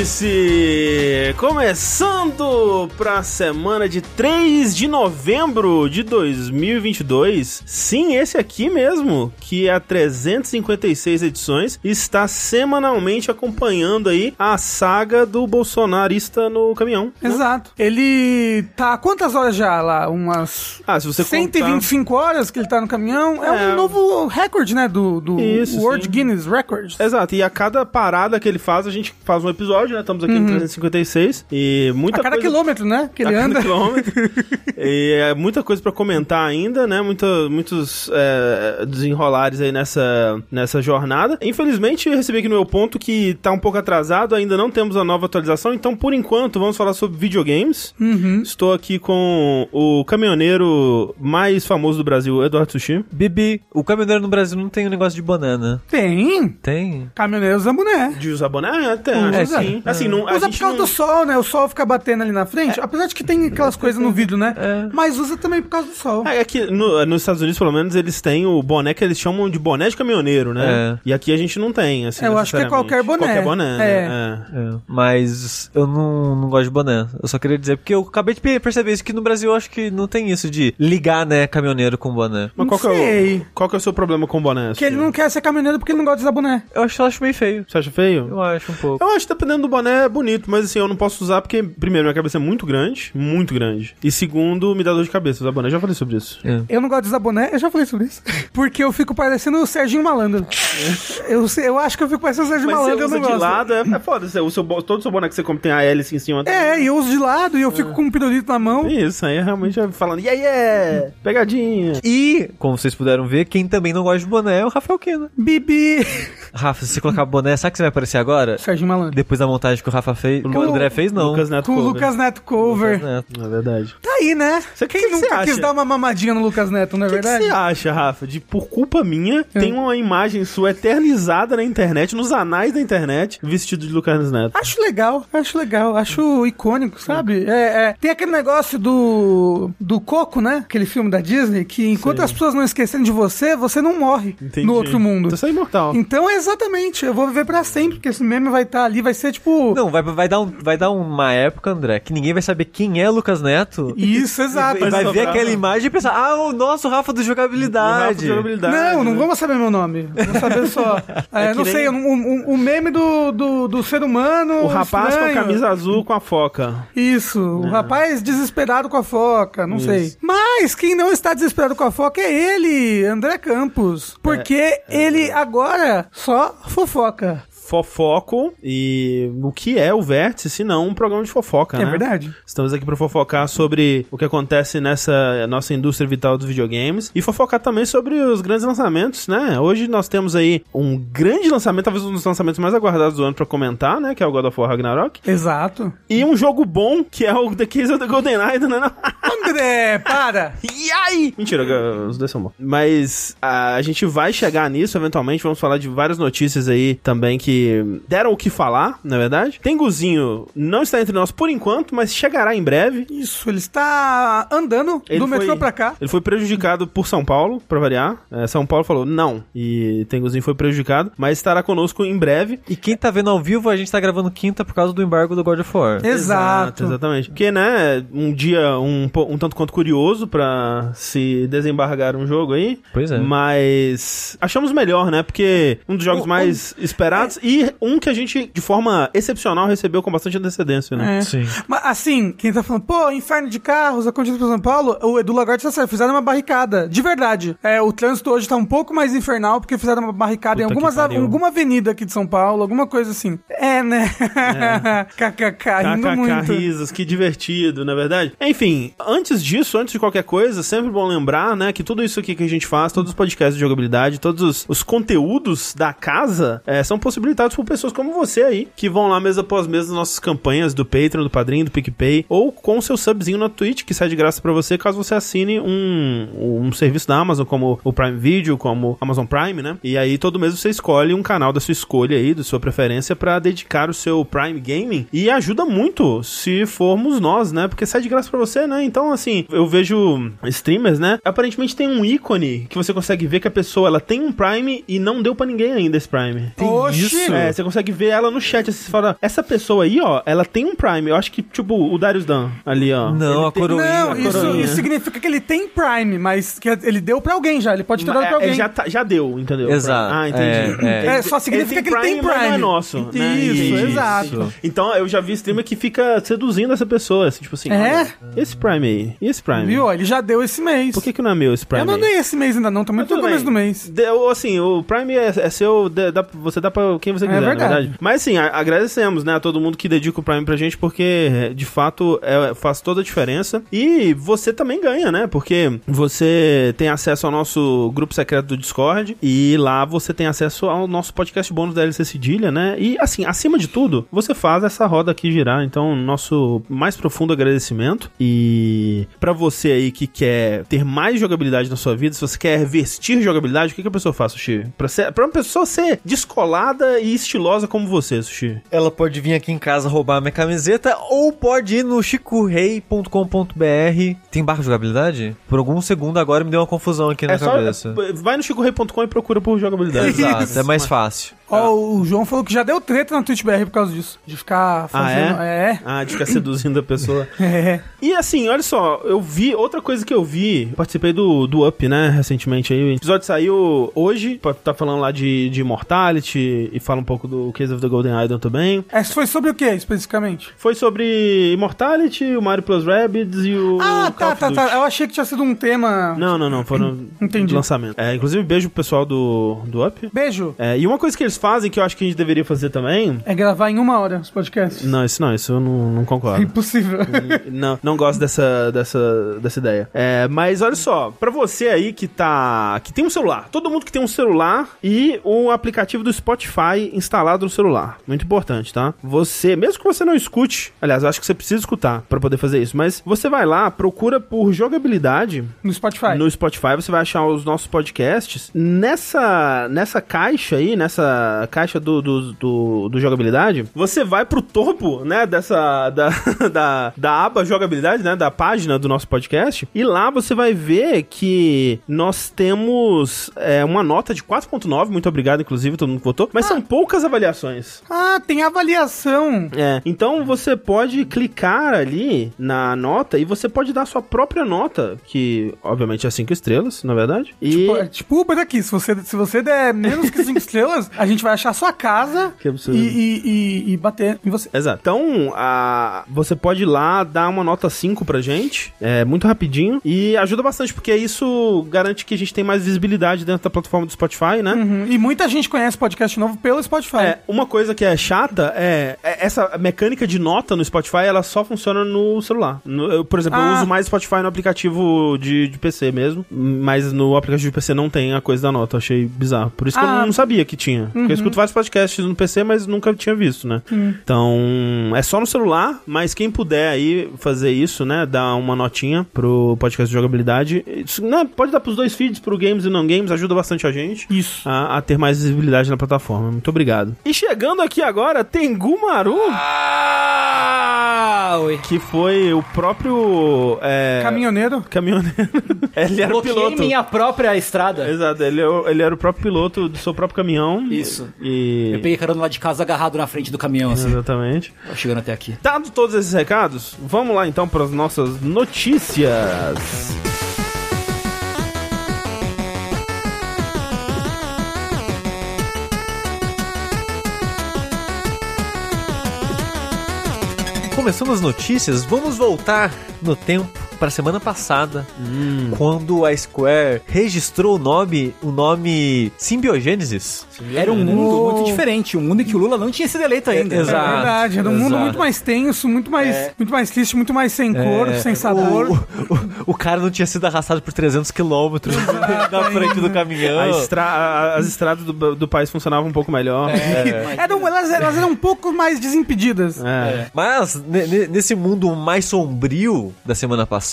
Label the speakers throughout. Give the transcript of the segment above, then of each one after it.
Speaker 1: Vértice! Começando pra semana de 3 de novembro de 2022. Sim, esse aqui mesmo, que é há 356 edições, está semanalmente acompanhando aí a saga do bolsonarista no caminhão. né?
Speaker 2: Exato. Ele tá há quantas horas já lá? Umas
Speaker 1: Ah, se você contar-
Speaker 2: 125 horas que ele tá no caminhão. É,
Speaker 1: É.
Speaker 2: um novo recorde, né? Do, do
Speaker 1: Isso,
Speaker 2: World
Speaker 1: sim. É
Speaker 2: Guinness Records.
Speaker 1: Exato, e a cada parada que ele faz, a gente faz um episódio, né? Estamos aqui em 356 e
Speaker 2: Uhum. A
Speaker 1: muita
Speaker 2: cada
Speaker 1: coisa...
Speaker 2: quilômetro, né? Que ele
Speaker 1: a cada
Speaker 2: anda.
Speaker 1: quilômetro. Tá e é muita coisa pra comentar ainda, né? Muita, muitos é, desenrolares aí nessa, nessa jornada. Infelizmente, eu recebi aqui no meu ponto que tá um pouco atrasado, ainda não temos a nova atualização, então por enquanto vamos falar sobre videogames.
Speaker 2: Uhum.
Speaker 1: Estou aqui com o caminhoneiro mais famoso do Brasil, Eduardo Sushi.
Speaker 3: Bibi, o caminhoneiro no Brasil não tem o negócio de banana.
Speaker 2: Tem.
Speaker 3: Tem?
Speaker 2: Caminhoneiros da boné.
Speaker 1: De usar boné? Ah, até.
Speaker 2: Usa. É.
Speaker 1: assim, assim, não, a
Speaker 2: Usa por
Speaker 1: gente
Speaker 2: causa
Speaker 1: não... É.
Speaker 2: do sol, né? O sol fica batendo ali na frente. Apesar de que tem aquelas coisas no vidro, né? Mas usa também por causa do sol.
Speaker 1: É, é que no- nos Estados Unidos, pelo menos, eles têm o boné que eles chamam de boné de caminhoneiro, né?
Speaker 3: É.
Speaker 1: E aqui a gente não tem, assim.
Speaker 2: Eu acho que é
Speaker 1: necessariamente.
Speaker 2: qualquer boné.
Speaker 1: Qualquer boné.
Speaker 2: É.
Speaker 1: né? É.
Speaker 3: É, mas eu não, não gosto de banana. Eu só queria dizer, porque eu acabei de pe- perceber isso, que no Brasil eu acho que não tem isso de ligar, né, caminhoneiro com banana.
Speaker 1: Mas
Speaker 2: Não
Speaker 1: qual que, é o,
Speaker 2: sei.
Speaker 1: qual que é o seu problema com boné?
Speaker 2: Que ele
Speaker 1: assim?
Speaker 2: não quer ser caminhoneiro porque ele não gosta de usar boné.
Speaker 3: Eu acho, eu acho meio feio.
Speaker 1: Você acha feio?
Speaker 3: Eu acho um pouco.
Speaker 1: Eu acho que dependendo do boné é bonito, mas assim, eu não posso usar porque, primeiro, minha cabeça é muito grande, muito grande. E segundo, me dá dor de cabeça usar boné. Já falei sobre isso.
Speaker 3: É.
Speaker 2: Eu não gosto de usar boné, eu já falei sobre isso. Porque eu fico parecendo o Serginho Malandro. Eu, sei- eu acho que eu fico parecendo o
Speaker 1: É.
Speaker 2: Serginho
Speaker 1: Mas você
Speaker 2: Malandro, eu
Speaker 1: usa
Speaker 2: não
Speaker 1: de
Speaker 2: gosto.
Speaker 1: lado, é, é foda. Você, o seu, bo- todo seu boné que você compra tem a hélice em cima.
Speaker 2: É, e eu uso de lado e eu
Speaker 1: É.
Speaker 2: fico com um pirulito na mão.
Speaker 1: Isso, aí é realmente falando, yeah, yeah, pegadinha.
Speaker 3: E, como vocês puderam ver, quem também não gosta de boné é o Rafael Kina.
Speaker 2: Bibi!
Speaker 3: Rafa, se você colocar boné, sabe o que você vai aparecer agora?
Speaker 2: Serginho Malandro.
Speaker 3: Depois da montagem que o Rafa fez. Que
Speaker 2: Lu-
Speaker 3: o André fez, não.
Speaker 1: Lucas Neto
Speaker 2: Com o
Speaker 1: cover.
Speaker 2: Lucas Neto Cover.
Speaker 3: Neto.
Speaker 1: Na verdade.
Speaker 2: Tá aí, né?
Speaker 1: Você- que
Speaker 2: Quem
Speaker 1: que você
Speaker 2: nunca quis
Speaker 1: acha?
Speaker 2: dar uma mamadinha no Lucas Neto, não é
Speaker 1: O que que
Speaker 2: verdade? É.
Speaker 1: você acha, Rafa, de por culpa minha, tem uma imagem sua eternizada na internet, nos anais da internet, vestido de Lucas Neto?
Speaker 2: Acho legal, acho legal, acho icônico, sabe? É, é. Tem aquele negócio do do Coco, né? Aquele filme da Disney, que enquanto
Speaker 1: Sei.
Speaker 2: as pessoas não esquecerem de você, você não morre no outro mundo.
Speaker 1: Então Você é imortal.
Speaker 2: Então, é exatamente, eu vou viver pra sempre, porque esse meme vai estar ali, vai ser tipo.
Speaker 3: Não, vai, vai, dar um- vai dar uma época, André, que ninguém vai saber quem é Lucas Neto.
Speaker 2: Isso, exato. tá
Speaker 3: E vai
Speaker 1: Vai
Speaker 3: ver
Speaker 1: sobrar,
Speaker 3: aquela
Speaker 1: né?
Speaker 3: imagem e pensar, ah, o nosso Rafa do jogabilidade.
Speaker 2: Não, não vamos saber meu nome. Vamos saber só. É,
Speaker 1: né? que
Speaker 2: não sei,
Speaker 1: nem-
Speaker 2: um, um- um meme do, do, do ser humano. um
Speaker 1: O rapaz com a
Speaker 2: estranho.
Speaker 1: camisa É. azul com a foca.
Speaker 2: Isso, o rapaz desesperado com a foca, não sei. Mas quem não está desesperado com a foca é ele, André
Speaker 1: É,
Speaker 2: Campos. Porque ele agora só fofoca.
Speaker 1: Fofoco e o que é o Vértice, se não um programa de fofoca,
Speaker 2: É
Speaker 1: né?
Speaker 2: verdade.
Speaker 1: Estamos aqui para fofocar sobre o que acontece nessa nossa indústria vital dos videogames e fofocar também sobre os grandes lançamentos, né? Hoje nós temos aí um grande lançamento, talvez um dos lançamentos mais aguardados do ano para comentar, né? Que é o God of War Ragnarok.
Speaker 2: Exato.
Speaker 1: E um jogo bom, que é o The Case of the Golden Idol, né? Não.
Speaker 2: André, para!
Speaker 1: Yai! Mentira, eu- os dois são bons. Mas a, a gente vai chegar nisso eventualmente. Vamos falar de várias notícias aí também que deram o que falar, na verdade. Tenguzinho não está entre nós por enquanto, mas chegará em breve.
Speaker 2: Isso, ele está andando
Speaker 1: Ele
Speaker 2: do metrô
Speaker 1: foi-
Speaker 2: pra cá.
Speaker 1: Ele foi prejudicado por São Paulo, pra variar. É, São Paulo falou não. E Tenguzinho foi prejudicado, mas estará conosco em breve.
Speaker 3: E quem tá vendo ao vivo, a gente tá gravando quinta por causa do embargo do God of War.
Speaker 2: Exato.
Speaker 1: Exatamente. Porque, né, um dia um, po- um tanto quanto curioso pra se desembargar um jogo aí.
Speaker 3: Pois é.
Speaker 1: Mas achamos melhor, né? Porque um dos jogos
Speaker 2: Um- é.
Speaker 1: mais esperados e um que a gente, de forma excepcional, recebeu com bastante antecedência, né?
Speaker 2: É.
Speaker 3: Sim.
Speaker 2: Mas assim, quem tá falando, pô, inferno de carros, aconteceu pra São Paulo, o Edu Lagarde tá certo, fizeram uma barricada, de verdade. É, o trânsito hoje tá um pouco mais infernal, porque fizeram uma barricada em
Speaker 1: Puta
Speaker 2: algumas,
Speaker 1: que pariu.
Speaker 2: alguma avenida aqui de São Paulo, alguma coisa assim. É, né? KKK, indo muito.
Speaker 1: É. KKK, risas, que divertido, na verdade. Enfim, antes disso, antes de qualquer coisa, sempre bom lembrar, né, que tudo isso aqui que a gente faz, todos os podcasts de jogabilidade, todos os, os conteúdos da casa, eh, são possibilitados por pessoas como você aí, que vão lá mesa após mesa nas nossas campanhas do Patreon, do Padrinho, do PicPay, ou com o seu subzinho na Twitch, que sai de graça pra você, caso você assine um, um serviço da Amazon, como o Prime Video, como Amazon Prime, né? E aí todo mês você escolhe um canal da sua escolha aí, da sua preferência, pra dedicar o seu Prime Gaming. E ajuda muito se formos nós, né? Porque sai de graça pra você, né? Então, assim, eu vejo streamers, né? Aparentemente tem um ícone que você consegue ver que a pessoa ela tem um Prime e não deu pra ninguém ainda esse Prime.
Speaker 3: Tem
Speaker 2: Oxi!
Speaker 3: isso?
Speaker 1: Isso. É, você consegue ver ela no chat. assim, Você fala, essa pessoa aí, ó, ela tem um Prime. Eu acho que, tipo, o Darius Dan ali, ó.
Speaker 3: Não, a coroinha.
Speaker 2: Não,
Speaker 3: a
Speaker 2: isso,
Speaker 3: coroinha.
Speaker 2: isso significa que ele tem Prime, mas que ele deu pra alguém já. Ele pode ter dado pra
Speaker 1: É,
Speaker 2: alguém.
Speaker 1: é, já, tá- já deu, entendeu?
Speaker 3: Exato.
Speaker 1: Ah, entendi.
Speaker 3: É, é.
Speaker 2: É, só significa que ele tem
Speaker 1: mas não é
Speaker 2: Prime.
Speaker 1: nosso. né?
Speaker 2: Isso,
Speaker 1: Entendi.
Speaker 2: exato.
Speaker 1: Então, eu já vi streamer que fica seduzindo essa pessoa, assim, tipo assim,
Speaker 2: É?
Speaker 1: olha, esse Prime aí, e esse Prime?
Speaker 2: Viu? ó, Ele já deu esse mês.
Speaker 1: Por que que não é meu esse Prime
Speaker 2: Eu não
Speaker 1: aí?
Speaker 2: dei esse mês ainda não, tô
Speaker 1: Mas
Speaker 2: muito no
Speaker 1: tudo
Speaker 2: começo
Speaker 1: bem.
Speaker 2: do mês.
Speaker 1: De- ou, assim, o Prime é, é seu, de- dá- você dá pra quem você
Speaker 2: É
Speaker 1: quiser, na
Speaker 2: verdade.
Speaker 1: verdade. Mas assim, a- agradecemos, né, a todo mundo que dedica o Prime pra gente, porque é, de fato é, faz toda a diferença. E você também ganha, né? Porque você tem acesso ao nosso grupo secreto do Discord e lá você tem acesso ao nosso podcast bônus da LC Cedilha, né? E assim, acima de tudo, você faz essa roda aqui girar. Então, nosso mais profundo agradecimento. E pra você aí que quer ter mais jogabilidade na sua vida, se você quer vestir jogabilidade, o que, que a pessoa faz, Sushi? Pra, ser, pra uma pessoa ser descolada e estilosa como você, Sushi.
Speaker 3: Ela pode vir aqui em casa roubar a minha camiseta ou pode ir no chicorei.com.br. Tem barra de jogabilidade? Por algum segundo agora me deu uma confusão aqui na
Speaker 1: é só.
Speaker 3: cabeça.
Speaker 1: Vai no chicorei.com e procura por jogabilidade.
Speaker 3: Exato, é mais fácil.
Speaker 1: Tá.
Speaker 2: Ó, o João falou que já deu treta na Twitch BR por causa disso. De ficar fazendo.
Speaker 1: Ah, é? Ah, de ficar seduzindo a pessoa.
Speaker 2: é. é.
Speaker 1: E assim, olha só, eu vi outra coisa que eu vi, participei do, do Up, né, recentemente aí. O episódio saiu hoje, pra- tá falando lá de, de Immortality e fala um pouco do Case of the Golden Idol também.
Speaker 2: É, Foi sobre o que especificamente?
Speaker 1: Foi sobre Immortality, o Mario Plus Rabbids e o.
Speaker 2: ah,
Speaker 1: Call
Speaker 2: tá,
Speaker 1: of
Speaker 2: tá,
Speaker 1: Duty.
Speaker 2: tá. Eu achei que tinha sido um tema.
Speaker 1: Não, não, não, foram
Speaker 2: Entendi.
Speaker 1: lançamento. É, inclusive, beijo pro pessoal do, do Up.
Speaker 2: Beijo.
Speaker 1: É, e uma coisa que eles fazem que eu acho que a gente deveria fazer também.
Speaker 2: É gravar em uma hora os podcasts.
Speaker 1: Não, isso não, isso eu não, não
Speaker 2: É
Speaker 1: concordo.
Speaker 2: impossível.
Speaker 1: não, não gosto dessa, dessa, dessa ideia. É, mas olha só, pra você aí que tá. que tem um celular, todo mundo que tem um celular e o aplicativo do Spotify instalado no celular. Muito importante, tá? Você, mesmo que você não escute, aliás, eu acho que você precisa escutar pra poder fazer isso, mas você vai lá, procura por jogabilidade
Speaker 2: No Spotify.
Speaker 1: no Spotify você vai achar os nossos podcasts. Nessa, nessa caixa aí, nessa caixa do, do, do, do jogabilidade, você vai pro topo, né, dessa, da, da, da aba jogabilidade, né, da página do nosso podcast, e lá você vai ver que nós temos é, uma nota de 4.9, muito obrigado, inclusive, todo mundo que votou, mas são poucas avaliações.
Speaker 2: Ah, tem avaliação.
Speaker 1: É. Então você pode clicar ali na nota e você pode dar a sua própria nota, que obviamente é 5 estrelas, na verdade. E
Speaker 2: Pô, é tipo Uber aqui. Se você, se você der menos que 5 estrelas, a gente vai achar a sua casa
Speaker 1: Que absurdo.
Speaker 2: e, e, e, e bater em você.
Speaker 1: Exato. Então, a- você pode ir lá dar uma nota 5 pra gente, é muito rapidinho, e ajuda bastante, porque isso garante que a gente tem mais visibilidade dentro da plataforma do Spotify, né?
Speaker 2: Uhum. E muita gente conhece podcast novo pelo Spotify.
Speaker 1: É, uma coisa que é chata é é essa mecânica de nota no Spotify, ela só funciona no celular. No- eu, por exemplo, eu
Speaker 2: Ah.
Speaker 1: uso mais Spotify no aplicativo de, de PC mesmo, mas no aplicativo de PC não tem a coisa da nota, eu achei bizarro. Por isso que eu
Speaker 2: Ah. Uhum.
Speaker 1: não sabia que tinha. Porque eu escuto vários podcasts no PC, mas nunca tinha visto, né?
Speaker 2: Hum.
Speaker 1: Então, é só no celular, mas quem puder aí fazer isso, né, dar uma notinha pro podcast de jogabilidade, isso, né, pode dar pros dois feeds, pro Games e Não Games, ajuda bastante a gente
Speaker 2: Isso.
Speaker 1: a, a ter mais visibilidade na plataforma. Muito obrigado. E chegando aqui agora, Tengu Maru,
Speaker 4: Ah, oi.
Speaker 1: que foi o próprio é,
Speaker 2: Caminhoneiro?
Speaker 1: caminhoneiro. ele era o
Speaker 4: Bloqueei
Speaker 1: piloto.
Speaker 4: Um minha própria estrada.
Speaker 1: Exato, ele, é o- ele era o próprio piloto do seu próprio caminhão.
Speaker 4: Isso.
Speaker 1: E.
Speaker 4: Eu peguei carona lá de casa agarrado na frente do caminhão, assim,
Speaker 1: Exatamente.
Speaker 4: chegando até aqui.
Speaker 1: Dado todos esses recados, vamos lá então para as nossas notícias.
Speaker 3: Começando as notícias, vamos voltar no tempo para a semana passada, Hum. quando a Square registrou o nome, o nome Simbiogênesis.
Speaker 1: é
Speaker 4: Era um mundo
Speaker 2: Oh.
Speaker 4: muito diferente, um mundo em que o Lula não tinha sido eleito ainda. né?
Speaker 3: É, exato.
Speaker 2: É verdade, era um mundo
Speaker 3: Exato.
Speaker 2: muito mais tenso, muito mais,
Speaker 1: É.
Speaker 2: muito mais triste, muito mais sem cor, sem sabor.
Speaker 3: É, O, o- o cara não tinha sido arrastado por 300 quilômetros na frente do
Speaker 4: Ah.
Speaker 3: caminhão.
Speaker 1: A estra- a- as estradas do, do país funcionavam um pouco melhor.
Speaker 4: É.
Speaker 2: Eram, elas, elas eram um pouco mais desimpedidas.
Speaker 1: É.
Speaker 3: Mas, ne- ne- nesse mundo mais sombrio da semana passada,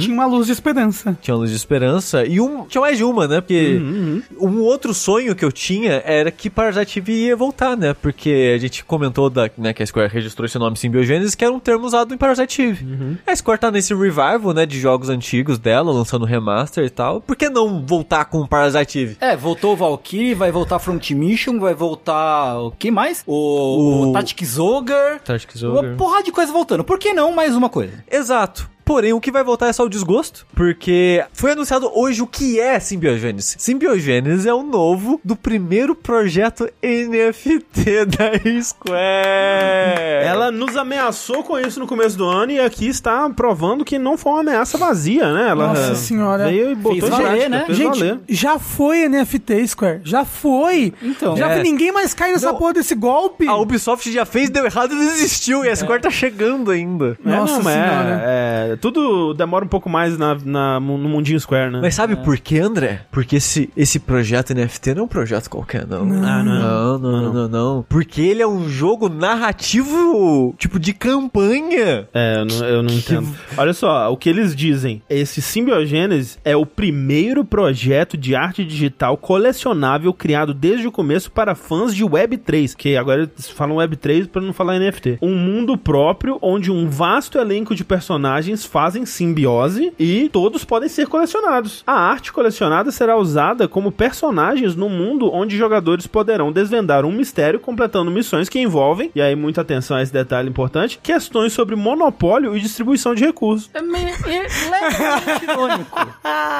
Speaker 2: Tinha uma luz de esperança.
Speaker 3: tinha uma luz de esperança e um. Tinha mais de uma, né? Porque
Speaker 2: Uhum,
Speaker 3: um outro sonho que eu tinha era que Parasite Eve ia voltar, né? Porque a gente comentou da, né, que a Square registrou esse nome Simbiogênese, que era um termo usado em Parasite Eve.
Speaker 2: Uhum.
Speaker 3: A Square tá nesse revival, né? De jogos antigos dela, lançando remaster e tal. Por que não voltar com Parasite Eve?
Speaker 4: É, voltou o Valkyrie, vai voltar Front Mission, vai voltar. O que mais? O,
Speaker 3: O-
Speaker 4: o Tactics Ogre.
Speaker 3: Tactics Ogre.
Speaker 4: Uma porrada de coisa voltando. Por que não mais uma coisa?
Speaker 3: Exato. Porém, o que vai voltar é só o desgosto, porque foi anunciado hoje o que é Simbiogênese. Simbiogênese é o novo do primeiro projeto NFT da Square.
Speaker 1: É. Ela nos ameaçou com isso no começo do ano e aqui está provando que não foi uma ameaça vazia, né? Ela
Speaker 2: Nossa senhora.
Speaker 1: Veio e botou
Speaker 4: Fez
Speaker 1: em
Speaker 4: valer,
Speaker 1: prática,
Speaker 4: né?
Speaker 1: Fez
Speaker 2: é, Gente,
Speaker 1: valer.
Speaker 2: já foi NFT Square. Já foi.
Speaker 4: Então.
Speaker 2: Já
Speaker 3: É.
Speaker 2: que ninguém mais cai nessa
Speaker 3: Não.
Speaker 2: porra desse golpe.
Speaker 3: A Ubisoft já fez, deu errado e desistiu, e a Square tá chegando ainda.
Speaker 2: Nossa
Speaker 1: mas
Speaker 2: senhora.
Speaker 1: É, tudo demora um pouco mais na, na- no mundinho Square, né?
Speaker 3: Mas sabe por quê, André? Porque esse, esse projeto NFT não é um projeto qualquer, não.
Speaker 1: Ah, não.
Speaker 3: Não, não, não, não, não. Porque ele é um jogo narrativo, tipo, de campanha.
Speaker 1: É, eu não, eu não entendo. Olha só, o que eles dizem. Esse Simbiogênese é o primeiro projeto de arte digital colecionável criado desde o começo para fãs de Web3. Que agora eles falam Web3 para não falar NFT. Um mundo próprio onde um vasto elenco de personagens fazem simbiose e todos podem ser colecionados. A arte colecionada será usada como personagens no mundo onde jogadores poderão desvendar um mistério completando missões que envolvem, e aí muita atenção a esse detalhe importante, questões sobre monopólio e distribuição de recursos.
Speaker 4: Também é levemente irônico.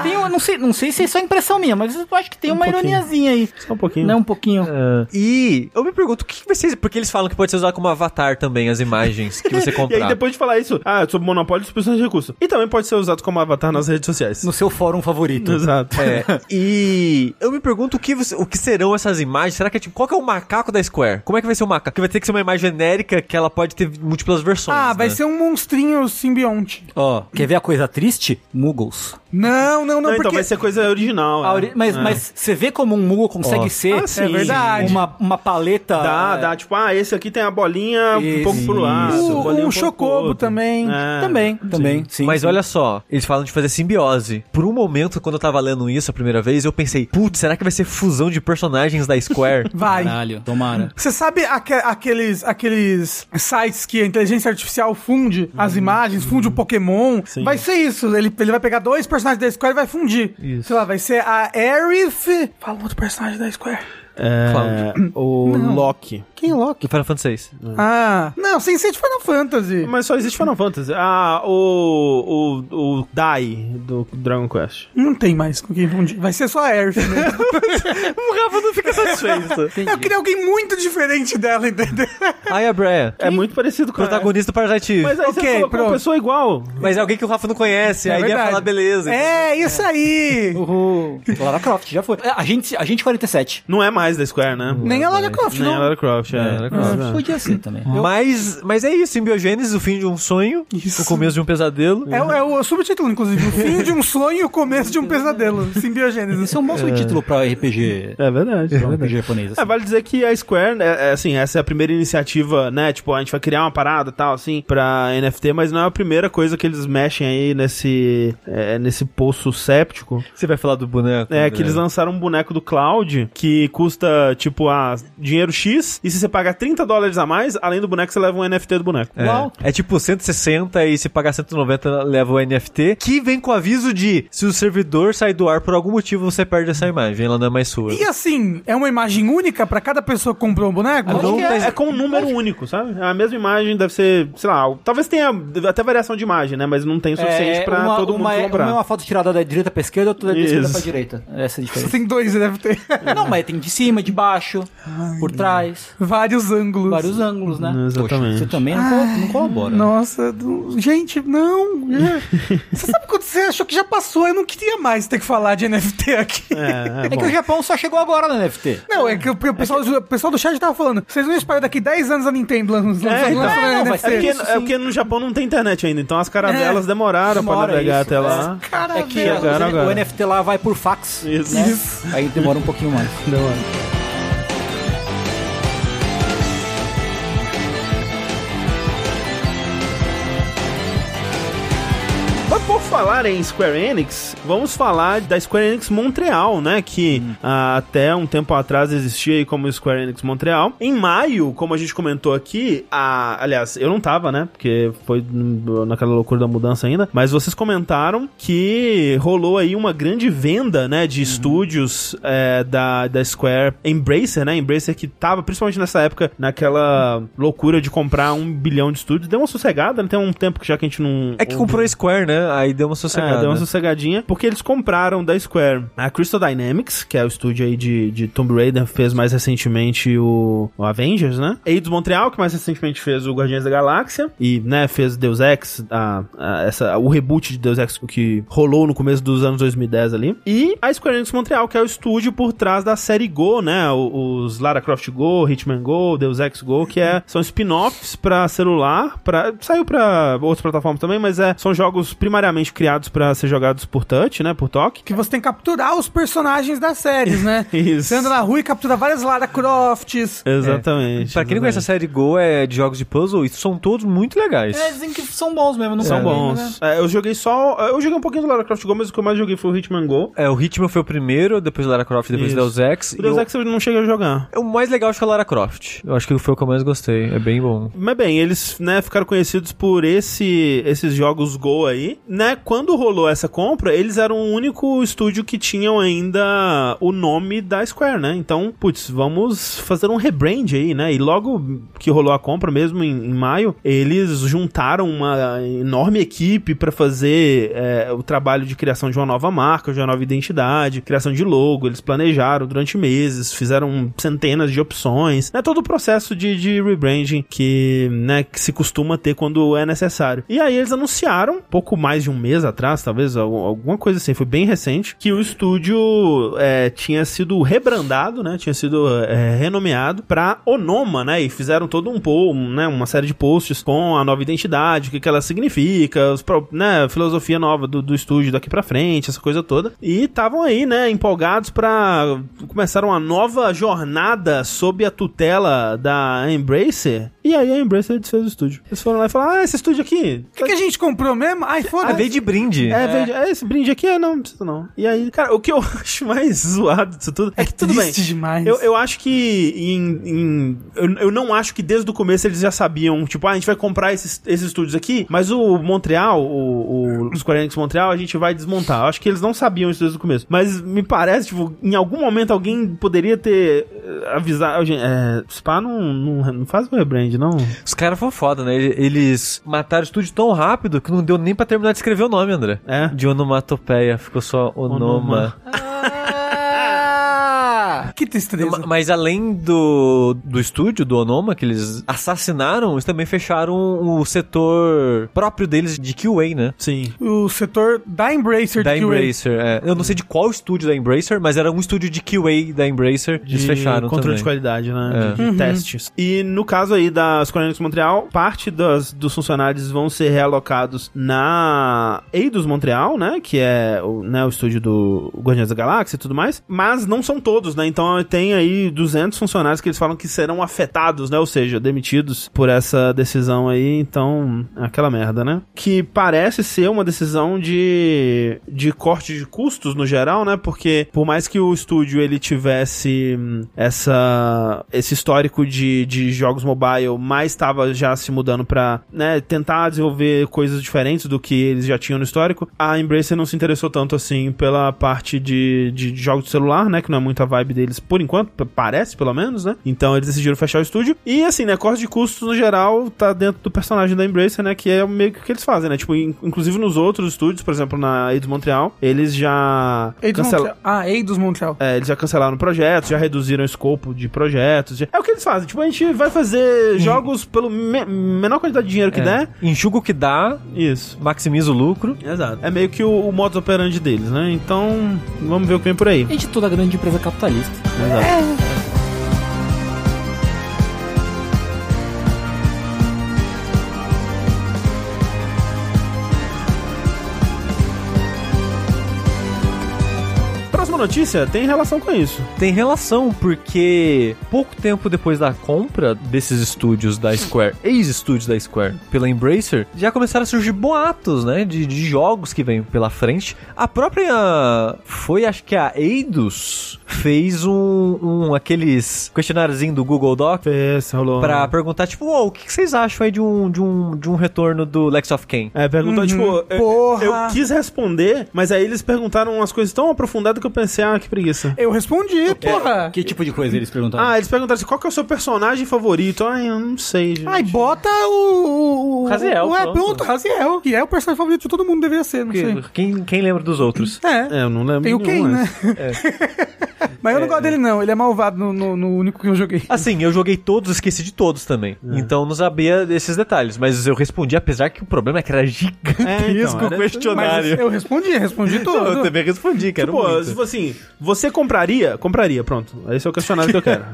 Speaker 4: Tem uma- não, sei, não sei se é só impressão minha, mas eu acho que tem uma
Speaker 1: pouquinho. É,
Speaker 4: ironiazinha aí.
Speaker 1: Só um pouquinho.
Speaker 4: Não, um pouquinho.
Speaker 3: E eu me pergunto o que que vai ser. Porque eles falam que pode ser usado como avatar também as imagens que você
Speaker 1: E aí
Speaker 3: comprar.
Speaker 1: depois de falar isso, ah, sobre monopólio e distribuição de recursos. E também pode ser usado como avatar nas redes sociais.
Speaker 4: No seu fórum favorito.
Speaker 1: Exato.
Speaker 3: É, e eu me pergunto o que, você- o que serão essas imagens. Será que é tipo, qual que é o macaco da Square? Como é que vai ser o macaco? Que vai ter que ser uma imagem genérica que ela pode ter múltiplas versões.
Speaker 2: Ah,
Speaker 1: é.
Speaker 2: vai
Speaker 3: né?
Speaker 2: ser um monstrinho simbionte.
Speaker 4: Ó, quer ver a coisa triste? Muggles.
Speaker 2: Não, não, não,
Speaker 1: Não,
Speaker 2: porque...
Speaker 1: então vai ser coisa original.
Speaker 4: A
Speaker 1: é.
Speaker 4: ori- mas,
Speaker 1: É.
Speaker 4: mas você vê como um Moogle consegue
Speaker 3: Ó.
Speaker 4: ser
Speaker 1: Ah, sim.
Speaker 4: é
Speaker 2: verdade.
Speaker 4: Uma, uma paleta.
Speaker 1: Dá,
Speaker 4: é,
Speaker 1: dá. Tipo, ah, esse aqui tem a bolinha um
Speaker 4: Isso.
Speaker 1: pouco pro lado.
Speaker 2: O-
Speaker 1: bolinha
Speaker 2: o
Speaker 1: um pouco pro
Speaker 2: Chocobo
Speaker 1: outro.
Speaker 2: também.
Speaker 1: É.
Speaker 4: Também, também. Sim,
Speaker 3: Mas
Speaker 4: sim.
Speaker 3: olha só, eles falam de fazer simbiose. Por um momento, quando eu tava lendo isso a primeira vez, eu pensei, putz, será que vai ser fusão de personagens da Square?
Speaker 2: Vai.
Speaker 1: Ah,
Speaker 4: Caralho, tomara.
Speaker 2: Você sabe aque- aqueles, aqueles sites que a inteligência artificial funde as imagens, funde o Pokémon?
Speaker 1: Uhum. Sim.
Speaker 2: Vai ser isso. Ele, ele vai pegar dois personagens da Square e vai fundir.
Speaker 1: Isso.
Speaker 2: Sei lá, vai ser a Aerith... Fala um outro personagem da Square.
Speaker 1: É,
Speaker 3: Cláudio.
Speaker 1: o Loki.
Speaker 2: Quem é Loki?
Speaker 3: Do Final Fantasy VI.
Speaker 2: Ah, não, sem ser de Final Fantasy.
Speaker 1: Mas só existe Final Fantasy. Ah, o. O, o Dai do Dragon Quest.
Speaker 2: Não tem mais com quem fundir. Vai ser só a Aerith mesmo.
Speaker 3: O Rafa não fica satisfeito.
Speaker 2: Eu queria alguém muito diferente dela, entendeu?
Speaker 3: Ai, a Brea,
Speaker 1: É muito parecido com a-
Speaker 3: protagonista do Parasite Eve.
Speaker 1: Mas aí
Speaker 2: Ok,
Speaker 1: você colocou
Speaker 2: pronto.
Speaker 1: uma pessoa igual.
Speaker 3: Mas é alguém que o Rafa não conhece,
Speaker 2: É
Speaker 3: aí ele ia
Speaker 2: verdade.
Speaker 3: falar beleza.
Speaker 2: É, isso aí.
Speaker 4: Uhul. Lara Croft, já foi. É, A gente, a gente 47.
Speaker 1: Não é mais da Square, né?
Speaker 2: Nem a Lara Croft,
Speaker 1: Nem a
Speaker 2: não.
Speaker 1: Lara Croft, é.
Speaker 3: Lara Croft.
Speaker 1: É.
Speaker 4: Podia ser também.
Speaker 3: Mas, mas é isso, simbiogênese, o fim de um sonho,
Speaker 2: Isso.
Speaker 3: o começo de um pesadelo.
Speaker 2: É, o- é o subtítulo, inclusive. O fim de um sonho e o começo de um pesadelo. Simbiogênese.
Speaker 4: Isso é um bom subtítulo pra RPG.
Speaker 1: É verdade.
Speaker 4: pra um RPG japonês.
Speaker 1: É,
Speaker 4: assim.
Speaker 1: vale dizer que a Square, é, é, assim, essa é a primeira iniciativa, né? Tipo, a gente vai criar uma parada e tal, assim, pra NFT, mas não é a primeira coisa que eles mexem aí nesse, é, nesse poço séptico.
Speaker 3: Você vai falar do boneco. né?
Speaker 1: É
Speaker 3: André.
Speaker 1: que eles lançaram um boneco do Cloud que custa, tipo, ah, dinheiro X, e se você pagar 30 dólares a mais, além do boneco, você leva um NFT do boneco. Uau.
Speaker 3: É. é tipo 160 e se pagar 190 leva o NFT, que vem com aviso de se o servidor sair do ar por algum motivo você perde essa imagem, ela não é mais sua.
Speaker 2: E assim, é uma imagem única pra cada pessoa que comprou um boneco?
Speaker 1: Acho
Speaker 3: não
Speaker 1: que é,
Speaker 3: tem-
Speaker 1: é com um número único, sabe? A mesma imagem deve ser, sei lá, talvez tenha até variação de imagem, né? Mas não tem o suficiente
Speaker 4: É,
Speaker 1: pra
Speaker 4: uma-
Speaker 1: todo mundo
Speaker 4: uma, é-
Speaker 1: comprar.
Speaker 4: Uma é uma foto tirada da direita pra esquerda, outra da esquerda
Speaker 1: Isso.
Speaker 4: pra direita. Essa é a
Speaker 2: Você
Speaker 4: diferença.
Speaker 2: tem dois NFT.
Speaker 4: Não, mas tem de cima, de baixo, por trás,
Speaker 2: Vários ângulos.
Speaker 4: vários ângulos, né?
Speaker 1: Não, exatamente.
Speaker 4: Poxa, você também não, co- não colabora. né?
Speaker 2: Nossa, do- gente, não. é. Você sabe quando você achou que já passou? Eu não queria mais ter que falar de NFT aqui.
Speaker 1: É, é,
Speaker 4: É
Speaker 1: bom.
Speaker 4: que o Japão só chegou agora no NFT.
Speaker 2: Não, é que o o pessoal, o pessoal do chat tava falando. Vocês não esperam daqui 10 anos a Nintendo lançando
Speaker 1: É, então.
Speaker 4: não, vai
Speaker 1: É
Speaker 2: NFT.
Speaker 1: porque,
Speaker 4: Isso,
Speaker 1: é porque no Japão não tem internet ainda, então as caravelas
Speaker 2: É.
Speaker 1: demoraram
Speaker 4: Demora
Speaker 1: pra navegar
Speaker 4: isso,
Speaker 1: até
Speaker 4: é.
Speaker 1: lá.
Speaker 2: Cara,
Speaker 4: É que
Speaker 2: velho.
Speaker 1: agora-
Speaker 4: o- o NFT lá vai por fax.
Speaker 1: Isso.
Speaker 4: né?
Speaker 2: Isso.
Speaker 4: Aí demora um pouquinho mais.
Speaker 1: falar em Square Enix, vamos falar da Square Enix Montreal, né? Que
Speaker 3: Hum.
Speaker 1: ah, até um tempo atrás existia aí como Square Enix Montreal. Em maio, como a gente comentou aqui, a, aliás, eu não tava, né? Porque foi n- naquela loucura da mudança ainda. Mas vocês comentaram que rolou aí uma grande venda, né?
Speaker 3: Uhum.
Speaker 1: De estúdios é, da, da Square Embracer, né? Embracer que tava, principalmente nessa época, naquela loucura de comprar um bilhão de estúdios. Deu uma sossegada, né? Tem um tempo que já que a gente não.
Speaker 3: É que comprou a Square, né? Aí deu uma sossegada.
Speaker 1: É, deu uma sossegadinha, porque eles compraram da Square a Crystal Dynamics, que é o estúdio aí de, de Tomb Raider, fez mais recentemente o, o Avengers, né? Eidos Montreal, que mais recentemente fez o Guardiões da Galáxia, e, né, fez Deus Ex, a, a- essa, o reboot de Deus Ex que rolou no começo dos anos 2010 ali. E a Square Enix Montreal, que é o estúdio por trás da série Go, né? O- Os Lara Croft Go, Hitman Go, Deus Ex Go, que é, são spin-offs pra celular, pra, saiu pra outras plataformas também, mas é, são jogos primariamente criados pra ser jogados por touch, né? Por toque.
Speaker 2: Que você tem que capturar os personagens das séries, né?
Speaker 1: Isso.
Speaker 2: Você anda na rua e captura várias Lara Crofts.
Speaker 1: Exatamente.
Speaker 3: Pra quem não conhece a série Go, é de jogos de puzzle, e são todos muito legais.
Speaker 4: É, dizem que são bons mesmo, não
Speaker 1: São bons.
Speaker 3: né?
Speaker 1: É, eu joguei só. Eu joguei um pouquinho do Lara Croft Go, mas o que eu mais joguei foi o Hitman Go.
Speaker 3: É, o Ritmo foi o primeiro, depois Lara Croft, depois
Speaker 1: Isso.
Speaker 3: Deus Ex.
Speaker 1: O Deus
Speaker 3: e
Speaker 1: Ex eu não cheguei a jogar.
Speaker 3: O... o mais legal acho que é o Lara Croft. Eu acho que foi o que eu mais gostei. É bem bom.
Speaker 1: Mas bem, eles né, ficaram conhecidos por esse, esses jogos Go aí. Né, quando rolou essa compra, eles eram o único estúdio que tinham ainda o nome da Square, né? Então, putz, vamos fazer um rebrand aí, né? E logo que rolou a compra, mesmo em, em maio, eles juntaram uma enorme equipe pra fazer é, o trabalho de criação de uma nova marca, de uma nova identidade, criação de logo. Eles planejaram durante meses, fizeram centenas de opções. É todo o processo de, de rebranding que, né, que se costuma ter quando é necessário. E aí eles anunciaram, pouco mais de um mês atrás, talvez, al- alguma coisa assim, foi bem recente, que o estúdio é, tinha sido rebrandado, né, tinha sido é, renomeado pra Onoma, né, e fizeram todo um, po, um, né, uma série de posts com a nova identidade, o que, que ela significa, os, pro- né, a filosofia nova do, do estúdio daqui pra frente, essa coisa toda. E estavam aí, né, empolgados pra começar uma nova jornada sob a tutela da Embracer. E aí a Embracer desfez o estúdio. Eles foram lá e falaram: Ah, esse estúdio aqui.
Speaker 2: O que, que a gente comprou mesmo? Ai,
Speaker 3: Ah,
Speaker 2: foda-se.
Speaker 3: veio de brinde.
Speaker 1: É, vende- é, esse brinde aqui é não, não precisa não. E aí, cara, o que eu acho mais zoado disso tudo é que tudo bem.
Speaker 2: Triste demais.
Speaker 1: Eu, eu acho que em, em- eu, eu não acho que desde o começo eles já sabiam, tipo, ah, a gente vai comprar esses, esses estúdios aqui, mas o Montreal, o, o Square Enix Montreal, a gente vai desmontar. Eu acho que eles não sabiam isso desde o começo. Mas me parece, tipo, em algum momento alguém poderia ter eh, avisado. "Ó, gente, É, Spa não, não, não faz o rebrand, não.
Speaker 3: Os caras foram foda, né? Ele- Eles mataram o estúdio tão rápido que não deu nem pra terminar de escrever o nome, André.
Speaker 1: É.
Speaker 3: De onomatopeia, ficou só onoma.
Speaker 1: Onoma.
Speaker 4: Ah!
Speaker 2: Que tristeza.
Speaker 3: Ma- Mas além do, do estúdio, do Onoma, que eles assassinaram, eles também fecharam o setor próprio deles de QA, né?
Speaker 1: Sim.
Speaker 2: O setor da Embracer
Speaker 3: Da
Speaker 2: de QA.
Speaker 3: Embracer, é. Eu não sei de qual estúdio da Embracer, mas era um estúdio de QA da Embracer. eles fecharam
Speaker 1: controle
Speaker 3: também.
Speaker 1: de qualidade, né?
Speaker 3: É.
Speaker 1: De, de testes. E no caso aí da Square Enix Montreal, parte das, dos funcionários vão ser realocados na Eidos Montreal, né? Que é o, né, o estúdio do Guardiões da Galáxia e tudo mais. Mas não são todos, né? Então tem aí 200 funcionários que eles falam que serão afetados, né? Ou seja, demitidos por essa decisão aí. Então, é aquela merda, né? Que parece ser uma decisão de, de corte de custos no geral, né? Porque por mais que o estúdio ele tivesse hum, essa esse histórico de, de jogos mobile, mas estava já se mudando para né, tentar desenvolver coisas diferentes do que eles já tinham no histórico. A Embracer não se interessou tanto assim pela parte de, de jogos de celular, né? Que não é muita vibe deles por enquanto, p- parece pelo menos, né? Então eles decidiram fechar o estúdio. E assim, né? Corte de custos no geral tá dentro do personagem da Embracer, né? Que é meio que o que eles fazem, né? Tipo, in- inclusive nos outros estúdios, por exemplo, na Eidos Montreal, eles já
Speaker 2: Eidos
Speaker 1: cancela-
Speaker 2: Montreal. Ah, Eidos Montreal.
Speaker 1: é, eles já cancelaram projetos, já reduziram o escopo de projetos. já- É o que eles fazem. Tipo, a gente vai
Speaker 2: Uhum.
Speaker 1: fazer jogos pelo me- menor quantidade de dinheiro que
Speaker 3: É.
Speaker 1: der.
Speaker 3: Enxuga o que dá,
Speaker 1: Isso.
Speaker 3: maximiza o lucro.
Speaker 1: Exato. É meio que o, o modus operandi deles, né? Então, vamos ver o que vem por aí.
Speaker 4: Gente,
Speaker 5: é
Speaker 4: toda grande empresa capitalista.
Speaker 1: Próxima notícia tem relação com isso.
Speaker 3: Tem relação, porque pouco tempo depois da compra desses estúdios da Square, ex-estúdios da Square, pela Embracer, já começaram a surgir boatos, né? De, de jogos que vêm pela frente. A própria. Foi, acho que a Eidos fez um. um aqueles questionáriozinho do Google Doc
Speaker 1: Esse rolou.
Speaker 3: pra perguntar, tipo, "Uou, o que que vocês acham aí de um, de um, de um retorno do Lex of Kain?
Speaker 1: É, perguntou, tipo, eu-
Speaker 2: Uhum. Porra.
Speaker 1: eu quis responder, mas aí eles perguntaram umas coisas tão aprofundadas que eu pensei, ah, que preguiça.
Speaker 2: Eu respondi, porra.
Speaker 5: Que tipo de coisa eles perguntaram?
Speaker 1: Ah, eles perguntaram assim, qual que é o seu personagem favorito? Ai, eu não sei, gente.
Speaker 2: Ai, bota o. o-
Speaker 3: Raziel,
Speaker 2: o- é,
Speaker 3: pronto.
Speaker 2: pronto, Raziel. Que é o personagem favorito de todo mundo, deveria ser, não sei.
Speaker 3: Quem, quem lembra dos outros?
Speaker 2: É.
Speaker 1: É, eu não lembro
Speaker 2: Tem o
Speaker 1: nenhum,
Speaker 2: Ken, né?
Speaker 1: mas-
Speaker 2: Mas eu não gosto dele, não. Ele é malvado no, no- no único que eu joguei.
Speaker 3: Assim, eu joguei todos, esqueci de todos também. Então não sabia desses detalhes. Mas eu respondi, apesar que o problema é que era
Speaker 1: É, então,
Speaker 3: gigantesco o
Speaker 1: era-
Speaker 2: Mas
Speaker 5: assim,
Speaker 3: questionário.
Speaker 2: eu respondi, respondi
Speaker 3: Não, eu
Speaker 2: tudo.
Speaker 3: também respondi, cara.
Speaker 1: Tipo, se fosse assim, você compraria? Compraria, pronto. Esse é o questionário que eu quero.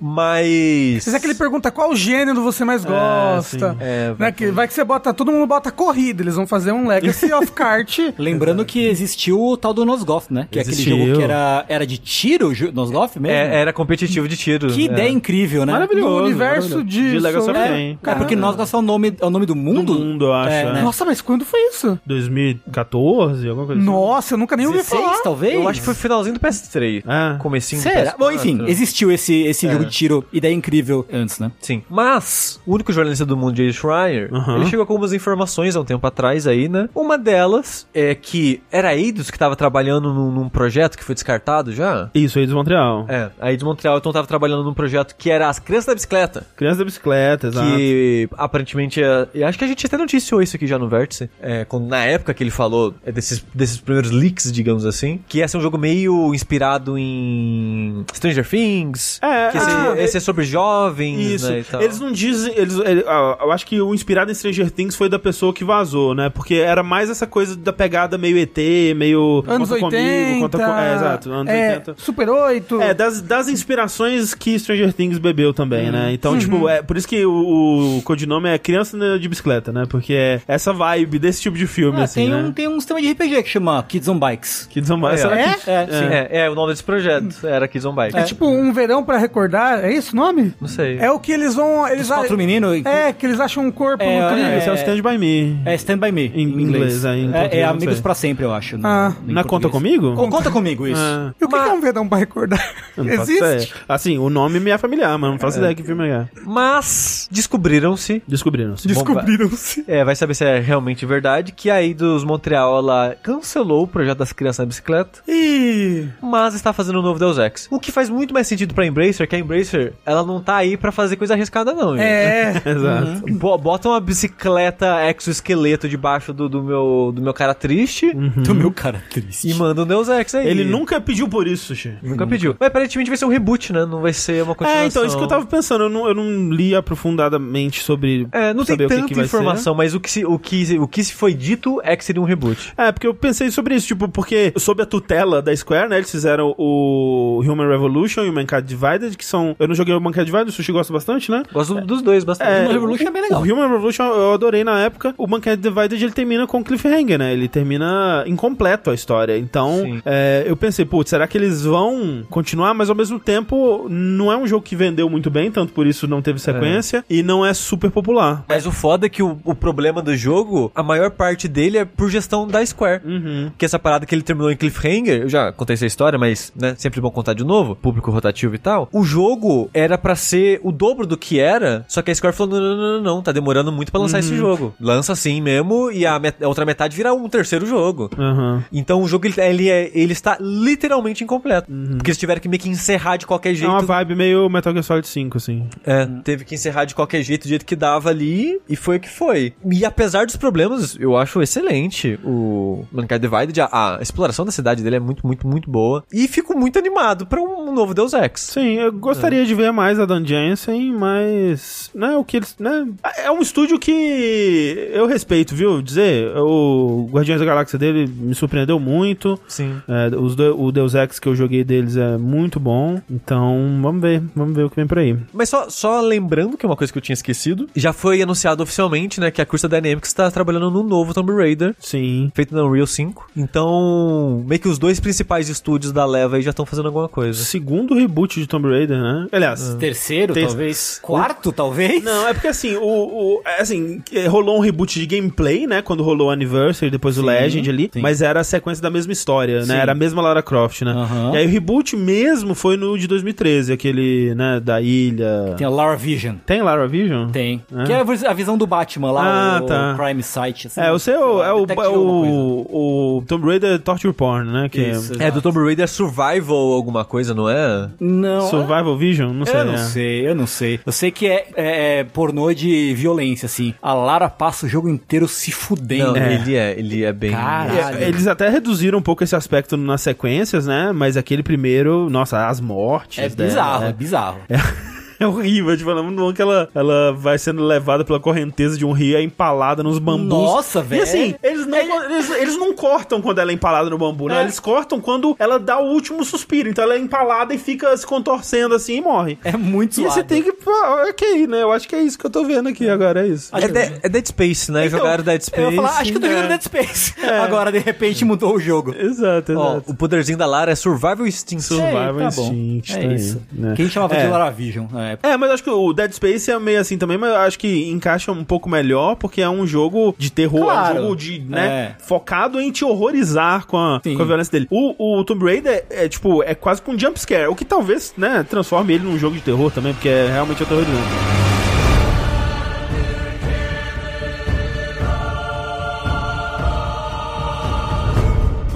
Speaker 3: Mas.
Speaker 2: Mas é que ele pergunta qual gênero você mais gosta.
Speaker 1: sim.
Speaker 3: É,
Speaker 2: Né, que vai que você bota, todo mundo bota corrida, eles vão fazer um Legacy of Kart.
Speaker 5: Lembrando que existiu o tal do Nosgoth, né? Que é aquele
Speaker 1: Existiu.
Speaker 5: jogo que era, era de tiro, o ju- Nosgoth mesmo?
Speaker 3: É, era competitivo de tiro.
Speaker 5: Que
Speaker 3: é.
Speaker 5: ideia incrível, né?
Speaker 1: Maravilhoso.
Speaker 2: No universo
Speaker 1: maravilhoso.
Speaker 2: de
Speaker 1: De Legacy of
Speaker 2: Soul-
Speaker 1: Kain.
Speaker 5: É porque Nosgoth é o nome, é o nome do mundo?
Speaker 1: Do mundo, eu acho.
Speaker 5: É,
Speaker 1: é.
Speaker 5: né?
Speaker 2: Nossa, mas quando foi isso?
Speaker 1: 2014, alguma coisa assim.
Speaker 2: Nossa, eu nunca nem ouvi
Speaker 5: 16,
Speaker 2: falar.
Speaker 5: talvez?
Speaker 3: Eu acho que foi o finalzinho do PS3.
Speaker 1: Ah.
Speaker 3: Comecinho
Speaker 5: Será?
Speaker 3: do PS4.
Speaker 5: Bom, enfim, existiu esse,
Speaker 1: É.
Speaker 5: esse jogo de tiro, ideia incrível antes, né?
Speaker 3: Sim. Mas, o único jornalista do mundo, Jay Schreier,
Speaker 1: Aham.
Speaker 3: ele chegou com algumas informações há um tempo atrás aí, né? Uma delas é que era a Eidos que tava trabalhando num, num projeto que foi descartado já.
Speaker 1: assim. Isso aí de Montreal.
Speaker 3: É, a Eidos Montreal então tava trabalhando num projeto que era as crianças da bicicleta.
Speaker 1: Criança da bicicleta, exato.
Speaker 3: Que aparentemente. é- eu acho que a gente até noticiou isso aqui já no Vértice. é, quando- na época que ele falou é, desses, desses primeiros leaks, digamos assim. Que ia ser um jogo meio inspirado em Stranger Things.
Speaker 1: É,
Speaker 3: que ia ser,
Speaker 1: ah,
Speaker 3: ia ser sobre jovens.
Speaker 1: Isso.
Speaker 3: Né, e tal.
Speaker 1: Eles não dizem. Eles, ele- ah, eu acho que o inspirado em Stranger Things foi da pessoa que vazou, né? Porque era mais essa coisa da pegada meio ET, meio.
Speaker 2: Anos
Speaker 1: conta
Speaker 2: 80.
Speaker 1: comigo, conta com- É, exato, anos
Speaker 2: é,
Speaker 1: 80.
Speaker 2: Super 8.
Speaker 1: É, das, das inspirações que Stranger Things bebeu também, né? Então,
Speaker 5: Uhum.
Speaker 1: tipo, é por isso que o, o codinome é Criança de Bicicleta, né? Porque é essa vibe desse tipo de filme,
Speaker 5: Ah,
Speaker 1: assim,
Speaker 5: tem,
Speaker 1: né?
Speaker 5: um, tem um sistema de RPG que chama Kids on Bikes.
Speaker 1: Kids on Bikes,
Speaker 3: É,
Speaker 1: será
Speaker 3: é?
Speaker 1: que...
Speaker 5: É,
Speaker 3: Sim, é, é o nome desse projeto. Era Kids on Bike.
Speaker 2: É tipo um verão pra recordar, é esse o nome?
Speaker 3: Não sei.
Speaker 2: É o que eles vão. Eles
Speaker 5: Os quatro meninos.
Speaker 2: É, que eles acham um corpo
Speaker 5: É,
Speaker 2: incrível.
Speaker 1: Esse é o Stand By Me.
Speaker 5: É Stand By Me, em,
Speaker 1: Em inglês,
Speaker 5: inglês.
Speaker 1: é, em português,
Speaker 5: é, é
Speaker 1: não
Speaker 5: Amigos
Speaker 1: sei.
Speaker 5: pra Sempre, eu acho. no-
Speaker 2: Ah.
Speaker 5: em
Speaker 1: Na Conta
Speaker 5: português.
Speaker 1: Comigo?
Speaker 5: Com- Conta Comigo, isso.
Speaker 1: Ah,
Speaker 2: E o que, que é um verão pra recordar?
Speaker 1: eu não faço
Speaker 2: Existe?
Speaker 1: ideia. Assim, o nome me é familiar, mas não faço ideia que filme é.
Speaker 3: Mas descobriram-se
Speaker 1: Descobriram-se.
Speaker 2: Descobriram-se.
Speaker 3: É, vai saber se é realmente verdade que a Eidos Montreal ela cancelou o projeto das crianças na bicicleta,
Speaker 2: E.
Speaker 3: mas está fazendo um novo Deus Ex. O que faz muito mais sentido pra Embracer, é que a Embracer, ela não tá aí pra fazer coisa arriscada não,
Speaker 2: É.
Speaker 5: Uhum.
Speaker 1: Exato.
Speaker 3: gente. Bo- Bota uma bicicleta exoesqueleto debaixo do, do meu do meu cara triste
Speaker 5: Do meu cara
Speaker 3: e
Speaker 5: triste.
Speaker 3: manda um Deus Ex aí.
Speaker 1: Hum. Ele nunca pediu por isso, Sushi.
Speaker 3: nunca pediu. Mas aparentemente vai ser um reboot, né? Não vai ser uma continuação.
Speaker 1: É, então, isso que eu tava pensando. Eu não, eu não li aprofundadamente sobre.
Speaker 3: É, não tem
Speaker 1: saber o que
Speaker 3: tanta
Speaker 1: que vai
Speaker 3: informação, mas o que, se, o, que, se- o que se foi dito é que seria um reboot.
Speaker 1: É, porque eu pensei sobre isso, tipo, porque sob a tutela da Square, né, eles fizeram o Human Revolution e o Mankind Divided, que são... Eu não joguei o Mankind Divided, o Sushi gosta bastante, né?
Speaker 3: Gosto dos dois bastante.
Speaker 1: É,
Speaker 5: Human Revolution é bem legal.
Speaker 1: O Human Revolution eu adorei na época. O Mankind Divided ele termina com cliffhanger, né? Ele termina incompleto a história. Então,
Speaker 3: Sim.
Speaker 1: é, eu pensei, putz, será que eles vão continuar? Mas ao mesmo tempo, não é um jogo que vendeu muito bem, tanto por isso não teve sequência. E não é super popular.
Speaker 3: Mas o foda é que o, o problema do jogo, a maior parte dele é por gestão da Square.
Speaker 1: Uhum.
Speaker 3: Que essa parada que ele terminou em cliffhanger, eu já contei essa história, mas né, sempre bom contar de novo, público rotativo e tal. O jogo era pra ser o dobro do que era, só que a Square falou: não, não, não, não, não tá demorando muito pra lançar esse
Speaker 1: Uhum.
Speaker 3: jogo. Lança assim mesmo e a, met- a outra metade vira um terceiro jogo.
Speaker 1: Aham.
Speaker 3: Então o jogo ele, ele, é- ele está literalmente incompleto. Porque eles tiveram que meio que encerrar de qualquer
Speaker 1: Uhum. É
Speaker 3: jeito.
Speaker 1: uma vibe meio Metal Gear Solid 5, assim.
Speaker 3: É, teve que encerrar de qualquer jeito, do jeito que dava ali, e foi o que foi. E apesar dos problemas, eu acho excelente o Mankind Divided, a, a exploração da cidade dele é muito, muito, muito boa. E fico muito animado pra um novo Deus Ex.
Speaker 1: Sim, eu gostaria de ver mais a Dan Jensen, mas. Né, o que eles. Né, é um estúdio que eu respeito, viu? Dizer, o Guardiões da Galáxia dele me surpreendeu muito.
Speaker 3: Sim.
Speaker 1: É, os do- o Deus Ex que eu joguei gay deles é muito bom. Então, vamos ver. Vamos ver o que vem por aí.
Speaker 3: Mas só, só lembrando que é uma coisa que eu tinha esquecido, já foi anunciado oficialmente, né, que a Crystal Dynamics tá trabalhando no novo Tomb Raider,
Speaker 1: Sim.
Speaker 3: feito na Unreal 5. Então, meio que os dois principais estúdios da leva aí já estão fazendo alguma coisa.
Speaker 1: Segundo reboot de Tomb Raider, né? Aliás,
Speaker 5: Terceiro,
Speaker 1: Tem-
Speaker 5: talvez. Quarto, talvez?
Speaker 1: Não, é porque assim, o, o- é assim, que rolou um reboot de gameplay, né? Quando rolou o Anniversary, depois o Legend ali,
Speaker 5: sim.
Speaker 1: mas era a sequência da mesma história, né? Era a mesma Lara Croft, né?
Speaker 5: Aham.
Speaker 1: E aí o reboot mesmo foi no de 2013, aquele, né, da ilha.
Speaker 5: Tem a Lara Vision.
Speaker 1: Tem Lara Vision?
Speaker 5: Tem.
Speaker 1: É.
Speaker 5: Que é a vis- a visão do Batman lá,
Speaker 1: Ah,
Speaker 5: o
Speaker 1: tá.
Speaker 5: Crime Site. Assim,
Speaker 1: É, o seu é o,
Speaker 5: Detective
Speaker 1: é
Speaker 5: alguma
Speaker 1: o, o Tomb Raider Torture Porn, né? Que
Speaker 5: Isso,
Speaker 1: é
Speaker 3: É do Tomb Raider Survival alguma coisa, não é?
Speaker 5: Não.
Speaker 1: Survival Vision? Não sei.
Speaker 5: Eu não
Speaker 1: é.
Speaker 5: sei, eu não sei. Eu sei que é, é- é pornô de violência, assim. A Lara passa o jogo inteiro se fudendo.
Speaker 3: Não,
Speaker 1: é.
Speaker 3: ele é, ele é bem
Speaker 5: Caralho.
Speaker 1: É, Eles até reduziram um pouco esse aspecto nas sequências, né? Mas aquele primeiro, nossa, as mortes.
Speaker 5: É
Speaker 1: né?
Speaker 5: bizarro,
Speaker 1: É
Speaker 5: é bizarro.
Speaker 1: É horrível, tipo, ela é muito bom que ela, ela vai sendo levada pela correnteza de um rio e é empalada nos bambus.
Speaker 5: Nossa, velho.
Speaker 1: E assim, eles não, eles, eles não cortam quando ela é empalada no bambu, né?
Speaker 5: É.
Speaker 1: Eles cortam quando ela dá o último suspiro. Então ela é empalada e fica se contorcendo assim e morre.
Speaker 5: É muito
Speaker 1: E
Speaker 5: zoado.
Speaker 1: você tem que. Pô, ok, né? Eu acho que é isso que eu tô vendo aqui agora, é isso.
Speaker 3: É, De- é Dead Space, né?
Speaker 1: Então,
Speaker 3: Jogaram Dead Space.
Speaker 5: Eu ia falar, acho que eu tô
Speaker 1: né?"
Speaker 5: jogando Dead Space.
Speaker 1: É.
Speaker 5: Agora, de repente, mudou o jogo.
Speaker 1: Exato,
Speaker 3: Ó,
Speaker 1: exato.
Speaker 3: o poderzinho da Lara é Survival Instinct.
Speaker 1: Survival
Speaker 5: tá bom.
Speaker 1: Instinct, tá
Speaker 5: É
Speaker 1: aí,
Speaker 5: isso.
Speaker 1: né?
Speaker 5: Quem chamava
Speaker 1: É.
Speaker 5: de né? Lara Vision na época.
Speaker 1: É, mas acho que o Dead Space é meio assim também, mas eu acho que encaixa um pouco melhor, porque é um jogo de terror,
Speaker 5: Claro.
Speaker 1: é um jogo de, né,
Speaker 5: É.
Speaker 1: focado em te horrorizar com a,
Speaker 5: Sim.
Speaker 1: com a violência dele. O, o Tomb Raider é, tipo, é quase que um jumpscare, o que talvez, né, transforme ele num jogo de terror também, porque é realmente aterrorizante.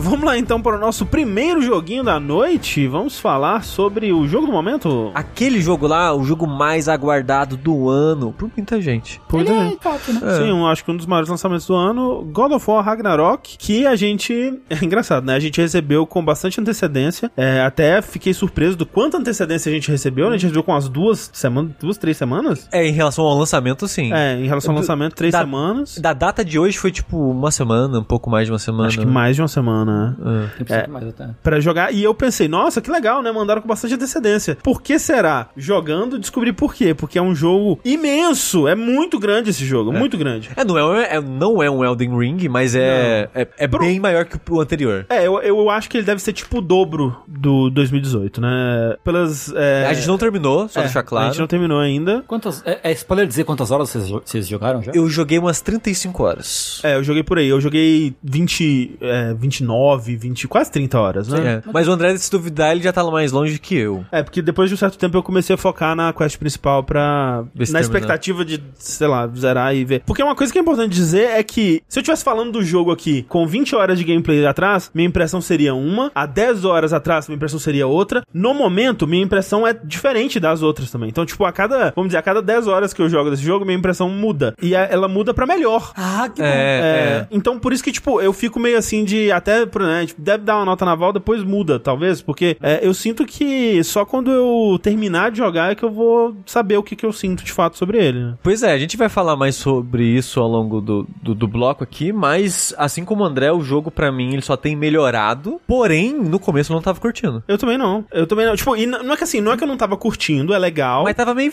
Speaker 1: Vamos lá então para o nosso primeiro joguinho da noite. Vamos falar sobre o jogo do momento?
Speaker 3: Aquele jogo lá, o jogo mais aguardado do ano por muita gente.
Speaker 4: Ele é top, né?
Speaker 3: É.
Speaker 1: Sim, um- acho que um dos maiores lançamentos do ano, God of War Ragnarok, que a gente. É engraçado, né? A gente recebeu com bastante antecedência. É, até fiquei surpreso do quanto antecedência a gente recebeu, né? A gente recebeu com as duas semanas, duas, três semanas?
Speaker 3: É, em relação ao lançamento, sim.
Speaker 1: É, em relação ao
Speaker 3: Do-
Speaker 1: lançamento, três
Speaker 3: da-
Speaker 1: semanas.
Speaker 3: Da data de hoje foi tipo uma semana, um pouco mais de uma semana.
Speaker 1: Acho que mais de uma semana. né?
Speaker 3: É.
Speaker 5: É. Mais até.
Speaker 1: Pra jogar. E eu pensei, nossa, que legal, né? Mandaram com bastante antecedência. Por que será? Jogando, descobri por quê. Porque é um jogo imenso. É muito grande esse jogo, muito grande.
Speaker 3: É, não é, um- é- não é um Elden Ring, mas é, é, é
Speaker 1: Pro-
Speaker 3: bem maior que o- o anterior.
Speaker 1: É, eu, eu acho que ele deve ser tipo o dobro do 2018, né? Pelas. é,
Speaker 3: A gente não terminou, só
Speaker 1: é,
Speaker 3: deixar
Speaker 1: A
Speaker 3: claro.
Speaker 1: gente não terminou ainda.
Speaker 5: Quantas, é, é spoiler dizer quantas horas vocês, jo- vocês jogaram já?
Speaker 3: Eu joguei umas 35 horas.
Speaker 1: É, eu joguei por aí. Eu joguei 20, é, 29, 20, quase 30 horas, né?
Speaker 3: É. Mas o André, se duvidar, ele já tá mais longe que eu.
Speaker 1: É. porque depois de um certo tempo eu comecei a focar na quest principal pra.
Speaker 3: Ver se
Speaker 1: na
Speaker 3: terminar.
Speaker 1: expectativa de, sei lá, zerar e ver. Porque uma coisa que é importante dizer é que se eu estivesse falando do jogo aqui com 20 horas de gameplay atrás, minha impressão seria uma. Há 10 horas atrás, minha impressão seria outra. No momento, minha impressão é diferente das outras também. Então, tipo, a cada, vamos dizer, a cada 10 horas que eu jogo desse jogo, minha impressão muda. E a- ela muda pra melhor.
Speaker 5: Ah, que
Speaker 3: É, é.
Speaker 1: É, Então, por isso que, tipo, eu fico meio assim de. Até, por- né, tipo, deve dar uma nota naval, depois muda, talvez, porque é, eu sinto que só quando eu terminar de jogar é que eu vou saber o que, que eu sinto de fato sobre ele. né?
Speaker 3: Pois é, a gente vai falar mais sobre isso ao longo do, do, do bloco aqui, mas assim como o André, o jogo pra mim ele só tem melhorado, porém no começo eu não tava curtindo.
Speaker 1: Eu também não. Eu também não. Tipo, e n- não é que assim, não é que eu não tava curtindo, é legal.
Speaker 3: Mas
Speaker 1: Mas...
Speaker 3: tava meio.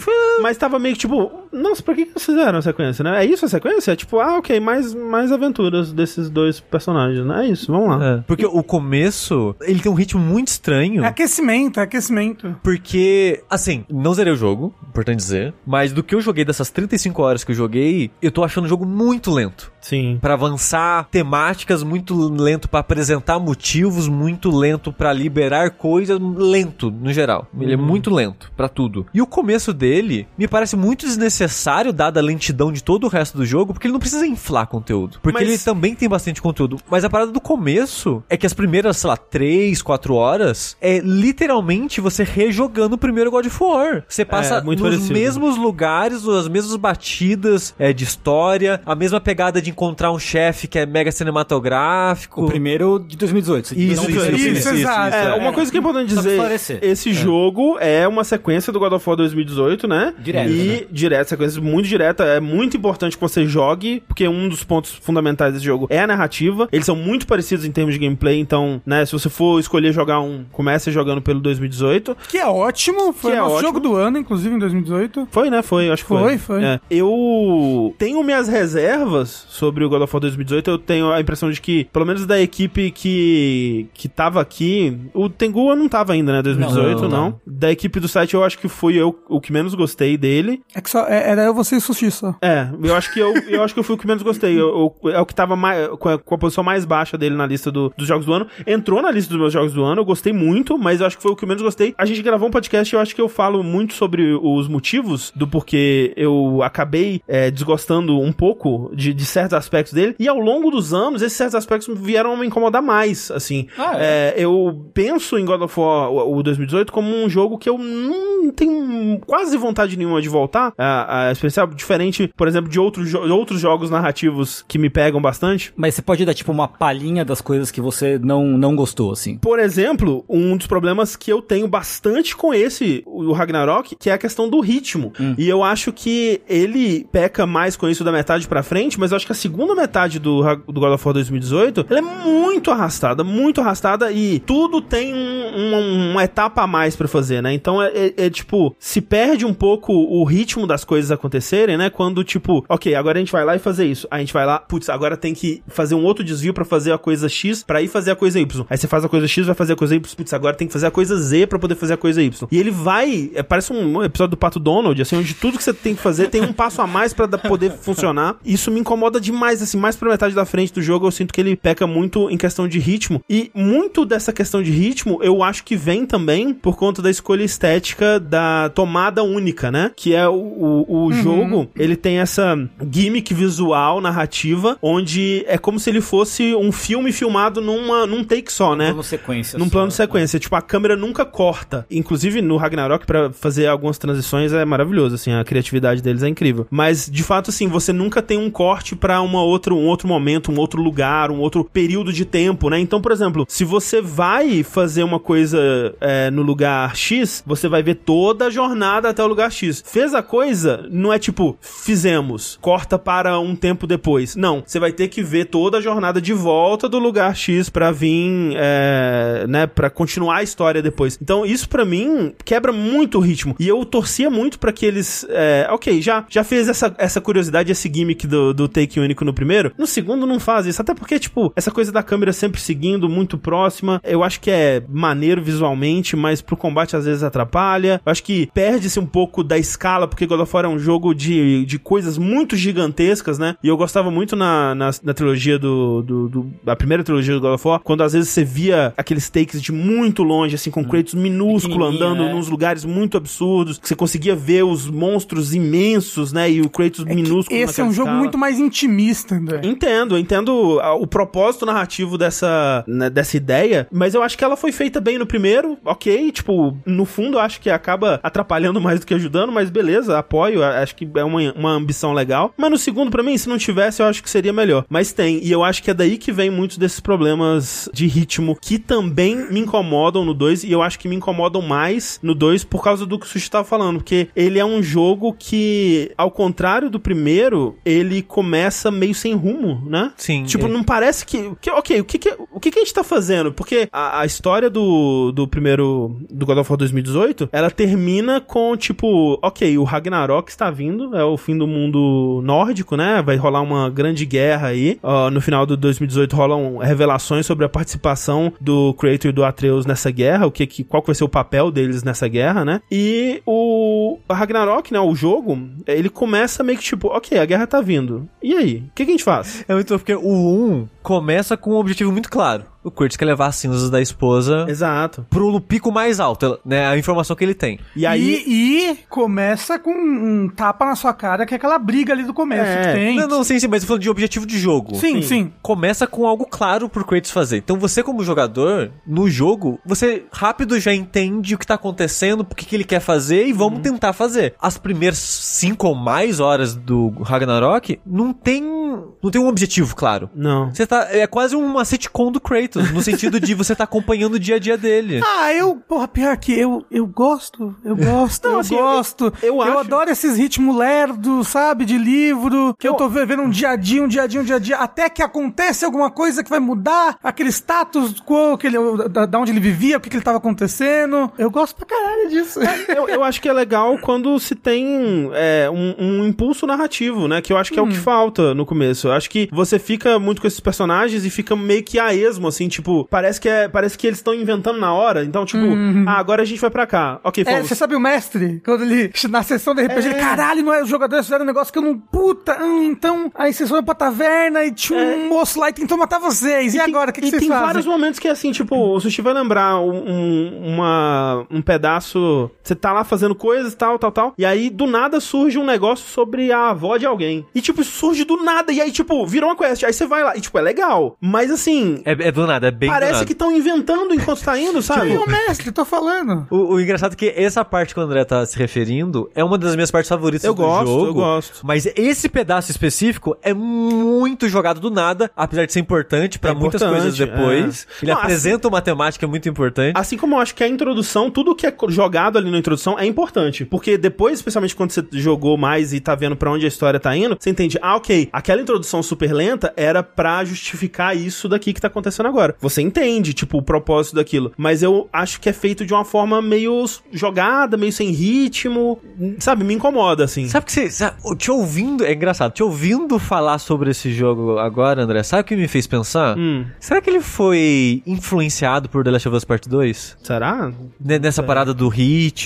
Speaker 1: tava meio que tipo, nossa, pra que que vocês fizeram a sequência, né? É isso a sequência? É tipo, ah, ok, mais, mais aventuras desses dois personagens, né? É isso, vamos lá.
Speaker 3: É, porque o começo, ele tem um ritmo muito estranho.
Speaker 2: É aquecimento, é aquecimento.
Speaker 3: Porque, assim, não zerei o jogo, importante dizer. Mas do que eu joguei dessas 35 horas que eu joguei, eu tô achando o jogo muito lento.
Speaker 1: Sim.
Speaker 3: Pra avançar temáticas, muito lento pra apresentar motivos, muito lento pra liberar coisas, lento no geral. Ele
Speaker 1: Uhum.
Speaker 3: é muito lento pra tudo. E o começo dele me parece muito desnecessário, dada a lentidão de todo o resto do jogo, porque ele não precisa inflar conteúdo. Porque
Speaker 1: Mas-
Speaker 3: ele também tem bastante conteúdo. Mas a parada do começo é que as primeiras, sei lá, 3, 4 horas é literalmente você rejogando o primeiro God of War. Você passa
Speaker 1: É, muito
Speaker 3: nos
Speaker 1: parecido.
Speaker 3: mesmos mesmos lugares, as mesmas batidas é, de história, a mesma pegada de encontrar um chefe que é mega cinematográfico.
Speaker 5: O primeiro de 2018.
Speaker 3: Isso,
Speaker 5: Não,
Speaker 1: isso,
Speaker 5: primeiro
Speaker 1: isso,
Speaker 5: primeiro.
Speaker 2: isso, exato.
Speaker 1: É,
Speaker 2: É,
Speaker 1: uma coisa que é importante
Speaker 5: só pra
Speaker 1: dizer,
Speaker 5: esclarecer.
Speaker 1: esse jogo é uma sequência do God of War 2018, né?
Speaker 5: Direto,
Speaker 1: E direto essa coisa muito direta. É muito importante que você jogue, porque um dos pontos fundamentais desse jogo é a narrativa. Eles são muito parecidos em termos de gameplay, então, né, se você for escolher jogar um, comece jogando pelo 2018.
Speaker 2: Que é ótimo, foi
Speaker 1: Que
Speaker 2: o
Speaker 1: é
Speaker 2: nosso
Speaker 1: ótimo.
Speaker 2: jogo do ano, inclusive, em 2018.
Speaker 1: Foi, né? Foi, acho que foi.
Speaker 2: Foi, foi.
Speaker 1: É. Eu tenho minhas reservas sobre o God of War 2018. Eu tenho a impressão de que, pelo menos da equipe que, que tava aqui, o Tengu eu não tava ainda, né? 2018, não,
Speaker 5: Não, não, não.
Speaker 1: Da equipe do site, eu acho que fui eu o que menos gostei dele.
Speaker 2: É que só, é- era eu, você e Sushi só.
Speaker 1: É, eu acho que eu, eu acho que eu fui o que menos gostei. Eu, eu- é o que tava mais, com, a, com a posição mais baixa dele na lista do- dos jogos do ano. Entrou na lista dos meus jogos do ano, eu gostei muito, mas eu acho que foi o que eu menos gostei. A gente gravou um podcast e eu acho que eu falo muito sobre os motivos do porquê eu acabei é, desgostando um pouco de, de certos aspectos dele. E ao longo dos anos, esses certos aspectos vieram a me incomodar mais, assim.
Speaker 5: Ah, é.
Speaker 1: É, eu penso em God of War o o 2018 como um jogo que eu não tenho quase vontade nenhuma de voltar a, a experienciar, diferente, por exemplo, de outros, jo- de outros jogos narrativos que me pegam bastante.
Speaker 5: Mas você pode dar, tipo, uma palhinha das coisas que você não, não gostou, assim.
Speaker 1: Por exemplo, um dos problemas que eu tenho bastante com esse, o Ragnarok, que é a questão do ritmo. E eu acho que ele peca mais com isso da metade pra frente, mas eu acho que a segunda metade do, Ra- do God of War 2018, ela é muito arrastada, muito arrastada e tudo tem um- um- uma etapa a mais pra fazer, né? Então é, é- é tipo, se perde um pouco o ritmo das coisas acontecerem, né? Quando tipo, ok, agora a gente vai lá e fazer isso. Aí a gente vai lá, putz, agora tem que fazer um outro desvio pra fazer a coisa X, pra ir fazer a coisa Y. Aí você faz a coisa X, vai fazer a coisa Y, putz, agora tem que fazer a coisa Z pra poder fazer a coisa Y. E ele vai, é, parece um episódio do Pato Donald, assim, onde tudo que você tem que fazer tem um passo a mais pra da- poder funcionar. Isso me incomoda demais, assim, mais pra metade da frente do jogo eu sinto que ele peca muito em questão de ritmo. E muito dessa questão de ritmo eu acho que vem também por conta da escolha estética da tomada única, né? Que é o, o, o jogo, ele tem essa gimmick visual, narrativa, onde é como se ele fosse um filme filmado numa, num take só, né?
Speaker 5: Plano sequência. assim,
Speaker 1: Num
Speaker 5: só.
Speaker 1: plano de sequência. Tipo, a câmera nunca corta. Inclusive, no Ragnarok, pra fazer algumas transições é maravilhoso, assim, a criatividade deles é incrível. Mas, de fato, assim, você nunca tem um corte pra uma outra, um outro momento, um outro lugar, um outro período de tempo, né? Então, por exemplo, se você vai fazer uma coisa é, no lugar X, você vai ver toda a jornada até o lugar X. Fez a coisa, não é tipo, fizemos, corta para um tempo depois. Não, você vai ter que ver toda a jornada de volta do lugar X pra vir, é, né, pra continuar a história depois. Então isso pra mim quebra muito o ritmo. E eu torcia muito pra que eles, é, ok, já, já fez essa, essa curiosidade, esse gimmick do, do take único no primeiro. No segundo não faz isso, até porque, tipo, essa coisa da câmera sempre seguindo, muito próxima, eu acho que é maneiro visualmente, mas pro combate às vezes atrapalha. Eu acho que perde-se um pouco da escala, porque God of War é um jogo de, de coisas muito gigantescas, né? E eu gostava muito na, na, na trilogia do, do, do- da primeira trilogia do God of War, quando às vezes você via aqueles takes de muito longe, assim,
Speaker 2: Hum.
Speaker 1: com Kratos minúsculo
Speaker 5: Pequenininho,
Speaker 1: andando
Speaker 5: né?
Speaker 1: nos lugares muito absurdos, que você conseguia ver os monstros imensos, né? E o Kratos minúsculo
Speaker 2: Esse é
Speaker 1: naquela
Speaker 2: um jogo
Speaker 1: escala.
Speaker 2: muito mais intimista, André.
Speaker 1: Entendo, eu entendo a- o propósito narrativo dessa, né, dessa ideia, mas eu acho que ela foi feita bem no primeiro, ok, tipo, no fundo eu acho que acaba atrapalhando mais do que ajudando, mas beleza, apoio, a- acho que é uma, uma ambição legal. Mas no segundo, pra mim, se não tivesse, eu acho que seria melhor. Mas tem, e eu acho que é daí que vem muitos desses problemas de ritmo que também me incomodam no 2, e eu acho que me incomodam mais no 2 por causa do que o Sushi tava falando, porque ele é um jogo que, ao contrário do primeiro, ele começa meio sem rumo, né?
Speaker 3: Sim.
Speaker 1: Tipo,
Speaker 3: É.
Speaker 1: não parece que. que- ok, o que, que- o que, que a gente tá fazendo? Porque a, a história do, do primeiro. do God of War 2018, ela termina com, tipo, ok, o Ragnarok está vindo, é o fim do mundo nórdico, né? Vai rolar uma grande guerra aí. Ó, no final do 2018 rolam revelações sobre a participação do Kratos e do Atreus nessa guerra, o que, que qual que vai ser o papel deles nessa guerra, né? E o Ragnarok, né, o jogo, ele começa meio que tipo, ok, a guerra tá vindo. E aí? O que, que a gente faz?
Speaker 3: É muito bom, porque o 1 começa com um objetivo muito claro. O Kurt quer levar as cinzas da esposa
Speaker 1: Exato.
Speaker 3: pro pico mais alto, né? A informação que ele tem.
Speaker 1: E aí.
Speaker 2: e, e começa com um tapa na sua cara, que é aquela briga ali do começo
Speaker 1: É.
Speaker 2: que tem.
Speaker 3: Não, não, sim, sim, mas eu tô falando de objetivo de jogo.
Speaker 2: sim, sim.
Speaker 3: Começa com algo claro pro Kratos fazer. Então você, como jogador, no jogo, você rápido já entende o que tá acontecendo, o que, que ele quer fazer e
Speaker 1: Uhum.
Speaker 3: vamos tentar fazer. As primeiras cinco ou mais horas do Ragnarok não tem um, não tem um objetivo claro.
Speaker 1: Não.
Speaker 3: Você tá, é quase uma sitcom do Kratos, no sentido de você tá acompanhando o dia a dia dele.
Speaker 2: Ah, eu, porra, pior que eu, eu gosto, eu gosto, eu
Speaker 1: assim,
Speaker 2: gosto.
Speaker 1: eu- eu acho-
Speaker 2: adoro esses ritmos lerdos, sabe, de livro, que eu, tô vivendo um dia a dia, um dia a dia, um dia a dia, até que acontece alguma coisa que vai mudar aquele status quo que ele, da, da onde ele vivia, o que, que ele tava acontecendo. Eu gosto pra caralho disso.
Speaker 1: eu, eu acho que é legal quando se tem é, um, um impulso narrativo, né? Que eu acho que é o
Speaker 2: Hum.
Speaker 1: que falta no começo. Eu acho que você fica muito com esses personagens e fica meio que a esmo, assim, tipo, parece que, é, parece que eles estão inventando na hora. Então, tipo, ah, agora a gente vai pra cá. Ok,
Speaker 2: Uhum. É,
Speaker 1: fomos.
Speaker 2: você sabe o mestre? Quando ele, na sessão de RPG, ele, caralho, não é, os jogadores fizeram um negócio que eu não, puta, hum, então, aí vocês foram pra taverna e tinha um moço lá e tentou matar vocês, e,
Speaker 1: tem-
Speaker 2: agora, o que, que
Speaker 1: É. e
Speaker 2: vocês
Speaker 1: tem
Speaker 2: fazem?
Speaker 1: vários momentos que é assim, tipo, o Sushi vai lembrar um, um- uma, um pedaço. Você tá lá fazendo coisas, tal, tal, tal. E aí, do nada, surge um negócio sobre a avó de alguém. E, tipo, isso surge do nada. E aí, tipo, virou uma quest. Aí você vai lá. E, tipo, é legal. Mas, assim,
Speaker 3: É, é do nada, é bem do
Speaker 1: parece
Speaker 3: nada.
Speaker 1: que estão inventando enquanto tá indo, sabe?
Speaker 2: É o mestre, tô falando.
Speaker 3: O, o engraçado é que essa parte que o André tá se referindo é uma das minhas partes favoritas
Speaker 1: Eu
Speaker 3: do
Speaker 1: gosto,
Speaker 3: jogo.
Speaker 1: eu gosto.
Speaker 3: Mas esse pedaço específico é muito jogado do nada, apesar de ser importante pra
Speaker 1: É
Speaker 3: muitas
Speaker 1: importante,
Speaker 3: coisas depois.
Speaker 1: é.
Speaker 3: Ele
Speaker 1: Não,
Speaker 3: apresenta uma temática muito importante.
Speaker 1: Assim como eu acho que a introdução, tudo que é co- jogado ali na introdução é importante. Porque depois, especialmente quando você jogou mais e tá vendo pra onde a história tá indo, você entende, ah, ok, aquela introdução super lenta era pra justificar isso daqui que tá acontecendo agora. Você entende, tipo, o propósito daquilo. Mas eu acho que é feito de uma forma meio s- jogada, meio sem ritmo. hum, Sabe, me incomoda, assim.
Speaker 3: Sabe que você. sabe- te ouvindo. É engraçado, te ouvindo falar sobre esse jogo agora, André, sabe o que me fez pensar?
Speaker 1: Hum,
Speaker 3: Será que ele foi influenciado por The Last of Us Part 2?
Speaker 1: será?
Speaker 3: Né, Nessa parada do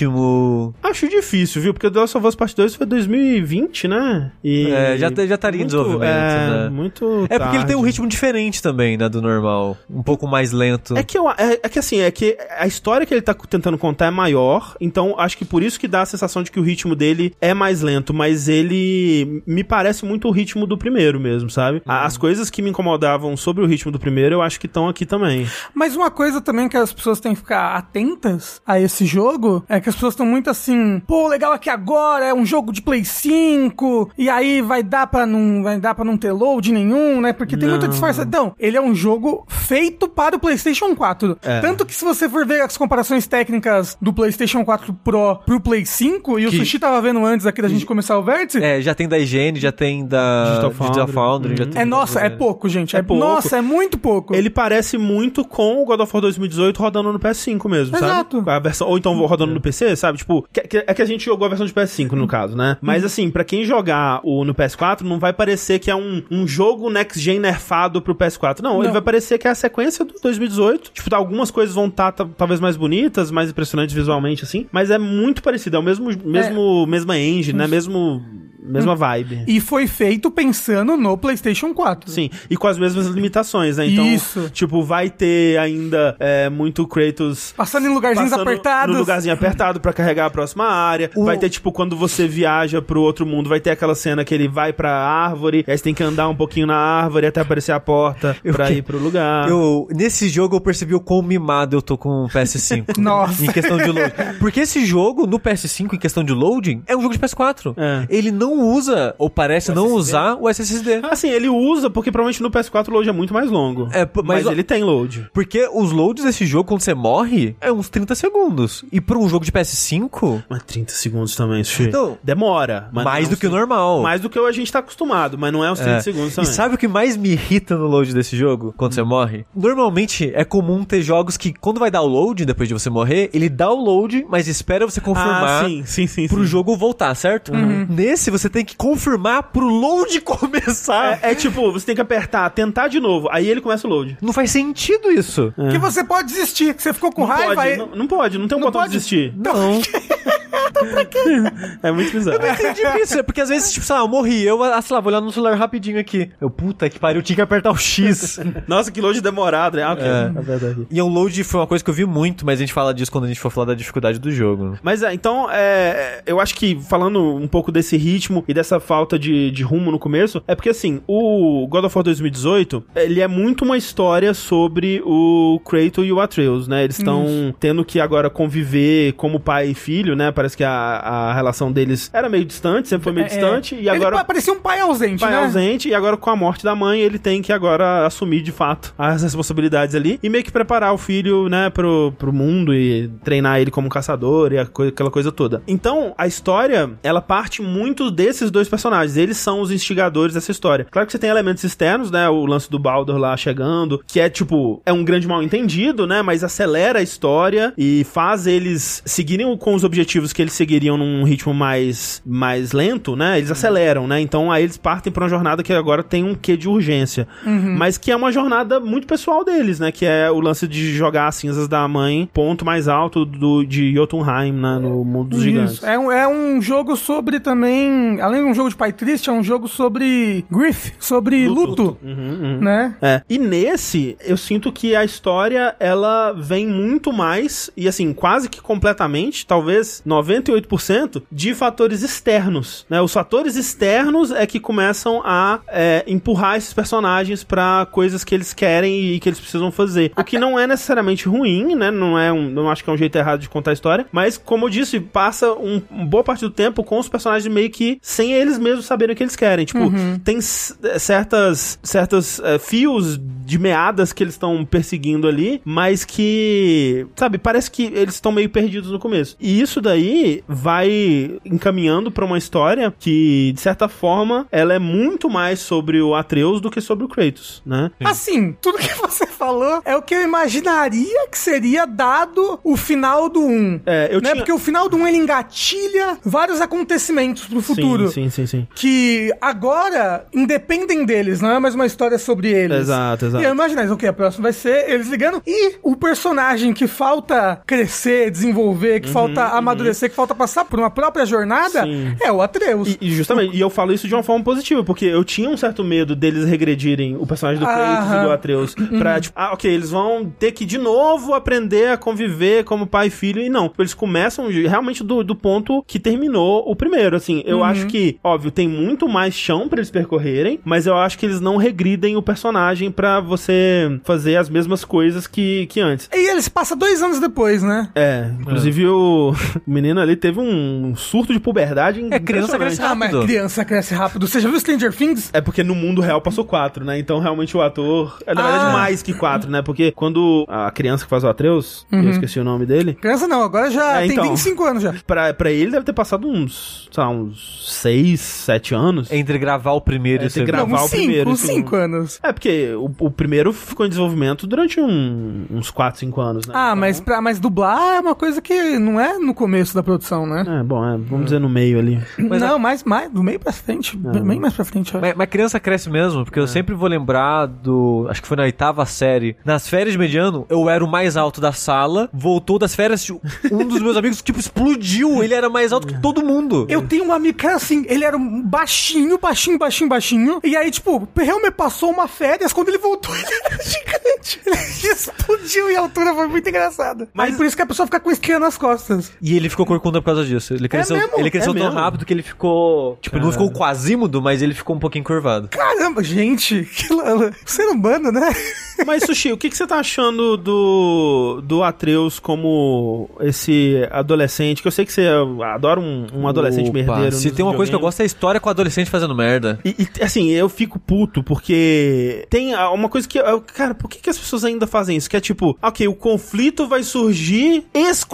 Speaker 3: ritmo.
Speaker 1: Acho difícil, viu? Porque The Last of Us Part 2 foi 2020, né? E
Speaker 3: É, já tá- já estaria em
Speaker 1: Muito-
Speaker 3: desenvolvimento,
Speaker 1: é,
Speaker 3: né?
Speaker 1: Muito
Speaker 3: É porque ele tem um
Speaker 1: tarde.
Speaker 3: ritmo diferente também, né, do normal. Um pouco mais lento.
Speaker 1: É que, eu, é, é que assim, é que a história que ele tá tentando contar é maior, então acho que por isso que dá a sensação de que o ritmo dele é mais lento, mas ele me parece muito o ritmo do primeiro mesmo, sabe? A- As coisas que me incomodavam sobre o ritmo do primeiro, eu acho que estão aqui também.
Speaker 2: Mas uma coisa também que as pessoas têm que ficar atentas a esse jogo é que as pessoas estão muito assim, pô, legal aqui agora, é um jogo de Play 5, e aí vai dar pra não, vai dar para não ter load nenhum, né? Porque tem muita
Speaker 1: Não.
Speaker 2: disfarça. Então, ele é um jogo feito para o PlayStation 4. Tanto que se você for ver as comparações técnicas do PlayStation 4 Pro pro Play 5, e o
Speaker 3: Que-
Speaker 2: Sushi tava vendo antes aqui da gente começar o vértice,
Speaker 3: É, já tem da higiene, já tem da
Speaker 1: Digital
Speaker 3: Digital Foundry,
Speaker 1: Foundry.
Speaker 3: já
Speaker 1: Uhum.
Speaker 3: tem
Speaker 2: é
Speaker 3: da-
Speaker 2: nossa, é pouco, gente. É,
Speaker 1: pouco.
Speaker 2: Nossa, é muito pouco.
Speaker 1: Ele parece muito com o God of War 2018 rodando no PS5 mesmo,
Speaker 2: Exato.
Speaker 1: sabe? A versão, ou então rodando no PC, sabe? Tipo, que- que- é que a gente jogou a versão de PS5 no caso, né? Mas assim, pra quem jogar o no PS4, não vai parecer que é um, um jogo next gen nerfado pro PS4. Não, ele
Speaker 2: Não.
Speaker 1: vai parecer que é a sequência do 2018. Tipo, tá, algumas coisas vão estar talvez mais bonitas, mais impressionantes visualmente assim, mas é muito parecido, é o mesmo
Speaker 2: É.
Speaker 1: mesmo mesma engine, né? Mesmo
Speaker 2: Hum.
Speaker 1: mesma vibe.
Speaker 2: E foi feito pensando no PlayStation 4.
Speaker 3: Né?
Speaker 1: Sim, e com as mesmas limitações, né? Então,
Speaker 2: Isso.
Speaker 1: tipo, vai ter ainda é, muito Kratos
Speaker 2: Passando em lugarzinhos
Speaker 1: passando
Speaker 2: apertados.
Speaker 1: no lugarzinho apertado pra carregar a próxima área.
Speaker 3: O-
Speaker 1: Vai ter, tipo, quando você viaja pro outro mundo, vai ter aquela cena que ele vai pra árvore, aí você tem que andar um pouquinho na árvore até aparecer a porta pra ir pro lugar.
Speaker 3: Eu, nesse jogo eu percebi o quão mimado eu tô com o PS5.
Speaker 2: Nossa.
Speaker 3: Em questão de loading. Porque esse jogo, no PS5, em questão de loading, é um jogo de PS4.
Speaker 1: É.
Speaker 3: Ele não usa, ou parece não usar, o SSD.
Speaker 1: Assim, ele usa, porque provavelmente no PS4 o load é muito mais longo.
Speaker 3: É, p- mas
Speaker 1: mas
Speaker 3: o-
Speaker 1: ele tem load.
Speaker 3: Porque os loads desse jogo, quando você morre, é uns 30 segundos. E pra um jogo de PS5,
Speaker 1: Mas 30 segundos também, Sushi.
Speaker 3: Então,
Speaker 1: Demora. mas
Speaker 3: mais
Speaker 1: não
Speaker 3: do que o
Speaker 1: sei-
Speaker 3: normal.
Speaker 1: Mais do que a gente tá acostumado, mas não é os 30
Speaker 3: É.
Speaker 1: segundos
Speaker 3: E
Speaker 1: também.
Speaker 3: sabe o que mais me irrita no load desse jogo? Quando você morre? Normalmente é comum ter jogos que, quando vai dar o load, depois de você morrer, ele dá o load, mas espera você confirmar
Speaker 1: ah, sim, sim, sim.
Speaker 3: pro
Speaker 1: sim. Uhum.
Speaker 3: jogo voltar, certo? Nesse você tem que confirmar pro load começar.
Speaker 1: É, é tipo, você tem que apertar, tentar de novo, aí ele começa o load.
Speaker 3: Não faz sentido isso.
Speaker 1: É.
Speaker 2: Que você pode desistir. que Você ficou com
Speaker 1: Não
Speaker 2: raiva
Speaker 1: pode,
Speaker 2: aí.
Speaker 1: não, não pode, não tem um botão
Speaker 2: pode?
Speaker 1: de desistir.
Speaker 3: Não.
Speaker 1: É muito bizarro.
Speaker 3: Entendi isso, é porque às vezes, tipo, sei lá, eu morri, eu, ah, sei lá, vou olhar no celular rapidinho aqui. Eu, puta que pariu, eu tinha que apertar o X.
Speaker 1: Nossa, que load demorado, né? Ah, ok.
Speaker 3: É.
Speaker 1: É verdade.
Speaker 3: e o load foi uma coisa que eu vi muito, mas a gente fala disso quando a gente for falar da dificuldade do jogo.
Speaker 1: Mas é, então, é, eu acho que falando um pouco desse ritmo e dessa falta de, de rumo no começo, é porque assim, o God of War 2018, ele é muito uma história sobre o Kratos e o Atreus, né? Eles estão tendo que agora conviver como pai e filho, né? Parece que a, a relação deles era meio distante, sempre foi meio
Speaker 2: É,
Speaker 1: distante, e
Speaker 2: Ele
Speaker 1: agora.
Speaker 2: pa- parecia um pai ausente,
Speaker 1: pai
Speaker 2: né?
Speaker 1: ausente e agora com a morte da mãe ele tem que agora assumir de fato as responsabilidades ali e meio que preparar o filho, né, pro, pro mundo e treinar ele como caçador e a coi- aquela coisa toda. Então, a história, ela parte muito desses dois personagens, eles são os instigadores dessa história. Claro que você tem elementos externos, né, o lance do Baldur lá chegando, que é tipo, é um grande mal entendido, né, mas acelera a história e faz eles seguirem o- com os objetivos que eles seguiriam num ritmo mais, mais lento, né,
Speaker 2: Uhum.
Speaker 1: eles aceleram, né, então aí eles partem pra uma jornada que agora tem um quê de urgência,
Speaker 2: Uhum.
Speaker 1: mas que é uma jornada muito pessoal deles, né, que é o lance de jogar as cinzas da mãe, ponto mais alto do, de Jotunheim, né, no mundo dos gigantes.
Speaker 2: Isso. É um, é um jogo sobre também. Além de um jogo de pai triste, é um jogo sobre grief, sobre luto,
Speaker 1: Uhum,
Speaker 2: né?
Speaker 1: É. E nesse, eu sinto que a história, ela vem muito mais, e assim, quase que completamente, talvez 98%, de fatores externos, né? Os fatores externos é que começam a é, empurrar esses personagens pra coisas que eles querem e que eles precisam fazer. O que não é necessariamente ruim, né? Não é um, não acho que é um jeito errado de contar a história, mas como eu disse, passa um, uma boa parte do tempo com os personagens meio que sem eles mesmos saberem o que eles querem. Tipo,
Speaker 2: Uhum.
Speaker 1: tem c- eh, certas, certas eh, fios de meadas que eles estão perseguindo ali, mas que, sabe, parece que eles estão meio perdidos no começo. E isso daí vai encaminhando pra uma história que, de certa forma, ela é muito mais sobre o Atreus do que sobre o Kratos, né?
Speaker 2: Assim, tudo que você falou é o que eu imaginaria que seria dado o final do 1.
Speaker 1: É, eu
Speaker 2: né?
Speaker 1: tinha-
Speaker 2: Porque o final do 1 ele engatilha vários acontecimentos pro futuro.
Speaker 1: Sim, sim, sim, sim.
Speaker 2: Que agora independem deles, não é mais uma história sobre eles.
Speaker 1: Exato, exato.
Speaker 2: E eu imagino, o que a próxima vai ser eles ligando. E o personagem que falta crescer, desenvolver,
Speaker 1: Uhum,
Speaker 2: que falta amadurecer, que falta passar por uma própria jornada,
Speaker 1: Sim.
Speaker 2: é o Atreus.
Speaker 1: E, e justamente, e eu falo isso de uma forma positiva, porque eu tinha um certo medo deles regredirem o personagem do Kratos e
Speaker 2: Aham.
Speaker 1: do Atreus. Pra, tipo, ah, ok, eles vão ter que de novo aprender a conviver como pai e filho. E não, eles começam de- realmente do, do ponto que terminou o primeiro. Assim, eu acho que, óbvio, tem muito mais chão pra eles percorrerem, mas eu acho que eles não regridem o personagem pra você fazer as mesmas coisas que, que antes.
Speaker 2: E eles passam dois anos depois, né?
Speaker 1: É, inclusive O, o menino ali teve um surto de puberdade.
Speaker 3: É, criança
Speaker 1: impressionante.
Speaker 3: cresce
Speaker 2: Ah, mas
Speaker 3: rápido.
Speaker 2: criança cresce rápido. Você já viu Stranger Things?
Speaker 1: É porque no mundo real passou quatro, né? Então realmente o ator. É, na
Speaker 2: Ah.
Speaker 1: verdade, mais que quatro, né? Porque quando a criança que faz o Atreus, eu esqueci o nome dele.
Speaker 2: Criança não, agora já
Speaker 1: É,
Speaker 2: tem
Speaker 1: então.
Speaker 2: 25 anos já.
Speaker 1: Pra, pra ele deve ter passado uns, sei lá, uns seis, sete anos.
Speaker 3: Entre gravar o primeiro
Speaker 1: É,
Speaker 3: e o
Speaker 1: tem que gravar.
Speaker 3: segundo.
Speaker 2: não,
Speaker 1: o
Speaker 2: uns 5,
Speaker 1: primeiro,
Speaker 2: uns
Speaker 1: o segundo.
Speaker 2: 5 anos.
Speaker 1: É, porque o, o primeiro ficou em desenvolvimento durante um- uns quatro, cinco anos, né?
Speaker 2: Ah, mas, pra, mas dublar é uma coisa que não é no começo da produção, né?
Speaker 1: É, bom, é, vamos dizer no meio ali.
Speaker 2: não, mais, mais, do meio pra frente,
Speaker 1: É.
Speaker 2: bem mais pra frente. eu acho.
Speaker 3: Mas, mas criança cresce mesmo, porque eu sempre vou lembrar do. Acho que foi na oitava série. Nas férias de mediano, eu era o mais alto da sala. Voltou das férias, tipo, um dos meus amigos, tipo, explodiu. Ele era mais
Speaker 1: É.
Speaker 3: alto que todo mundo.
Speaker 2: Eu tenho um amigo que era assim, ele era um baixinho, baixinho, baixinho, baixinho. E aí, tipo, realmente passou uma férias, quando ele voltou, ele era gigante. Ele explodiu e a altura foi muito engraçada. Mas por isso que a pessoa fica com esquina nas costas.
Speaker 3: E ele ficou corcunda por causa disso. Ele cresceu,
Speaker 2: mesmo?
Speaker 3: ele cresceu
Speaker 1: É
Speaker 3: tão
Speaker 1: mesmo?
Speaker 3: rápido que ele ficou. Tipo, ele não ficou quasímodo, mas ele ficou um pouquinho curvado.
Speaker 2: Caramba, gente, que la- la- ser humano, né?
Speaker 1: Mas, Sushi, o que, que você tá achando do, do Atreus como esse adolescente? Que eu sei que você adora um, um adolescente
Speaker 3: Opa,
Speaker 1: merdeiro.
Speaker 3: Se
Speaker 1: nos
Speaker 3: tem uma coisa que eu
Speaker 1: videogames.
Speaker 3: gosto é história com adolescente fazendo merda.
Speaker 1: E, e, assim, eu fico puto, porque tem ah, uma coisa que. eu- Cara, por que, que as pessoas ainda fazem isso? Que é tipo, ok, o conflito vai surgir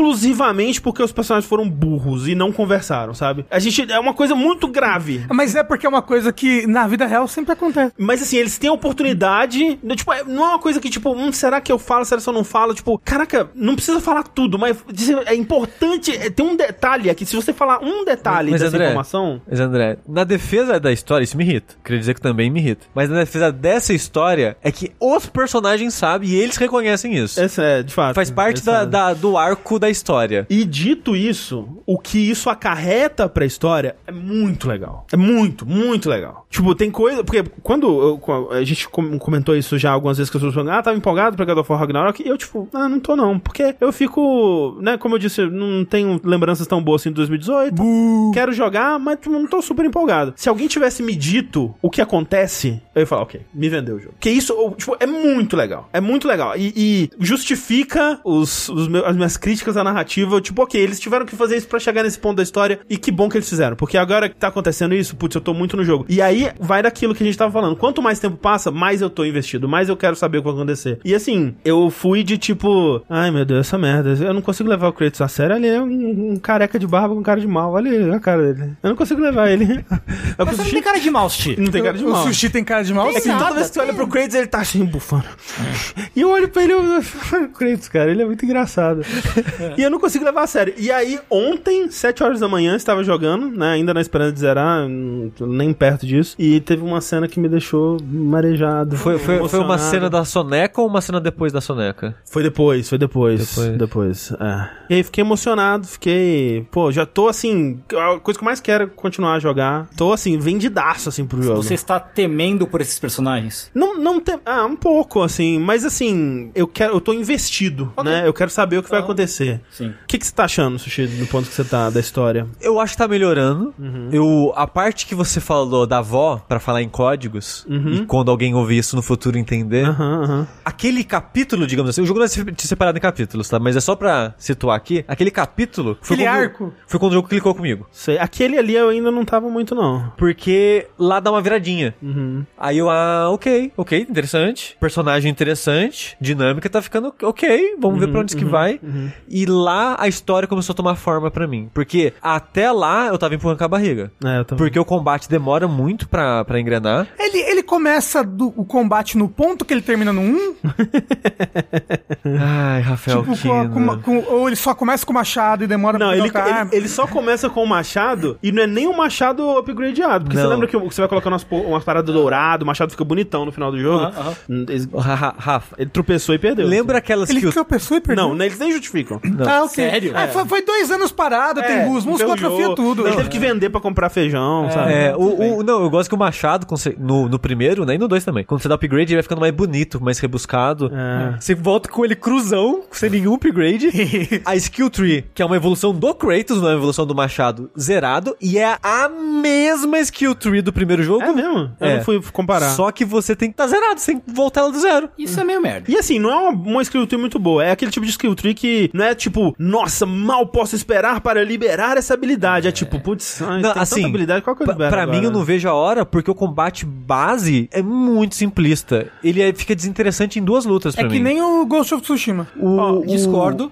Speaker 1: exclusivamente porque os personagens foram burros e não conversaram, sabe? A gente. É uma coisa muito grave.
Speaker 2: Mas é porque é uma coisa que na vida real sempre acontece.
Speaker 1: Mas assim, eles têm a oportunidade. né, Tipo, é- não é uma coisa que, tipo, hum, será que eu falo, será que eu não falo? Tipo, caraca, não precisa falar tudo, mas dizer- é importante. é, tem um detalhe aqui. Se você falar um detalhe
Speaker 3: Mas,
Speaker 1: dessa
Speaker 3: André,
Speaker 1: informação.
Speaker 3: Mas, André, na defesa da história, isso me irrita. Queria dizer que também me irrita. Mas na defesa dessa história, é que os personagens sabem e eles reconhecem isso.
Speaker 1: Essa é, de fato.
Speaker 3: Faz parte
Speaker 1: essa- é.
Speaker 3: da, da- do arco da história.
Speaker 1: E dito isso, o que isso acarreta pra história é muito legal. É muito, muito legal. Tipo, tem coisa. Porque quando eu- co- a gente com- comentou isso já algumas vezes que as pessoas falam, ah, tava empolgado pra God of War Ragnarok. E eu, tipo, ah, não tô não. Porque eu fico, né, como eu disse, eu não tenho lembranças tão boas assim de 2018. Quero jogar, mas tipo, não tô super empolgado. Se alguém tivesse me dito o que acontece, eu ia falar, ok, me vendeu o jogo. Porque isso, eu, tipo, é muito legal. É muito legal. E, e justifica os, os meus- as minhas críticas à narrativa. eu, Tipo, ok, eles tiveram tiveram que fazer isso pra chegar nesse ponto da história. E que bom que eles fizeram. Porque agora que tá acontecendo isso, putz, eu tô muito no jogo. E aí vai daquilo que a gente tava falando. Quanto mais tempo passa, mais eu tô investido, mais eu quero saber o que vai acontecer. E assim, eu fui de tipo, ai meu Deus, essa merda. Eu não consigo levar o Kratos a sério. Ele é um, um careca de barba com cara de mal. Olha a cara dele. Eu não consigo levar ele. É o que
Speaker 4: Mas você
Speaker 1: o
Speaker 4: não
Speaker 1: sushi
Speaker 4: tem cara de mouse, Ti.
Speaker 1: não tem cara de
Speaker 2: O
Speaker 1: mal.
Speaker 2: sushi tem cara de mal?
Speaker 1: É que
Speaker 2: Sim.
Speaker 1: toda
Speaker 4: nada,
Speaker 1: vez que você olha
Speaker 4: tem.
Speaker 1: pro Kratos, ele tá assim, bufando. E eu olho pra ele, eu... o Kratos, cara, ele é muito engraçado. E eu não consigo levar a sério. E aí, ontem, 7 horas da manhã, eu estava jogando, né, ainda na esperança de zerar, hum, nem perto disso, e teve uma cena que me deixou marejado.
Speaker 3: Foi, foi, foi uma
Speaker 1: emocionado.
Speaker 3: cena da soneca ou uma cena depois da soneca?
Speaker 1: Foi depois, foi depois.
Speaker 3: Depois.
Speaker 1: Depois. é. E aí fiquei emocionado, fiquei. Pô, já tô assim. A coisa que eu mais quero é continuar a jogar. Tô assim, vendidaço assim pro jogo.
Speaker 5: Você está temendo por esses personagens?
Speaker 1: Não, não tem. Ah, um pouco, assim. Mas assim, eu quero. Eu tô investido, né? Eu quero saber o
Speaker 3: Tá.
Speaker 1: que vai acontecer.
Speaker 5: Sim.
Speaker 1: O que, que você tá achando, Sushi, do ponto que você tá da história?
Speaker 3: Eu acho que tá melhorando.
Speaker 2: Uhum.
Speaker 3: Eu, a parte que você falou da avó, pra falar em códigos,
Speaker 2: Uhum.
Speaker 3: e quando alguém ouvir isso no futuro
Speaker 2: Ah.
Speaker 3: entender,
Speaker 1: Aham, aham.
Speaker 3: aquele capítulo, digamos assim, o jogo não é se- se separado em capítulos, tá? Mas é só pra situar aqui, aquele capítulo foi,
Speaker 2: Aquele
Speaker 3: quando,
Speaker 2: arco.
Speaker 3: foi quando o jogo clicou comigo.
Speaker 1: Sei. Aquele ali eu ainda não tava muito, não.
Speaker 3: Porque lá dá uma viradinha. Aí eu, ah, ok, ok, interessante. Personagem interessante, dinâmica tá ficando ok, vamos ver pra onde isso que vai. E lá a história começou a tomar forma pra mim. Porque até lá eu tava empurrando com a barriga.
Speaker 1: É, eu tava...
Speaker 3: Porque o combate demora muito pra, pra engrenar.
Speaker 2: Ele, ele começa do- o combate no ponto que ele termina no 1?
Speaker 3: Ai, Rafael
Speaker 2: Tipo, com- com uma- com- ou ele só começa com o machado e demora
Speaker 1: Não,
Speaker 2: pra
Speaker 1: ele,
Speaker 2: pegar outra
Speaker 1: ele,
Speaker 2: arma?
Speaker 1: ele só começa com o machado e não é nem o machado upgradeado. Porque
Speaker 3: Não.
Speaker 1: você lembra que o- que você vai colocar umas, po- umas paradas douradas, o machado fica bonitão no final do jogo. Hum, Ele,
Speaker 3: Rafa,
Speaker 1: ele tropeçou e perdeu.
Speaker 3: lembra aquelas
Speaker 2: Ele
Speaker 3: que... o-
Speaker 2: tropeçou e perdeu.
Speaker 1: Não, né, eles nem justificam.
Speaker 2: Ah, ok.
Speaker 5: Sério?
Speaker 2: Ah, foi, foi dois anos parado, tem
Speaker 1: É,
Speaker 2: os músculos
Speaker 1: ferrujou.
Speaker 2: atrofia tudo.
Speaker 1: Ele teve que vender pra comprar feijão, sabe?
Speaker 3: É, o, o- não, eu gosto que o machado, quando você- no, no primeiro, né, e no dois também, quando você dá upgrade, ele vai ficando mais bonito, mais rebuscado.
Speaker 1: É.
Speaker 3: Você volta com ele cruzão, sem nenhum upgrade. a skill tree, que é uma evolução do Kratos, não é uma evolução do machado, zerado, e é a mesma skill tree do primeiro jogo.
Speaker 1: É mesmo? Eu
Speaker 3: É.
Speaker 1: não fui comparar.
Speaker 3: Só que você tem que tá zerado, você tem que voltar ela do zero.
Speaker 5: Isso é meio merda.
Speaker 1: E assim, não é uma, uma skill tree muito boa. É aquele tipo de skill tree que não é tipo, nossa, mal posso esperar para liberar essa habilidade. É, tipo, putz, ai,
Speaker 3: Não,
Speaker 1: tem
Speaker 3: assim,
Speaker 1: tanta habilidade, qual que eu
Speaker 3: Pra-
Speaker 1: libero
Speaker 3: Pra
Speaker 1: agora?
Speaker 3: mim, eu não vejo a hora, porque o combate base é muito simplista. Ele é- fica desinteressante em duas lutas
Speaker 2: É
Speaker 3: pra
Speaker 2: que
Speaker 3: mim.
Speaker 2: nem o Ghost of Tsushima.
Speaker 3: o,
Speaker 5: Discordo.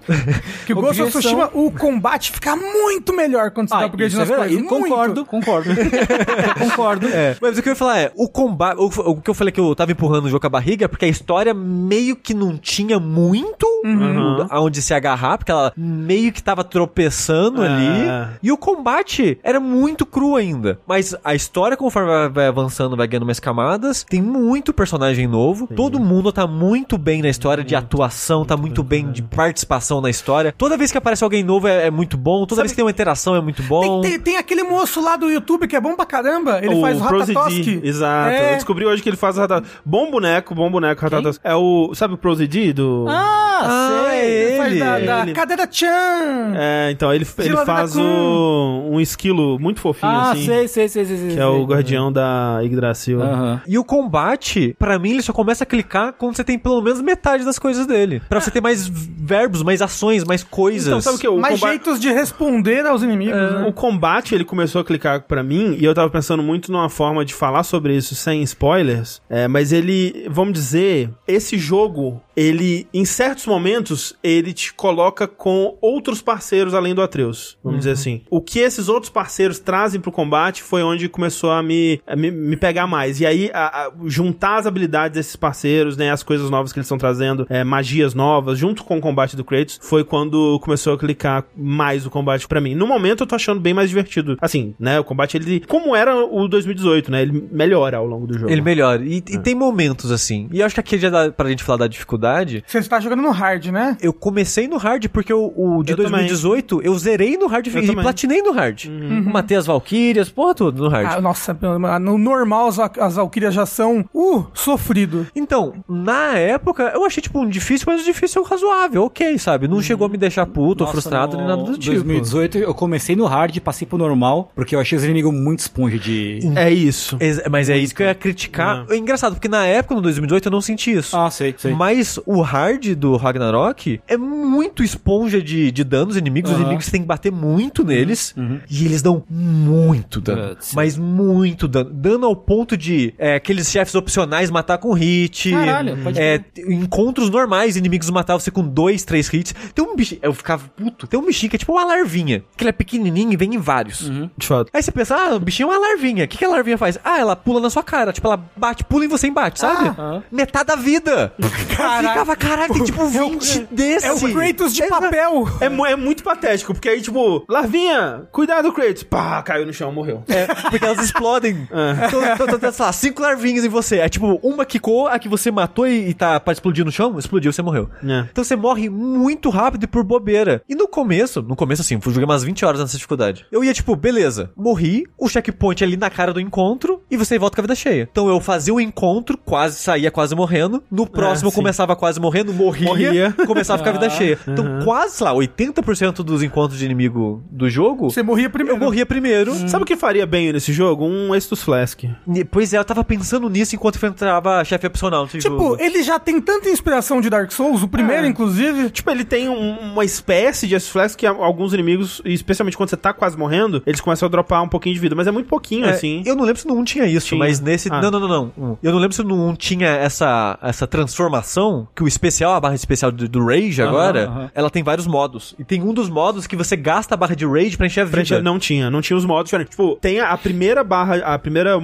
Speaker 2: Que o Ghost of
Speaker 5: Objeção.
Speaker 2: Tsushima, o combate fica muito melhor quando você tá dá upgrade
Speaker 5: isso é
Speaker 2: nas
Speaker 5: verdade.
Speaker 2: coisas. Muito.
Speaker 5: Concordo, concordo. concordo.
Speaker 3: É, mas o que eu ia falar é, o combate. O, o que eu falei que eu tava empurrando o jogo com a barriga é porque a história meio que não tinha muito
Speaker 1: Uhum.
Speaker 3: aonde se agarrar, porque ela meio que tava tropeçando
Speaker 1: É.
Speaker 3: ali. E o combate era muito cru ainda. Mas a história, conforme vai, vai avançando, vai ganhando mais camadas, tem muito personagem novo. Todo mundo tá muito bem na história de atuação, tá muito bem de participação na história. Toda vez que aparece alguém novo é, é muito bom. Toda vez que tem uma interação é muito
Speaker 2: Tem,
Speaker 3: bom.
Speaker 2: tem- tem aquele moço lá do YouTube que é bom pra caramba. Ele
Speaker 1: o
Speaker 2: faz o
Speaker 1: Prozd,
Speaker 2: Ratatosk.
Speaker 1: Exato.
Speaker 2: É.
Speaker 1: Eu descobri hoje que ele faz o Ratatosk. Bom boneco, bom boneco, Ratatosk. É o. Sabe o Prozd do.
Speaker 4: Ah, sei.
Speaker 3: é
Speaker 2: Ele faz da, da
Speaker 1: ele.
Speaker 2: cadeira Chan.
Speaker 1: É, então, ele, ele
Speaker 2: Gila
Speaker 1: faz
Speaker 2: Vida
Speaker 1: o, um esquilo muito fofinho,
Speaker 5: Ah,
Speaker 1: assim.
Speaker 5: sei, sei, sei, sei, sei.
Speaker 1: Que é o guardião da Yggdrasil.
Speaker 5: Aham.
Speaker 3: E o combate, pra mim, ele só começa a clicar quando você tem pelo menos metade das coisas dele. Pra você ter mais verbos, mais ações, mais coisas.
Speaker 1: Então, sabe o que? O
Speaker 2: Mais
Speaker 1: combate-
Speaker 2: jeitos de responder aos inimigos, né?
Speaker 1: O combate, ele começou a clicar pra mim, e eu tava pensando muito numa forma de falar sobre isso sem spoilers, é, mas ele, vamos dizer, esse jogo, ele, em certos momentos, ele te coloca com outros parceiros além do Atreus, vamos dizer assim. O que esses outros parceiros trazem pro combate foi onde começou a me, a me, me pegar mais, e aí a- a juntar as habilidades desses parceiros, né, as coisas novas que eles estão trazendo, é, magias novas, junto com o combate do Kratos, foi quando começou a clicar mais o combate pra mim. No momento eu tô achando bem mais divertido. Assim, né, o combate ele como era o 2018, né, ele melhora ao longo do jogo.
Speaker 3: Ele melhora. E,
Speaker 1: É.
Speaker 3: e tem momentos assim. E eu acho que aqui já dá pra gente falar da dificuldade.
Speaker 2: Você está jogando no hard, né?
Speaker 3: Eu comecei no hard porque o, o de
Speaker 1: Eu também.
Speaker 3: 2018 eu zerei no hard
Speaker 1: Eu
Speaker 3: e
Speaker 1: também. Uhum.
Speaker 3: platinei no hard. Matei as Valkyrias, porra, tudo no hard.
Speaker 2: Ah, nossa, no normal as, as Valkyrias já são, uh, sofrido.
Speaker 3: Então, na época, eu achei, tipo, um difícil, mas um difícil razoável, ok, sabe?
Speaker 1: Uhum.
Speaker 3: Não chegou a me deixar puto, ou
Speaker 5: Nossa,
Speaker 3: frustrado,
Speaker 5: no
Speaker 3: nem nada do tipo.
Speaker 5: 2018 eu comecei no hard, passei pro normal, porque eu achei os inimigos muito esponja de.
Speaker 1: É isso.
Speaker 3: Ex- Mas é isso que eu ia criticar. É engraçado, porque na época, no 2018, eu não senti isso.
Speaker 5: Ah, sei, sei.
Speaker 3: Mas o hard do Ragnarok, Hulk é muito esponja de, de danos inimigos. Os
Speaker 5: Aham.
Speaker 3: inimigos tem que bater muito neles. E eles dão muito dano.
Speaker 5: Ah, sim.
Speaker 3: mas muito dano. Dano ao ponto de é, aqueles chefes opcionais matar com hit.
Speaker 5: Caralho, pode
Speaker 3: é, Encontros normais, inimigos matavam você com dois, três hits. Tem um bicho. Eu ficava puto. Tem um bichinho que é tipo uma larvinha. Que ele é pequenininho e vem em vários.
Speaker 2: Uhum.
Speaker 1: De fato.
Speaker 3: Aí você pensa, ah, o bichinho é uma larvinha. O que, que a larvinha faz? Ah, ela pula na sua cara. Tipo, ela bate, pula em você e bate, sabe?
Speaker 2: Ah,
Speaker 3: Metade da vida. Caralho. Eu ficava, caralho, tem tipo 20 desse.
Speaker 2: É o Kratos de papel.
Speaker 1: É, mu- é muito patético, porque aí, tipo, Larvinha, cuidado, Kratos. Pá, caiu no chão, morreu.
Speaker 3: É, porque elas explodem.
Speaker 2: É.
Speaker 3: Então, então, então, sei lá, cinco larvinhas em você. É tipo, uma quicou, a que você matou e, e tá pra explodir no chão, explodiu, você morreu.
Speaker 1: É.
Speaker 3: Então você morre muito rápido e por bobeira. E no começo, no começo assim, eu joguei umas 20 horas nessa dificuldade. Eu ia tipo, beleza, morri, o checkpoint é ali na cara do encontro e você volta com a vida cheia. Então eu fazia o encontro, quase saía quase morrendo. No
Speaker 2: Ah,
Speaker 3: próximo eu
Speaker 1: sim.
Speaker 3: começava quase morrendo, morria,
Speaker 1: Morria.
Speaker 3: começava a ficar a vida cheia. Então quase, sei lá, 80% dos encontros de inimigo do jogo,
Speaker 2: Você morria
Speaker 3: eu
Speaker 2: primeiro. Hum.
Speaker 3: morria primeiro.
Speaker 1: Sabe o que faria bem nesse jogo? Um Estus Flask.
Speaker 3: Ne- Pois é, eu tava pensando nisso enquanto enfrentava a chefe opcional nesse
Speaker 2: Tipo,
Speaker 3: jogo.
Speaker 2: ele já tem tanta inspiração de Dark Souls, o primeiro, inclusive.
Speaker 1: Tipo, ele tem um- uma espécie de Estus Flask que a- alguns inimigos, e especialmente quando você tá quase morrendo, eles começam a dropar um pouquinho de vida, mas é muito pouquinho,
Speaker 3: É,
Speaker 1: assim.
Speaker 3: Eu não lembro se no 1 tinha isso,
Speaker 1: Tinha.
Speaker 3: mas nesse.
Speaker 1: Ah.
Speaker 3: Não, não, não, não. Hum. Eu não lembro se no 1 tinha essa, essa transformação, que o especial, a barra especial do, do Rage agora,
Speaker 5: aham.
Speaker 3: ela tem vários modos. E tem um dos modos que você gasta a barra de Rage pra encher a vida.
Speaker 1: Preenche- Não tinha, não tinha os modos diferentes. Tipo, tem a, a primeira barra, a primeira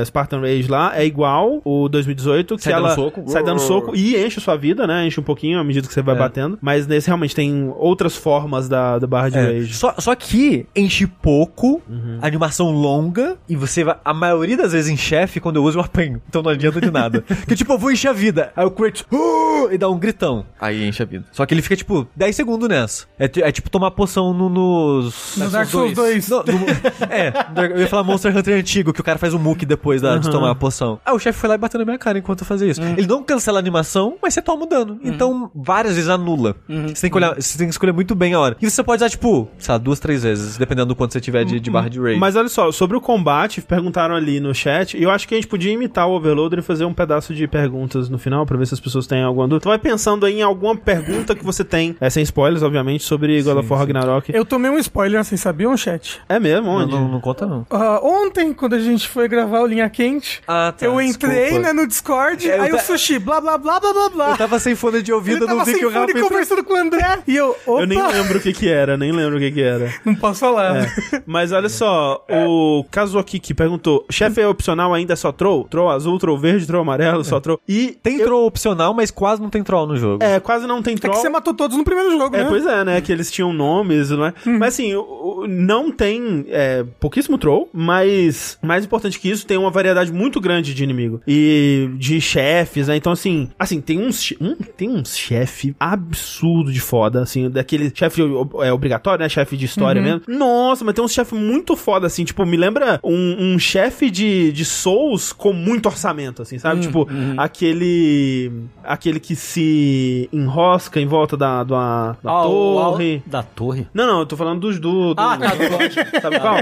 Speaker 1: é, Spartan Rage lá é igual o 2018, que
Speaker 3: Sai dando
Speaker 1: ela
Speaker 3: soco.
Speaker 1: sai dando soco e enche sua vida, né? Enche um pouquinho à medida que você vai
Speaker 3: É.
Speaker 1: batendo. Mas nesse realmente tem outras formas da, da barra de
Speaker 3: É.
Speaker 1: Rage.
Speaker 3: Só, só que enche pouco, animação longa, e você vai. A maioria das vezes em chefe, quando eu uso, eu apanho. Então não adianta de nada. que tipo, eu vou encher a vida. Aí o Kratos "Uh!" e dá um gritão. Aí enche a vida. Só que ele fica tipo 10 segundos nessa. É, ti- é tipo tomar poção no- nos.
Speaker 2: No Dark Souls 2.
Speaker 3: Não, no- é, Dark- eu ia falar Monster Hunter antigo, que o cara faz o muque depois da- de tomar a poção. Ah, o chefe foi lá e bateu na minha cara enquanto eu fazia isso. Ele não cancela a animação, mas você toma o dano. Então, várias vezes anula. Você, tem que olhar, você tem que escolher muito bem a hora. E você pode usar, tipo, sei lá, duas, três vezes, dependendo do quanto você tiver de, de barra de raid.
Speaker 1: Mas olha só, sobre o combate, perguntaram ali no chat, e eu acho que a gente podia imitar o Overloader e fazer um pedaço de perguntas no final, pra ver se as pessoas têm alguma dúvida. Então vai pensando aí em alguma pergunta que você tem, é, sem spoilers, obviamente, sobre God of War Ragnarok.
Speaker 2: Eu tomei um spoiler, vocês sabiam, chat?
Speaker 1: É mesmo,
Speaker 3: não,
Speaker 1: onde?
Speaker 3: não, não conta, não.
Speaker 2: Ah, ontem, quando a gente foi gravar o Linha Quente,
Speaker 3: Ah, tá,
Speaker 2: eu entrei
Speaker 3: desculpa.
Speaker 2: né, no Discord,
Speaker 3: É, eu
Speaker 2: aí o
Speaker 3: ta-
Speaker 2: sushi, blá blá blá blá blá blá.
Speaker 3: Eu tava sem fone de ouvido, eu não vi que o
Speaker 2: fone,
Speaker 3: Rafa entrou.
Speaker 2: conversando com o André e eu, opa, É.
Speaker 1: Eu nem lembro o que que era, nem lembro o que que era.
Speaker 2: não posso falar.
Speaker 1: Mas olha só, o Kazuaki que perguntou: chefe é opcional ainda é só troll? Troll azul, troll verde, troll amarelo,
Speaker 2: É.
Speaker 1: só troll. E
Speaker 3: Tem troll opcional, mas quase não tem troll no jogo.
Speaker 1: é, quase não tem
Speaker 2: É
Speaker 1: troll.
Speaker 2: que você matou todos no primeiro jogo,
Speaker 1: É,
Speaker 2: né? Hum.
Speaker 1: pois é, né? Que eles tinham nomes, não é? Mas assim, o- o- não tem é, pouquíssimo troll, mas mais importante que isso, tem uma variedade muito grande de inimigo. E de chefes, né? Então, assim, assim, tem uns, che- um, tem uns chefe absurdo de foda, assim, daquele chefe o- é, obrigatório, né? Chefe de história
Speaker 2: Uhum.
Speaker 1: mesmo. Nossa, mas tem uns chefes muito foda, assim, tipo, me lembra um, um chefe de, de Souls com muito orçamento, assim,
Speaker 2: Hum.
Speaker 1: sabe? tipo,
Speaker 3: Uhum.
Speaker 1: aquele. aquele que se enrosca em volta da, da, da
Speaker 5: Ah, o-
Speaker 1: torre.
Speaker 5: a- Da torre?
Speaker 1: Não, não, eu tô falando dos do. do-
Speaker 5: Ah, tá, do lógico.
Speaker 1: Sabe qual?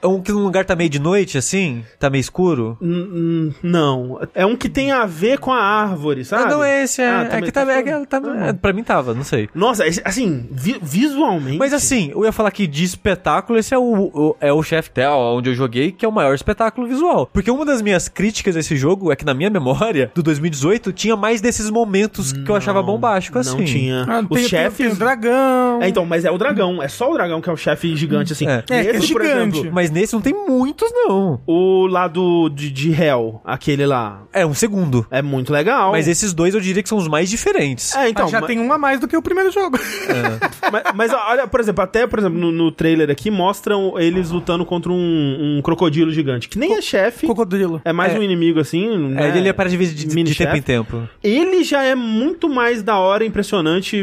Speaker 3: É um que no lugar tá meio de noite, assim, tá meio escuro.
Speaker 1: N- n- Não. É um que tem a ver com a árvore, sabe?
Speaker 3: Ah, não é esse, é,
Speaker 1: Ah,
Speaker 3: é
Speaker 1: também
Speaker 3: que
Speaker 1: tá
Speaker 3: tá, é,
Speaker 1: falando.
Speaker 3: que tá,
Speaker 1: Tá bom.
Speaker 3: é, pra mim tava, não sei.
Speaker 1: Nossa, esse- assim, vi- visualmente.
Speaker 3: Mas assim, eu ia falar que de espetáculo, esse é o, o- é o chefe Tel, onde eu joguei, que é o maior espetáculo visual. Porque uma das minhas críticas desse jogo é que na minha memória, do 2018, tinha mais desses momentos que eu achava bombástico, assim.
Speaker 1: Não tinha.
Speaker 2: Ah,
Speaker 1: Os
Speaker 2: tem, chefes... tem,
Speaker 1: chefes.
Speaker 2: o dragão.
Speaker 1: É, então, mas é o dragão. É só o dragão que é o chefe gigante, assim.
Speaker 3: É.
Speaker 2: É, que é gigante.
Speaker 3: Mas nesse não tem muitos, não.
Speaker 1: o lado de, de Hell, aquele lá,
Speaker 3: É, um segundo.
Speaker 1: é muito legal.
Speaker 3: Mas esses dois eu diria que são os mais diferentes.
Speaker 1: É,
Speaker 2: então,
Speaker 1: então,
Speaker 2: já
Speaker 1: ma-
Speaker 2: tem um a mais do que o primeiro jogo.
Speaker 1: Mas, mas olha, por exemplo, até por exemplo, no, no trailer aqui mostram eles lutando contra um, um crocodilo gigante, que nem é chefe.
Speaker 2: Cocodrilo.
Speaker 1: É mais
Speaker 3: É.
Speaker 1: um inimigo assim.
Speaker 3: É,
Speaker 1: né?
Speaker 3: ele aparece de vez de, de,
Speaker 1: Mini
Speaker 3: tempo
Speaker 1: chefe.
Speaker 3: em tempo.
Speaker 1: Ele já é muito mais da hora, impressionante,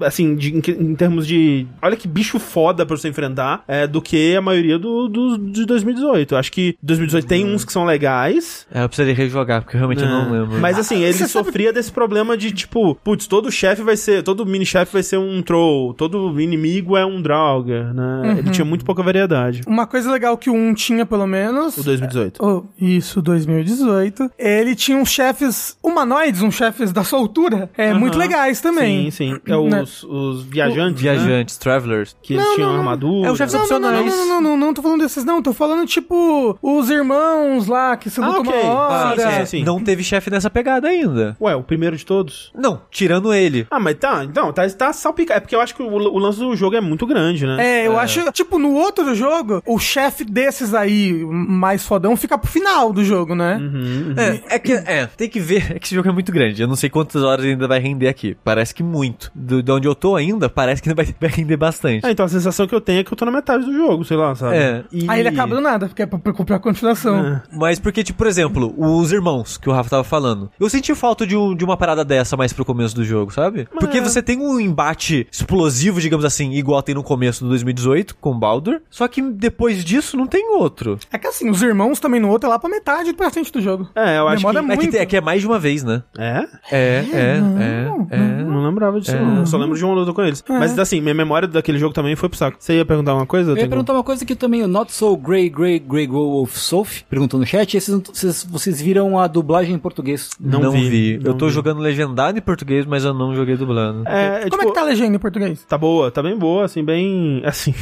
Speaker 1: assim, de- em, que- em termos de. Olha que bicho foda pra você enfrentar, é, do que a maioria do, do- de 2018. Eu Acho que 2018 tem uns que são legais.
Speaker 3: É, eu precisaria rejogar, porque realmente eu não
Speaker 1: né?
Speaker 3: lembro.
Speaker 1: Mas assim, ele
Speaker 2: Ah, você sabe-
Speaker 1: sofria desse problema de tipo, putz, todo chefe vai ser, todo mini-chefe vai ser um troll, todo inimigo é um Draugr, né?
Speaker 2: Uhum.
Speaker 1: Ele tinha muito pouca variedade.
Speaker 2: Uma coisa legal que o 1 tinha, pelo menos.
Speaker 1: O 2018.
Speaker 2: Oh, isso, 2018. Ele tinha uns chefes humanoides, uns chefes da soltura, é, muito legais
Speaker 1: Sim,
Speaker 2: também.
Speaker 1: sim. É
Speaker 2: Né?
Speaker 1: os, os viajantes, né?
Speaker 3: Viajantes, travelers.
Speaker 1: Que eles tinham armadura.
Speaker 3: É os chefes
Speaker 2: Não, não, não, não,
Speaker 3: opcionais.
Speaker 2: não, não, não, não tô falando desses, não. Tô falando, tipo, os irmãos lá que se
Speaker 1: Ah,
Speaker 2: lutam
Speaker 1: ok.
Speaker 2: uma
Speaker 1: Ah,
Speaker 2: hora.
Speaker 1: sim, sim, sim.
Speaker 3: Não teve chefe nessa pegada ainda.
Speaker 1: Ué, o primeiro de todos?
Speaker 3: Não, tirando ele.
Speaker 1: Ah, mas tá, então, tá, tá salpicado. É porque eu acho que o, o lance do jogo é muito grande, né?
Speaker 2: É, eu acho, tipo, no outro jogo, o chefe desses aí, mais fodão, fica pro final do jogo, né?
Speaker 1: Uhum.
Speaker 3: É, é que é, tem que ver. É que esse jogo é muito grande. Eu não sei quantas horas ainda vai render aqui. Parece que muito. Do, de onde eu tô ainda, parece que ainda vai, vai render bastante.
Speaker 1: Ah, então a sensação que eu tenho é que eu tô na metade do jogo, sei lá, sabe?
Speaker 3: É, e-
Speaker 2: Aí ele acaba do nada, porque é pra, pra, pra
Speaker 1: É.
Speaker 2: continuação.
Speaker 3: Mas porque, tipo, por exemplo, os irmãos que o Rafa tava falando. Eu senti falta de, um- de uma parada dessa mais pro começo do jogo, sabe? Porque você tem um embate explosivo, digamos assim, igual tem no começo do 2018 com Baldur. Só que depois disso não tem outro.
Speaker 2: É. que assim, os irmãos também no outro é lá pra metade pra frente do jogo.
Speaker 1: É, eu acho
Speaker 2: Demora
Speaker 1: que...
Speaker 2: muito.
Speaker 3: É que, tem- é que é mais de uma vez, né?
Speaker 1: É?
Speaker 3: É, é, é, é.
Speaker 1: Eu Não lembrava disso, não. Eu só lembro de uma luta com eles.
Speaker 2: É.
Speaker 1: Mas assim, minha memória daquele jogo também foi pro saco. Você ia perguntar uma coisa?
Speaker 4: Eu ia
Speaker 1: Tengu?
Speaker 4: perguntar uma coisa que também o Not So Grey Grey Grey Wolf Sof perguntou no chat. Esses, vocês, vocês viram a dublagem em português?
Speaker 1: Não, vi.
Speaker 3: eu
Speaker 1: não
Speaker 3: tô
Speaker 1: vi.
Speaker 3: jogando legendado em português, mas eu não joguei dublando.
Speaker 1: É,
Speaker 2: Como é que tá a legenda em português?
Speaker 1: Tá boa, tá bem boa, assim, bem. Assim.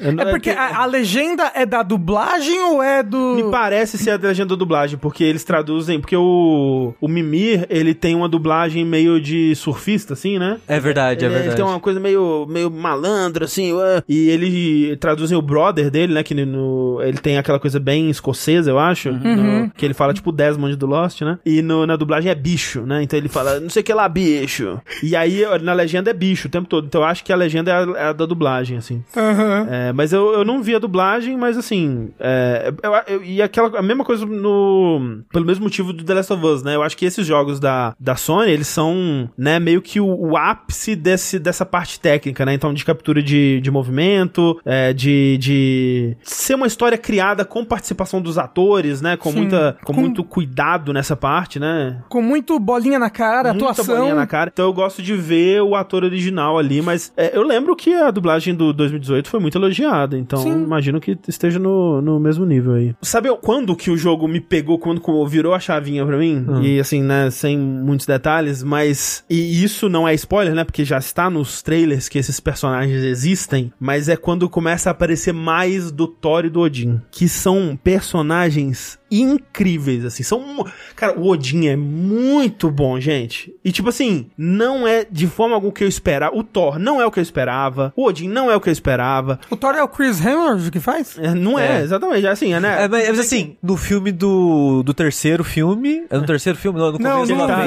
Speaker 1: Eu não-
Speaker 2: É porque a, a legenda é da dublagem ou é do.
Speaker 1: Me parece ser a legenda da dublagem, porque eles traduzem. Porque o, o Mimir, ele tem uma dublagem meio de surfista, assim, né?
Speaker 3: É verdade, é
Speaker 1: Ele- Ele
Speaker 3: verdade.
Speaker 1: tem uma coisa meio, meio malandro, assim. ué. E ele traduzem o brother dele, né? Que no, ele tem aquela coisa bem escocesa, eu acho. no- que ele fala, tipo, Desmond do Lost, né? E no- na dublagem é bicho, né? Então ele fala, não sei o que lá, bicho. E aí, na legenda é bicho o tempo todo. Então eu acho que a legenda é a, é a da dublagem, assim.
Speaker 2: Aham.
Speaker 1: É, mas eu, eu não vi a dublagem, mas assim. é, eu- eu- e aquela, a mesma coisa no. Pelo mesmo motivo do The Last of Us, né? Eu acho que esses jogos da, da Sony, eles são, né, meio que o, o ápice desse, dessa parte técnica, né? Então, de captura de, de movimento, é, de, de ser uma história criada com participação dos atores, né? Com,
Speaker 2: Sim.
Speaker 1: muita, com,
Speaker 2: Com-
Speaker 1: muito cuidado nessa parte, né?
Speaker 2: Com muito bolinha na cara,
Speaker 1: Muita bolinha
Speaker 2: atuação.
Speaker 1: na cara. Então eu gosto de ver o ator original ali, mas é, eu lembro que a dublagem do 2018 foi muito elogiada, então
Speaker 2: Sim.
Speaker 1: imagino que esteja no, no mesmo nível aí. Sabe eu- quando que o jogo me pegou, quando co- virou a chavinha pra mim? E assim, né, sem muitos detalhes, mas. E isso não é spoiler, né? Porque já está nos trailers que esses personagens existem, mas é quando começa a aparecer mais do Thor e do Odin, que são personagens incríveis, assim, são mu- Cara, o Odin é muito bom, gente. E tipo assim, não é de forma alguma o que eu esperava. O Thor não é o que eu esperava. O Odin não é o que eu esperava.
Speaker 2: O Thor é o Chris Hemsworth que faz?
Speaker 1: É, não é, exatamente. É assim, é, né?
Speaker 3: É, mas, mas assim, no filme do, do terceiro filme. É no terceiro filme? Não, no
Speaker 2: Não,
Speaker 3: começo
Speaker 2: no
Speaker 3: lá,
Speaker 1: tá
Speaker 3: né?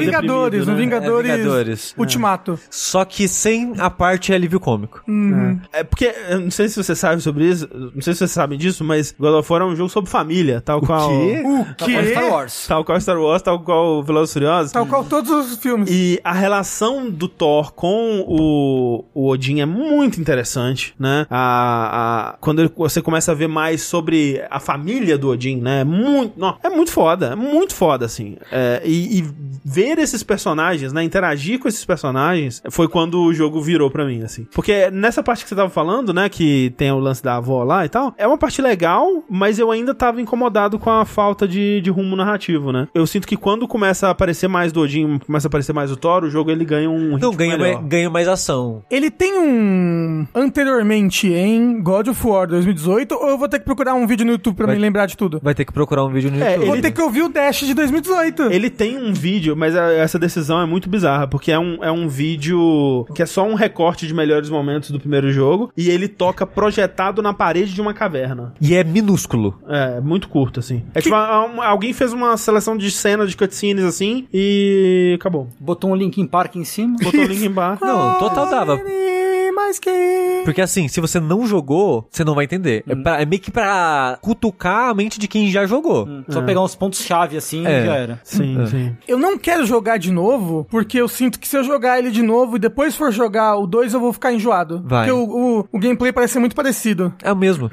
Speaker 1: deprimido,
Speaker 2: Vingadores, no
Speaker 1: né?
Speaker 2: Vingadores.
Speaker 3: É, Vingadores.
Speaker 2: Ultimato.
Speaker 3: Só que sem a parte alívio cômico. hum.
Speaker 1: É porque, eu não sei se você sabe sobre isso, não sei se vocês sabem disso, mas God of War é um jogo sobre família, tal qual.
Speaker 3: quê?
Speaker 2: O
Speaker 4: É
Speaker 2: quê?
Speaker 4: Star Wars.
Speaker 1: Tal qual Star Wars, tal qual Velozes e Furiosos.
Speaker 3: Tá
Speaker 2: Tal qual todos os filmes.
Speaker 1: E a relação do Thor com o, o Odin é muito interessante, né? A, a- quando ele- você começa a ver mais sobre a família do Odin, né? É Muito, não, é muito foda, é muito foda, assim. É, e, e ver esses personagens, né? Interagir com esses personagens foi quando o jogo virou pra mim, assim. Porque nessa parte que você tava falando, né? Que tem o lance da avó lá e tal, é uma parte legal, mas eu ainda tava incomodado com a falta de, de rumo narrativo, né? Eu sinto que quando começa a aparecer mais do Odin, começa a aparecer mais o Thor, o jogo ele ganha um ritmo
Speaker 3: Não, Então, ganha,
Speaker 1: melhor.
Speaker 3: mais- ganha mais ação.
Speaker 2: Ele tem um. Anteriormente em God of War 2018, ou eu vou ter que procurar um vídeo no YouTube pra
Speaker 3: Vai-
Speaker 2: me lembrar de tudo?
Speaker 3: Vai ter que procurar um vídeo no
Speaker 1: É,
Speaker 3: YouTube.
Speaker 2: Vou ter que ouvir o Dash de 2018.
Speaker 1: Ele tem um vídeo, mas a- essa decisão é muito bizarra, porque é um, é um vídeo que é só um recorte de melhores momentos do primeiro jogo, e ele toca projetado na parede de uma caverna.
Speaker 3: E é minúsculo.
Speaker 1: É, muito curto, assim. É tipo, a- a- alguém fez uma seleção de cenas de cutscenes, assim, e acabou.
Speaker 4: Botou um Linkin Park em cima.
Speaker 1: Botou o link embaixo.
Speaker 3: Não, total dava.
Speaker 2: Mas que.
Speaker 3: Porque assim, se você não jogou, você não vai entender. É, pra- é meio que pra cutucar a mente de quem já jogou.
Speaker 1: Hum.
Speaker 4: Só pegar uns pontos-chave assim e
Speaker 3: É.
Speaker 4: já era.
Speaker 1: Sim, sim.
Speaker 2: Eu não quero jogar de novo, porque eu sinto que se eu jogar ele de novo e depois for jogar o 2, eu vou ficar enjoado.
Speaker 3: Vai.
Speaker 2: Porque o, o, o gameplay parece ser muito parecido.
Speaker 3: É o mesmo.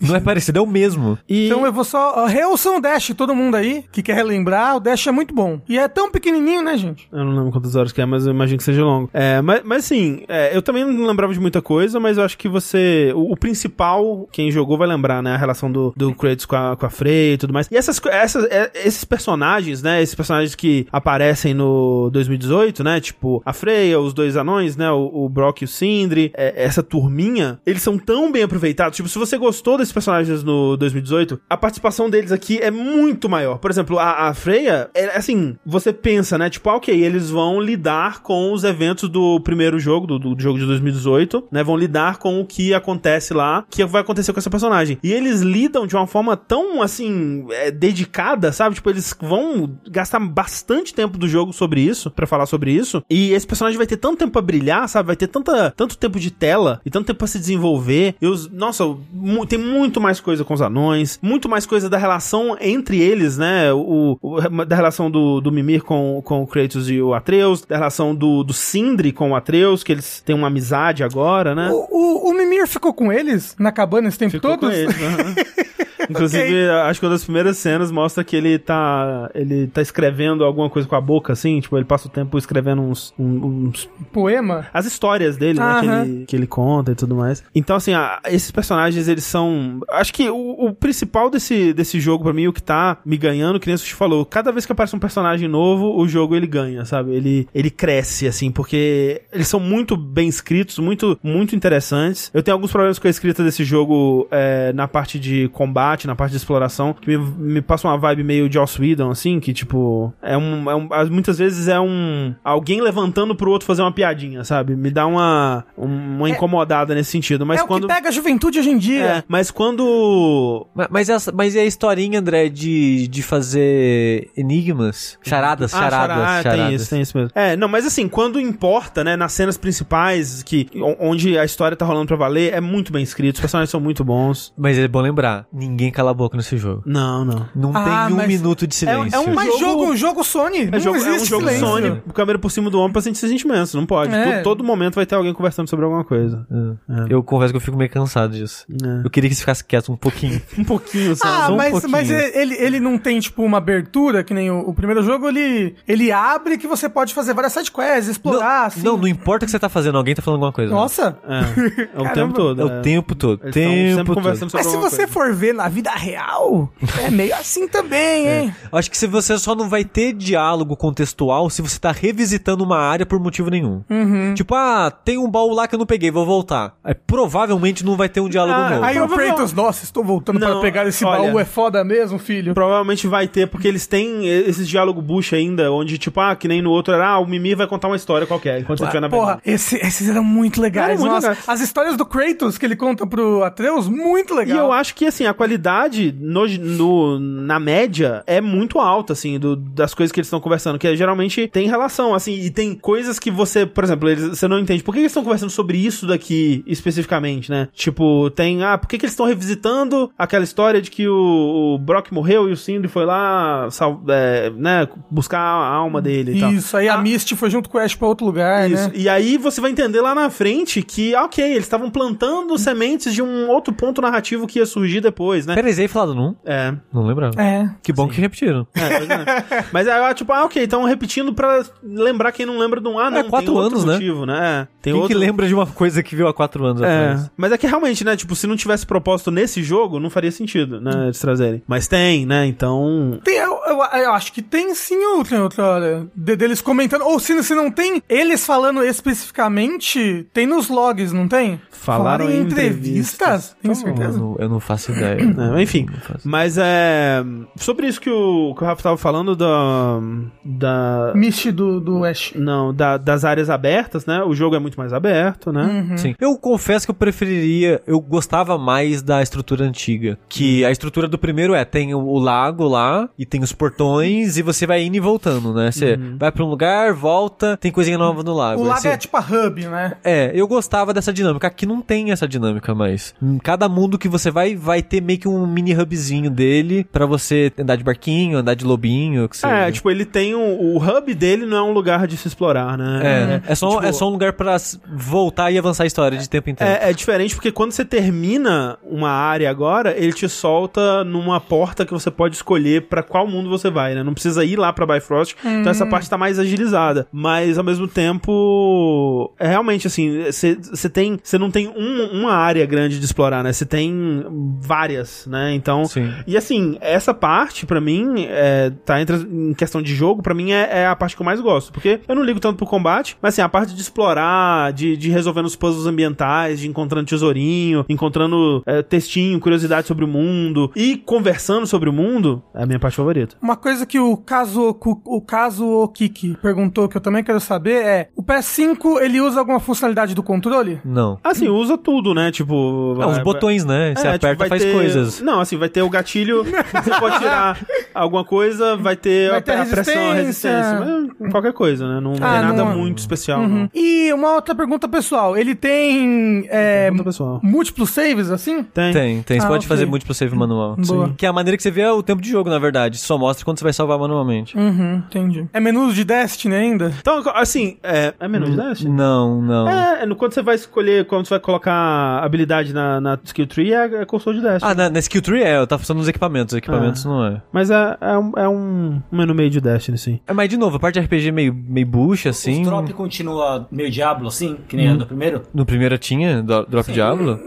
Speaker 3: não é parecido, é o mesmo.
Speaker 2: Então eu vou só. ó, Reouçam o Dash, todo mundo aí que quer relembrar. O Dash é muito bom. E é tão pequenininho, né, gente?
Speaker 1: Eu não lembro quantas horas que é, mas eu imagino que seja longo. É, mas, mas assim, é, eu também não lembrava de muita coisa, mas eu acho que você. O, o principal, quem jogou vai lembrar, né? A relação do, do Kratos com a, com a Frey e tudo mais. E essas, co- essas, é- esses personagens, né? Esses personagens que aparecem no 2018, né? Tipo, a Freya, os dois anões, né? O, o Brock e o Sindri, é, essa turminha, eles são tão bem aproveitados. Tipo, se você gostou desses personagens no 2018, a participação deles aqui é muito maior. Por exemplo, a, a Freya, é, assim, você pensa, né? Tipo, ah, ok, eles vão lidar com os eventos do primeiro jogo, do, do jogo de 2018, né? Vão lidar com o que acontece lá, que vai acontecer com essa personagem. E eles lidam de uma forma tão, assim, é, dedicada, sabe? Tipo, eles vão gastar bastante tempo do jogo sobre isso, pra falar sobre isso. E esse personagem vai ter tanto tempo pra brilhar, sabe? Vai ter tanta, tanto tempo de tela e tanto tempo pra se desenvolver. E os, nossa, mu- tem muito mais coisa com os anões, muito mais coisa da relação entre eles, né? O, o- da relação do, do Mimir com, com o Kratos e o Atreus, da relação do, do Sindri com o Atreus, que eles têm uma amizade agora, né?
Speaker 2: O, o, o Mimir ficou com eles na cabana esse tempo
Speaker 1: Ficou
Speaker 2: todo?
Speaker 1: com eles, aham. Inclusive,
Speaker 2: Ok.
Speaker 1: acho que uma das primeiras cenas mostra que ele tá. Ele tá escrevendo alguma coisa com a boca, assim, tipo, ele passa o tempo escrevendo uns. um- uns-
Speaker 2: Poema?
Speaker 1: as histórias dele, né? Que
Speaker 2: Aham.
Speaker 1: ele, que ele conta e tudo mais. Então, assim, a- esses personagens, eles são. Acho que o, o principal desse, desse jogo, pra mim, o que tá me ganhando, que nem te falou, cada vez que aparece um personagem novo, o jogo ele ganha, sabe? Ele, ele cresce, assim, porque eles são muito bem escritos, muito, muito interessantes. Eu tenho alguns problemas com a escrita desse jogo é, na parte de combate, na parte de exploração, que me, me passa uma vibe meio de Whedon, assim, que tipo, é um, é um- as- Muitas vezes é um. Alguém levantando pro outro fazer uma piadinha, sabe? Me dá uma. um, Uma incomodada nesse sentido. Mas
Speaker 2: é
Speaker 1: quando.
Speaker 2: o que pega a juventude hoje em dia.
Speaker 1: É, mas quando.
Speaker 3: Ma- Mas, essa, mas e a historinha, André, de, de fazer enigmas? Charadas,
Speaker 1: Ah,
Speaker 3: charadas,
Speaker 1: chara- ah,
Speaker 3: charadas.
Speaker 1: Tem isso, tem isso mesmo. É, não, mas assim, quando importa, né, nas cenas principais, que o- onde a história tá rolando pra valer, é muito bem escrito, os personagens são muito bons.
Speaker 3: Mas é bom lembrar, ninguém cala a boca nesse jogo.
Speaker 1: Não, não.
Speaker 3: Não
Speaker 2: Ah,
Speaker 3: tem um
Speaker 2: mas-
Speaker 3: minuto de
Speaker 1: É um- é um
Speaker 3: silêncio.
Speaker 2: Mas
Speaker 1: Jogo-
Speaker 2: jogo, jogo, Sony,
Speaker 1: É,
Speaker 2: não
Speaker 1: jogo, é
Speaker 2: existe
Speaker 1: um jogo
Speaker 2: silêncio.
Speaker 1: Sony, câmera por cima do ombro pra sentir esses sentimentos, não pode.
Speaker 2: É.
Speaker 1: Tu- Todo momento vai ter alguém conversando sobre alguma coisa.
Speaker 3: Eu confesso que eu fico meio cansado disso.
Speaker 1: É.
Speaker 3: Eu queria que você ficasse quieto um pouquinho.
Speaker 1: Um pouquinho, só.
Speaker 2: Ah,
Speaker 1: só um
Speaker 2: mas,
Speaker 1: pouquinho.
Speaker 2: mas ele, ele não tem, tipo, uma abertura, que nem o, o primeiro jogo, ele, ele abre que você pode fazer várias sidequests, explorar,
Speaker 3: não,
Speaker 2: assim.
Speaker 3: não, não importa o que você tá fazendo, alguém tá falando alguma coisa. né?
Speaker 2: Nossa!
Speaker 1: É, é o
Speaker 2: Caramba.
Speaker 1: tempo todo.
Speaker 3: É o tempo todo.
Speaker 1: Eles tão
Speaker 3: tempo
Speaker 1: sempre
Speaker 3: todo.
Speaker 1: conversando sobre
Speaker 2: Mas se
Speaker 1: alguma
Speaker 2: você
Speaker 1: coisa.
Speaker 2: for ver na vida real, é meio assim também,
Speaker 1: É.
Speaker 2: hein?
Speaker 3: Acho que se você só não vai ter diálogo contextual se você tá revisitando uma área por motivo nenhum.
Speaker 2: Uhum.
Speaker 3: Tipo, ah, tem um baú lá que eu não peguei, vou voltar. É, provavelmente não vai ter um diálogo
Speaker 1: Ah,
Speaker 3: novo.
Speaker 2: Aí o
Speaker 1: Provavelmente-
Speaker 2: Kratos, nossa, estou voltando
Speaker 1: Não,
Speaker 2: para pegar esse
Speaker 1: olha-
Speaker 2: baú, é foda mesmo, filho?
Speaker 1: Provavelmente vai ter, porque eles têm esse diálogo bucha ainda, onde, tipo, ah, que nem no outro era, ah, o Mimir vai contar uma história qualquer, enquanto você estiver na
Speaker 2: Porra,
Speaker 1: verdade.
Speaker 2: esse- esses eram muito legais.
Speaker 1: Era muito
Speaker 2: nossa.
Speaker 1: legal.
Speaker 2: As histórias do Kratos que ele conta pro Atreus, muito
Speaker 1: E
Speaker 2: legal.
Speaker 1: eu acho que, assim, a qualidade no, no- na média é muito alta, assim, do- das coisas que eles estão conversando, que é, geralmente tem relação, assim, e tem coisas que você, por exemplo, eles, você não entende. Por que que eles estão conversando sobre isso daqui especificamente, né? Tipo, tem, ah, por que, que eles estão revisitando aquela história de que o, o Brock morreu e o Sindri foi lá, sal- é, né, buscar a alma dele e tal.
Speaker 2: Isso, aí a Misty foi junto com o Ash pra outro lugar,
Speaker 1: tá Isso.
Speaker 2: né?
Speaker 1: E aí você vai entender lá na frente que, ah, ok, eles estavam plantando sementes de um outro ponto narrativo que ia surgir depois, né?
Speaker 3: Peraí, aí falado num?
Speaker 1: É.
Speaker 3: Não lembrava.
Speaker 2: É.
Speaker 3: Que bom que repetiram.
Speaker 1: é, pois é. Mas aí, ah, tipo, ah, ok, estão repetindo pra lembrar quem não lembra de um ah, não,
Speaker 3: É, quatro
Speaker 1: tem outro
Speaker 3: anos, né?
Speaker 1: motivo, né? É, Tem
Speaker 3: Quem
Speaker 1: outro...
Speaker 3: que lembra de uma coisa que viu há quatro anos
Speaker 1: É,
Speaker 3: atrás?
Speaker 1: mas é que realmente, né? Tipo, se não tivesse propósito nesse jogo, não faria sentido, né? Eles trazerem. Mas tem, né? Então.
Speaker 2: Tem, eu, eu- eu acho que tem sim outra, outra hora de- deles comentando. Ou se, se não tem, eles falando especificamente, tem nos logs, não tem?
Speaker 1: Falaram em entrevistas. Tá
Speaker 2: Tenho
Speaker 1: bom.
Speaker 3: Eu
Speaker 2: certeza.
Speaker 3: não, eu não faço ideia.
Speaker 1: É, enfim,
Speaker 3: Não faço.
Speaker 1: mas é. Sobre isso que o, que o Rafa tava falando da. Da.
Speaker 2: Michi do, do Ash.
Speaker 1: Não, da- das áreas abertas, né? O jogo é muito mais aberto, né?
Speaker 2: Uhum.
Speaker 3: Sim. Eu confesso que eu preferiria, eu gostava mais da estrutura antiga. Que a estrutura do primeiro é: tem o, o lago lá, e tem os portões, e você vai indo e voltando, né? Você vai pra um lugar, volta, tem coisinha nova no lago.
Speaker 2: Uhum. O
Speaker 3: Aí
Speaker 2: lago
Speaker 3: você-
Speaker 2: é tipo a hub, né?
Speaker 3: É, eu gostava dessa dinâmica. Aqui não tem essa dinâmica mais. Em Cada mundo que você vai, vai ter meio que um mini hubzinho dele pra você andar de barquinho, andar de lobinho, que seja.
Speaker 1: É, tipo, ele tem um, o hub dele não é um lugar de se explorar, né?
Speaker 3: É, é só, é só um lugar pra s- voltar e avançar a história de tempo em tempo.
Speaker 1: É, é diferente porque quando você termina uma área agora, ele te solta numa porta que você pode escolher pra qual mundo você vai, né? Não precisa ir lá pra Bifrost, então essa parte tá mais agilizada. Mas ao mesmo tempo, é realmente assim, você tem, você não tem um- uma área grande de explorar, né? Você tem várias, né? Então,
Speaker 3: Sim.
Speaker 1: e assim, essa parte, pra mim, é, tá entre, em questão de jogo, pra mim é, é a parte que eu mais gosto. Porque eu não ligo tanto pro combate, mas assim, a parte de explorar, de, de resolvendo os puzzles ambientais, de encontrando tesourinho, encontrando é, textinho, curiosidade sobre o mundo e conversando sobre o mundo, é a minha parte favorita.
Speaker 2: Uma coisa que o Kazuoku, o Kazuo Kiki perguntou que eu também quero saber é: o PS5 ele usa alguma funcionalidade do controle?
Speaker 3: Não.
Speaker 1: Assim, usa tudo, né? Tipo.
Speaker 3: É, os
Speaker 1: é,
Speaker 3: botões, né? Você
Speaker 1: é, tipo,
Speaker 3: aperta
Speaker 1: vai
Speaker 3: e faz
Speaker 1: ter-
Speaker 3: coisas.
Speaker 1: Não, assim, vai ter o gatilho, você pode tirar alguma coisa, vai ter,
Speaker 2: Vai
Speaker 1: a,
Speaker 2: ter
Speaker 1: a pressão, a
Speaker 2: resistência.
Speaker 1: resistência, mas qualquer coisa, né? Não
Speaker 2: Ah,
Speaker 1: tem nada
Speaker 2: não é-
Speaker 1: muito especial, não.
Speaker 2: E uma outra pergunta pessoal: ele tem é,
Speaker 1: Pergunta pessoal.
Speaker 2: múltiplos saves assim?
Speaker 1: Tem.
Speaker 3: Tem, tem. Você
Speaker 2: Ah,
Speaker 3: pode
Speaker 2: ok.
Speaker 3: fazer múltiplo save manual.
Speaker 1: Hum,
Speaker 2: Boa.
Speaker 3: Sim. Que é a maneira que você vê o tempo de jogo, na verdade. Só mostra quando você vai salvar manualmente.
Speaker 2: Uhum, entendi. É menu de Destiny ainda?
Speaker 1: Então, assim, é, é menu de dash?
Speaker 3: Não, não.
Speaker 1: É, no- quando você vai escolher, quando você vai colocar habilidade na, na skill tree, é, é cursor de dash.
Speaker 3: Ah, na, na skill tree é, eu tava pensando nos equipamentos. Os equipamentos não é.
Speaker 1: Mas é, é, um, é um menu meio de dash, assim.
Speaker 3: É, mas de novo, a parte de RPG é meio, meio bucha, assim.
Speaker 5: Os drop continua meio Diablo, assim, que nem a do primeiro?
Speaker 3: No primeiro tinha do- Drop Diablo?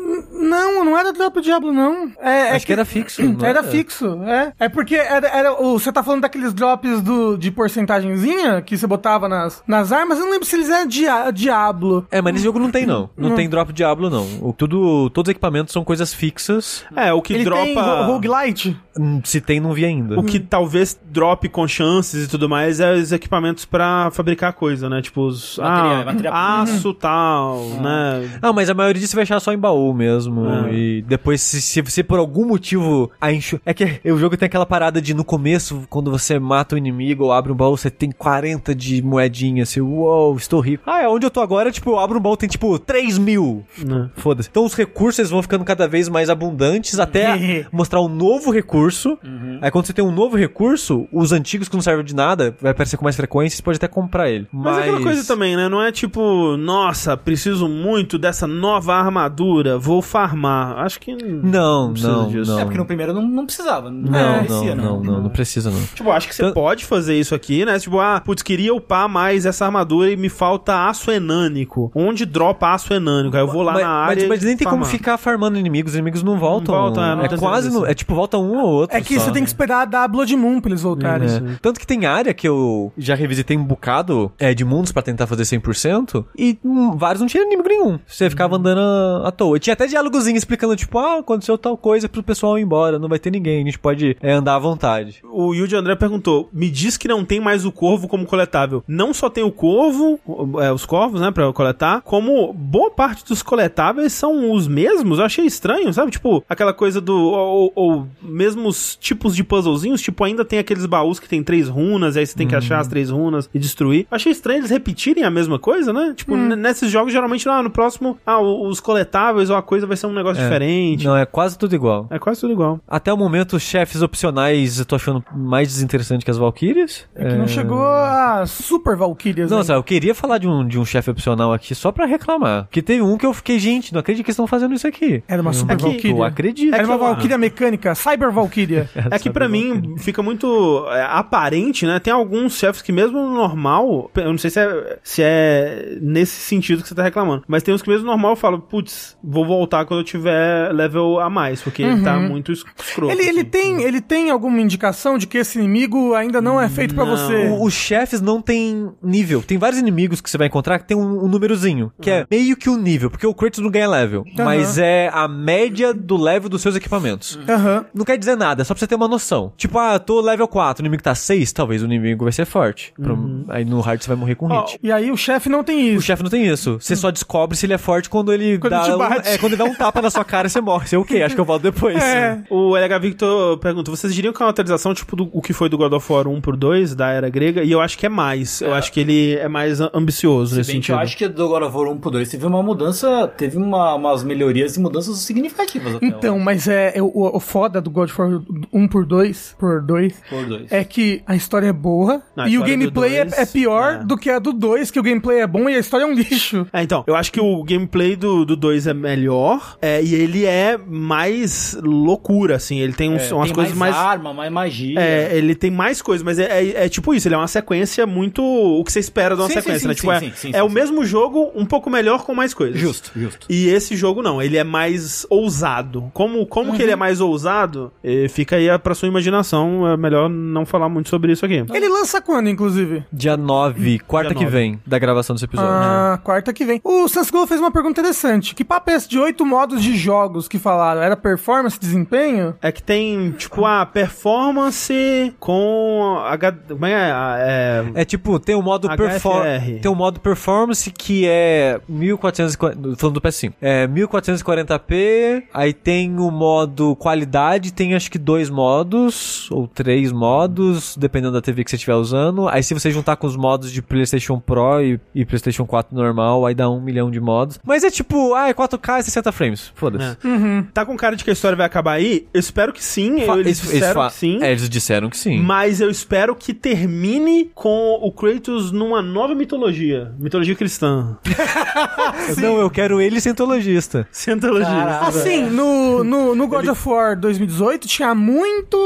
Speaker 2: Não, não era do Drop Diablo, não. É, é
Speaker 3: Acho que era fixo, não
Speaker 2: Era
Speaker 3: era?
Speaker 2: fixo, é. É porque era, era o, você tá falando daqueles drops do, de porcentagemzinha que você botava nas, nas armas. Eu não lembro se eles eram dia, Diablo.
Speaker 3: É, mas nesse jogo não tem, não. Não tem Drop Diablo, não. O, tudo, todos os equipamentos são coisas fixas.
Speaker 1: É, o que
Speaker 2: Ele
Speaker 1: dropa.
Speaker 2: tem ro- roguelite?
Speaker 3: Hum, Se tem, não vi ainda.
Speaker 1: O que talvez drop com chances e tudo mais é os equipamentos pra fabricar coisa, né? Tipo os
Speaker 5: Material,
Speaker 1: ah,
Speaker 5: material.
Speaker 1: aço tal, né?
Speaker 3: Ah, mas a maioria disso você vai achar só em baú mesmo. E depois, se, se você por algum motivo. A enxu... É que o jogo tem aquela parada de no começo, quando você mata o inimigo ou abre um baú, você tem 40 de moedinha. Assim, uou, estou rico. Ah, é onde eu tô agora, tipo, eu abro um baú, tem tipo 3 mil.
Speaker 1: Né.
Speaker 3: Foda-se. Então os recursos eles vão ficando cada vez mais abundantes até mostrar um novo recurso. Aí quando você tem um novo recurso, os antigos que não servem de nada, vai aparecer com mais frequência, você pode até comprar ele.
Speaker 1: Mas,
Speaker 3: Mas,
Speaker 1: é aquela coisa também, né? Não é tipo, nossa, preciso muito dessa nova armadura, vou farmar. Acho que.
Speaker 3: Não, não,
Speaker 1: precisa
Speaker 3: não.
Speaker 1: disso.
Speaker 5: É porque no primeiro não, não precisava.
Speaker 1: É,
Speaker 3: Não,
Speaker 5: merecia,
Speaker 3: não,
Speaker 1: né?
Speaker 3: não, não, não precisa não.
Speaker 1: Tipo, acho que você
Speaker 3: Tan-
Speaker 1: pode fazer isso aqui, né? Tipo, ah, putz, queria upar mais essa armadura e me falta aço enânico. Onde dropa aço enânico? Aí eu vou lá
Speaker 3: mas,
Speaker 1: na
Speaker 3: mas-
Speaker 1: área.
Speaker 3: mas, nem
Speaker 1: e
Speaker 3: tem como
Speaker 1: farmar.
Speaker 3: ficar farmando inimigos, os inimigos não voltam.
Speaker 1: voltam, é, não
Speaker 3: é
Speaker 1: tem
Speaker 3: quase,
Speaker 1: certeza.
Speaker 3: não, é tipo, volta um ou outro.
Speaker 2: É que
Speaker 3: só.
Speaker 2: você tem que esperar da Blood Moon pra eles voltarem.
Speaker 3: É. Tanto que tem área que eu já revisitei um bocado é, de mundos pra tentar fazer 100% e hum, vários não tinham inimigo nenhum. Você ficava andando à- à toa. E tinha até diálogozinho explicando, tipo, ah, aconteceu tal coisa pro pessoal ir embora, não vai ter ninguém, a gente pode é, andar à vontade.
Speaker 1: O Yuji André perguntou: me diz que não tem mais o corvo como coletável. Não só tem o corvo, é, os corvos, né, pra coletar, como boa parte dos coletáveis são os mesmos. Eu achei estranho, sabe? Tipo, aquela coisa do. Ou, ou- ou mesmos tipos de puzzlezinhos, tipo, ainda tem aqueles baús que tem três runas, e aí você tem que achar
Speaker 3: Hum.
Speaker 1: as três runas e destruir. Eu achei estranho eles repetirem a mesma coisa, né? Tipo, n- nesses jogos, geralmente, ah, no próximo, ah, o- os coletáveis ou a coisa vai ser um negócio diferente.
Speaker 3: Não, é quase tudo igual.
Speaker 1: É quase tudo igual.
Speaker 3: Até o momento, os chefes opcionais eu tô achando mais desinteressante que as Valkyries.
Speaker 2: É que não chegou a Super Valkyrias. né?
Speaker 3: Nossa, eu queria falar de um, de um chefe opcional aqui só pra reclamar. Que teve um que eu fiquei, gente, não acredito que eles estão fazendo isso aqui.
Speaker 2: Era uma Super
Speaker 3: É que- Eu é
Speaker 2: Valkyria.
Speaker 3: acredito.
Speaker 2: Era uma Valkyria mecânica, Cyber Valkyria.
Speaker 1: É que pra mim fica muito é, aparente, né? Tem alguns chefes que mesmo no normal, eu não sei se é, se é nesse sentido que você tá reclamando, mas tem uns que mesmo no normal eu falo, putz, vou voltar quando eu tiver level a mais, porque
Speaker 5: Uhum.
Speaker 1: ele tá muito es- escroto.
Speaker 2: Ele, ele,
Speaker 1: assim.
Speaker 2: tem, ele tem alguma indicação de que esse inimigo ainda não é feito pra você?
Speaker 3: O- os chefes não tem nível. Tem vários inimigos que você vai encontrar que tem um, um númerozinho, que é meio que um nível, porque o Kratos não ganha level, mas é a média do level dos seus equipamentos.
Speaker 2: Aham.
Speaker 3: Não quer dizer nada, é só pra você ter uma noção. Tipo, ah, tô level 4, o inimigo tá 6, talvez o inimigo vai ser forte. Pro-
Speaker 2: Uhum.
Speaker 3: Aí no hard você vai morrer com
Speaker 1: Ó,
Speaker 3: hit.
Speaker 2: E aí o chefe não tem
Speaker 3: O
Speaker 2: isso.
Speaker 3: chefe não tem isso. Você só descobre se ele é forte quando ele
Speaker 2: Quando
Speaker 3: dá.
Speaker 2: te
Speaker 3: um-
Speaker 2: bate.
Speaker 3: é, quando ele dá um tapa na sua cara, você morre. Você, ok, acho que eu volto depois.
Speaker 2: É.
Speaker 1: O LH Victor pergunta: vocês diriam que é uma atualização tipo do, o que foi do God of War 1 por 2 da era grega? E eu acho que é mais. Eu acho que ele é mais a- ambicioso nesse
Speaker 5: Se bem que eu
Speaker 1: sentido.
Speaker 5: acho que do God of War 1 pro 2 teve uma mudança, teve uma- umas melhorias e mudanças significativas até
Speaker 2: Então, mas é, é o, o foda do God of War 1 por 2 por 2
Speaker 5: o 2.
Speaker 2: é que a história é boa
Speaker 1: Não, a
Speaker 2: e o
Speaker 1: história do
Speaker 2: gameplay é-
Speaker 1: dois,
Speaker 2: é, pior
Speaker 1: é.
Speaker 2: do que a do 2, que o gameplay é bom e a história é um lixo.
Speaker 1: É, então, eu acho que o gameplay do 2 é melhor, maior. É, e ele é mais loucura, assim. Ele tem, uns,
Speaker 5: É,
Speaker 1: umas
Speaker 5: tem
Speaker 1: coisas mais.
Speaker 5: mais né? arma, mais magia.
Speaker 1: É, ele tem mais coisas, mas é, é- é tipo isso, ele é uma sequência muito. O que você espera de uma
Speaker 5: Sim, sim,
Speaker 1: sequência,
Speaker 5: sim,
Speaker 1: né?
Speaker 5: sim,
Speaker 1: tipo, é,
Speaker 5: sim, sim,
Speaker 1: é
Speaker 5: sim,
Speaker 1: o
Speaker 5: sim.
Speaker 1: mesmo jogo, um pouco melhor com mais coisas.
Speaker 5: Justo, justo.
Speaker 1: E esse jogo não, ele é mais ousado. Como, como que
Speaker 5: Uhum.
Speaker 1: ele é mais ousado, eh, fica aí a- pra sua imaginação. É melhor não falar muito sobre isso aqui.
Speaker 2: Ele lança quando, inclusive?
Speaker 3: Dia 9, quarta
Speaker 1: Dia
Speaker 3: que
Speaker 1: 9.
Speaker 3: vem, da gravação desse episódio.
Speaker 1: né?
Speaker 2: Ah, quarta que vem. O Sansgol fez uma pergunta interessante. Que papo é esse de oito modos de jogos que falaram? Era performance, desempenho?
Speaker 1: É que tem, tipo, a performance com. H... Como é? A- é...
Speaker 3: É tipo, tem um modo
Speaker 1: HFR.
Speaker 3: performance. Tem um modo performance que é 1440. Falando do PS5. É 1440p. Aí tem o modo qualidade. Tem acho que dois modos. Ou três modos. Dependendo da TV que você estiver usando. Aí se você juntar com os modos de PlayStation Pro e, e PlayStation 4 normal. Aí dá um milhão de modos. Mas é tipo, ah, é 4K e 60 frames. Foda-se.
Speaker 1: Tá com cara de que a história vai acabar aí? Eu espero que sim.
Speaker 3: Fa-
Speaker 1: eu- É. eles
Speaker 3: isso- isso
Speaker 1: disseram
Speaker 3: fa-
Speaker 1: que sim.
Speaker 3: É, eles disseram que sim.
Speaker 1: Mas eu espero que termine com o Kratos numa nova mitologia. Mitologia cristã.
Speaker 3: Não, eu quero ele cientologista.
Speaker 1: Cientologia.
Speaker 2: Assim, no, no, no God of War 2018 tinha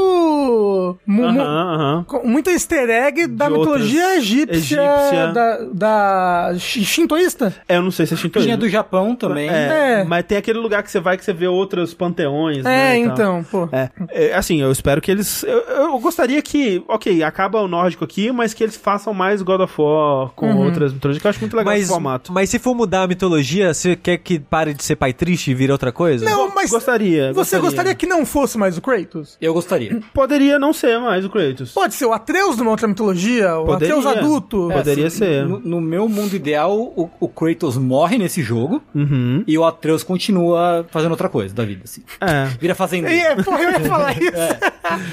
Speaker 2: muito. mu- mu-
Speaker 1: Aham, aham.
Speaker 2: com- Muito easter egg da
Speaker 1: De
Speaker 2: mitologia
Speaker 1: outras-
Speaker 2: egípcia,
Speaker 1: egípcia.
Speaker 2: da, da shi- shintoísta.
Speaker 1: É, eu não sei se é shintoísmo.
Speaker 5: Tinha do Japão também.
Speaker 1: É,
Speaker 3: né?
Speaker 2: É.
Speaker 1: mas tem aquele lugar que você vai que você vê outros panteões, né?
Speaker 2: É,
Speaker 1: e tal.
Speaker 2: então, pô.
Speaker 1: É, é, assim, eu espero que eles. Eu, eu gostaria que, ok, acaba o nórdico aqui, mas que eles façam mais God of War com outras mitologias, que eu acho muito legal esse formato.
Speaker 3: Uhum. mas se for mudar a mitologia, você quer que pare de ser pai triste e vire outra coisa?
Speaker 2: Não, mas
Speaker 1: Gostaria.
Speaker 2: você gostaria que não fosse mais o Kratos?
Speaker 5: Eu gostaria.
Speaker 1: Poderia não ser mais o Kratos.
Speaker 2: Pode ser o Atreus de uma outra mitologia, o
Speaker 1: Poderia. É,
Speaker 2: Atreus adulto.
Speaker 1: Poderia ser.
Speaker 5: No, no meu mundo ideal, o, o Kratos morre nesse jogo
Speaker 1: Uhum.
Speaker 5: e o Atreus continua fazendo outra coisa da vida, assim.
Speaker 1: É.
Speaker 5: Vira
Speaker 2: É,
Speaker 5: fazendeiro.
Speaker 2: E é, porra, eu ia falar isso.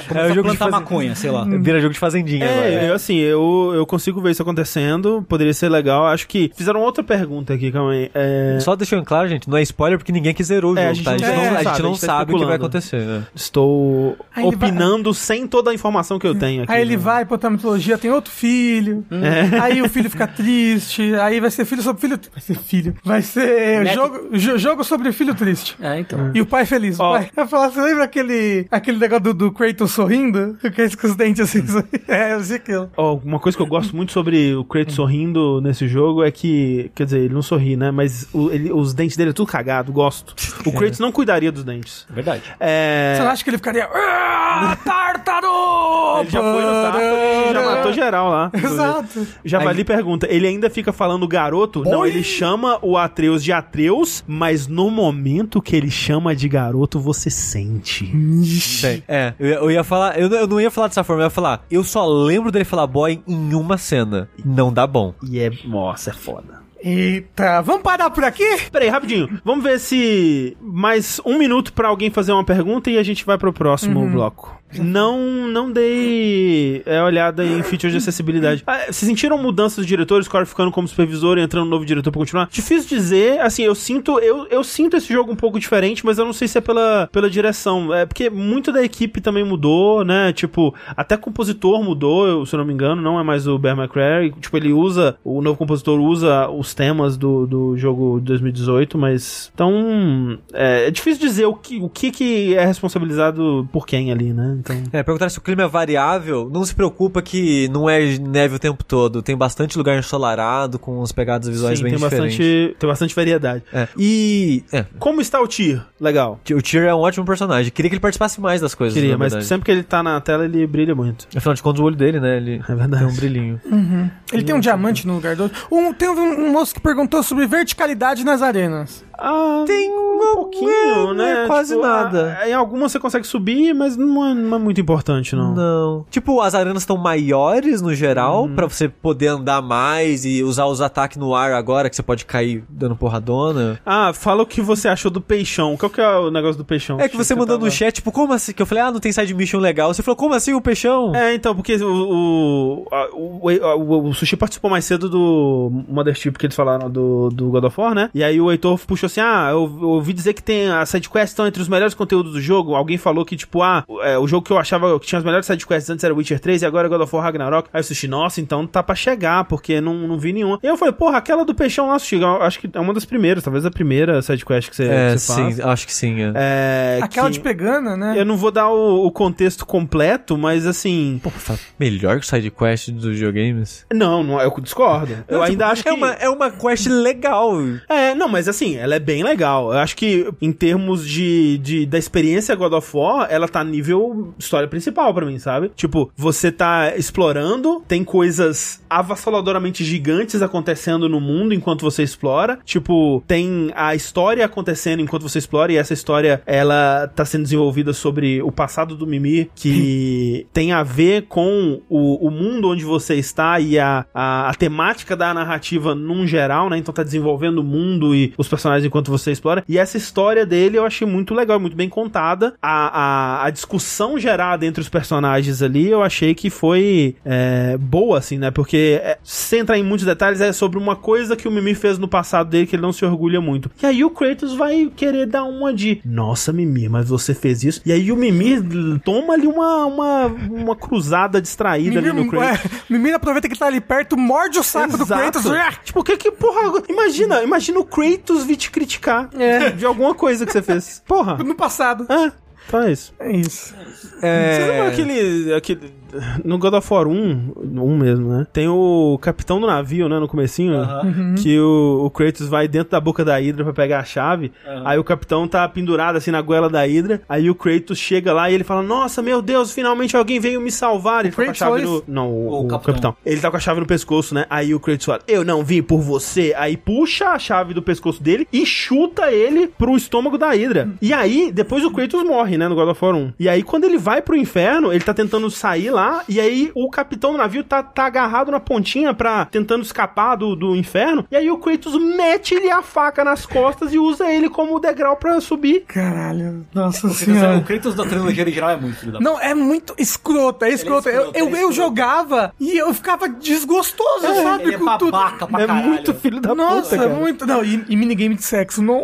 Speaker 5: Começa
Speaker 3: É o jogo
Speaker 5: a
Speaker 3: de Hum.
Speaker 5: plantar
Speaker 3: fazen-
Speaker 5: maconha, sei lá.
Speaker 3: Vira jogo de fazendinha agora.
Speaker 1: É, eu, assim, eu, eu consigo ver isso acontecendo, poderia ser legal. Acho que fizeram outra pergunta aqui, calma aí. É,
Speaker 3: Só deixando claro, gente, não é spoiler porque ninguém que zerou o
Speaker 1: É, a
Speaker 3: jogo,
Speaker 1: gente
Speaker 3: tá? A gente
Speaker 1: não- é,
Speaker 3: não, a gente
Speaker 1: sabe,
Speaker 3: não
Speaker 1: a gente tá
Speaker 3: sabe o que vai
Speaker 1: especulando.
Speaker 3: acontecer. né?
Speaker 1: Estou
Speaker 2: Aí ele vai-
Speaker 1: opinando sem toda a informação que eu tenho aqui.
Speaker 2: Aí ele
Speaker 1: né?
Speaker 2: vai pra outra mitologia, tem outro filho.
Speaker 1: É.
Speaker 2: Aí o filho fica triste. Aí vai ser filho sobre filho. Vai ser filho. Vai ser é,
Speaker 5: Neto.
Speaker 2: jogo, jo- jogo sobre filho triste.
Speaker 5: É, então.
Speaker 2: E o pai feliz. O
Speaker 1: Ó.
Speaker 2: pai vai falar, você lembra aquele, aquele negócio do, do Kratos sorrindo? Que é isso com os dentes assim.
Speaker 1: Hum.
Speaker 2: sorrindo. É, eu sei aquilo.
Speaker 1: Ó, uma coisa que eu gosto muito sobre o Kratos sorrindo nesse jogo é que, quer dizer, ele não sorri, né? Mas o- ele- os dentes dele é tudo cagado, gosto. O Kratos não cuidaria dos dentes.
Speaker 5: Verdade.
Speaker 1: É.
Speaker 2: Você não acha que ele ficaria. "Ah, Tártaro!
Speaker 1: Ele já foi no Tartar e já matou geral lá.
Speaker 2: Exato.
Speaker 1: Javali pergunta, ele ainda fica falando garoto? Não, ele chama o Atreus de Atreus, mas no momento que ele chama de garoto, você sente.
Speaker 3: Tem. É, eu, ia- eu ia falar, eu, não- eu não ia falar dessa forma, eu ia falar, eu só lembro dele falar boy em uma cena. Não dá bom.
Speaker 1: E é, nossa, é foda.
Speaker 2: Eita, vamos parar por aqui?
Speaker 1: Peraí, rapidinho. Vamos ver se mais um minuto pra alguém fazer uma pergunta e a gente vai pro próximo bloco. Não, não dei é, olhada em features de acessibilidade. Ah, Vocês sentiram mudanças de diretores, o cara ficando como supervisor e entrando um novo diretor pra continuar? Difícil dizer, assim, eu sinto, eu, eu sinto esse jogo um pouco diferente, mas eu não sei se é pela, pela direção. É porque muito da equipe também mudou, né? Tipo, até compositor mudou, eu- se eu não me engano, não é mais o Bear McCreary. Tipo, ele usa, o novo compositor usa os temas do, do jogo de 2018, mas. Então. É, é difícil dizer o que, o que que é responsabilizado por quem ali, né? Então.
Speaker 3: É, perguntaram se o clima é variável, não se preocupa que não é neve o tempo todo. Tem bastante lugar ensolarado, com umas pegadas visuais
Speaker 1: Sim,
Speaker 3: bem
Speaker 1: tem
Speaker 3: diferentes.
Speaker 1: bastante, tem bastante variedade.
Speaker 3: É. E. É,
Speaker 1: Como está o Tyr? Legal.
Speaker 3: o Tyr é um ótimo personagem. Queria que ele participasse mais das coisas.
Speaker 1: Queria,
Speaker 3: na
Speaker 1: mas
Speaker 3: é verdade.
Speaker 1: sempre que ele tá na tela, ele brilha muito.
Speaker 3: Afinal de contas, o olho dele, né? Ele
Speaker 1: É verdade.
Speaker 3: tem um brilhinho.
Speaker 2: Ele tem um diamante no lugar do outro. Um, tem um, um moço que perguntou sobre verticalidade nas arenas.
Speaker 1: Ah,
Speaker 3: Tem
Speaker 1: um pouquinho,
Speaker 3: é,
Speaker 1: né?
Speaker 3: é quase nada.
Speaker 1: a- em algumas você consegue subir, mas não é, não é muito importante, não.
Speaker 3: Não. Tipo, as arenas estão maiores no geral, pra você poder andar mais e usar os ataques no ar agora, que você pode cair dando porradona.
Speaker 1: Ah, fala o que você achou do peixão. Qual que é o negócio do peixão?
Speaker 3: É que você mandou no
Speaker 1: tava-
Speaker 3: chat, tipo, como assim? Que eu falei, ah, não tem side mission legal. Você falou, como assim o peixão?
Speaker 1: É, então, porque o, o, a- o, a- o- o Sushi participou mais cedo do Mothership que eles falaram do, do God of War, né? E aí o Heitor puxou assim, ah, eu, eu ouvi dizer que tem as sidequests estão entre os melhores conteúdos do jogo. Alguém falou que, tipo, ah, o- é, o jogo que eu achava que tinha as melhores sidequests antes era Witcher 3 e agora é God of War Ragnarok. Aí eu assisti, nossa, então tá pra chegar, porque não, não vi nenhuma. E eu falei, porra, aquela do peixão lá, Sushi, eu acho que é uma das primeiras, talvez a primeira sidequest que você,
Speaker 3: É,
Speaker 1: que você faz.
Speaker 3: sim, acho que sim. É.
Speaker 1: É,
Speaker 2: Aquela
Speaker 1: que-
Speaker 2: de pegana, né?
Speaker 1: Eu não vou dar o, o contexto completo, mas assim.
Speaker 3: Pô, tá melhor que o sidequest dos videogames?
Speaker 1: Não, não eu discordo. Eu ainda acho que.
Speaker 3: É uma, é uma quest legal.
Speaker 1: É, não, mas assim, ela é bem legal. Eu acho que, em termos de, de da experiência God of War, ela tá nível história principal pra mim, sabe? Tipo, você tá explorando, tem coisas avassaladoramente gigantes acontecendo no mundo enquanto você explora. Tipo, tem a história acontecendo enquanto você explora, e essa história, ela tá sendo desenvolvida sobre o passado do Mimir, que tem a ver com o, o mundo onde você está e a, a, a temática da narrativa num geral, né? Então tá desenvolvendo o mundo e os personagens enquanto você explora. E essa história dele eu achei muito legal, muito bem contada. A, a, a discussão gerada entre os personagens ali eu achei que foi é, boa, assim, né? Porque é, sem entrar em muitos detalhes, é sobre uma coisa que o Mimir fez no passado dele que ele não se orgulha muito. E aí o Kratos vai querer dar uma de: Nossa, Mimir, mas você fez isso. E aí o Mimir toma ali uma, uma, uma cruzada distraída ali no
Speaker 2: Menino,
Speaker 1: Kratos.
Speaker 2: é, menino aproveita que tá ali perto, morde o saco do
Speaker 1: Exato.
Speaker 2: Kratos. ué,
Speaker 1: Tipo, que que porra? Imagina, imagina o Kratos vir te criticar de alguma coisa que você fez. Porra.
Speaker 2: No passado.
Speaker 1: Ah, então é isso.
Speaker 2: É isso.
Speaker 1: Você lembra aquele, aquele... No God of War 1, um mesmo, né? Tem o capitão do navio, né? No comecinho. Que o, o Kratos vai dentro da boca da Hydra pra pegar a chave. Aí o capitão tá pendurado, assim, na goela da Hydra. Aí o Kratos chega lá e ele fala, Nossa, meu Deus, finalmente alguém veio me salvar. Ele tá com a
Speaker 2: Kratos
Speaker 1: chave
Speaker 2: falou
Speaker 1: no... Não, o,
Speaker 4: Ou o
Speaker 1: o
Speaker 4: capitão.
Speaker 1: capitão. Ele tá com a chave no pescoço, né? Aí o Kratos fala, eu não vim por você. Aí puxa a chave do pescoço dele e chuta ele pro estômago da Hydra. E aí, depois o Kratos morre, né? No God of War 1. E aí, quando ele vai pro inferno, ele tá tentando sair lá, e aí o capitão do navio tá, tá agarrado na pontinha pra tentando escapar do, do inferno. E aí o Kratos mete ele a faca nas costas e usa ele como degrau pra subir.
Speaker 2: Caralho. Nossa
Speaker 5: é O
Speaker 2: senhora.
Speaker 5: Kratos da trilogia original é muito filho da
Speaker 2: Não, é muito escroto, é escroto. Eu-
Speaker 5: escroto,
Speaker 2: eu,
Speaker 5: é
Speaker 2: eu,
Speaker 5: escroto.
Speaker 2: jogava e eu ficava desgostoso, sabe?
Speaker 5: Ele é
Speaker 2: com tudo.
Speaker 5: babaca pra
Speaker 1: é
Speaker 5: caralho.
Speaker 1: muito filho da
Speaker 2: Nossa,
Speaker 1: puta, cara.
Speaker 2: muito. Não, e, e minigame de sexo. Não.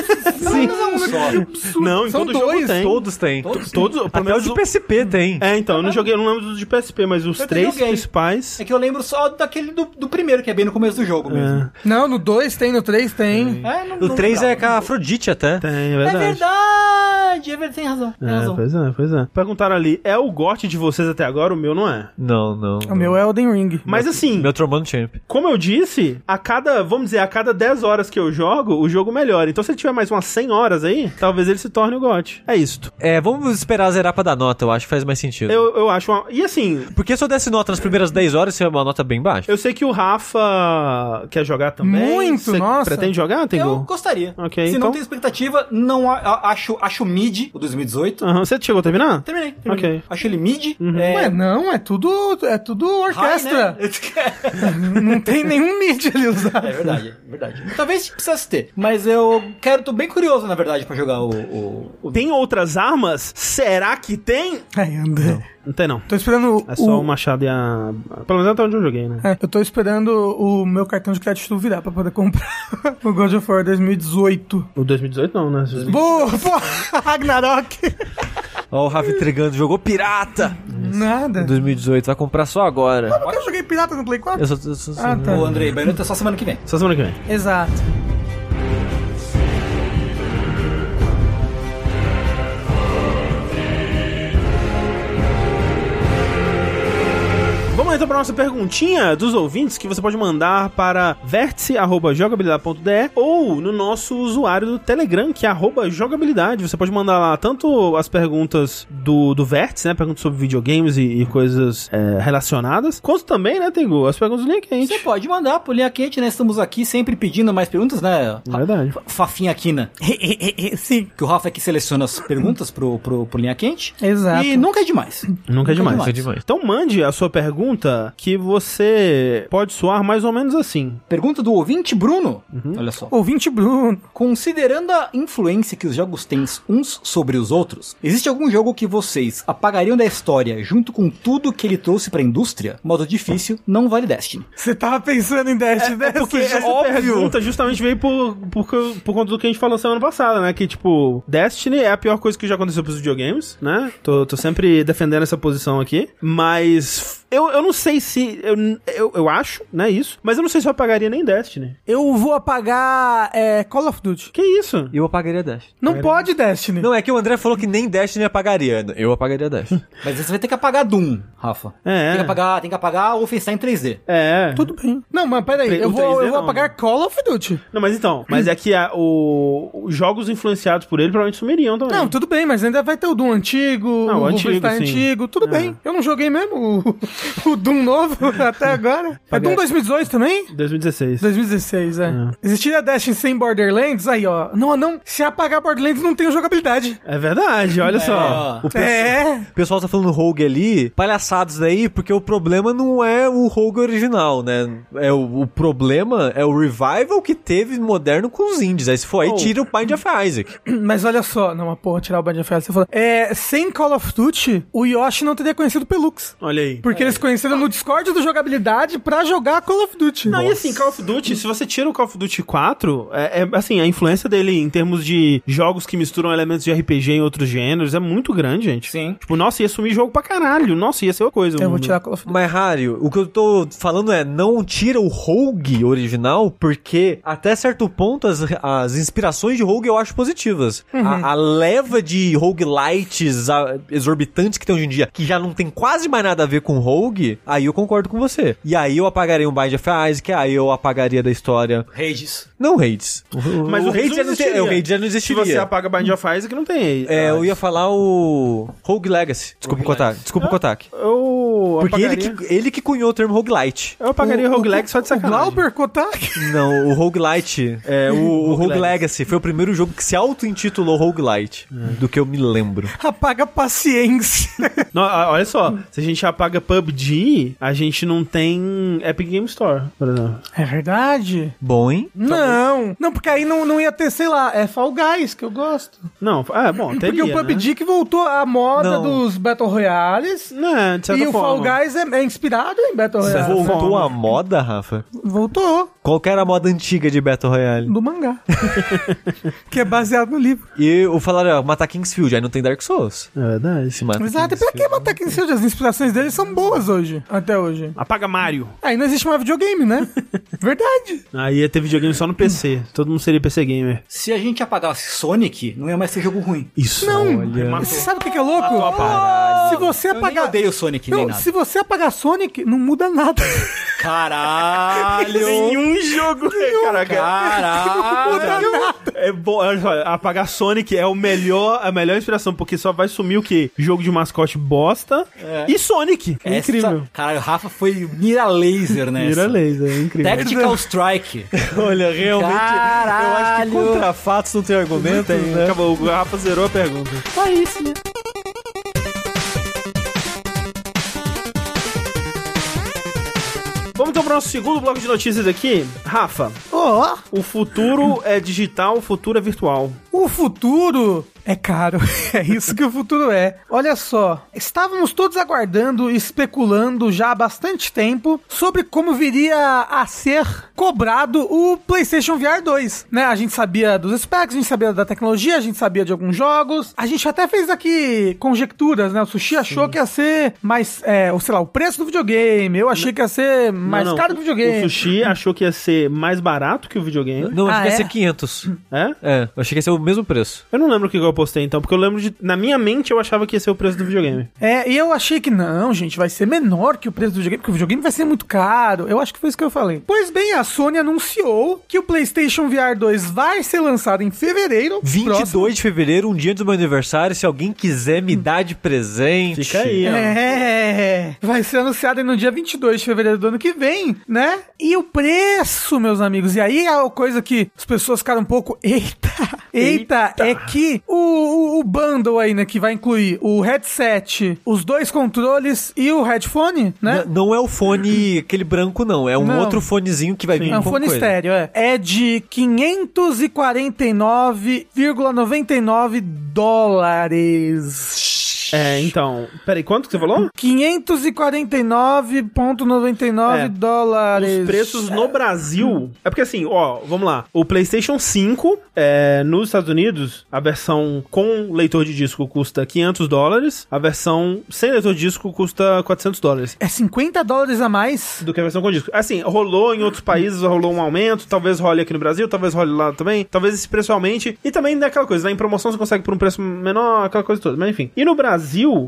Speaker 1: Sim. Não, em
Speaker 2: São
Speaker 1: todo jogo
Speaker 2: dois,
Speaker 1: tem.
Speaker 3: Todos têm.
Speaker 1: Todos, pelo
Speaker 3: Até o
Speaker 1: menos
Speaker 3: de
Speaker 1: o-
Speaker 3: PSP tem.
Speaker 1: É, então, eu não joguei, eu não lembro dos de PSP, mas os
Speaker 5: Eu
Speaker 1: três
Speaker 5: joguei.
Speaker 1: principais.
Speaker 5: É que eu lembro só daquele do, do primeiro, que é bem no começo do jogo mesmo.
Speaker 2: Não, no 2 tem, no 3 tem.
Speaker 5: É, não,
Speaker 3: O 3
Speaker 5: não-
Speaker 3: é com a Afrodite até.
Speaker 1: Tem, é
Speaker 5: É
Speaker 1: verdade.
Speaker 5: verdade, é verdade, tem razão. Tem
Speaker 1: É,
Speaker 5: razão.
Speaker 1: pois é, pois é. Perguntaram ali, é o gote de vocês até agora? O meu não é.
Speaker 3: Não, não.
Speaker 2: O meu é Elden Ring.
Speaker 1: Mas assim,
Speaker 3: Meu Trombone Champ.
Speaker 1: como eu disse, a cada, vamos dizer, a cada 10 horas que eu jogo, o jogo melhora. Então se ele tiver mais umas 100 horas aí, talvez ele se torne o gote. É isto.
Speaker 3: É, vamos esperar zerar pra dar nota, eu acho que faz mais sentido.
Speaker 1: Eu, eu acho uma... E assim,
Speaker 3: Porque se eu desse nota nas primeiras 10 horas, seria uma nota bem baixa.
Speaker 1: eu sei que o Rafa quer jogar também.
Speaker 2: Muito,
Speaker 1: Você
Speaker 2: nossa.
Speaker 1: Pretende jogar,
Speaker 5: Eu
Speaker 1: Tengu?
Speaker 5: gostaria.
Speaker 1: Ok,
Speaker 5: Se não
Speaker 1: então-
Speaker 5: tem expectativa, não a- a- acho, acho mid, o 2018.
Speaker 1: Aham, Você chegou a terminar?
Speaker 5: Terminei, terminei.
Speaker 1: Ok. Uhum.
Speaker 5: Acho ele mid. É,
Speaker 2: Ué, não, é tudo, é tudo
Speaker 5: high, né?
Speaker 2: orquestra. Não tem nenhum mid ali usado.
Speaker 5: É verdade, é verdade. Talvez precisasse ter, mas eu quero, tô bem curioso, na verdade, pra jogar o. o, o-
Speaker 1: Tem outras armas? Será que tem?
Speaker 2: Ai, André.
Speaker 1: Não tem não.
Speaker 2: Tô esperando
Speaker 1: É só
Speaker 2: o...
Speaker 1: o machado e a... Pelo menos até onde eu joguei, né?
Speaker 2: É, eu tô esperando o meu cartão de crédito virar pra poder comprar o God of War 2018.
Speaker 1: O 2018 não, né?
Speaker 2: Boa, pô, Ragnarok.
Speaker 3: Ó, o Rafa entregando, jogou pirata!
Speaker 2: Nada.
Speaker 3: 2018, vai comprar só agora.
Speaker 2: Porque eu joguei pirata no Play 4?
Speaker 3: Eu só, eu só- só-
Speaker 2: Ah,
Speaker 5: O
Speaker 2: tá.
Speaker 5: Andrei Bayonetta só semana que vem.
Speaker 1: Só semana que vem.
Speaker 2: Exato.
Speaker 1: Vamos então para nossa perguntinha dos ouvintes que você pode mandar para vértice@jogabilidade.de ou no nosso usuário do Telegram que é arroba @jogabilidade. Você pode mandar lá tanto as perguntas do, do Vértice, né, perguntas sobre videogames e, e coisas é, relacionadas, quanto também, né, Tengu, as perguntas do Link
Speaker 5: Você
Speaker 1: Quente.
Speaker 5: pode mandar pro Linha Quente, né? Estamos aqui sempre pedindo mais perguntas, né?
Speaker 1: É verdade.
Speaker 5: Fa- Fafinha Quina.
Speaker 2: Sim.
Speaker 5: Que o Rafa aqui seleciona as perguntas pro, pro, pro Linha Quente.
Speaker 2: Exato.
Speaker 5: E nunca é demais.
Speaker 1: Nunca é demais.
Speaker 5: Nunca é
Speaker 3: demais.
Speaker 1: Então mande a sua pergunta pergunta que você pode soar mais ou menos assim.
Speaker 5: Pergunta do ouvinte Bruno.
Speaker 1: Uhum.
Speaker 5: Olha só.
Speaker 2: Ouvinte Bruno.
Speaker 5: Considerando a influência que os jogos têm uns sobre os outros, existe algum jogo que vocês apagariam da história junto com tudo que ele trouxe pra indústria? Modo difícil, não vale Destiny.
Speaker 2: Você tava pensando em Dash é,
Speaker 1: Porque essa pergunta justamente veio por, por, co- por conta do que a gente falou semana passada, né? Que, tipo, Destiny é a pior coisa que já aconteceu pros videogames, né? Tô, tô sempre defendendo essa posição aqui. Mas eu, eu não sei se. Eu, eu, eu acho, né? Isso. Mas eu não sei se eu apagaria nem Destiny.
Speaker 2: Eu vou apagar é, Call of Duty.
Speaker 1: Que isso? É,
Speaker 3: Eu apagaria Dash.
Speaker 2: Não pode Destiny.
Speaker 3: Não, é que o André falou que nem Dash nem apagaria. Eu apagaria Dash.
Speaker 5: Mas você vai ter que apagar Doom, Rafa.
Speaker 1: É.
Speaker 5: Tem que apagar, tem que apagar Wolfenstein 3D.
Speaker 1: É.
Speaker 2: Tudo bem. Não, mas peraí,
Speaker 1: Tre-
Speaker 2: eu
Speaker 1: o
Speaker 2: vou,
Speaker 1: 3D
Speaker 2: eu vou
Speaker 1: é não, né?
Speaker 2: apagar Call of Duty.
Speaker 1: Não, mas então. Mas é que a- o, os jogos influenciados por ele provavelmente sumiriam também.
Speaker 2: Não, tudo bem, mas ainda vai ter o Doom antigo,
Speaker 1: Não,
Speaker 2: o
Speaker 1: o antigo,
Speaker 2: Wolfenstein
Speaker 1: sim.
Speaker 2: antigo, tudo
Speaker 1: É.
Speaker 2: bem. Eu não joguei mesmo o, o Doom novo até agora. É Doom 2018 também?
Speaker 1: 2016.
Speaker 2: 2016, é. Existiria Destiny sem Borderlands? Aí, ó. Não, não. Se apagar Borderlands, não tem jogabilidade.
Speaker 1: É verdade, olha só.
Speaker 3: O pessoal-
Speaker 2: É.
Speaker 3: O pessoal tá falando Rogue ali, palhaçados daí, porque o problema não é o Rogue original, né? É o, o problema é o revival que teve moderno com os indies. Aí se for aí,
Speaker 1: Oh.
Speaker 3: tira o Bind of Isaac.
Speaker 2: Mas olha só. Não, mas porra, tirar o Band of Isaac, Você falou. É, sem Call of Duty, o Yoshi não teria conhecido o Pelux.
Speaker 1: Olha aí.
Speaker 2: Porque eles conheceram no Discord do jogabilidade pra jogar Call of Duty.
Speaker 1: Não, e assim, Call of Duty, se você tira o Call of Duty 4, é, é, assim, a influência dele em termos de jogos que misturam elementos de RPG em outros gêneros é muito grande, gente.
Speaker 5: Sim.
Speaker 1: Tipo, nossa, ia sumir jogo pra caralho. Nossa, ia ser uma coisa.
Speaker 2: Eu vou
Speaker 1: mano.
Speaker 2: tirar Call of Duty.
Speaker 3: Mas, Rário, o que eu tô falando é, não tira o Rogue original, porque até certo ponto as, as inspirações de Rogue eu acho positivas. A, a leva de roguelites a- exorbitantes que tem hoje em dia, que já não tem quase mais nada a ver com Rogue, aí eu concordo com você. E aí eu apagaria um Bind of Isaac, aí eu apagaria da história.
Speaker 5: Rages.
Speaker 3: Não Hades. O-
Speaker 1: Mas o Hades
Speaker 3: já
Speaker 1: não
Speaker 3: não tem-
Speaker 1: existiria.
Speaker 3: é, o Hades já não
Speaker 1: Se
Speaker 3: existiria.
Speaker 1: você apaga Bind of Isaac, não tem.
Speaker 3: É, eu ia falar o Rogue Legacy. Desculpa o
Speaker 5: Rogue
Speaker 3: Kotak. Desculpa o Kotak.
Speaker 1: Ah, Eu
Speaker 3: Porque ele
Speaker 1: apagaria-
Speaker 3: que, ele que cunhou o termo roguelite.
Speaker 1: Eu apagaria o, roguelike só de
Speaker 2: O
Speaker 1: sacanagem.
Speaker 2: Glauber Kotak?
Speaker 3: Não, o Roguelite, é, o, o Rogue Legacy foi o primeiro jogo que se auto-intitulou Roguelite, do que eu me lembro.
Speaker 2: Apaga a paciência.
Speaker 1: Não, a- olha só, se a gente apaga PUBG, a gente não tem Epic Game Store, por exemplo.
Speaker 2: É verdade?
Speaker 3: Bom, hein?
Speaker 2: Não. Não, porque aí não, não ia ter, sei lá, é Fall Guys, que eu gosto.
Speaker 1: Não, é bom, teria,
Speaker 2: porque o PUBG
Speaker 1: né?
Speaker 2: que voltou à moda
Speaker 3: Não.
Speaker 2: dos Battle Royales.
Speaker 1: Não, né? de certa
Speaker 2: E o Fall
Speaker 1: forma.
Speaker 2: Guys é, é inspirado em Battle Royale.
Speaker 3: Voltou à moda, Rafa?
Speaker 2: Voltou
Speaker 3: Qual que era a moda antiga de Battle Royale?
Speaker 2: do mangá. que é baseado no livro.
Speaker 3: E o falaram, ó, matar Kingsfield, aí não tem Dark Souls.
Speaker 1: É verdade.
Speaker 3: Se mata
Speaker 2: Exato. E pra que matar quem seja? As inspirações dele são boas hoje. Até hoje.
Speaker 1: Apaga Mario.
Speaker 2: Aí não existe mais videogame, né? Verdade.
Speaker 1: Aí ia ter videogame só no PC. Todo mundo seria PC gamer.
Speaker 5: Se a gente apagasse Sonic, não ia mais ser jogo ruim.
Speaker 1: Isso.
Speaker 2: Não.
Speaker 1: Olha.
Speaker 2: Sabe o que, que é louco? Se você
Speaker 5: Eu nem
Speaker 2: apagar.
Speaker 5: odeio Sonic, nem
Speaker 2: Não,
Speaker 5: nada.
Speaker 2: se você apagar Sonic, não muda nada.
Speaker 5: Caralho!
Speaker 1: Nenhum jogo. né, Caraca.
Speaker 5: Caralho!
Speaker 1: É bom, olha só, apagar Sonic é o melhor, a melhor inspiração, porque só vai sumir o quê? Jogo de mascote bosta e Sonic. É
Speaker 5: Essa-
Speaker 1: incrível.
Speaker 5: Caralho, o Laser foi mira laser nessa.
Speaker 1: Mira laser, é incrível.
Speaker 5: Tactical Strike.
Speaker 3: Olha, realmente,
Speaker 5: Caralho.
Speaker 3: eu acho que contra fatos não tem argumento, né?
Speaker 1: Acabou, o Rafa zerou a pergunta.
Speaker 2: Só isso, né?
Speaker 1: Vamos então para o nosso segundo bloco de notícias aqui. Rafa,
Speaker 2: Ó,
Speaker 1: o futuro é digital, o futuro é virtual.
Speaker 2: o futuro é caro. É isso que o futuro é. Olha só, estávamos todos aguardando e especulando já há bastante tempo sobre como viria a ser cobrado o PlayStation VR 2, né? A gente sabia dos specs, a gente sabia da tecnologia, a gente sabia de alguns jogos. A gente até fez aqui conjecturas, né? O Sushi achou que ia ser mais, é, ou sei lá, o preço do videogame. Eu achei que ia ser mais
Speaker 1: Não, não,
Speaker 2: caro que o videogame.
Speaker 1: O Sushi achou que ia ser mais barato que o videogame.
Speaker 3: Não, acho
Speaker 2: Ah,
Speaker 3: que ia
Speaker 2: é?
Speaker 3: ser 500.
Speaker 1: É?
Speaker 3: É, eu achei que ia ser o mesmo preço.
Speaker 1: Eu não lembro o que eu postei então, porque eu lembro de. Na minha mente eu achava que ia ser o preço do videogame.
Speaker 2: É, e eu achei que não, gente, vai ser menor que o preço do videogame, porque o videogame vai ser muito caro. Eu acho que foi isso que eu falei. Pois bem, a Sony anunciou que o PlayStation VR 2 vai ser lançado em fevereiro.
Speaker 3: 22
Speaker 2: próximo.
Speaker 3: de fevereiro, um dia antes do meu aniversário, se alguém quiser
Speaker 2: Hum.
Speaker 3: me dar de presente.
Speaker 1: Fica aí, ó.
Speaker 2: É, vai ser anunciado no dia 22 de fevereiro do ano que vem, né? E o preço, meus amigos, E aí a coisa que as pessoas ficaram um pouco. Eita! Eita, é que o, o, o bundle aí, né, que vai incluir o headset, os dois controles e o headphone, né?
Speaker 3: N- Não é o fone aquele branco, não. É um
Speaker 2: Hum. Não.
Speaker 3: outro fonezinho que vai vir
Speaker 2: É um
Speaker 3: com
Speaker 2: fone
Speaker 3: coisa.
Speaker 2: estéreo, é. É de 549,99 dólares.
Speaker 1: É, então. Peraí, quanto que você falou?
Speaker 2: 549,99
Speaker 1: É.
Speaker 2: dólares.
Speaker 1: Os preços no Brasil. É porque assim, ó, vamos lá. O PlayStation 5, é, nos Estados Unidos, a versão com leitor de disco custa 500 dólares. A versão sem leitor de disco custa 400 dólares.
Speaker 2: É 50 dólares a mais?
Speaker 1: Do que a versão com disco. Assim, rolou em outros países, rolou um aumento. Talvez role aqui no Brasil, talvez role lá também. Talvez esse preço aumente. E também daquela coisa, né? Em promoção você consegue por um preço menor, aquela coisa toda. Mas enfim. E no Brasil,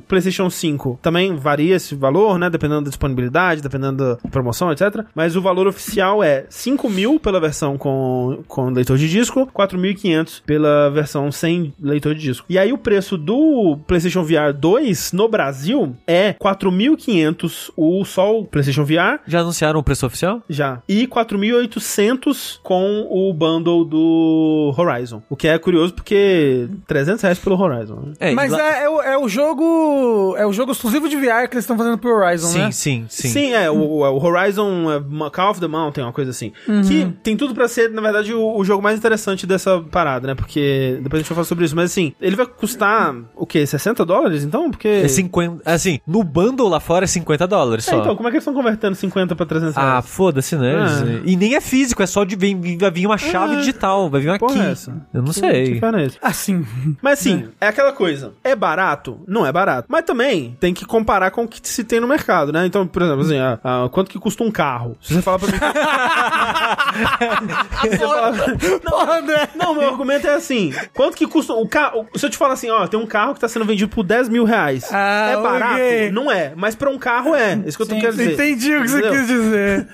Speaker 1: PlayStation 5 também varia esse valor, né? Dependendo da disponibilidade, dependendo da promoção, etc. Mas o valor oficial é 5 mil pela versão com, com leitor de disco, 4.500 pela versão sem leitor de disco. E aí o preço do PlayStation VR 2 no Brasil é 4.500 o só o PlayStation VR
Speaker 3: Já anunciaram o preço oficial?
Speaker 1: já. E 4.800 com o bundle do Horizon. O que é curioso porque 300 reais pelo Horizon. né?
Speaker 3: É,
Speaker 2: Mas
Speaker 3: lá-
Speaker 2: é, é, o, é o jogo. É o jogo exclusivo de VR que eles estão fazendo pro Horizon,
Speaker 3: Sim,
Speaker 2: né?
Speaker 3: sim, sim.
Speaker 1: Sim, é, o, o Horizon é, uma- Call of the Mountain, uma coisa assim. Que tem tudo pra ser, na verdade, o, o jogo mais interessante dessa parada, né? Porque depois a gente vai falar sobre isso. Mas assim, ele vai custar o quê? 60 dólares então? Porque.
Speaker 3: É 50. Assim, no bundle lá fora é 50 dólares
Speaker 1: É,
Speaker 3: só.
Speaker 1: então, como é que eles estão convertendo 50 pra 300
Speaker 3: Ah,
Speaker 1: reais?
Speaker 3: foda-se, né?
Speaker 1: Ah.
Speaker 3: E nem é físico, é só de. Vem, vai vir uma chave
Speaker 1: Ah,
Speaker 3: digital, vai vir uma
Speaker 1: porra
Speaker 3: key.
Speaker 1: é essa?
Speaker 3: Eu não
Speaker 1: Que
Speaker 3: sei.
Speaker 1: inferno é esse?
Speaker 2: Assim.
Speaker 1: Mas assim, é. aquela coisa. É barato? Não é barato. Mas também tem que comparar com o que se tem no mercado, né? Então, por exemplo, assim, ah, ah, quanto que custa um carro? Se você falar pra mim. Se você falar pra mim-
Speaker 2: Porra, André.
Speaker 1: Não, meu argumento é assim: quanto que custa o carro? Se eu te falar assim, ó, tem um carro que tá sendo vendido por 10 mil reais.
Speaker 2: Ah,
Speaker 1: é barato?
Speaker 2: ok.
Speaker 1: Não é. Mas pra um carro é. Isso que eu tô querendo dizer.
Speaker 2: Entendi o que você
Speaker 1: Entendeu?
Speaker 2: quis dizer.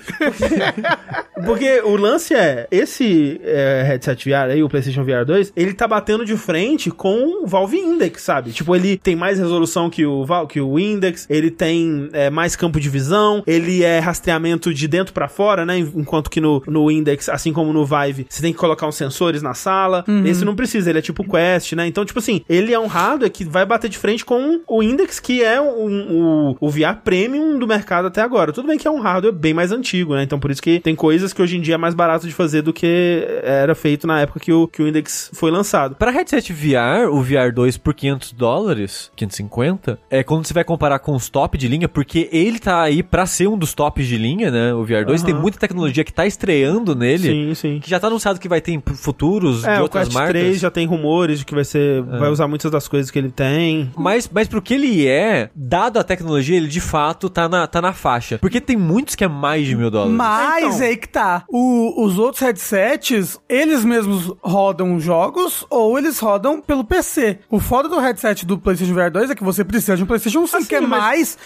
Speaker 1: Porque o lance é, esse é, headset VR aí, o PlayStation VR 2, ele tá batendo de frente com o Valve Index, sabe? Tipo, ele tem mais resolução que o, Val- que o Index, ele tem é, mais campo de visão, ele é rastreamento de dentro pra fora, né? Enquanto que no, no Index, assim como no Vive, você tem que colocar uns sensores na sala.
Speaker 3: Uhum.
Speaker 1: Esse não precisa, ele é tipo Quest, né? Então, tipo assim, ele é um hardware que vai bater de frente com o Index, que é um- o, o VR premium do mercado até agora. Tudo bem que é um hardware bem mais antigo, né? Então, por isso que tem coisas que hoje em dia é mais barato de fazer do que era feito na época que o, que o Index foi lançado.
Speaker 3: Pra headset VR, o VR 2 por 500 dólares, 550, é quando você vai comparar com os top de linha, porque ele tá aí pra ser um dos tops de linha, né? O VR 2 tem muita tecnologia que tá estreando nele,
Speaker 1: Sim, sim.
Speaker 3: que já tá anunciado que vai ter em futuros
Speaker 1: É,
Speaker 3: de
Speaker 1: o
Speaker 3: outras
Speaker 1: Quest
Speaker 3: marcas. É.
Speaker 1: 3 já tem rumores de que vai ser. Vai usar muitas das coisas que ele tem.
Speaker 3: Mas, mas pro que ele é, dado a tecnologia, ele de fato tá na, tá na faixa. Porque tem muitos que é mais de mil dólares.
Speaker 2: Mas
Speaker 1: Então.
Speaker 2: aí que tá. O- os outros headsets, eles mesmos rodam os jogos ou eles rodam pelo PC. O foda do headset do PlayStation VR 2 é que você precisa de um PlayStation 5,
Speaker 1: Assim,
Speaker 2: que é
Speaker 1: mas-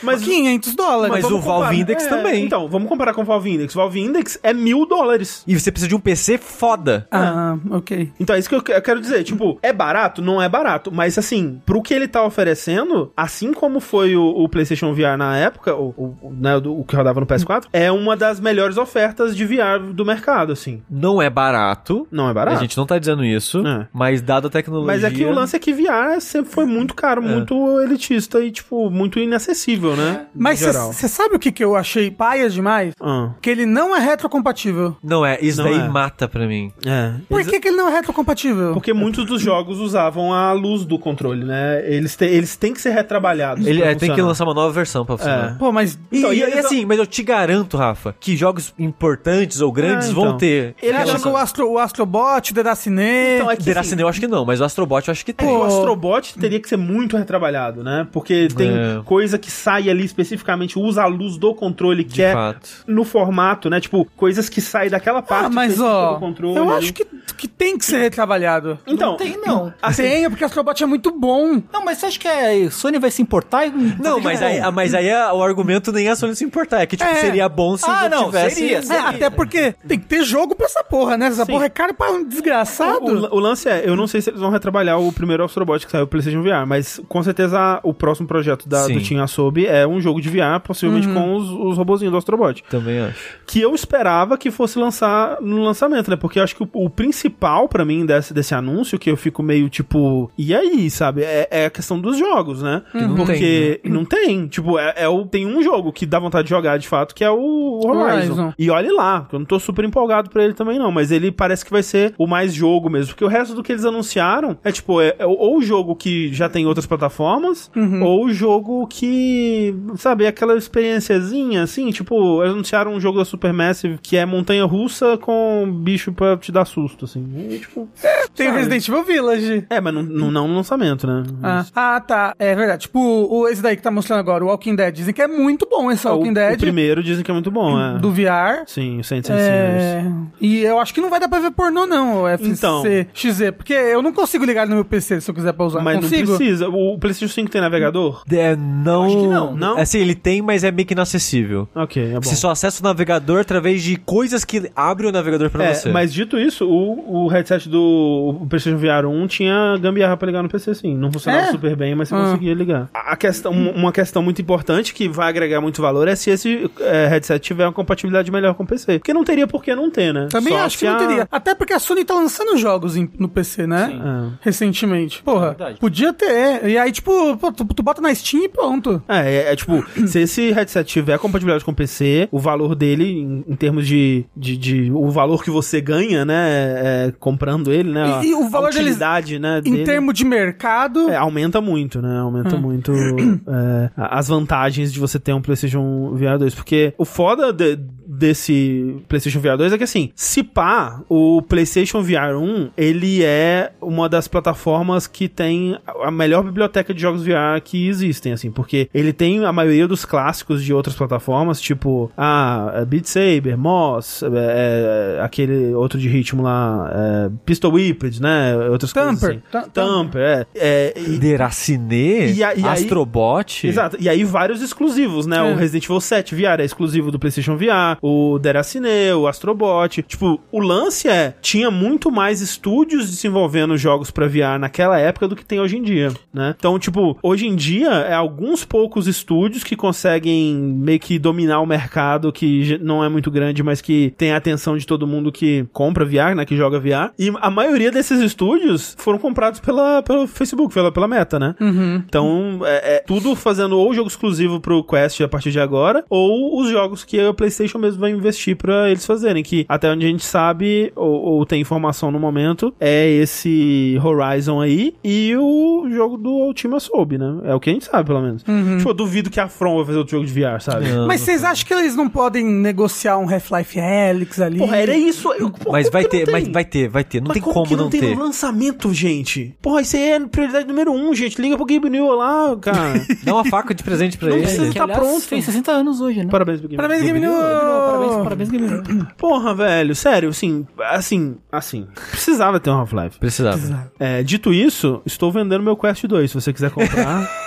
Speaker 2: mais
Speaker 1: mas-
Speaker 2: 500 dólares.
Speaker 3: Mas
Speaker 1: vamos
Speaker 3: o Valve Index também.
Speaker 1: Então, vamos comparar com o Valve Index. O Valve Index é mil dólares.
Speaker 3: E você precisa de um PC foda.
Speaker 2: Ah, ok.
Speaker 1: Então é isso que eu que- eu quero dizer. Tipo, é barato? Não é barato. Mas assim, pro que ele tá oferecendo, assim como foi o, o PlayStation VR na época, o, o, né, o do- o que rodava no PS4, é uma das melhores ofertas de VR do mercado, assim.
Speaker 3: Não é barato.
Speaker 1: Não é barato.
Speaker 3: A gente não tá dizendo isso.
Speaker 1: É.
Speaker 3: Mas dado a tecnologia. É.
Speaker 1: Mas é que o lance é que VR sempre foi muito caro, muito elitista e, tipo, muito inacessível, né?
Speaker 2: Mas
Speaker 1: em geral.
Speaker 2: você sabe o que, que eu achei paia demais?
Speaker 1: Ah,
Speaker 2: Que ele não é retrocompatível.
Speaker 3: Não é, isso
Speaker 1: Não
Speaker 3: daí
Speaker 1: é.
Speaker 3: mata pra mim.
Speaker 1: é.
Speaker 2: Por que, que ele não é retrocompatível?
Speaker 1: Porque muitos dos jogos usavam a luz do controle, né? Eles, te- eles têm que ser retrabalhados.
Speaker 3: Ele
Speaker 1: pra
Speaker 3: é, tem que
Speaker 1: funcionar.
Speaker 3: lançar uma nova versão pra funcionar.
Speaker 2: Pô, mas.
Speaker 3: E,
Speaker 1: Então, e
Speaker 3: e
Speaker 1: eles não-
Speaker 3: assim, mas eu te garanto, Rafa, que jogos importantes ou grandes
Speaker 1: É, então.
Speaker 3: vão ter.
Speaker 2: Ele
Speaker 1: Ela-
Speaker 2: acha que o, Astro, o Astrobot, o Dedacine.
Speaker 1: Então, é que, assim,
Speaker 3: Deracine, eu acho que não, mas o Astrobot eu acho que
Speaker 1: É,
Speaker 3: tem.
Speaker 1: o Astrobot teria que ser muito retrabalhado, né? Porque tem
Speaker 3: É.
Speaker 1: coisa que sai ali especificamente, usa a luz do controle, que
Speaker 3: de
Speaker 1: é
Speaker 3: fato.
Speaker 1: no formato, né? Tipo, coisas que saem daquela parte
Speaker 2: Ah, mas
Speaker 1: específica
Speaker 2: ó,
Speaker 1: do controle. né?
Speaker 2: eu
Speaker 1: ali.
Speaker 2: acho que, que tem que ser retrabalhado.
Speaker 1: Então,
Speaker 5: Não tem, não.
Speaker 1: assim,
Speaker 2: tem, é porque o Astrobot é muito bom.
Speaker 5: Não, mas você acha que a Sony vai se importar? e-
Speaker 1: Tá
Speaker 3: Não, mas aí, ah, mas aí é- o argumento nem a Sony se importar. É que, tipo,
Speaker 2: É.
Speaker 3: seria bom se
Speaker 5: Ah,
Speaker 3: não
Speaker 5: não,
Speaker 3: tivesse.
Speaker 5: seria,
Speaker 2: É, até porque tem que ter jogo pra essa porra, né? Essa
Speaker 1: Sim.
Speaker 2: porra é cara pra um desgraçado.
Speaker 1: O, o lance é, eu não sei se eles vão retrabalhar o primeiro Astrobot que saiu pro PlayStation VR, mas com certeza o próximo projeto da,
Speaker 3: Sim.
Speaker 1: do Team Asobi é um jogo de VR, possivelmente
Speaker 2: Uhum.
Speaker 1: com os, os robozinhos do Astrobot.
Speaker 3: Também acho.
Speaker 1: Que eu esperava que fosse lançar no lançamento, né? Porque eu acho que o, o principal pra mim desse, desse anúncio, que eu fico meio tipo, e aí, sabe? É, é a questão dos jogos, né?
Speaker 3: não
Speaker 1: Porque não tem. Tipo, é, é o, tem um jogo que dá vontade de jogar de fato, que é o Horizon.
Speaker 2: Horizon.
Speaker 1: um. E olhe lá, que eu não tô super empolgado pra ele também, não. Mas ele parece que vai ser o mais jogo mesmo. Porque o resto do que eles anunciaram é tipo, é, é ou o jogo que já tem em outras plataformas,
Speaker 2: Uhum.
Speaker 1: ou o jogo que. Sabe, é aquela experiênciazinha, assim, tipo, eles anunciaram um jogo da Supermassive que é montanha russa com bicho pra te dar susto, assim. E, tipo,
Speaker 2: tem o Resident Evil Village.
Speaker 1: é, mas não, não, não no lançamento, né?
Speaker 2: Ah, ah, tá. É verdade. Tipo, o, esse daí que tá mostrando agora, o Walking Dead. Dizem que é muito bom esse
Speaker 1: Ah, O-
Speaker 2: Walking
Speaker 1: O
Speaker 2: Dead
Speaker 1: primeiro dizem que é muito bom, é.
Speaker 2: do VR.
Speaker 1: Sim, o Saints and
Speaker 2: É,
Speaker 1: Sinners.
Speaker 2: e eu acho que não vai dar pra ver pornô, não, o FCXZ.
Speaker 1: Então.
Speaker 2: porque eu não consigo ligar ele no meu PC se eu quiser pra usar.
Speaker 1: Mas
Speaker 2: consigo?
Speaker 1: não precisa. O o PlayStation 5 tem navegador?
Speaker 3: É, não...
Speaker 2: Acho que não.
Speaker 1: Não?
Speaker 3: Assim, ele tem, mas é meio que inacessível.
Speaker 1: Ok, é bom.
Speaker 3: Você só acessa o navegador através de coisas que abrem o navegador pra
Speaker 1: É,
Speaker 3: você.
Speaker 1: mas dito isso, o, o headset do o PlayStation VR 1 tinha gambiarra pra ligar no PC, sim. Não funcionava
Speaker 2: É?
Speaker 1: super bem, mas você
Speaker 2: Ah.
Speaker 1: conseguia ligar. A a questão, um- uma questão muito importante que vai agregar muito valor é se esse é, headset tiver uma compatibilidade melhor com o PC. Porque não teria por que não ter, né?
Speaker 2: Também
Speaker 1: Só
Speaker 2: acho
Speaker 1: se
Speaker 2: que não
Speaker 1: a-
Speaker 2: teria. Até porque a Sony tá lançando jogos em- no PC, né?
Speaker 1: É.
Speaker 2: Recentemente. Porra, podia ter. E aí, tipo, pô, tu, tu bota na Steam e pronto.
Speaker 1: É, é, é tipo, se esse headset tiver compatibilidade com o PC, o valor dele, em, em termos de, de, de- O valor que você ganha, né? é, comprando ele, né?
Speaker 2: E- e o
Speaker 1: a
Speaker 2: valor deles-
Speaker 1: utilidade, né?
Speaker 2: Em
Speaker 1: dele.
Speaker 2: termos de mercado.
Speaker 1: É, aumenta muito, né? Aumenta muito é, a- as vantagens de você ter um PlayStation VR 2. Porque o foda de- desse PlayStation VR 2 é que, assim, se pá, o PlayStation VR 1, ele é uma das plataformas que tem a a melhor biblioteca de jogos VR que existem, assim. Porque ele tem a maioria dos clássicos de outras plataformas, tipo, ah, Beat Saber, Moss, é, é, aquele outro de ritmo lá, é, Pistol Whipped, né? Outras coisas
Speaker 2: Tamper.
Speaker 1: assim.
Speaker 2: Ta-
Speaker 1: Tamper, é. é e,
Speaker 3: Deracine,
Speaker 1: E a- e aí-
Speaker 3: Astrobot.
Speaker 1: exato. E aí vários exclusivos, né?
Speaker 2: É.
Speaker 1: O Resident Evil 7 VR é exclusivo do PlayStation VR, o Deracine, o Astrobot. Tipo, o lance é, tinha muito mais estúdios desenvolvendo jogos pra VR naquela época do que tem hoje em dia, né? Então, tipo, hoje em dia é alguns poucos estúdios que conseguem meio que dominar o mercado que j- não é muito grande, mas que tem a atenção de todo mundo que compra VR, né, que joga VR. E a maioria desses estúdios foram comprados pela, pelo Facebook, pela, pela Meta, né?
Speaker 2: uhum.
Speaker 1: Então, é, é tudo fazendo ou jogo exclusivo pro Quest a partir de agora, ou os jogos que a PlayStation mesmo vai investir pra eles fazerem, que até onde a gente sabe, ou, ou tem informação no momento, é esse Horizon aí e o jogo do Ultima Sob, né? É o que a gente sabe, pelo menos.
Speaker 3: Uhum.
Speaker 1: Tipo, eu duvido que a From vai fazer outro jogo de VR, sabe?
Speaker 2: Mas vocês acham que eles não podem negociar um Half-Life Helix ali?
Speaker 1: Porra, era isso. Eu, porra,
Speaker 3: Mas
Speaker 1: como
Speaker 3: vai
Speaker 1: que não
Speaker 3: ter,
Speaker 1: tem?
Speaker 3: mas vai ter, vai ter. Não
Speaker 1: Mas
Speaker 3: tem como,
Speaker 1: que
Speaker 3: não,
Speaker 1: tem
Speaker 3: ter.
Speaker 1: no lançamento, gente. Porra, isso aí é prioridade número um, gente. Liga pro Gabe Newell lá, cara.
Speaker 3: Dá uma faca de presente pra
Speaker 1: Não
Speaker 3: ele.
Speaker 1: precisa. tá pronto.
Speaker 4: Fez 60 anos hoje, né?
Speaker 1: Parabéns pro Gabe
Speaker 2: Parabéns, Game New!
Speaker 4: Parabéns, parabéns, Gabriel.
Speaker 1: Porra, velho, sério, assim, assim, assim, precisava ter um Half-Life.
Speaker 3: Precisava.
Speaker 1: É, dito isso, estou vendendo meu Quest 2, se você quiser comprar.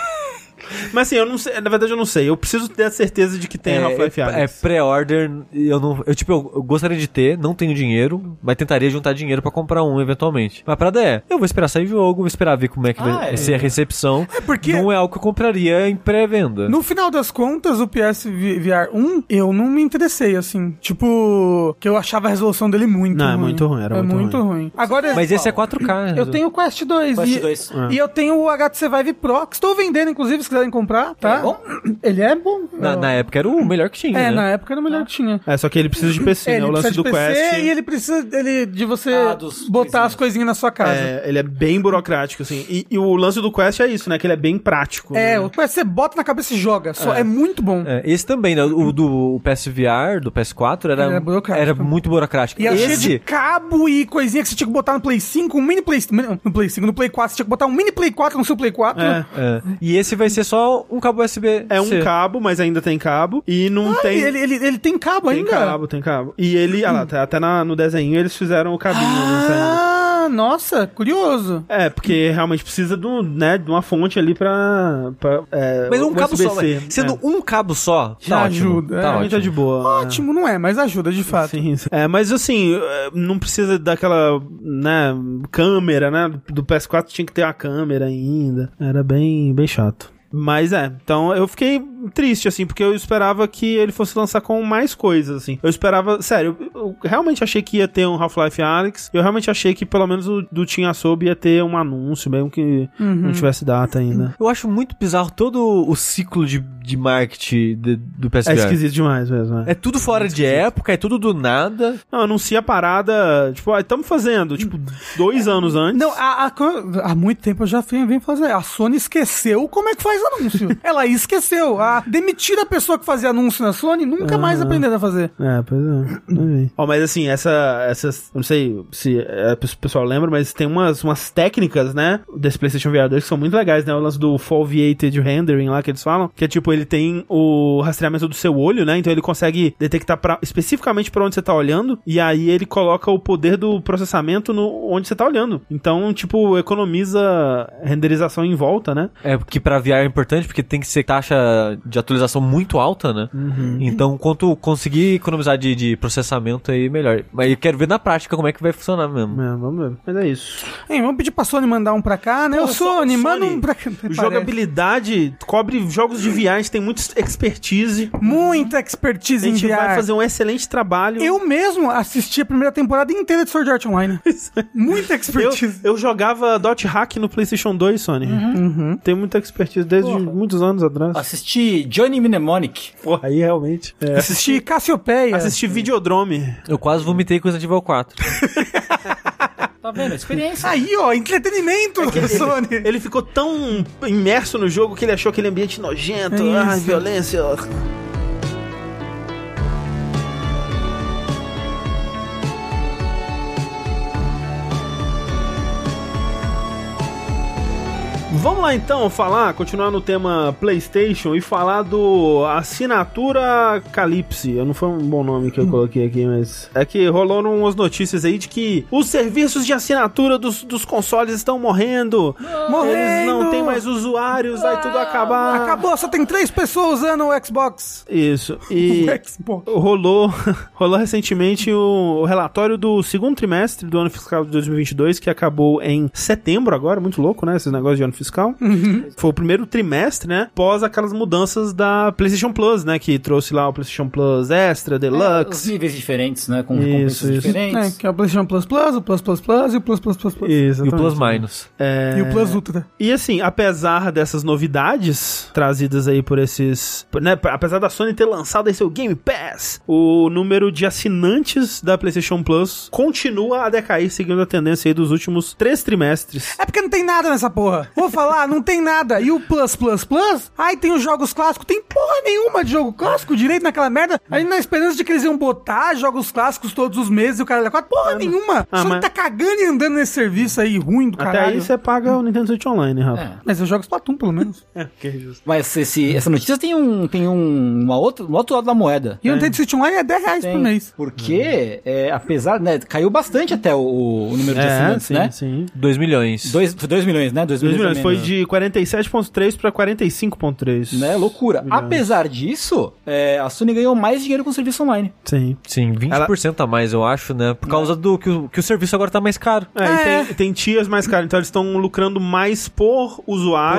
Speaker 1: Mas assim, eu não sei, na verdade eu não sei, eu preciso ter a certeza de que tem Half-Life
Speaker 3: é, é
Speaker 1: Alex.
Speaker 3: pré-order, eu não, eu tipo, eu, eu gostaria de ter, não tenho dinheiro, mas tentaria juntar dinheiro pra comprar um eventualmente. Mas a parada é, eu vou esperar sair o jogo, vou esperar ver como é que vai
Speaker 5: é.
Speaker 3: ser a recepção.
Speaker 2: Ah, porque-
Speaker 3: não é algo que eu compraria em pré-venda.
Speaker 2: No final das contas, o PSVR 1, eu não me interessei, assim. Tipo, que eu achava a resolução dele muito
Speaker 1: Não, é
Speaker 2: ruim.
Speaker 1: muito ruim, era
Speaker 2: é
Speaker 1: muito ruim.
Speaker 2: Agora,
Speaker 3: Mas esse é 4K.
Speaker 2: eu tenho o Quest 2.
Speaker 5: Quest
Speaker 2: e,
Speaker 5: 2.
Speaker 1: é.
Speaker 2: E eu tenho o HTC Vive Pro, que estou vendendo, inclusive, se quiserem comprar, tá?
Speaker 5: bom?
Speaker 2: Ele é bom.
Speaker 3: Na, na época era o melhor que tinha,
Speaker 2: É,
Speaker 3: né?
Speaker 2: na época era o melhor que tinha.
Speaker 1: É, só que ele precisa de PC, né? O lance
Speaker 2: precisa
Speaker 1: do
Speaker 2: de PC
Speaker 1: Quest.
Speaker 2: e ele precisa dele, de você
Speaker 5: Ah,
Speaker 2: botar
Speaker 5: dos
Speaker 2: as coisinhas na sua casa. É.
Speaker 1: É, ele é bem burocrático, assim. E, e o lance do Quest é isso, né? Que ele é bem prático. né?
Speaker 2: o Quest você bota na cabeça e joga. Só, é. muito bom.
Speaker 3: É, esse também, né? O do PSVR, do PS4, era, um-
Speaker 2: Era
Speaker 3: era,
Speaker 2: burocrático.
Speaker 3: muito burocrático.
Speaker 2: E era cheio de
Speaker 3: esse,
Speaker 2: cabo e coisinha que você tinha que botar no Play 5, um mini Play... No Play 5, no Play 4. Você tinha que botar um mini Play 4 no seu Play 4.
Speaker 1: É.
Speaker 3: é, e esse vai ser só um cabo USB.
Speaker 1: É um cabo, mas ainda tem cabo. E não
Speaker 2: Ah,
Speaker 1: tem.
Speaker 2: Ele, ele, ele tem cabo
Speaker 1: Tem
Speaker 2: ainda?
Speaker 1: cabo, tem cabo. E ele, ah lá, tá- até na- no desenho eles fizeram o cabinho. né, saindo.
Speaker 2: Ah, nossa, curioso.
Speaker 1: É, porque realmente precisa de, um, né, de uma fonte ali pra. pra é,
Speaker 3: Mas um cabo só,
Speaker 1: USB-C,
Speaker 3: velho. Sendo
Speaker 1: é.
Speaker 3: um cabo só, tá
Speaker 2: Já
Speaker 3: ótimo.
Speaker 2: ajuda, é,
Speaker 3: Tá
Speaker 1: Pra mim tá
Speaker 3: ótimo.
Speaker 1: de boa. né?
Speaker 2: Ótimo, não é, mas ajuda de fato.
Speaker 1: Sim, sim. É, mas assim, eh, não precisa daquela, né, câmera, né? Do PS4 tinha que ter a câmera ainda. Era bem, bem chato. Mas é, então eu fiquei triste, assim, porque eu esperava que ele fosse lançar com mais coisas, assim. Eu esperava, sério, eu, eu realmente achei que ia ter um Half-Life Alyx. Eu realmente achei que pelo menos o do Team Asobi ia ter um anúncio, mesmo que não tivesse data ainda.
Speaker 3: Eu acho muito bizarro todo o ciclo de, de marketing de- do
Speaker 1: É
Speaker 3: PSVR.
Speaker 1: esquisito demais mesmo, né?
Speaker 3: É tudo fora de época, é tudo do nada.
Speaker 1: Não, anuncia a parada, tipo, estamos fazendo, tipo, dois anos antes.
Speaker 2: Não, a- a- co- há muito tempo eu já vim, vim fazer. A Sony esqueceu como é que faz anúncio. Ela esqueceu. A, demitir a pessoa que fazia anúncio na Sony nunca mais
Speaker 1: Ah.
Speaker 2: aprenderam a fazer.
Speaker 1: É, pois é. Ó, mas assim, essa, essas. eu Não sei se é, o pessoal lembra, mas tem umas, umas técnicas, né? Desse PlayStation VR 2 que são muito legais, né? O lance do Foveated Rendering lá que eles falam. Que é tipo, ele tem o rastreamento do seu olho, né? Então ele consegue detectar pra, especificamente pra onde você tá olhando. E aí ele coloca o poder do processamento no onde você tá olhando. Então, tipo, economiza renderização em volta, né?
Speaker 3: É, porque pra VR é importante, porque tem que ser taxa de atualização muito alta, né?
Speaker 1: Uhum.
Speaker 3: Então, quanto conseguir economizar de, de processamento aí, melhor. Mas eu quero ver na prática como é que vai funcionar mesmo.
Speaker 1: É, vamos ver. Mas é isso.
Speaker 2: Hein, vamos pedir pra Sony mandar um pra cá, né? Ô,
Speaker 1: Pô,
Speaker 2: Sony,
Speaker 1: Sony, é
Speaker 2: manda um pra cá. Parece.
Speaker 1: Jogabilidade cobre jogos de VR, a gente tem muita expertise.
Speaker 2: Muita
Speaker 1: A
Speaker 2: expertise em
Speaker 1: gente
Speaker 2: VR.
Speaker 1: vai fazer um excelente trabalho.
Speaker 2: Eu mesmo assisti a primeira temporada inteira de Sword Art Online. Muita
Speaker 1: eu,
Speaker 2: expertise.
Speaker 1: eu jogava Dot Hack no PlayStation 2, Sony. Tem muita expertise desde muitos anos atrás.
Speaker 5: Assisti Johnny Mnemonic.
Speaker 1: Porra, aí realmente. É.
Speaker 2: Assisti Cassiopeia.
Speaker 1: Assisti Videodrome.
Speaker 3: Eu quase vomitei com Resident Evil 4.
Speaker 5: Tá vendo? Experiência.
Speaker 2: Aí, ó, entretenimento,
Speaker 1: É
Speaker 2: Sony.
Speaker 1: Ele ficou tão imerso no jogo que ele achou aquele ambiente nojento.
Speaker 2: É
Speaker 1: ah,
Speaker 2: isso.
Speaker 1: violência. Vamos lá então falar, continuar no tema PlayStation e falar do assinatura Calypse. Eu não foi um bom nome que eu coloquei aqui, mas é que rolaram umas notícias aí de que os serviços de assinatura dos, dos consoles estão morrendo.
Speaker 2: Morrendo.
Speaker 1: Eles não tem mais usuários, vai tudo acabar.
Speaker 2: Ah, Acabou, só tem três pessoas usando o Xbox.
Speaker 1: Isso. E
Speaker 2: O Xbox.
Speaker 1: rolou, rolou recentemente o, o relatório do segundo trimestre do ano fiscal de 2022, que acabou em setembro agora, muito louco, né, esses negócios de ano fiscal.
Speaker 2: Uhum.
Speaker 1: Foi o primeiro trimestre, né, pós aquelas mudanças da PlayStation Plus, né, que trouxe lá o PlayStation Plus Extra,
Speaker 5: Ah, Os
Speaker 1: Deluxe.
Speaker 5: níveis diferentes, né? Com
Speaker 1: Isso,
Speaker 5: recompensas
Speaker 1: isso.
Speaker 2: É,
Speaker 5: diferentes.
Speaker 2: que é o PlayStation Plus Plus, o Plus Plus Plus e o Plus Plus Plus Plus.
Speaker 1: Isso,
Speaker 3: E o Plus
Speaker 1: exatamente.
Speaker 3: Minus.
Speaker 2: E o Plus Ultra.
Speaker 1: E assim, apesar dessas novidades trazidas aí por esses. Né, apesar da Sony ter lançado aí seu Game Pass, o número de assinantes da PlayStation Plus continua a decair, seguindo a tendência aí dos últimos três trimestres.
Speaker 2: É porque não tem nada nessa porra. Vou falar, não tem nada. E o Plus Plus Plus? Aí tem os jogos clássicos. Tem porra nenhuma de jogo clássico direito naquela merda. Aí na esperança de que eles iam botar jogos clássicos todos os meses e o cara quatro. Porra nenhuma.
Speaker 1: Ah,
Speaker 2: Só
Speaker 1: mas-
Speaker 2: tá cagando e andando nesse serviço aí ruim do
Speaker 1: Até
Speaker 2: caralho.
Speaker 1: aí você paga o Nintendo Switch Online, Rafa.
Speaker 5: É.
Speaker 2: Mas eu jogo Splatoon, pelo menos.
Speaker 1: É, que justo.
Speaker 5: Mas esse, essa notícia tem um, tem um, uma outra, um outro lado da moeda.
Speaker 2: E o Nintendo Switch Online é 10 reais por
Speaker 5: Tem,
Speaker 2: mês.
Speaker 5: porque, é, apesar, né, caiu bastante até o, o número de
Speaker 1: É,
Speaker 5: assinantes,
Speaker 1: sim,
Speaker 5: né?
Speaker 1: sim.
Speaker 3: 2 milhões.
Speaker 5: 2 milhões, né? 2
Speaker 1: 2 milhões,
Speaker 5: a
Speaker 1: foi
Speaker 5: menos.
Speaker 1: de 47,3 pra 45,3.
Speaker 5: Né, loucura.
Speaker 1: Milhões.
Speaker 5: Apesar disso, é, a Sony ganhou mais dinheiro com o serviço online.
Speaker 1: Sim.
Speaker 3: Sim, 20% a mais, eu acho, né? Por causa do que o, que o serviço agora tá mais caro.
Speaker 1: É,
Speaker 2: É.
Speaker 1: E tem, tem tias mais caras, então eles estão lucrando mais por usuário,
Speaker 5: Por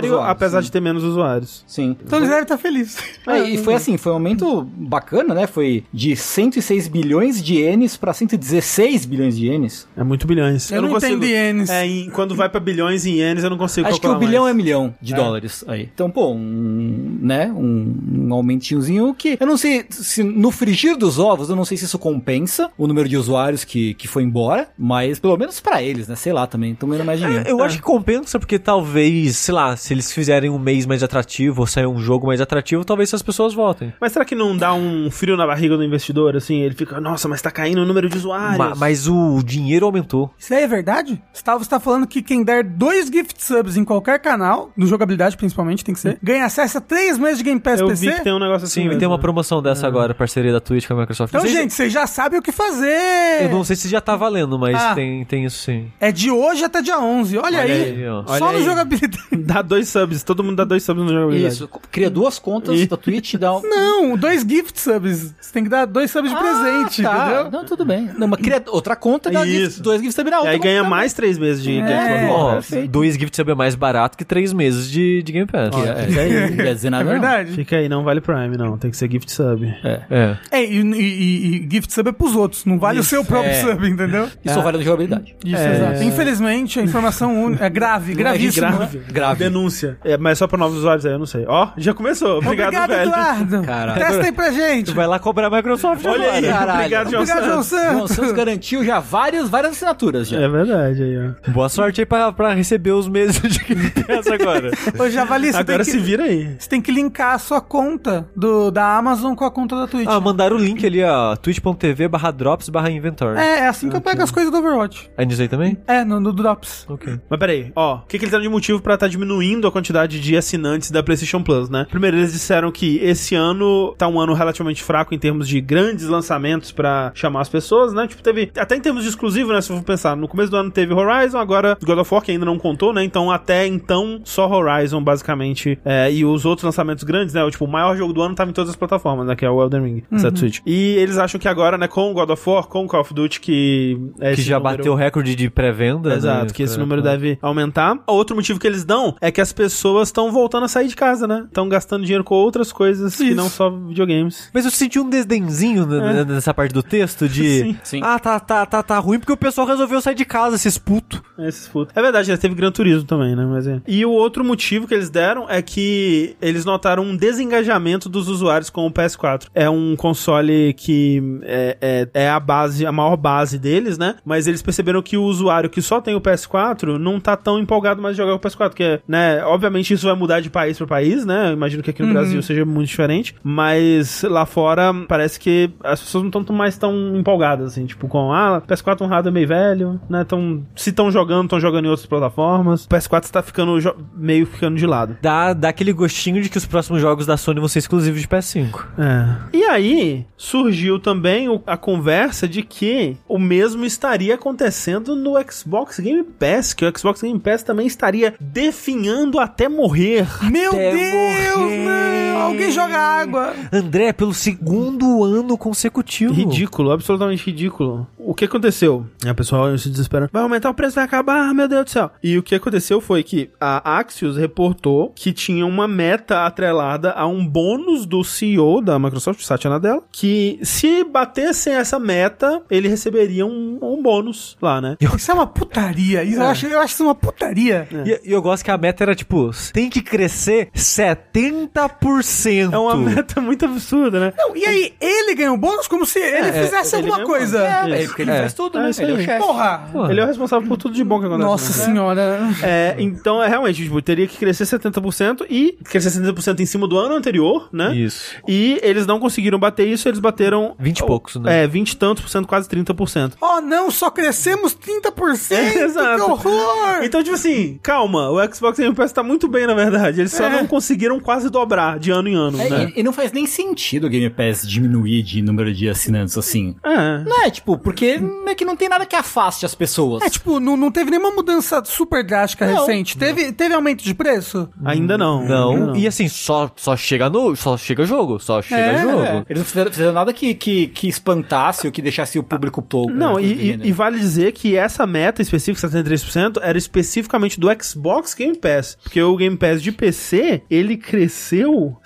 Speaker 5: usuário,
Speaker 1: apesar
Speaker 5: sim.
Speaker 1: de ter menos usuários.
Speaker 5: Sim.
Speaker 2: Então eles devem estar felizes.
Speaker 5: É, e foi assim, foi um aumento bacana, né? Foi de 106 bilhões de ienes pra 116 bilhões de ienes.
Speaker 1: É muito bilhões.
Speaker 2: Eu não entendo ienes.
Speaker 1: É, em- quando vai pra bilhões em ienes, eu não consigo
Speaker 5: Acho que o
Speaker 1: calcular
Speaker 5: bilhão é
Speaker 1: mais.
Speaker 5: milhão de dólares aí. Então, pô, um, né, um, um aumentinhozinho que eu não sei se no frigir dos ovos, eu não sei se isso compensa o número de usuários que, que foi embora, mas pelo menos pra eles, né, sei lá também, estão ganhando mais dinheiro.
Speaker 3: É, Eu acho que compensa, porque talvez, sei lá, se eles fizerem um mês mais atrativo, ou sair um jogo mais atrativo, talvez as pessoas voltem.
Speaker 1: Mas será que não dá um frio na barriga do investidor, assim? Ele fica, nossa, mas tá caindo o número de usuários.
Speaker 3: Ma- mas o dinheiro aumentou.
Speaker 2: tá, Isso aí é verdade? Gustavo está falando que quem der dois gift subs em qualquer canal, no jogabilidade principalmente, tem que ser, ganha acesso a 3 meses de Game Pass
Speaker 1: Eu
Speaker 2: PC.
Speaker 1: vi que tem um negócio assim.
Speaker 3: Sim, é.
Speaker 1: mesmo,
Speaker 3: tem uma
Speaker 1: né?
Speaker 3: promoção dessa agora, parceria da Twitch com a Microsoft.
Speaker 2: Então,
Speaker 3: Não sei se-
Speaker 2: gente, vocês já sabem o que fazer.
Speaker 3: Eu não sei se já tá valendo, mas
Speaker 2: Ah.
Speaker 3: tem, tem isso sim.
Speaker 2: É de hoje até dia 11, olha, aí.
Speaker 3: aí, ó.
Speaker 2: Só
Speaker 1: Olha
Speaker 2: no
Speaker 1: aí.
Speaker 2: jogabilidade.
Speaker 1: Dá dois subs, todo mundo dá dois subs no jogabilidade.
Speaker 4: Isso, cria duas contas
Speaker 1: E-
Speaker 4: da Twitch e dá um.
Speaker 2: Não, dois gift subs. Você tem que dar dois
Speaker 5: Ah,
Speaker 2: subs de presente,
Speaker 4: tá.
Speaker 2: entendeu? É
Speaker 4: Não, tudo bem. Não, mas cria outra conta e dá
Speaker 1: Isso.
Speaker 4: gifts- dois gifts também na
Speaker 1: E
Speaker 4: outra.
Speaker 1: aí
Speaker 5: tá
Speaker 1: ganha mais três meses de Game Pass.
Speaker 3: Ó,
Speaker 4: perfeito.
Speaker 3: dois gift sub é mais barato que três meses de, de Game Pass.
Speaker 4: É, é, isso aí, não quer dizer
Speaker 5: Ah,
Speaker 2: É
Speaker 4: nada, não.
Speaker 2: verdade.
Speaker 1: Fica aí, não vale Prime, não. Tem que ser gift sub.
Speaker 3: É.
Speaker 2: É, e, e- e- e gift sub é pros outros, não vale o seu próprio
Speaker 4: é.
Speaker 2: sub, entendeu?
Speaker 4: Isso só vale na jogabilidade.
Speaker 1: é
Speaker 2: Isso, exato. Infelizmente, a informação única é grave, gravíssima.
Speaker 1: grave.
Speaker 4: né? Grave.
Speaker 1: Denúncia. É, mas só pra novos usuários aí, eu não sei. Ó, já começou. Obrigado,
Speaker 2: Obrigado,
Speaker 1: velho.
Speaker 2: Eduardo.
Speaker 4: Caralho.
Speaker 2: Testa aí pra gente.
Speaker 3: Vai lá cobrar a Microsoft
Speaker 1: Olha aí.
Speaker 3: agora.
Speaker 4: Caralho.
Speaker 1: Obrigado, João
Speaker 2: Obrigado, João
Speaker 1: Santos.
Speaker 4: João
Speaker 2: Santos.
Speaker 4: Santos garantiu já várias, várias assinaturas já.
Speaker 1: É verdade aí, ó.
Speaker 3: Boa sorte aí pra, pra receber os meses de Game Pass agora.
Speaker 2: Ô, Javali, você tem
Speaker 1: Agora
Speaker 2: que...
Speaker 1: se vira aí.
Speaker 2: Você tem que linkar a sua conta do, da Amazon com a conta da Twitch.
Speaker 3: ah, mandaram o link ali, ó. twitch.tv barra drops barra inventory.
Speaker 2: é, é assim que eu pego as coisas do Overwatch.
Speaker 3: É nisso aí também?
Speaker 2: É, no, no Drops.
Speaker 3: Ok.
Speaker 1: Mas peraí, ó, o que, que eles deram de motivo pra tá diminuindo a quantidade de assinantes da PlayStation Plus, né? Primeiro, eles disseram que esse ano tá um ano relativamente fraco em termos de grandes lançamentos pra chamar as pessoas, né? Tipo, teve. Até em termos de exclusivo, né? Se eu for pensar, no começo do ano teve Horizon, agora God of War, que ainda não contou, né? Então, até então, só Horizon, basicamente. é, e os outros lançamentos grandes, né? O, tipo, o maior jogo do ano tava em todas as plataformas, né? Que é o Elden Ring,
Speaker 3: Uhum.
Speaker 1: certo, Switch. E eles acham que agora, né, com o God of War, com o Call of Duty, que. é
Speaker 3: que já bateu o recorde de pré-venda. né?
Speaker 1: Exato, que esse
Speaker 3: Pra-
Speaker 1: número deve aumentar. Outro motivo que eles dão é que as pessoas estão voltando a sair de casa, né? Estão gastando dinheiro com outras coisas que
Speaker 2: Isso.
Speaker 1: não só videogames.
Speaker 3: Mas eu senti um desdenzinho n- n- nessa parte do texto de.
Speaker 1: É. Sim.
Speaker 4: Sim.
Speaker 3: Ah, tá, tá, tá, tá ruim porque o pessoal resolveu sair de casa, esses putos.
Speaker 1: Esses putos. É verdade, né? teve Gran Turismo também, né? Mas é. E o outro motivo que eles deram é que eles notaram um desengajamento dos usuários com o PS4. É um console que é, é, é a base, a maior base deles, né? Mas eles perceberam que o usuário que só tem o PS4 não tá tão empolgado mais de jogar o PS4, porque, né? Obviamente isso vai mudar de país pra país, né? Eu imagino que aqui no Brasil seja muito diferente, mas lá fora parece que as pessoas não estão mais tão empolgadas, assim, tipo, com, ah, PS4 um hardware meio velho, né? Tão, se estão jogando, estão jogando em outras plataformas. O PS4 tá ficando jo- meio ficando de lado.
Speaker 3: Dá, dá aquele gostinho de que os próximos jogos da Sony vão ser exclusivos de PS5.
Speaker 1: É. E aí surgiu também o- a conversa de que o mesmo estaria acontecendo no Xbox Game Pass, que o Xbox Game Pass também estaria definhando até morrer.
Speaker 2: Meu
Speaker 3: Até
Speaker 2: Deus,
Speaker 3: morrer.
Speaker 2: não! Alguém joga água.
Speaker 3: André, é pelo segundo ano consecutivo.
Speaker 1: Ridículo, absolutamente ridículo. O que aconteceu? A pessoa se desespera. Vai aumentar o preço, vai acabar, ah, meu Deus do céu. E o que aconteceu foi que a Axios reportou que tinha uma meta atrelada a um bônus do CEO da Microsoft, o Satya Nadella, que se batessem essa meta, ele receberia um, um bônus lá, né?
Speaker 2: Isso é uma putaria. Isso Eu, acho, eu acho isso uma putaria.
Speaker 3: E, e eu gosto que a meta era tipo, tem que crescer 70%.
Speaker 1: É uma meta muito absurda, né?
Speaker 2: Não, e aí, ele ganhou bônus como se ele fizesse
Speaker 1: ele
Speaker 2: alguma
Speaker 1: ganhou
Speaker 2: coisa.
Speaker 1: bônus.
Speaker 4: É,
Speaker 1: Isso.
Speaker 4: porque ele
Speaker 3: É.
Speaker 4: faz tudo,
Speaker 1: É
Speaker 4: né?
Speaker 1: isso
Speaker 4: Ele é o
Speaker 1: aí.
Speaker 4: chefe.
Speaker 2: Porra!
Speaker 3: Pô,
Speaker 1: Ele é o responsável por tudo de bom que acontece.
Speaker 2: Nossa
Speaker 1: né?
Speaker 2: senhora.
Speaker 1: É, então, é realmente, tipo, teria que crescer 70% e crescer 70% em cima do ano anterior, né?
Speaker 3: Isso.
Speaker 1: E eles não conseguiram bater isso, eles bateram.
Speaker 3: 20 e poucos, né?
Speaker 1: É, 20 e tantos por cento, quase 30%.
Speaker 2: Oh, não, só crescemos 30%!
Speaker 1: É, exato.
Speaker 2: Que horror!
Speaker 1: Então, tipo assim, calma, o Xbox Game Pass tá muito bem, na verdade. Eles só
Speaker 2: É.
Speaker 1: não conseguiram quase dobrar de ano em ano,
Speaker 4: É,
Speaker 1: né?
Speaker 4: e, e não faz nem sentido o Game Pass diminuir de número de assinantes assim.
Speaker 1: É.
Speaker 4: Não é, tipo, porque meio que não tem nada que afaste as pessoas.
Speaker 2: É, tipo, não, não teve nenhuma mudança super drástica
Speaker 4: Não.
Speaker 2: recente. Teve, teve aumento de preço?
Speaker 1: Ainda não. Ainda
Speaker 3: Não, e assim, só, só chega no. Só chega jogo. Só chega
Speaker 2: É.
Speaker 3: jogo.
Speaker 4: Eles não fizeram, fizeram nada que, que, que espantasse ou que deixasse o público pouco.
Speaker 1: Não,
Speaker 4: né,
Speaker 1: e,
Speaker 4: coisa do
Speaker 1: e-
Speaker 4: gênero.
Speaker 1: e vale dizer que essa meta específica, 73%, era especificamente do Xbox Game Pass. Porque o Game Pass de PC, ele cresceu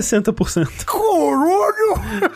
Speaker 1: 160%
Speaker 2: Corolho!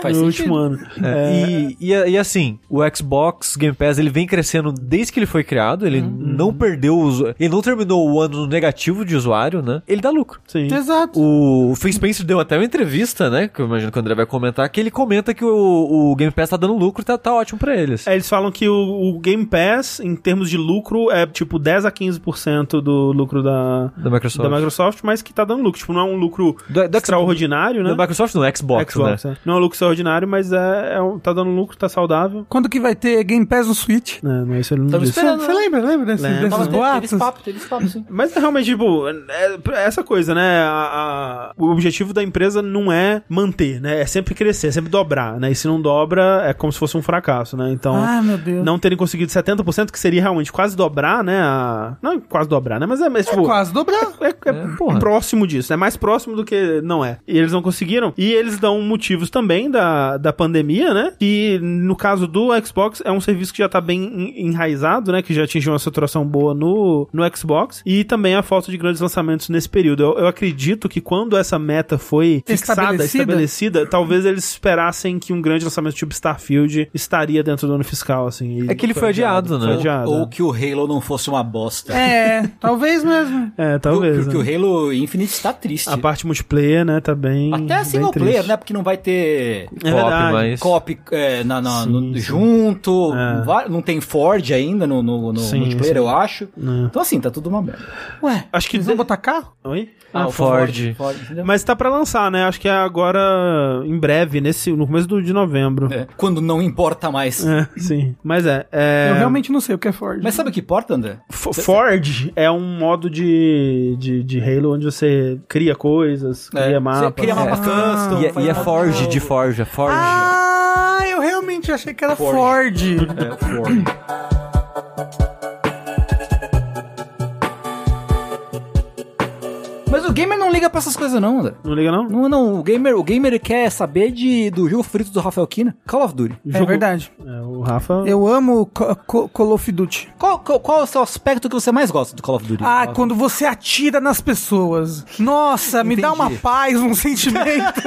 Speaker 4: Faz
Speaker 1: no
Speaker 4: sentido.
Speaker 1: último ano.
Speaker 3: É.
Speaker 1: É.
Speaker 3: E, e, e assim, o Xbox Game Pass ele vem crescendo desde que ele foi criado.
Speaker 1: Uhum.
Speaker 3: Ele não perdeu os. Ele não terminou o ano no negativo de usuário, né? Ele dá lucro.
Speaker 1: Sim.
Speaker 2: Exato.
Speaker 3: O Phil Spencer deu até uma entrevista, né? Que eu imagino que o André vai comentar, que ele comenta que o, o Game Pass tá dando lucro e tá, tá ótimo pra eles.
Speaker 1: É, eles falam que o, o Game Pass, em termos de lucro, é tipo 10 a 15% do lucro da,
Speaker 3: Da Microsoft.
Speaker 1: da Microsoft, mas que tá dando lucro. Tipo, não é um lucro
Speaker 3: Do- do-
Speaker 1: extraordinário, né?
Speaker 3: Da Microsoft não, Xbox,
Speaker 1: Xbox,
Speaker 3: né?
Speaker 1: é. Não é um lucro extraordinário, mas é, é um- tá dando lucro, tá saudável. É,
Speaker 2: Quando que vai ter Game Pass no Switch?
Speaker 1: Não, não, isso ele não
Speaker 3: Estamos
Speaker 1: disse.
Speaker 3: esperando,
Speaker 2: Você lembra, lembra desse,
Speaker 1: Lembro.
Speaker 2: desses
Speaker 1: Tava-
Speaker 2: boatos?
Speaker 5: teve esse papo, sim.
Speaker 1: Mas realmente, tipo, é- é essa coisa, né? A- a- o objetivo da empresa não é manter, né? É sempre crescer, é sempre dobrar, né? E se não dobra, é como se fosse um fracasso, né? Então.
Speaker 2: Ah, meu Deus.
Speaker 1: Não terem conseguido 70%, que seria realmente quase dobrar, né? a- Não quase dobrar, né? Mas é, mas,
Speaker 2: É
Speaker 1: tipo,
Speaker 2: quase dobrar.
Speaker 1: é, é próximo disso, é mais próximo do que não é. E eles não conseguiram. E eles dão motivos também da, da pandemia, né? Que no caso do Xbox é um serviço que já tá bem en- enraizado, né? Que já atingiu uma saturação boa no, no Xbox. E também a falta de grandes lançamentos nesse período. Eu, eu acredito que quando essa meta foi fixada,
Speaker 2: Estabelecida.
Speaker 1: estabelecida, talvez eles esperassem que um grande lançamento tipo Starfield estaria dentro do ano fiscal, assim. e
Speaker 3: É que ele foi adiado, né?
Speaker 1: Foi adiado.
Speaker 5: Ou que o Halo não fosse uma bosta.
Speaker 2: É, talvez mesmo.
Speaker 1: É, talvez.
Speaker 5: Porque
Speaker 1: né?
Speaker 5: o Halo Infinite
Speaker 4: tá
Speaker 5: está triste.
Speaker 1: A parte multiplayer, né, tá bem.
Speaker 5: Até
Speaker 1: bem
Speaker 5: single
Speaker 1: triste.
Speaker 5: player, né? Porque não vai ter
Speaker 1: É verdade.
Speaker 3: mas...
Speaker 5: cop é, na, na-
Speaker 1: Sim,
Speaker 5: no-
Speaker 1: sim.
Speaker 5: junto,
Speaker 1: É.
Speaker 5: va- não tem Ford ainda no, no- no
Speaker 1: Sim,
Speaker 5: multiplayer,
Speaker 1: sim.
Speaker 5: eu acho.
Speaker 1: É.
Speaker 5: Então assim, tá tudo uma merda.
Speaker 2: Ué,
Speaker 1: Acho que
Speaker 2: eles vão botar carro?
Speaker 1: Oi?
Speaker 3: Ah,
Speaker 5: o
Speaker 3: Ford.
Speaker 5: Ford, entendeu?
Speaker 1: Mas tá pra lançar, né? Acho que é agora, em breve, nesse, no começo do- de novembro. É.
Speaker 5: É, quando não importa mais.
Speaker 1: sim. Mas é. é-
Speaker 2: Eu realmente não sei o que é Ford.
Speaker 5: Mas sabe o que importa, André?
Speaker 1: F- Ford é um modo de, de, de Halo onde você cria coisas, cria
Speaker 5: É,
Speaker 1: mapas.
Speaker 5: você cria mapa
Speaker 3: É.
Speaker 5: custom.
Speaker 1: Então,
Speaker 3: E é, e é Forge de Forja, Forge.
Speaker 2: Ah, eu realmente achei que era Ford.
Speaker 5: É, Ford. Mas o gamer não liga pra essas coisas não, André.
Speaker 1: Não liga, não?
Speaker 5: Não, não, o gamer, o gamer quer saber de, do jogo frito do Rafael Kina, Call of Duty.
Speaker 2: É verdade.
Speaker 1: É, o Rafa.
Speaker 2: Eu amo Co- Co- Call of Duty.
Speaker 5: Qual, qual, qual é o seu aspecto que você mais gosta do Call of Duty?
Speaker 2: Ah, quando você atira nas pessoas. Nossa, me dá uma
Speaker 5: Entendi.
Speaker 2: paz, um sentimento.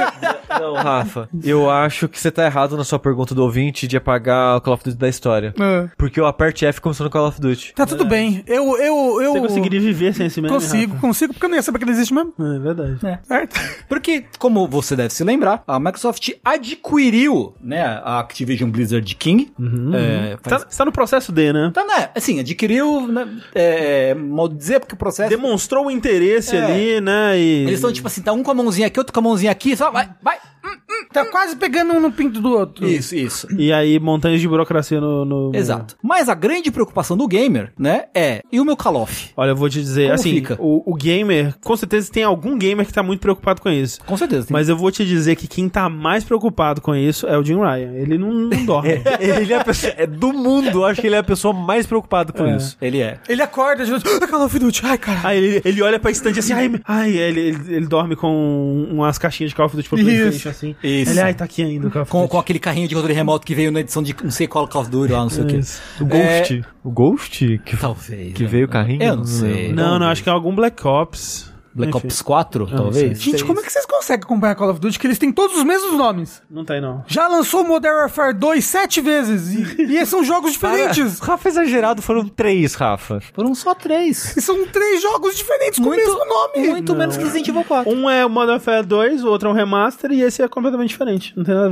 Speaker 3: Não, Rafa, eu acho que você tá errado na sua pergunta do ouvinte de apagar o Call of Duty da história.
Speaker 2: É.
Speaker 3: Porque o aperte F começou no Call of Duty.
Speaker 2: tá tudo bem. Eu, eu, eu.
Speaker 1: Você conseguiria né? viver sem esse meme,
Speaker 2: Consigo, consigo, porque eu não ia saber que ele existe
Speaker 1: Rafa?
Speaker 2: mesmo.
Speaker 1: É verdade.
Speaker 2: Certo?
Speaker 5: Porque, como você deve se lembrar, a Microsoft adquiriu, né, a Activision Blizzard King.
Speaker 2: Uhum.
Speaker 5: É,
Speaker 1: Tá,
Speaker 5: faz-
Speaker 1: você tá no processo D, né?
Speaker 5: Tá, né, assim, adquiriu, né, é, mal dizer, porque o processo...
Speaker 1: Demonstrou o interesse
Speaker 5: É.
Speaker 1: ali, né? E...
Speaker 5: Eles estão, tipo assim, tá um com a mãozinha aqui, outro com a mãozinha aqui, só vai, vai. hum,
Speaker 2: Tá quase pegando um no pinto Hum. do outro.
Speaker 5: Isso, isso.
Speaker 1: E aí, montanhas de burocracia no. no-
Speaker 5: Exato. Mas a grande preocupação do gamer, né, é, e o meu Call of?
Speaker 1: Olha, eu vou te dizer,
Speaker 5: Como
Speaker 1: assim,
Speaker 5: fica?
Speaker 1: o, o gamer, com certeza tem algum gamer que tá muito preocupado com isso.
Speaker 5: Com certeza. tem-
Speaker 1: Mas eu vou te dizer que quem tá mais preocupado com isso é o Jim Ryan. Ele não, não dorme.
Speaker 3: Ele é a pessoa, é do mundo, eu acho que ele é a pessoa mais preocupada com isso.
Speaker 5: Ele é.
Speaker 2: Ele acorda de noite. Ah, Call of Duty. Ai, cara.
Speaker 1: Aí ele, ele olha pra estante assim, ai, me- ai ele, ele, ele dorme com um, umas caixinhas de Call of Duty pro
Speaker 2: Isso.
Speaker 1: Playstation, assim.
Speaker 5: Isso.
Speaker 1: Ele, ai, tá aqui ainda o Call of
Speaker 5: Com,
Speaker 1: Duty.
Speaker 5: com aquele carrinho de controle remoto que veio na edição de não sei qual Call of Duty lá, não sei o quê.
Speaker 1: Isso.
Speaker 3: O Ghost. O Ghost que,
Speaker 5: Talvez.
Speaker 3: que
Speaker 5: né?
Speaker 3: veio o carrinho?
Speaker 5: Eu não sei.
Speaker 1: Não, não, acho que é algum Black Ops.
Speaker 5: Black
Speaker 1: Enfim,
Speaker 5: Ops 4, talvez?
Speaker 2: Gente, como é que vocês conseguem acompanhar Call of Duty? Que eles têm todos os mesmos nomes.
Speaker 1: Não tem, não.
Speaker 2: Já lançou Modern Warfare 2 sete vezes. E, e são jogos diferentes.
Speaker 3: Rafa exagerado, foram três, Rafa.
Speaker 5: Foram só três.
Speaker 2: E são três jogos diferentes com o mesmo nome.
Speaker 5: Muito menos que Resident Evil 4.
Speaker 1: Um é o Modern Warfare 2, o outro é um remaster, e esse é completamente diferente. Não tem nada a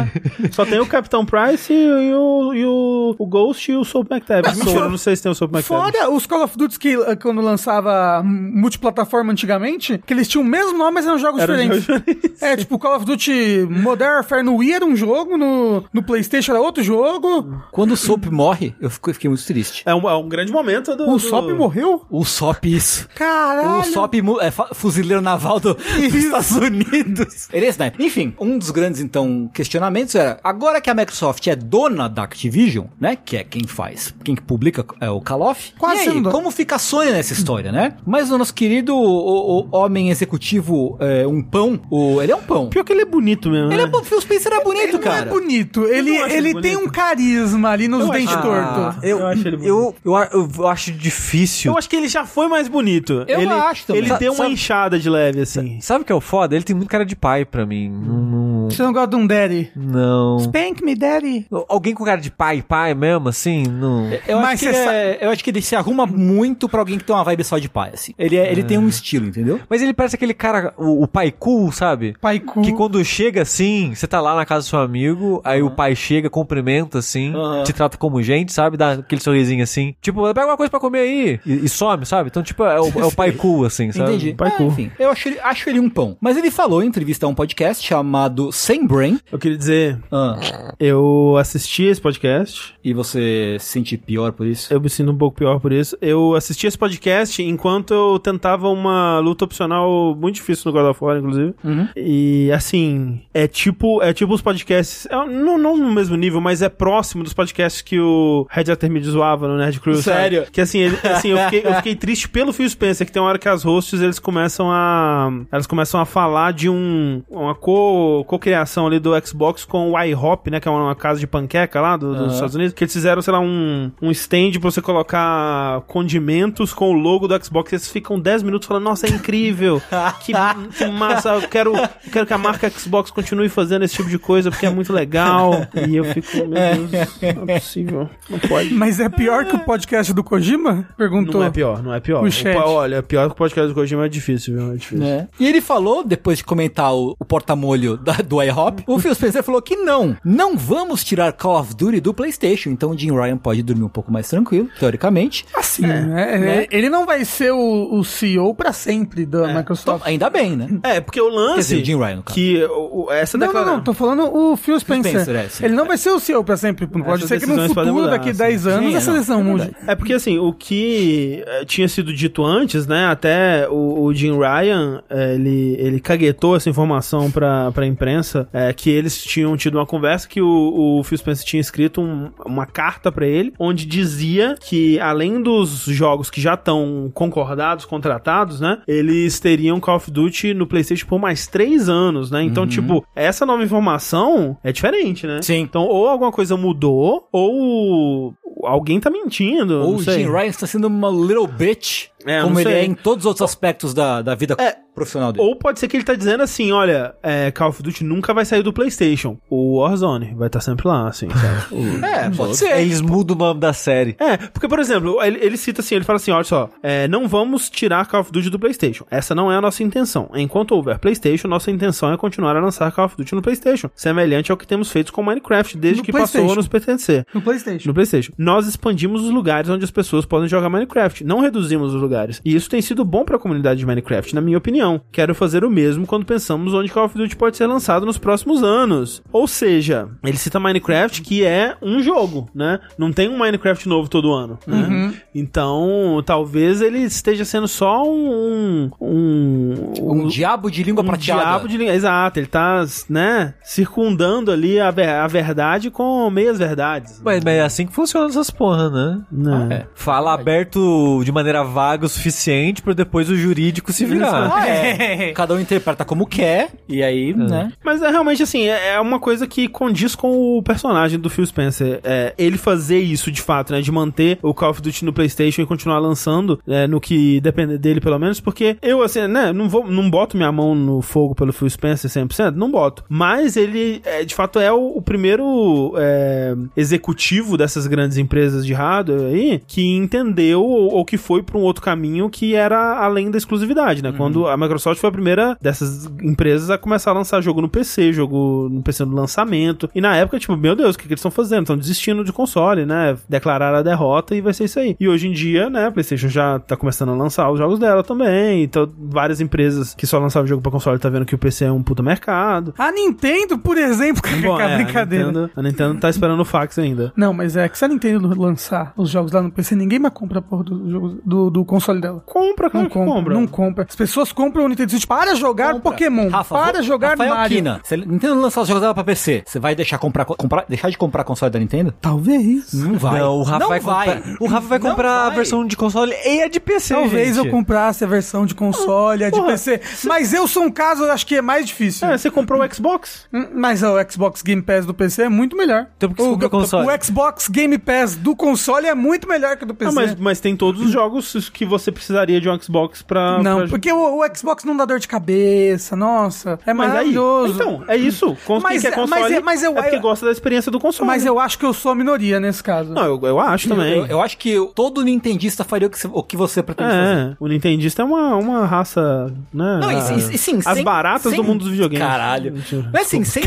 Speaker 1: ver. Só tem o Capitão Price e o, e o, o Ghost e o Soul McTavish. Mentira, eu não sei se tem o Soul McTavish.
Speaker 2: Fora os Call of Duty que eh, quando lançava hum, multiplataforma antigamente, que eles tinham o mesmo nome, mas eram jogos
Speaker 1: Eram
Speaker 2: diferentes.
Speaker 1: jogos
Speaker 2: É, tipo, Call of Duty Modern Warfare no Wii era um jogo, no, no Playstation era outro jogo.
Speaker 5: Quando o Sop morre, eu fico- eu fiquei muito triste.
Speaker 1: É um, é um grande momento do.
Speaker 2: O
Speaker 1: do-
Speaker 2: Sop morreu?
Speaker 5: O Sop, isso.
Speaker 2: Caralho!
Speaker 5: O Sop Um mu- é fa- fuzileiro naval do, dos Estados Unidos. Ele é sniper. Enfim, um dos grandes, então, questionamentos era, agora que a Microsoft é dona da Activision, né, que é quem faz, quem que publica é o Call of,
Speaker 2: Quase
Speaker 5: e aí,
Speaker 2: sendo dona.
Speaker 5: como fica a Sony nessa história, né? Mas o nosso querido o- o homem executivo, é, um pão, o, ele é um pão.
Speaker 1: Pior que ele é bonito mesmo.
Speaker 5: Ele é
Speaker 1: né?
Speaker 5: bom, o Phil Spencer é bonito,
Speaker 2: ele não
Speaker 5: cara.
Speaker 2: é bonito, ele,
Speaker 1: não acho
Speaker 2: ele
Speaker 1: ele
Speaker 2: tem
Speaker 1: bonito.
Speaker 2: um carisma ali nos
Speaker 1: Eu
Speaker 2: dentes
Speaker 1: acho-
Speaker 2: tortos.
Speaker 1: Eu acho ele bonito.
Speaker 3: eu, eu, a- eu acho difícil.
Speaker 1: Eu acho que ele já foi mais bonito.
Speaker 5: Eu
Speaker 1: ele,
Speaker 5: acho também.
Speaker 1: Ele
Speaker 5: Sa-
Speaker 1: deu uma
Speaker 5: sabe-
Speaker 1: inchada de leve, assim.
Speaker 3: Sabe o que é o foda? Ele tem muito cara de pai pra mim. Não.
Speaker 2: Você não gosta de um daddy?
Speaker 3: não- não.
Speaker 2: Spank me, daddy.
Speaker 3: Alguém com cara de pai, pai mesmo, assim? Não.
Speaker 5: Eu acho,
Speaker 2: Mas cê
Speaker 5: que ele
Speaker 2: sa-
Speaker 5: é- eu acho que ele se arruma muito pra alguém que tem uma vibe só de pai, assim. Ele, é- ele tem um estilo, entendeu?
Speaker 3: Mas ele parece aquele cara, o, o pai cool, sabe?
Speaker 2: Pai cu.
Speaker 5: Uhum.
Speaker 3: Que quando chega assim, você tá lá na casa do seu amigo, aí o pai chega, cumprimenta assim,
Speaker 5: Aham.
Speaker 3: te trata como gente, sabe? Dá aquele sorrisinho assim. Tipo, pega uma coisa pra comer aí. E, e some, sabe? Então, tipo, é o, é o pai cool, assim, sabe?
Speaker 5: Entendi.
Speaker 1: Pai
Speaker 5: Ah,
Speaker 1: cu.
Speaker 5: enfim, eu acho ele, acho ele um pão. Mas ele falou em entrevista a um podcast chamado sem brain.
Speaker 1: Eu queria dizer,
Speaker 5: Ah,
Speaker 1: eu assisti esse podcast,
Speaker 5: e você se sente pior por isso?
Speaker 1: eu me sinto um pouco pior por isso. Eu assisti esse podcast enquanto eu tentava uma luta opcional muito difícil no God of War, inclusive. E assim, é tipo, é tipo os podcasts, é, não, não no mesmo nível, mas é próximo dos podcasts que o Red Artemid zoava no Nerd Crew. sabe?
Speaker 5: Sério?
Speaker 1: Que assim, ele- assim eu, fiquei, eu fiquei triste pelo Phil Spencer, que tem uma hora que as hosts eles começam a. Elas começam a falar de um uma co- co-criação ali do Xbox com o iHop, né? Que é uma, uma casa de panqueca lá do- dos Estados Unidos. Que eles fizeram, sei lá, um, um stand pra você colocar condimentos com o logo do Xbox. Eles ficam 10 minutos falando, nossa, é incrível! que, que massa! Eu quero, eu quero que a marca Xbox continue fazendo esse tipo de coisa, porque é muito legal. E eu fico, meu Deus, não é possível. Não pode.
Speaker 2: Mas é pior que o podcast do Kojima? Perguntou.
Speaker 1: Não é pior, não é pior.
Speaker 2: O
Speaker 1: O
Speaker 2: chat.
Speaker 1: pa- olha, pior que o podcast do Kojima é difícil, viu? É difícil.
Speaker 5: É. E ele falou, depois de comentar o, o porta-molho da- do iHop, o Phil Spencer falou que não, não vamos tirar Call of Duty do PlayStation. Então o Jim Ryan pode dormir um pouco mais tranquilo, teoricamente.
Speaker 2: Assim, né? É, Ele não vai ser o, o CEO pra sempre da
Speaker 5: Então,
Speaker 1: Tá
Speaker 2: Microsoft.
Speaker 5: ainda bem, né?
Speaker 1: É, porque o lance.
Speaker 5: Quer dizer, o Jim Ryan, no caso.
Speaker 1: que o- o- essa
Speaker 2: Não, não,
Speaker 1: declaração.
Speaker 2: não, tô falando o Phil Spencer.
Speaker 5: Spencer, é, sim.
Speaker 2: ele não vai ser o CEO pra sempre. Pode
Speaker 1: É, Essas
Speaker 2: ser que no
Speaker 1: decisões podem
Speaker 2: futuro,
Speaker 1: mudar,
Speaker 2: daqui
Speaker 1: sim.
Speaker 2: 10 anos,
Speaker 5: Sim,
Speaker 2: essa
Speaker 5: é,
Speaker 2: decisão mude.
Speaker 1: É porque assim, o que eh, tinha sido dito antes, né? Até o, o Jim Ryan, eh, ele, ele caguetou essa informação pra, pra imprensa, eh, que eles tinham tido uma conversa que o, o Phil Spencer tinha escrito um- uma carta pra ele, onde dizia que além dos jogos que já estão concordados, contratados, né? Eles teriam Call of Duty no PlayStation por mais três anos, né? Então, tipo, essa nova informação é diferente, né?
Speaker 5: Sim.
Speaker 1: Então, ou alguma coisa mudou, ou alguém tá mentindo.
Speaker 5: Ou
Speaker 1: não
Speaker 5: o
Speaker 1: sei.
Speaker 5: Jim Ryan está sendo uma little bitch,
Speaker 1: É,
Speaker 5: como
Speaker 1: não
Speaker 5: ele
Speaker 1: sei. É.
Speaker 5: é em todos os outros aspectos da, da vida profissional dele.
Speaker 1: Ou pode ser que ele tá dizendo assim, olha, é, Call of Duty nunca vai sair do Playstation. O Warzone vai estar sempre lá, assim, sabe?
Speaker 5: É, pode ser.
Speaker 3: É, eles mudam o nome da série.
Speaker 1: é, porque, por exemplo, ele, ele cita assim, ele fala assim, olha só, é, não vamos tirar Call of Duty do Playstation. Essa não é a nossa intenção. Enquanto houver Playstation, nossa intenção é continuar a lançar Call of Duty no Playstation. Semelhante ao que temos feito com Minecraft desde
Speaker 2: No
Speaker 1: que passou a
Speaker 2: PlayStation.
Speaker 1: nos pertencer.
Speaker 2: No PlayStation.
Speaker 1: No PlayStation. Nós expandimos os lugares onde as pessoas podem jogar Minecraft, não reduzimos os lugares. E isso tem sido bom pra comunidade de Minecraft, na minha opinião. Quero fazer o mesmo quando pensamos onde Call of Duty pode ser lançado nos próximos anos. Ou seja, ele cita Minecraft, que é um jogo, né? Não tem um Minecraft novo todo ano, né?
Speaker 5: Uhum.
Speaker 1: Então, talvez ele esteja sendo só um um,
Speaker 5: Um diabo de língua
Speaker 1: um
Speaker 5: prateada.
Speaker 1: diabo de língua. Exato, ele tá, né, circundando ali a, ver- a verdade com meias verdades.
Speaker 3: Mas,
Speaker 5: Hum.
Speaker 3: mas é assim que funciona essas porra, né?
Speaker 1: Né?
Speaker 5: é.
Speaker 3: Fala aberto de maneira vaga o suficiente pra depois o jurídico se virar.
Speaker 5: Ah, é. Cada um interpreta como quer, e aí, né?
Speaker 1: Mas é realmente assim, é, é uma coisa que condiz com o personagem do Phil Spencer. É, ele fazer isso de fato, né? De manter o Call of Duty no PlayStation e continuar lançando, é, no que depende dele pelo menos, porque eu, assim, né? Não, vou, não boto minha mão no fogo pelo Phil Spencer 100%, não boto. Mas ele, é, de fato, é o, o primeiro é, executivo dessas grandes empresas de hardware aí que entendeu ou, ou que foi para um outro caminho que era além da exclusividade,
Speaker 2: Uhum.
Speaker 1: né? Quando a Microsoft foi a primeira dessas empresas a começar a lançar jogo no PC, jogo no PC no lançamento. E na época, tipo, meu Deus, o que, que eles estão fazendo? Estão desistindo de console, né? Declararam a derrota e vai ser isso aí. E hoje em dia, né, a PlayStation já tá começando a lançar os jogos dela também. Então, várias empresas que só lançavam jogo para console tá vendo que o PC é um puta mercado.
Speaker 2: A Nintendo, por exemplo, que
Speaker 1: Bom, é,
Speaker 2: é, brincadeira.
Speaker 1: A Nintendo, a Nintendo tá esperando o fax ainda.
Speaker 2: Não, mas é que se a Nintendo lançar os jogos lá no PC, ninguém mais compra a porra do, jogo, do, do console dela.
Speaker 1: Compra,
Speaker 2: Não
Speaker 1: claro é que
Speaker 2: compra, não compra. As pessoas compram o Nintendo Switch para jogar
Speaker 5: Compra.
Speaker 2: Pokémon,
Speaker 5: Rafa,
Speaker 2: para
Speaker 5: vou-
Speaker 2: jogar
Speaker 5: Rafael
Speaker 2: Mario.
Speaker 5: Kina, se a Nintendo lançar os jogos dela pra PC, você vai deixar, comprar, comprar, deixar de comprar console da Nintendo?
Speaker 2: Talvez.
Speaker 5: Não vai.
Speaker 3: Não, o Rafa
Speaker 5: Não
Speaker 3: vai, comprar. O Rafa vai
Speaker 5: Não
Speaker 3: comprar a
Speaker 5: vai.
Speaker 3: versão de console e a de PC.
Speaker 2: Talvez
Speaker 3: gente.
Speaker 2: eu comprasse a versão de console, a de PC. Mas eu sou um caso, eu acho que é mais difícil.
Speaker 1: É, você comprou o Xbox?
Speaker 2: Hum, Mas ó, o Xbox Game Pass do PC é muito melhor.
Speaker 3: Então por que você
Speaker 2: o,
Speaker 3: compra o console?
Speaker 2: o Xbox Game Pass do console é muito melhor que o do PC.
Speaker 1: Ah, mas, mas tem todos os jogos que você precisaria de um Xbox pra.
Speaker 2: Não,
Speaker 1: pra-
Speaker 2: porque o, o Xbox não dá dor de cabeça, nossa, é
Speaker 1: Mas aí,
Speaker 2: maravilhoso.
Speaker 1: então, é isso. Cons
Speaker 2: Mas
Speaker 1: quem quer
Speaker 2: é-
Speaker 1: console
Speaker 2: mas é- mas eu-
Speaker 1: é porque
Speaker 2: eu-
Speaker 1: gosta da experiência do console.
Speaker 2: Mas eu acho que eu sou a minoria nesse caso.
Speaker 1: Não, eu, eu acho também.
Speaker 5: Eu, eu acho que todo nintendista faria o que, você- o que você pretende fazer.
Speaker 1: É, o Nintendista é uma, uma raça, né?
Speaker 5: Não,
Speaker 1: a-
Speaker 5: e, e- e sim,
Speaker 1: As
Speaker 5: sem-
Speaker 1: baratas
Speaker 5: sem-
Speaker 1: do mundo dos videogames.
Speaker 5: Caralho.
Speaker 1: Mentira.
Speaker 5: Mas assim, sem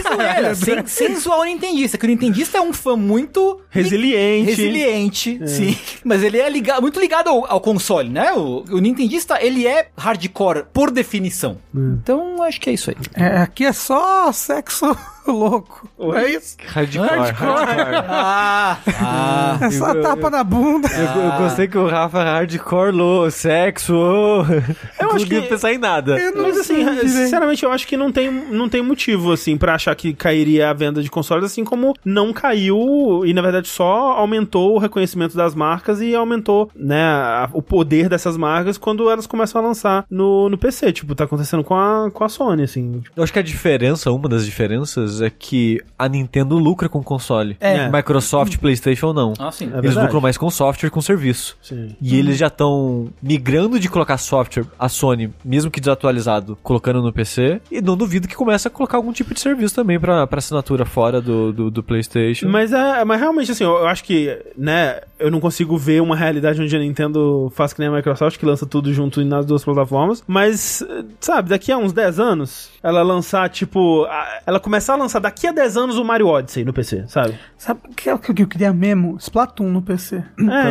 Speaker 5: zoeira, sem, sem zoar o Nintendista, que o Nintendista é um fã muito
Speaker 1: Resiliente.
Speaker 5: Resiliente, sim. Mas ele é liga- muito ligado ao, ao console, né? O, o nintendista, ele é hardcore por definição. Então, acho que é isso aí.
Speaker 2: É, aqui é só sexo louco. É isso.
Speaker 3: Hardcore.
Speaker 5: Ah, ah.
Speaker 2: É só tapa na bunda.
Speaker 3: Eu, eu
Speaker 1: Ah.
Speaker 3: gostei que o Rafa é hardcore, lou, sexo. ô. Eu não
Speaker 1: acho que-
Speaker 3: consegui pensar em nada.
Speaker 2: Eu não
Speaker 1: Mas assim,
Speaker 2: sei direito.
Speaker 1: sinceramente, eu acho que não tem, não tem motivo, assim, pra achar que cairia a venda de consoles, assim como não caiu e, na verdade, só aumentou o reconhecimento das marcas e aumentou, né, a- o poder dessas marcas quando elas começam a lançar no, no PC. Tipo, tá acontecendo com a, com a Sony, assim. Tipo,
Speaker 3: Eu acho que a diferença, uma das diferenças, é que a Nintendo lucra com console.
Speaker 1: É.
Speaker 3: Microsoft, PlayStation não.
Speaker 5: Ah, sim.
Speaker 1: é
Speaker 3: eles
Speaker 1: verdade. Uhum.
Speaker 3: lucram mais com software e com serviço.
Speaker 1: Sim.
Speaker 3: E eles já estão migrando de colocar software, a Sony, mesmo que desatualizado, colocando no PC. E não duvido que começa a colocar algum tipo de serviço também pra, pra assinatura fora do, do, do PlayStation.
Speaker 1: Mas, é, mas realmente, assim, eu, eu acho que, né, eu não consigo ver uma realidade onde a Nintendo faz que nem a Microsoft, que lança tudo junto e nas duas plataformas. Mas, eh, sabe, daqui a uns 10 anos, ela lançar, tipo. a- ela começar a lançar daqui a 10 anos o Mario Odyssey no PC, sabe?
Speaker 2: Sabe o que, é o que eu queria mesmo? Splatoon no PC.
Speaker 1: É,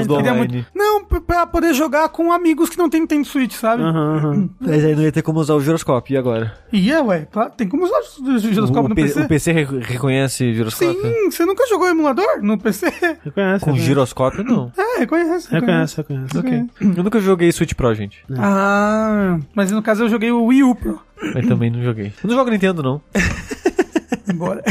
Speaker 3: do
Speaker 2: Queria
Speaker 3: online.
Speaker 2: muito- Não, p- pra poder jogar com amigos que não tem Nintendo Switch, sabe?
Speaker 1: Aham, aham.
Speaker 3: Mas aí não ia ter como usar o giroscópio, e agora?
Speaker 2: E é, ué, claro, tem como usar o giroscópio
Speaker 3: o,
Speaker 2: no
Speaker 3: P-
Speaker 2: PC?
Speaker 3: o PC re- reconhece giroscópio?
Speaker 2: Sim, você nunca jogou emulador no PC?
Speaker 1: Reconhece.
Speaker 3: Com
Speaker 1: reconhece.
Speaker 3: giroscópio, não.
Speaker 2: É, reconhece. né?
Speaker 1: Reconhece, reconhece.
Speaker 3: Ok. Eu nunca joguei Switch Pro, gente.
Speaker 2: Ah, mas no caso eu joguei o Wii U Pro.
Speaker 3: Mas também não joguei. Eu não jogo Nintendo, não.
Speaker 2: Embora.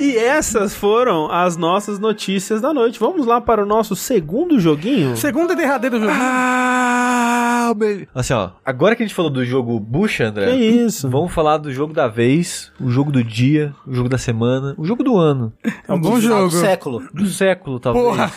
Speaker 1: E essas foram as nossas notícias da noite. Vamos lá para o nosso segundo joguinho.
Speaker 2: Segundo e derradeiro jogo.
Speaker 3: Ah, Assim, ó. Agora que a gente falou do jogo Bucha, André.
Speaker 1: Que É isso?
Speaker 3: Vamos falar do jogo da vez, o jogo do dia, o jogo da semana, o jogo do ano,
Speaker 2: é um
Speaker 5: Ah,
Speaker 2: bom
Speaker 5: do
Speaker 2: jogo.
Speaker 5: século.
Speaker 3: do século, talvez.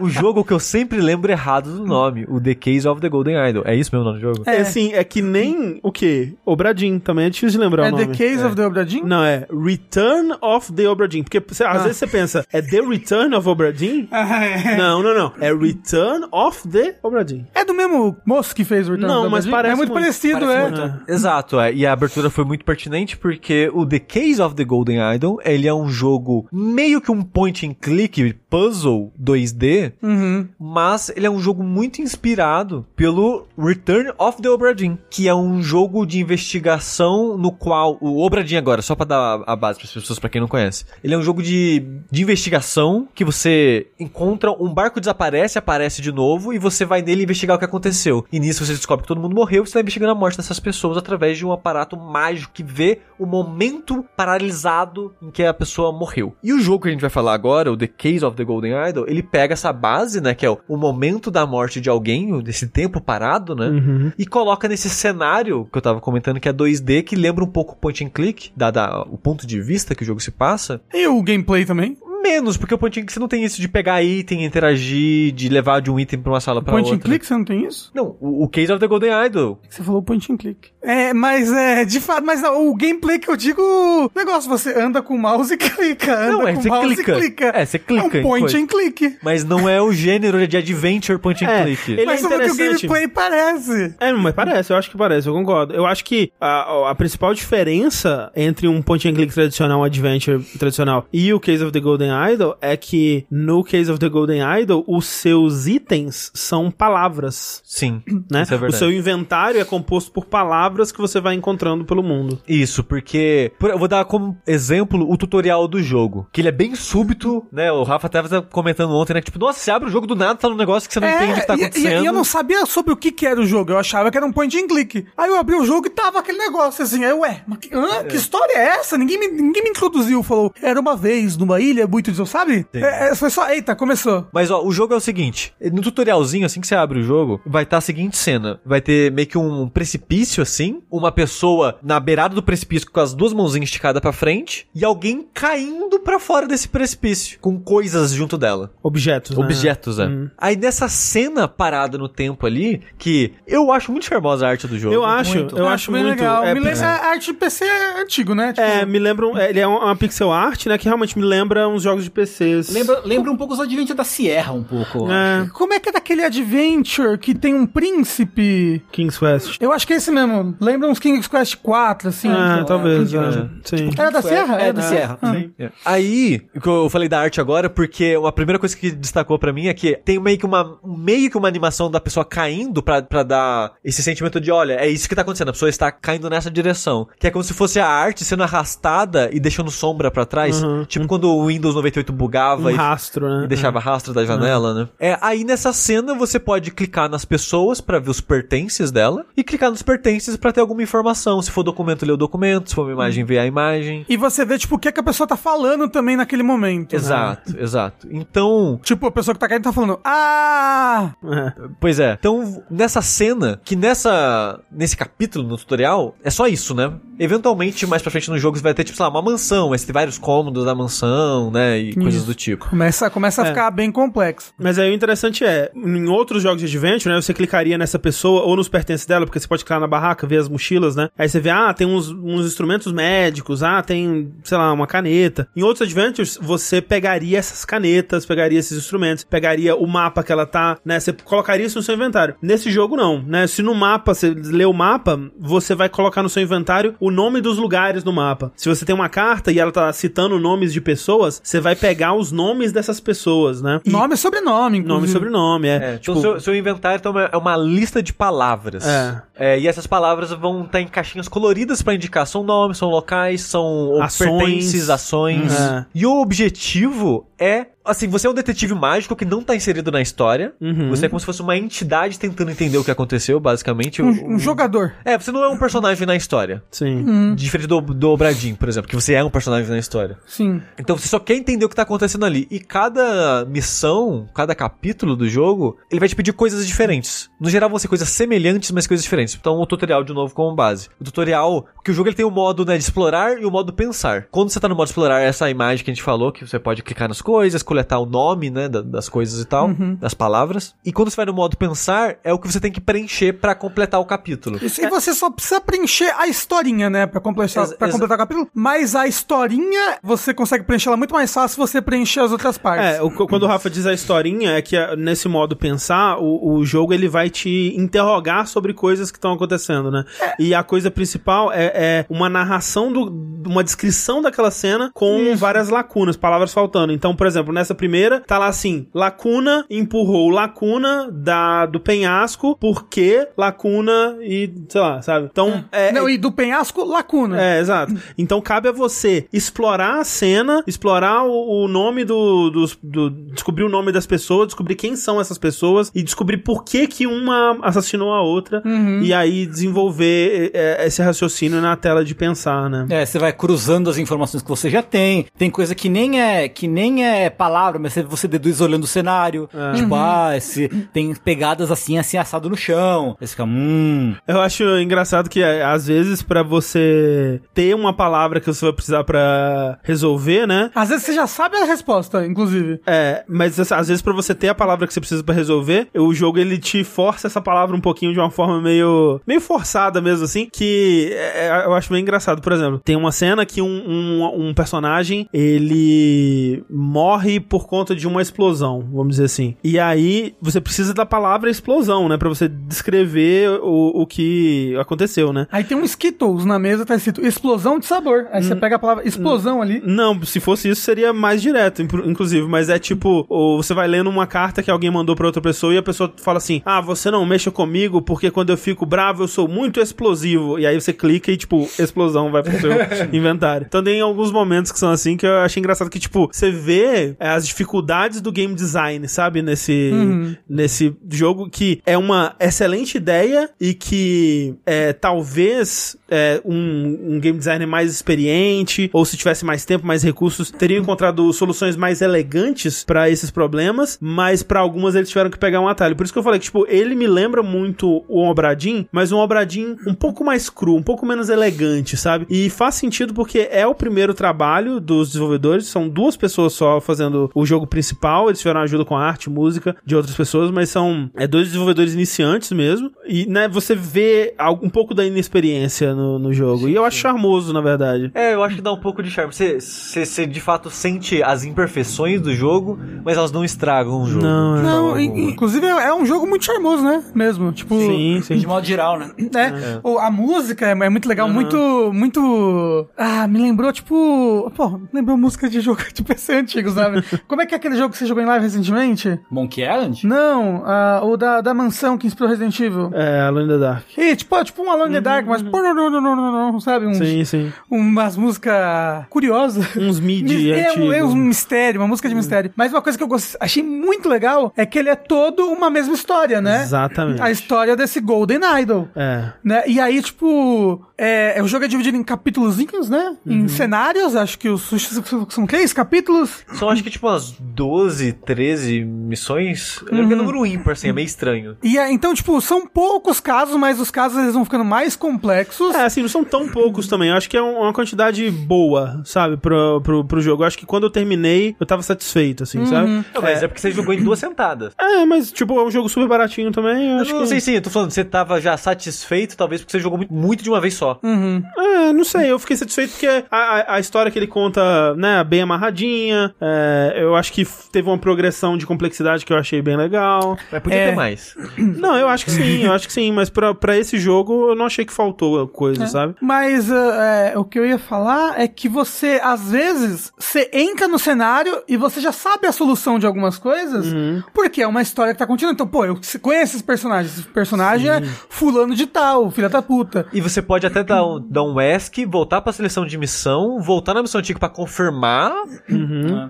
Speaker 3: O jogo que eu sempre lembro errado do nome, o The Case of the Golden Idol. É isso mesmo o nome do jogo?
Speaker 1: É assim, é que nem o quê? Obradinho também é difícil de lembrar
Speaker 2: É
Speaker 1: o nome.
Speaker 2: The Case of the Obra Dinn?
Speaker 1: Não, é Return of the Obra Dinn. Porque cê- às vezes você pensa, é The Return of Obra Dinn?
Speaker 2: Ah, é.
Speaker 1: Não, não, não. É Return of the Obra Dinn.
Speaker 2: É do mesmo moço que fez o Return
Speaker 1: Não,
Speaker 2: of the
Speaker 1: mas
Speaker 2: Obra Dinn?
Speaker 1: parece
Speaker 2: É muito
Speaker 1: muito.
Speaker 2: parecido,
Speaker 5: Parece
Speaker 2: é.
Speaker 5: muito.
Speaker 3: Exato, é. e a abertura foi muito pertinente porque o The Case of the Golden Idol, ele é um jogo meio que um point and click puzzle 2D,
Speaker 2: Uhum.
Speaker 3: mas ele é um jogo muito inspirado pelo Return of the Obra Dinn, que é um jogo de investigação no qual o Obra Dinn agora, só pra dar a base para as pessoas pra quem não conhece. Ele é um jogo de, de investigação que você encontra um barco desaparece, aparece de novo e você vai nele investigar o que aconteceu. E nisso você descobre que todo mundo morreu, e você tá investigando a morte dessas pessoas através de um aparato mágico que vê o momento paralisado em que a pessoa morreu. E o jogo que a gente vai falar agora, o The Case of the Golden Idol, ele pega essa base, né, que é o, o momento da morte de alguém, o- desse tempo parado,
Speaker 2: Hum.
Speaker 3: né?
Speaker 1: Uhum.
Speaker 3: E coloca nesse cenário que eu tava comentando que é 2D, que lembra um pouco o point and click, dada o ponto de vista que o jogo se passa.
Speaker 2: E o gameplay também.
Speaker 3: Menos, porque o point and click você não tem isso de pegar item, interagir, de levar de um item pra uma sala pra
Speaker 2: Point and
Speaker 3: outra. É
Speaker 2: click, você não tem isso?
Speaker 3: Não, o, o Case of the Golden Idol.
Speaker 2: Você falou point and click. É, mas é, de fato, mas não, o gameplay que eu digo, o negócio, você anda com o mouse e clica, anda
Speaker 3: não, é,
Speaker 2: com o
Speaker 3: você
Speaker 2: mouse
Speaker 3: clica.
Speaker 2: e clica.
Speaker 3: É, você clica.
Speaker 2: É um
Speaker 3: em
Speaker 2: point
Speaker 3: coisa.
Speaker 2: and click.
Speaker 3: Mas não é o gênero de adventure point and
Speaker 1: É,
Speaker 3: click.
Speaker 1: ele
Speaker 2: mas
Speaker 1: é
Speaker 2: o que o
Speaker 1: interessante.
Speaker 2: gameplay parece.
Speaker 1: É, mas parece, eu acho que parece, eu concordo. Eu acho que a, a principal diferença entre um point and click tradicional, um adventure tradicional e o Case of the Golden Idol é que no Case of the Golden Idol, os seus itens são palavras,
Speaker 3: Sim,
Speaker 1: né?
Speaker 3: isso é
Speaker 1: o
Speaker 3: verdade.
Speaker 1: seu inventário é composto por palavras que você vai encontrando pelo mundo.
Speaker 3: Isso, porque. por- eu vou dar como exemplo o tutorial do jogo. Que ele é bem súbito, né? O Rafa até tava comentando ontem, né? que, Tipo, nossa, você abre o jogo do nada, tá num negócio que você não entende o que tá
Speaker 2: É, e- e-
Speaker 3: acontecendo.
Speaker 2: E, eu não sabia sobre o que, que era o jogo, eu achava que era um point and click. Aí eu abri o jogo e tava aquele negócio assim, aí, ué, mas que, hã? que história é essa? Ninguém me, ninguém me introduziu, falou, era uma vez numa ilha muito desol, sabe? É, é, foi só, eita, começou.
Speaker 3: Mas ó, o jogo é o seguinte: no tutorialzinho, assim que você abre o jogo, vai estar a seguinte cena. Vai ter meio que um precipício, assim, uma pessoa na beirada do precipício com as duas mãozinhas esticadas pra frente, e alguém caindo pra fora desse precipício, com coisas junto dela.
Speaker 1: Objetos. né?
Speaker 3: Objetos, é. Aí nessa cena parada no tempo ali, que eu acho muito charmosa a arte do jogo.
Speaker 1: Eu acho, eu
Speaker 2: Ah,
Speaker 1: acho
Speaker 2: bem
Speaker 1: muito.
Speaker 2: legal.
Speaker 1: é,
Speaker 2: me
Speaker 1: pix-
Speaker 2: lembra, a arte PC é antigo, né? Tipo,
Speaker 1: um, É, me lembra. um- Ele é uma pixel art, né? Que realmente me lembra uns jogos de PCs.
Speaker 5: Lembra, lembra um pouco os Adventure da Sierra, um pouco. eu acho.
Speaker 1: É,
Speaker 2: Como é que é daquele adventure que tem um príncipe?
Speaker 1: King's Quest.
Speaker 2: Eu acho que é esse mesmo. Lembra uns King's Quest 4, assim.
Speaker 1: É, talvez, é.
Speaker 2: Era
Speaker 1: Sim.
Speaker 2: da Serra?
Speaker 5: É, da Sierra.
Speaker 1: Sim.
Speaker 3: Aí, que eu falei da arte agora, porque a primeira coisa que destacou pra mim é que tem meio que uma, um meio que uma animação da pessoa caindo pra, pra dar esse sentimento de, olha, é isso que tá acontecendo, a pessoa está caindo nessa direção. Que é como se fosse a arte sendo arrastada e deixando sombra pra trás.
Speaker 1: Uhum.
Speaker 3: Tipo quando o Windows 98 bugava
Speaker 1: Um
Speaker 3: e
Speaker 1: rastro, né? Uhum.
Speaker 3: e deixava rastro da janela, né? É, aí nessa cena você pode clicar nas pessoas pra ver os pertences dela e clicar nos pertences pra ter alguma informação. Se for documento, ler o documento, se for uma imagem, ver a imagem.
Speaker 2: E você vê, tipo, o que, é que a pessoa tá falando também naquele momento. né?
Speaker 3: Exato, exato. Então,
Speaker 2: Tipo, a pessoa que tá caindo tá falando, ah!
Speaker 1: É.
Speaker 3: pois é. Então, nessa cena, que nessa nesse capítulo no tutorial, é só isso, né? Eventualmente, mais pra frente no jogo, você vai ter, tipo, sei lá, uma mansão, mas tem vários cômodos da mansão, né? E coisas do tipo.
Speaker 2: Começa, começa a
Speaker 1: É.
Speaker 2: ficar bem complexo.
Speaker 1: Mas aí o interessante é, em outros jogos de adventure, né, você clicaria nessa pessoa ou nos pertences dela, porque você pode clicar na barraca, ver as mochilas, né? Aí você vê, ah, tem uns, uns instrumentos médicos, ah, tem, sei lá, uma caneta. Em outros adventures, você pegaria essas canetas, pegaria esses instrumentos, pegaria o mapa que ela tá, né? Você colocaria isso no seu inventário. Nesse jogo, não, né? Se no mapa, você lê o mapa, você vai colocar no seu inventário o nome dos lugares no mapa. Se você tem uma carta e ela tá citando nomes de pessoas, você vai pegar os nomes dessas pessoas, né? E-
Speaker 2: Nome e sobrenome, inclusive.
Speaker 1: Nome e sobrenome, é.
Speaker 3: É, então,
Speaker 1: tipo,
Speaker 3: seu, seu inventário então, é uma lista de palavras.
Speaker 1: É.
Speaker 3: É, e essas palavras vão estar em caixinhas coloridas pra indicar são nomes, são locais, são
Speaker 1: Ações.
Speaker 3: pertences, ações.
Speaker 2: É.
Speaker 1: Uhum.
Speaker 3: E o objetivo é. Assim, você é um detetive mágico que não tá inserido na história.
Speaker 1: Uhum.
Speaker 3: Você é como se fosse uma entidade tentando entender o que aconteceu, basicamente.
Speaker 2: Um, Hum. um jogador.
Speaker 3: É, você não é um personagem na história.
Speaker 1: Sim.
Speaker 3: Diferente do, do Obradinho, por exemplo, que você é um personagem na história.
Speaker 2: Sim.
Speaker 3: Então você só quer entender o que tá acontecendo ali. E cada missão, cada capítulo do jogo, ele vai te pedir coisas diferentes. No geral vão ser coisas semelhantes, mas coisas diferentes. Então o tutorial de novo como base. O tutorial, que o jogo ele tem o modo né, de explorar e o modo pensar. Quando você tá no modo explorar, é essa imagem que a gente falou, que você pode clicar nas coisas, coletar o nome, né, da- das coisas e tal, das palavras. E quando você vai no modo pensar, é o que você tem que preencher pra completar o capítulo.
Speaker 2: E se-
Speaker 1: É.
Speaker 2: você só precisa preencher a historinha, né? Pra completar,
Speaker 3: Exa-
Speaker 2: pra
Speaker 3: exa-
Speaker 2: completar o capítulo. Mas a historinha, você consegue preencher ela muito mais fácil se você preencher as outras partes.
Speaker 1: É, o- quando o Rafa diz a historinha, é que ah, nesse modo pensar, o, o jogo ele vai te interrogar sobre coisas que estão acontecendo, né? E a coisa principal é, é uma narração, do, uma descrição daquela cena com várias lacunas, palavras faltando. Então, por exemplo, nessa primeira, tá lá assim: lacuna empurrou lacuna da, do penhasco, porque lacuna e sei lá, sabe? Então, é,
Speaker 2: Não, e do penhasco, lacuna.
Speaker 1: É, exato. Então cabe a você explorar a cena, explorar o, o nome do, dos- do. descobrir o nome das pessoas, descobrir quem são essas pessoas e descobrir por que que uma assassinou a outra e aí desenvolver é, é, esse raciocínio na tela de pensar, né?
Speaker 5: É, você vai cruzando as informações que você já tem. Tem coisa que nem é que nem é palavra, mas você- você deduz olhando o cenário. Tipo, ah, esse, tem pegadas assim, assim, assado no chão. Aí você fica, hum.
Speaker 1: Eu acho engraçado que é, às vezes pra você ter uma palavra que você vai precisar pra resolver, né?
Speaker 2: Às vezes você já sabe a resposta, inclusive.
Speaker 1: É, mas essa- às vezes pra você ter a palavra que você precisa pra resolver, o jogo ele te força essa palavra um pouquinho de uma forma meio meio forçada mesmo assim, que é, é, eu acho bem engraçado, por exemplo. Tem uma cena que um, um, um personagem, ele morre por conta de uma explosão, vamos dizer assim. E aí você precisa da palavra explosão, né, Pra você descrever o, o que aconteceu, né?
Speaker 2: Aí tem um Skittles na mesa, tá escrito explosão de sabor. Aí você
Speaker 1: Hum.
Speaker 2: pega a palavra explosão ali.
Speaker 1: Não, se fosse isso seria mais direto, impru- inclusive, mas é tipo, ou você vai lendo uma carta que alguém mandou pra outra pessoa e a pessoa fala assim: "Ah, você não mexa comigo porque quando eu fico bravo eu sou muito explosivo". E aí você clica e tipo, explosão vai pro seu inventário. Então tem alguns momentos que são assim que eu acho engraçado que tipo, você vê é, as dificuldades do game design, sabe, nesse nesse jogo que é uma excelente ideia e que é, talvez é, um, um game designer mais experiente ou se tivesse mais tempo, mais recursos, teria encontrado soluções mais elegantes pra esses problemas, mas pra algumas eles tiveram que pegar um atalho. Por isso que eu falei que, tipo, ele me lembra muito o Obradin, mas um Obradin um pouco mais cru, um pouco menos elegante, sabe? E faz sentido porque é o primeiro trabalho dos desenvolvedores, são duas pessoas só fazendo lançado o jogo principal, eles tiveram ajuda com a arte, música de outras pessoas, mas são é, dois desenvolvedores iniciantes mesmo. E né, você vê al- um pouco da inexperiência no, no jogo. e eu acho charmoso, na verdade.
Speaker 3: É, eu acho que dá um pouco de charme. Você, você, você, de fato sente as imperfeições do jogo, mas elas não estragam o jogo.
Speaker 1: Não, é.
Speaker 3: de
Speaker 2: Não,
Speaker 3: forma
Speaker 2: in-
Speaker 3: alguma.
Speaker 2: inclusive é é um jogo muito charmoso, né? Mesmo. Tipo,
Speaker 1: Hum. Sim, sim.
Speaker 4: De modo geral, né?
Speaker 2: né? Ou A música é é muito legal, muito, muito... Ah, me lembrou, tipo... Pô, lembrou música de jogo de PC antigo, sabe? Como é que é aquele jogo que você jogou em live recentemente?
Speaker 4: Monkey Island?
Speaker 2: Não, ah, o da, da mansão que inspirou Resident Evil.
Speaker 1: É, Alone in the Dark.
Speaker 2: E, tipo, é tipo um Alone in the Dark, mas... pô, não, não, não, não, não, não, Sabe? Uns,
Speaker 1: Uhum. Sim, sim.
Speaker 2: umas músicas curiosas.
Speaker 1: Uns mid
Speaker 2: Mis- é, um,
Speaker 1: antigos.
Speaker 2: é um mistério, uma
Speaker 1: Uhum.
Speaker 2: música de mistério. Mas uma coisa que eu gost- achei muito legal é que ele é todo uma mesma história, né?
Speaker 1: Exatamente.
Speaker 2: A história desse Golden Idol.
Speaker 1: É.
Speaker 2: Né? E aí, tipo, é, o jogo é dividido em capítulozinhos, né? Em
Speaker 3: Uhum.
Speaker 2: cenários, acho que os são três capítulos.
Speaker 3: São acho que tipo umas 12, 13 missões. É um número ímpar, assim, é meio estranho.
Speaker 2: E é- então, tipo, são poucos casos, mas os casos eles vão ficando mais complexos.
Speaker 1: É, assim, não são tão poucos também. Eu acho que é um- uma quantidade boa, sabe, pro, pro, pro jogo. Eu acho que quando eu terminei, eu tava satisfeito, assim, sabe?
Speaker 3: Não, mas é. porque você jogou em duas sentadas. é
Speaker 1: É, mas, tipo, é um jogo super baratinho também. Eu
Speaker 3: Eu
Speaker 1: acho
Speaker 3: não
Speaker 1: que...
Speaker 3: sei sim, eu tô falando, você tava já satisfeito, talvez porque você jogou muito, muito de uma vez só.
Speaker 1: É, não sei, eu fiquei satisfeito porque a, a, a história que ele conta, né, bem amarradinha, é, eu acho que f- teve uma progressão de complexidade que eu achei bem legal.
Speaker 3: Mas podia
Speaker 2: É.
Speaker 3: ter mais.
Speaker 1: Não, eu acho que sim, eu acho que sim, mas pra, pra esse jogo eu não achei que faltou coisa, sabe?
Speaker 2: Mas ah, é, o que eu ia falar é que você, às vezes, você entra no cenário e você já sabe a solução de algumas coisas,
Speaker 3: Uhum.
Speaker 2: porque é uma história que tá continuando. Então, pô, eu conheço esses personagens. Esse personagem é fulano de tal, filha da puta.
Speaker 3: E você pode até dar um, dar um ESC, voltar pra seleção de missão, voltar na missão antiga pra confirmar.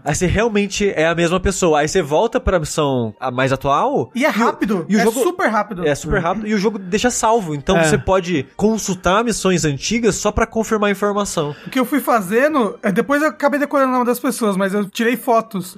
Speaker 3: Aí você realmente é a mesma pessoa. Aí você volta pra missão a mais atual.
Speaker 2: E é rápido.
Speaker 3: e o
Speaker 2: é
Speaker 3: jogo-
Speaker 2: super rápido.
Speaker 3: É super rápido e o jogo deixa salvo. Então
Speaker 1: É.
Speaker 3: você pode consultar missões antigas só pra confirmar a informação.
Speaker 2: O que eu fui fazendo, é, depois eu acabei decorando o nome das pessoas, mas eu tirei fotos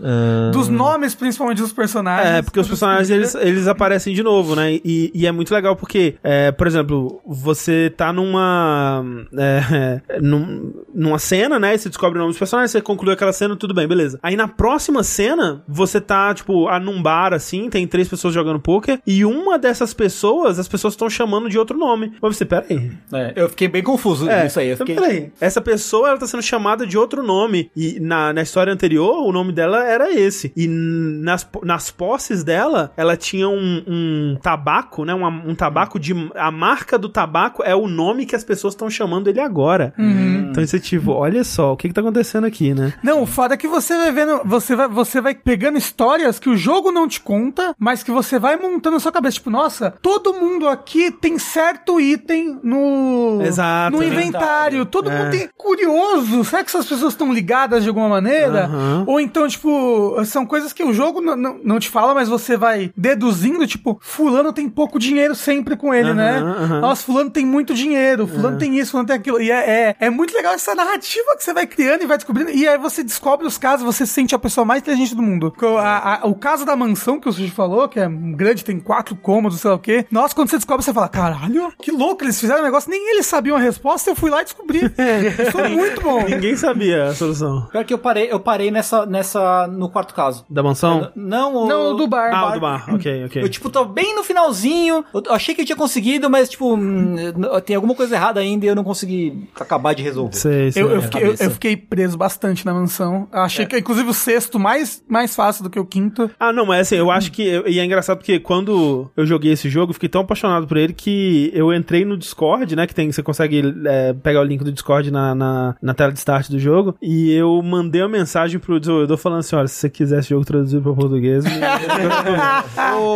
Speaker 2: dos nomes, principalmente dos personagens.
Speaker 1: Ah. É, porque os personagens eles, eles aparecem de novo, né? E, e é muito legal porque, é, por exemplo, você tá numa. é, é, num- numa cena, né? E você descobre o nome dos personagens, você concluiu aquela cena, tudo bem, beleza. Aí na próxima cena, você tá, tipo, a num bar assim, tem três pessoas jogando poker, e uma dessas pessoas, as pessoas estão chamando de outro nome. Mas você, peraí.
Speaker 4: É, eu fiquei bem confuso
Speaker 1: É,
Speaker 4: nisso aí. Eu
Speaker 1: então,
Speaker 4: fiquei...
Speaker 1: peraí. Essa pessoa, ela tá sendo chamada de outro nome. E na, na história anterior, o nome dela era esse. E n- nas, po- nas posses dela, ela tinha um, um tabaco, né? Um, um tabaco de... A marca do tabaco é o nome que as pessoas estão chamando ele agora. Então, isso é tipo, olha só, o que que tá acontecendo aqui, né?
Speaker 2: Não, o foda é que você vai vendo, você vai, você vai pegando histórias que o jogo não te conta, mas que você vai montando na sua cabeça. Tipo, nossa, todo mundo aqui tem certo item no,
Speaker 1: Exato. né? É.
Speaker 2: no inventário. Todo mundo tem curioso. Será que essas pessoas estão ligadas de alguma maneira?
Speaker 1: Aham.
Speaker 2: Ou então, tipo, são coisas que o jogo não- não não te fala, mas você vai deduzindo, tipo, fulano tem pouco dinheiro sempre com ele,
Speaker 1: Aham,
Speaker 2: né?
Speaker 1: aham.
Speaker 2: Nossa, fulano tem muito dinheiro, fulano
Speaker 1: É.
Speaker 2: tem isso, fulano tem aquilo. E é, é, é muito legal essa narrativa que você vai criando e vai descobrindo. E aí você descobre os casos, você se sente a pessoa mais inteligente do mundo. Porque o- a- a- o caso da mansão que o Sushi falou, que é grande, tem quatro cômodos, sei lá o quê. Nossa, quando você descobre, você fala, caralho, que louco, eles fizeram um negócio, nem eles sabiam a resposta, eu fui lá e descobri. Eu sou muito bom.
Speaker 1: Ninguém sabia a solução.
Speaker 4: Pior que eu parei, eu parei nessa, nessa. no quarto caso.
Speaker 1: Da mansão?
Speaker 4: Não, o-
Speaker 2: Não, o do bar.
Speaker 1: Ah, o do bar. Ok, ok.
Speaker 4: Eu, tipo, tô bem no finalzinho. Eu achei que eu tinha conseguido, mas, tipo, hum, tem alguma coisa errada ainda e eu não consegui acabar de resolver.
Speaker 1: Sei, sei.
Speaker 2: Eu, eu fiquei, eu-
Speaker 4: cabeça.
Speaker 2: eu fiquei preso bastante na mansão. Eu
Speaker 1: É.
Speaker 2: Achei que, inclusive, o sexto mais, mais fácil do que o quinto.
Speaker 1: Ah, não, mas assim, eu acho que. E é engraçado porque quando eu joguei esse jogo, eu fiquei tão apaixonado por ele que eu entrei no Discord, né? Que tem, você consegue é, pegar o link do Discord na, na, na tela de start do jogo. E eu mandei uma mensagem pro desenvolvedor falando assim: olha, se você quiser esse jogo traduzido pra português. me-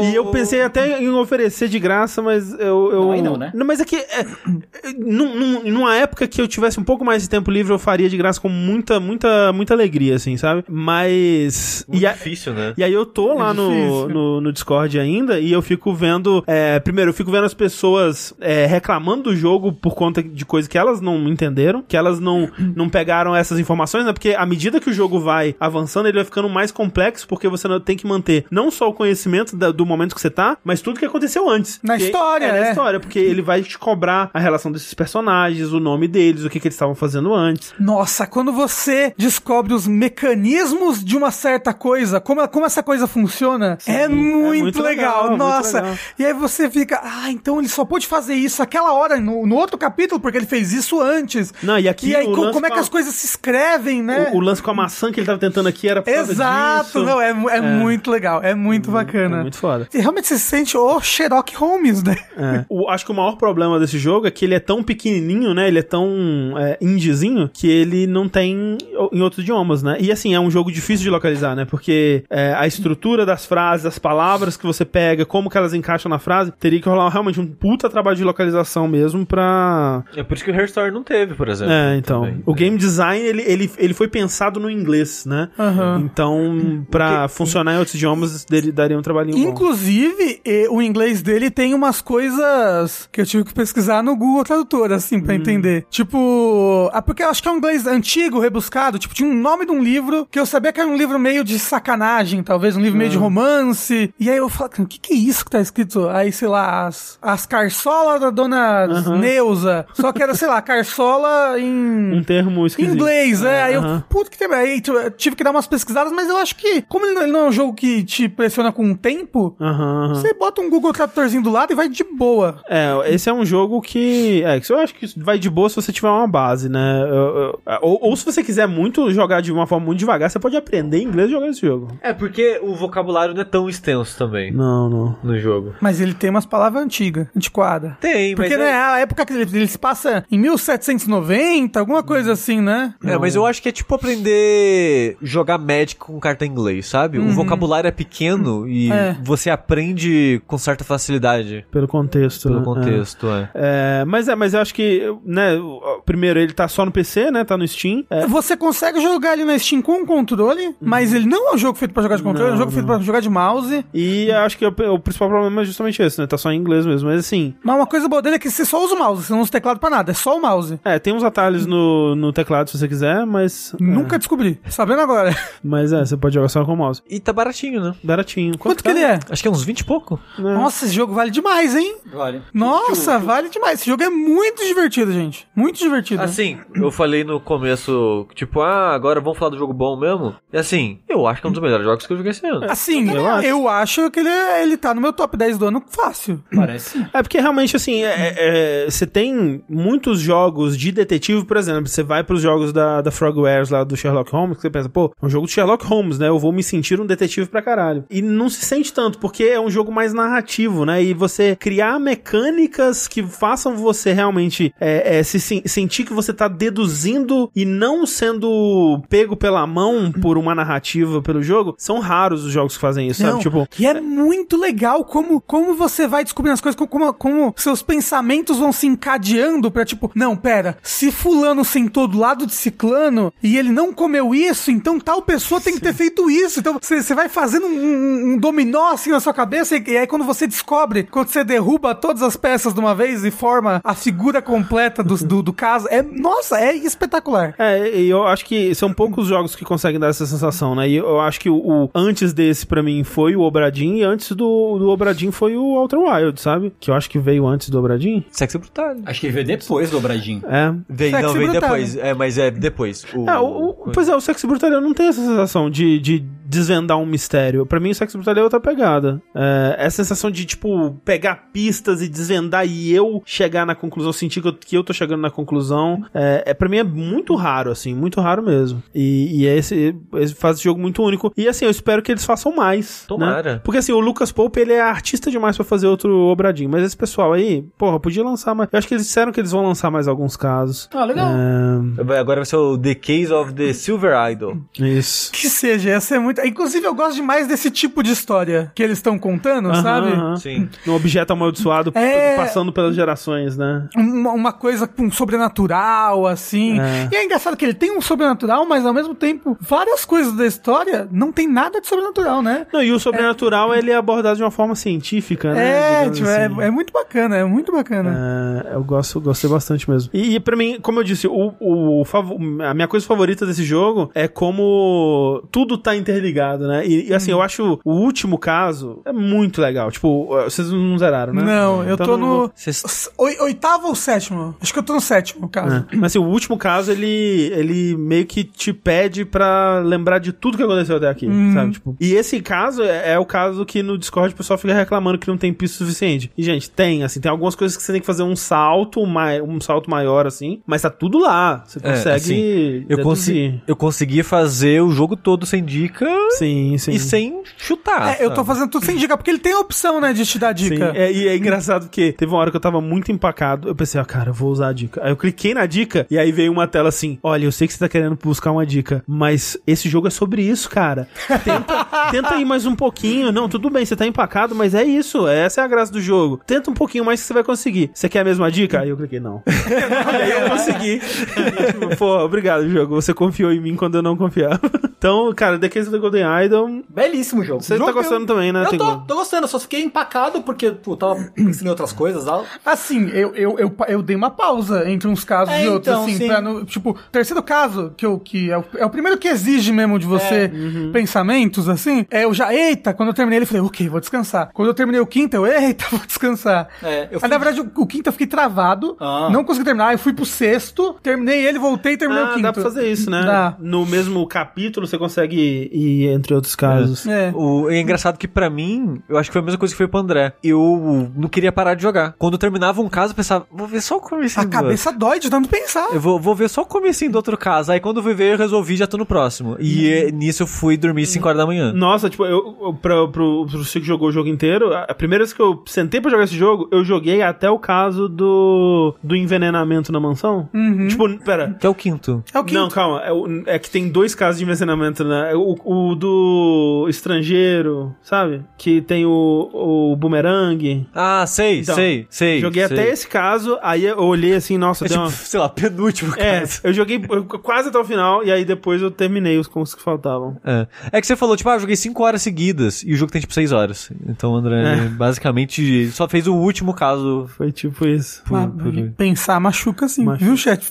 Speaker 1: e eu pensei até em oferecer de graça, mas eu. eu...
Speaker 4: Não, aí não, né?
Speaker 1: mas é que. é, é, num- num- numa época que eu tivesse um pouco mais de tempo livre, eu faria de graça com muita, muita, muita alegria, assim, sabe? Mas.
Speaker 3: Muito
Speaker 1: e a-
Speaker 3: difícil, né?
Speaker 1: e aí eu tô lá no,
Speaker 2: É difícil.
Speaker 1: no, no Discord ainda e eu fico vendo. é, primeiro, eu fico vendo as pessoas é, reclamando do jogo por conta de coisas que elas não entenderam, que elas não, não pegaram essas informações, né? Porque à medida que o jogo vai avançando, ele vai ficando mais complexo, porque você não- tem que manter não só o conhecimento da- do momento que você tá, mas tudo que aconteceu antes.
Speaker 2: Na
Speaker 1: Porque-
Speaker 2: história,
Speaker 1: é, na
Speaker 2: né?
Speaker 1: história, porque ele vai te cobrar a relação desses personagens, o nome deles, o que, que eles estavam fazendo antes.
Speaker 2: Nossa, quando você descobre os mecanismos menos de uma certa coisa, como, como essa coisa funciona, é muito,
Speaker 1: muito
Speaker 2: legal.
Speaker 1: legal, muito
Speaker 2: Nossa.
Speaker 1: legal.
Speaker 2: E aí você fica, ah, então ele só pôde fazer isso aquela hora, no, no outro capítulo, porque ele fez isso antes.
Speaker 1: Não, e aqui
Speaker 2: e aí,
Speaker 1: o
Speaker 2: co-
Speaker 1: lance
Speaker 2: como é
Speaker 1: com
Speaker 2: que
Speaker 1: a-
Speaker 2: as coisas se escrevem, né?
Speaker 1: O, o lance com a maçã que ele tava tentando aqui era por causa
Speaker 2: Exato,
Speaker 1: disso.
Speaker 2: não, é, mu- é muito legal, é muito bacana.
Speaker 1: É muito foda.
Speaker 2: E Realmente você se sente o Sherlock Holmes, né?
Speaker 1: É. O- acho que o maior problema desse jogo é que ele é tão pequenininho, né? Ele é tão é, indiezinho que ele não tem o- em outros idiomas, né? E assim, é um jogo difícil de localizar, né? Porque é, a estrutura das frases, as palavras que você pega, como que elas encaixam na frase, teria que rolar realmente um puta trabalho de localização mesmo pra...
Speaker 3: É por isso que o Hair Story não teve, por exemplo.
Speaker 1: É, então.
Speaker 3: Também,
Speaker 1: o
Speaker 3: né?
Speaker 1: game design, ele, ele, ele foi pensado no inglês, né? Então, pra funcionar em outros idiomas, dele daria um trabalhinho bom.
Speaker 2: Inclusive, eh, o inglês dele tem umas coisas que eu tive que pesquisar no Google Tradutor, assim, pra entender. Tipo, ah, porque eu acho que é um inglês antigo, rebuscado, tipo, tinha um nome de um livro que eu sabia que era um livro meio de sacanagem, talvez, um livro meio de romance. E aí eu falo, o que, que é isso que tá escrito? Aí, sei lá, as, as carçolas da dona Neuza. Só que era, sei lá, carçola em.
Speaker 1: Um termo esquisito.
Speaker 2: Inglês, é. Aí eu,
Speaker 1: Aham.
Speaker 2: puto que teve. Aí tipo, eu tive que dar umas pesquisadas, mas eu acho que, como ele não- ele não é um jogo que te pressiona com o tempo,
Speaker 1: Aham, aham.
Speaker 2: você bota um Google Tradutorzinho do lado e vai de boa.
Speaker 1: É, esse é um jogo que. É, que eu acho que vai de boa se você tiver uma base, né? Eu- eu- ou, ou se você quiser muito jogar de uma forma muito devagar, você pode aprender inglês jogando esse jogo.
Speaker 3: É porque o vocabulário não é tão extenso também
Speaker 1: Não, não.
Speaker 3: no jogo.
Speaker 2: Mas ele tem umas palavras antigas, antiquada.
Speaker 3: Tem,
Speaker 2: Porque,
Speaker 3: mas. é
Speaker 1: é-
Speaker 2: né, a época que ele, ele se passa em 1790, alguma coisa assim, né?
Speaker 3: É, mas eu acho que é tipo aprender jogar Magic com carta em inglês, sabe?
Speaker 1: Uhum.
Speaker 3: O vocabulário é pequeno e
Speaker 2: É.
Speaker 3: você aprende com certa facilidade
Speaker 1: Pelo contexto.
Speaker 3: pelo
Speaker 1: né?
Speaker 3: contexto, é.
Speaker 1: É. É, mas é, mas eu acho que, né, o- primeiro ele tá só no PC, né, tá no Steam. É,
Speaker 2: Você consegue jogar ele na Steam com um controle, mas ele não é um jogo feito pra jogar de controle, é um jogo feito pra jogar de mouse.
Speaker 1: e eu acho que o, o principal problema é justamente esse, né, tá só em inglês mesmo. Mas assim,
Speaker 2: Mas uma coisa boa dele é que você só usa o mouse, você não usa o teclado pra nada, é só o mouse.
Speaker 1: é, tem uns atalhos no, no teclado se você quiser, mas...
Speaker 2: Nunca descobri, sabendo agora.
Speaker 1: É, mas é, você pode jogar só com o mouse.
Speaker 3: E tá baratinho, né?
Speaker 1: Baratinho.
Speaker 2: Quanto que ele é?
Speaker 3: Acho que é uns 20 e pouco.
Speaker 2: Nossa, esse jogo vale demais, hein?
Speaker 4: Vale.
Speaker 2: Nossa, vale demais. Esse jogo é muito divertido, gente. Muito divertido.
Speaker 3: Assim, eu falei no começo, tipo, ah, agora vamos falar do jogo bom mesmo. E assim, eu acho que é um dos melhores jogos que eu joguei esse ano.
Speaker 2: Assim,
Speaker 1: Eu acho.
Speaker 2: eu acho que ele, ele tá no meu top 10 do ano fácil.
Speaker 4: Parece.
Speaker 1: É porque realmente, assim, é- é- você tem muitos jogos de detetive, por exemplo, você vai pros jogos da, da Frogwares lá do Sherlock Holmes, que você pensa, pô, é um jogo do Sherlock Holmes, né? Eu vou me sentir um detetive pra caralho. E não se sente tanto, porque é um jogo mais narrativo, né? E você criar mecânicas que façam você realmente é, é, se sen- sentir que você tá deduzindo e não sendo pego pela mão por uma narrativa pelo jogo, são raros os jogos que fazem isso,
Speaker 2: Não,
Speaker 1: sabe? Tipo,
Speaker 2: E é muito legal como, como você vai descobrindo as coisas, como- como, como seus pensamentos vão se encadeando pra tipo, não, pera, se fulano sentou do lado de ciclano e ele não comeu isso, então tal pessoa tem que ter feito isso. Então você você vai fazendo um, um- um dominó assim na sua cabeça e, e aí quando você descobre, quando você derruba todas as peças de uma vez e forma a figura completa do, do, do caso, é, nossa, é espetacular.
Speaker 1: É, e eu acho que são poucos jogos que conseguem dar essa sensação, né? E eu acho que o, o antes desse pra mim foi o Obradin e antes do, do Obradin foi o Outer Wild, sabe? Que eu acho que veio antes do Obradin.
Speaker 3: Sexy Brutal.
Speaker 4: Acho que ele veio depois do Obradinho.
Speaker 1: É.
Speaker 3: Vem,
Speaker 2: Sexy
Speaker 3: não, vem
Speaker 2: Brutal. Ah,
Speaker 3: depois. É, mas é depois. O,
Speaker 1: É, o, o- pois é, o Sexo Brutal eu não tenho essa sensação de, de desvendar um mistério. Pra mim, o Sexo Brutal é outra pegada. É, é a sensação de, tipo, pegar pistas e desvendar e eu chegar na conclusão, sentir que eu, que eu tô chegando na conclusão. É, é, pra mim é muito raro, assim, muito raro mesmo. E, e é esse, esse faz esse jogo muito único. E assim, eu espero que eles façam mais. Né?
Speaker 3: Tomara.
Speaker 1: Porque assim, o Lucas Pope, ele é artista demais pra fazer outro obradinho. Mas esse pessoal aí, porra, podia lançar mais. Eu acho que eles disseram que eles vão lançar mais alguns casos. É,
Speaker 4: Ah, legal.
Speaker 3: Vai- Agora vai ser o The Case of the Silver Idol.
Speaker 1: Isso.
Speaker 2: Que seja, essa é muito. Inclusive, eu gosto demais desse tipo de história que eles estão contando,
Speaker 1: Aham,
Speaker 2: sabe?
Speaker 1: aham.
Speaker 3: Sim.
Speaker 1: Um objeto amaldiçoado
Speaker 2: É.
Speaker 1: passando pelas gerações, né?
Speaker 2: Uma, uma coisa com um sobrenatural, assim.
Speaker 1: É.
Speaker 2: E é engraçado que ele tem um sobrenatural, mas ao mesmo tempo, várias coisas da história não tem nada de sobrenatural, né?
Speaker 1: Não, e o sobrenatural ele é abordado de uma forma científica, né?
Speaker 2: É,
Speaker 1: Digamos
Speaker 2: tipo,
Speaker 1: assim.
Speaker 2: é, é muito bacana, é muito bacana.
Speaker 1: É, eu gosto, gostei bastante mesmo. E, e para mim, como eu disse, o, o, o favo- a minha coisa favorita desse jogo é como tudo tá interli- ligado, né? E, e, assim,
Speaker 2: Uhum.
Speaker 1: eu acho o último caso é muito legal. Tipo, vocês não zeraram, né?
Speaker 2: Não, eu
Speaker 1: Então
Speaker 2: tô
Speaker 1: não-
Speaker 2: no.
Speaker 3: Vocês-
Speaker 2: oi- Oitavo ou sétimo? Acho que eu tô no sétimo, cara.
Speaker 1: É. Mas assim, o último caso, ele, ele meio que te pede pra lembrar de tudo que aconteceu até aqui, sabe? Tipo, e esse caso é, é o caso que no Discord o pessoal fica reclamando que não tem pista suficiente. E, gente, tem, assim, tem algumas coisas que você tem que fazer um salto, mai- um salto maior, assim, mas tá tudo lá. Você
Speaker 3: É,
Speaker 1: consegue
Speaker 3: assim, eu,
Speaker 1: deduzir.
Speaker 3: consegui, eu consegui fazer o jogo todo sem dica
Speaker 1: Sim, sim.
Speaker 3: e sem chutar.
Speaker 2: É, eu tô
Speaker 3: sabe?
Speaker 2: fazendo tudo sem dica, porque ele tem a opção, né, de te dar
Speaker 1: Ah, Sim,
Speaker 2: dica.
Speaker 1: é, e é engraçado porque teve uma hora que eu tava muito empacado. Eu pensei, ah, cara, eu vou usar a dica. Aí eu cliquei na dica e aí veio uma tela assim: olha, eu sei que você tá querendo buscar uma dica, mas esse jogo é sobre isso, cara. Tenta, tenta ir mais um pouquinho. Não, tudo bem, você tá empacado, mas é isso. Essa é a graça do jogo. Tenta um pouquinho mais que você vai conseguir. Você quer a mesma dica? Aí eu cliquei, não. e aí eu consegui. Tipo, Pô, obrigado, jogo. Você confiou em mim quando eu não confiava. Então, cara, The Case of the Golden Idol.
Speaker 4: Belíssimo jogo.
Speaker 1: Você tá
Speaker 4: Jogo
Speaker 1: gostando também, né?
Speaker 4: Eu, eu
Speaker 1: Tem
Speaker 4: tô,
Speaker 1: como.
Speaker 4: tô gostando, eu só fiquei empacado porque, pô, tava pensando em outras coisas lá.
Speaker 2: Assim, eu, eu, eu, pa- eu dei uma pausa entre uns casos
Speaker 4: É,
Speaker 2: e outros,
Speaker 4: então,
Speaker 2: assim,
Speaker 4: sim.
Speaker 2: pra no, tipo, terceiro caso, que, eu, que é, o, é o primeiro que exige mesmo de você pensamentos, assim, é eu já, eita, quando eu terminei ele, eu falei, ok, vou descansar. Quando eu terminei o quinto, eu, eita, vou descansar.
Speaker 4: É, eu
Speaker 2: Mas, na verdade, o, o quinto eu fiquei travado,
Speaker 4: Ah.
Speaker 2: não consegui terminar, eu fui pro sexto, terminei ele, voltei e terminei o
Speaker 1: Ah,
Speaker 2: quinto.
Speaker 1: dá pra fazer isso, né?
Speaker 2: Dá.
Speaker 1: No mesmo capítulo você consegue ir entre outros casos.
Speaker 2: É.
Speaker 3: O, é engraçado que pra mim, eu acho que foi a mesma coisa que foi pro André. Eu não queria parar de jogar. Quando eu terminava um caso, eu pensava, vou ver só o comecinho
Speaker 2: A
Speaker 3: do
Speaker 2: cabeça dói de tanto pensar.
Speaker 3: Eu vou, vou ver só o comecinho do outro caso. Aí quando eu fui ver, eu resolvi, já tô no próximo. E
Speaker 1: Uhum.
Speaker 3: eh, nisso eu fui dormir 5 horas da manhã.
Speaker 1: Nossa, tipo, eu, eu pra, pro, pro Chico que jogou o jogo inteiro, a a primeira vez que eu sentei pra jogar esse jogo, eu joguei até o caso do, do envenenamento na mansão. Tipo, pera.
Speaker 3: Que é o quinto.
Speaker 2: Uhum. É o quinto.
Speaker 1: Não, calma. É, o- é que tem dois casos de envenenamento, né? É O, o do estrangeiro, sabe? Que tem o, o bumerangue.
Speaker 3: Ah, sei,
Speaker 1: Então,
Speaker 3: sei, sei.
Speaker 1: Joguei
Speaker 3: sei.
Speaker 1: até esse caso, aí eu olhei assim, nossa,
Speaker 3: É
Speaker 1: deu
Speaker 3: tipo,
Speaker 1: uma...
Speaker 3: sei lá, penúltimo
Speaker 1: É,
Speaker 3: caso.
Speaker 1: eu joguei eu- quase até o final e aí depois eu terminei os concursos que faltavam.
Speaker 3: É. É que você falou, tipo, ah, eu joguei 5 horas seguidas e o jogo tem tipo 6 horas. Então o André
Speaker 1: É.
Speaker 3: ele basicamente só fez o último caso.
Speaker 1: Foi tipo isso.
Speaker 2: Ah, Pensar machuca sim,
Speaker 1: Machuca.
Speaker 2: viu, chat?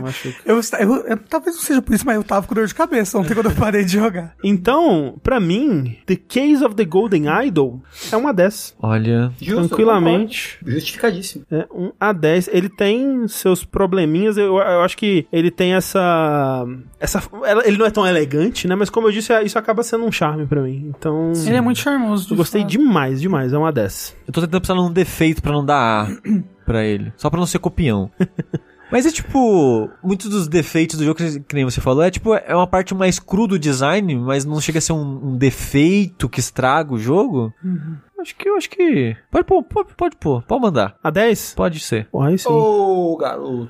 Speaker 1: machuca.
Speaker 2: Eu, esta- eu- eu- talvez não seja por isso, mas eu tava com dor de cabeça ontem quando eu parei de jogar.
Speaker 1: Então, pra mim, The Case of the Golden Idol é um A10.
Speaker 3: Olha.
Speaker 4: Justo,
Speaker 1: tranquilamente.
Speaker 4: concordo. Justificadíssimo.
Speaker 1: É um A10. Ele tem seus probleminhas. Eu, eu acho que ele tem essa. essa ela- ele não é tão elegante, né? Mas como eu disse, isso acaba sendo um charme pra mim. Então.
Speaker 2: Ele é muito né? charmoso.
Speaker 1: Eu gostei demais, demais. É um A10.
Speaker 3: Eu tô tentando pensar num defeito pra não dar A pra ele. Só pra não ser copião. Mas é tipo, muitos dos defeitos do jogo, que que nem você falou, é tipo, é uma parte mais cru do design, mas não chega a ser um, um defeito que estraga o jogo.
Speaker 1: Uhum.
Speaker 3: Acho que, eu acho que. Pode pôr, pode, pode pôr, pode mandar.
Speaker 1: A10?
Speaker 3: Pode ser.
Speaker 1: Porra, aí sim.
Speaker 4: Ô, garoto.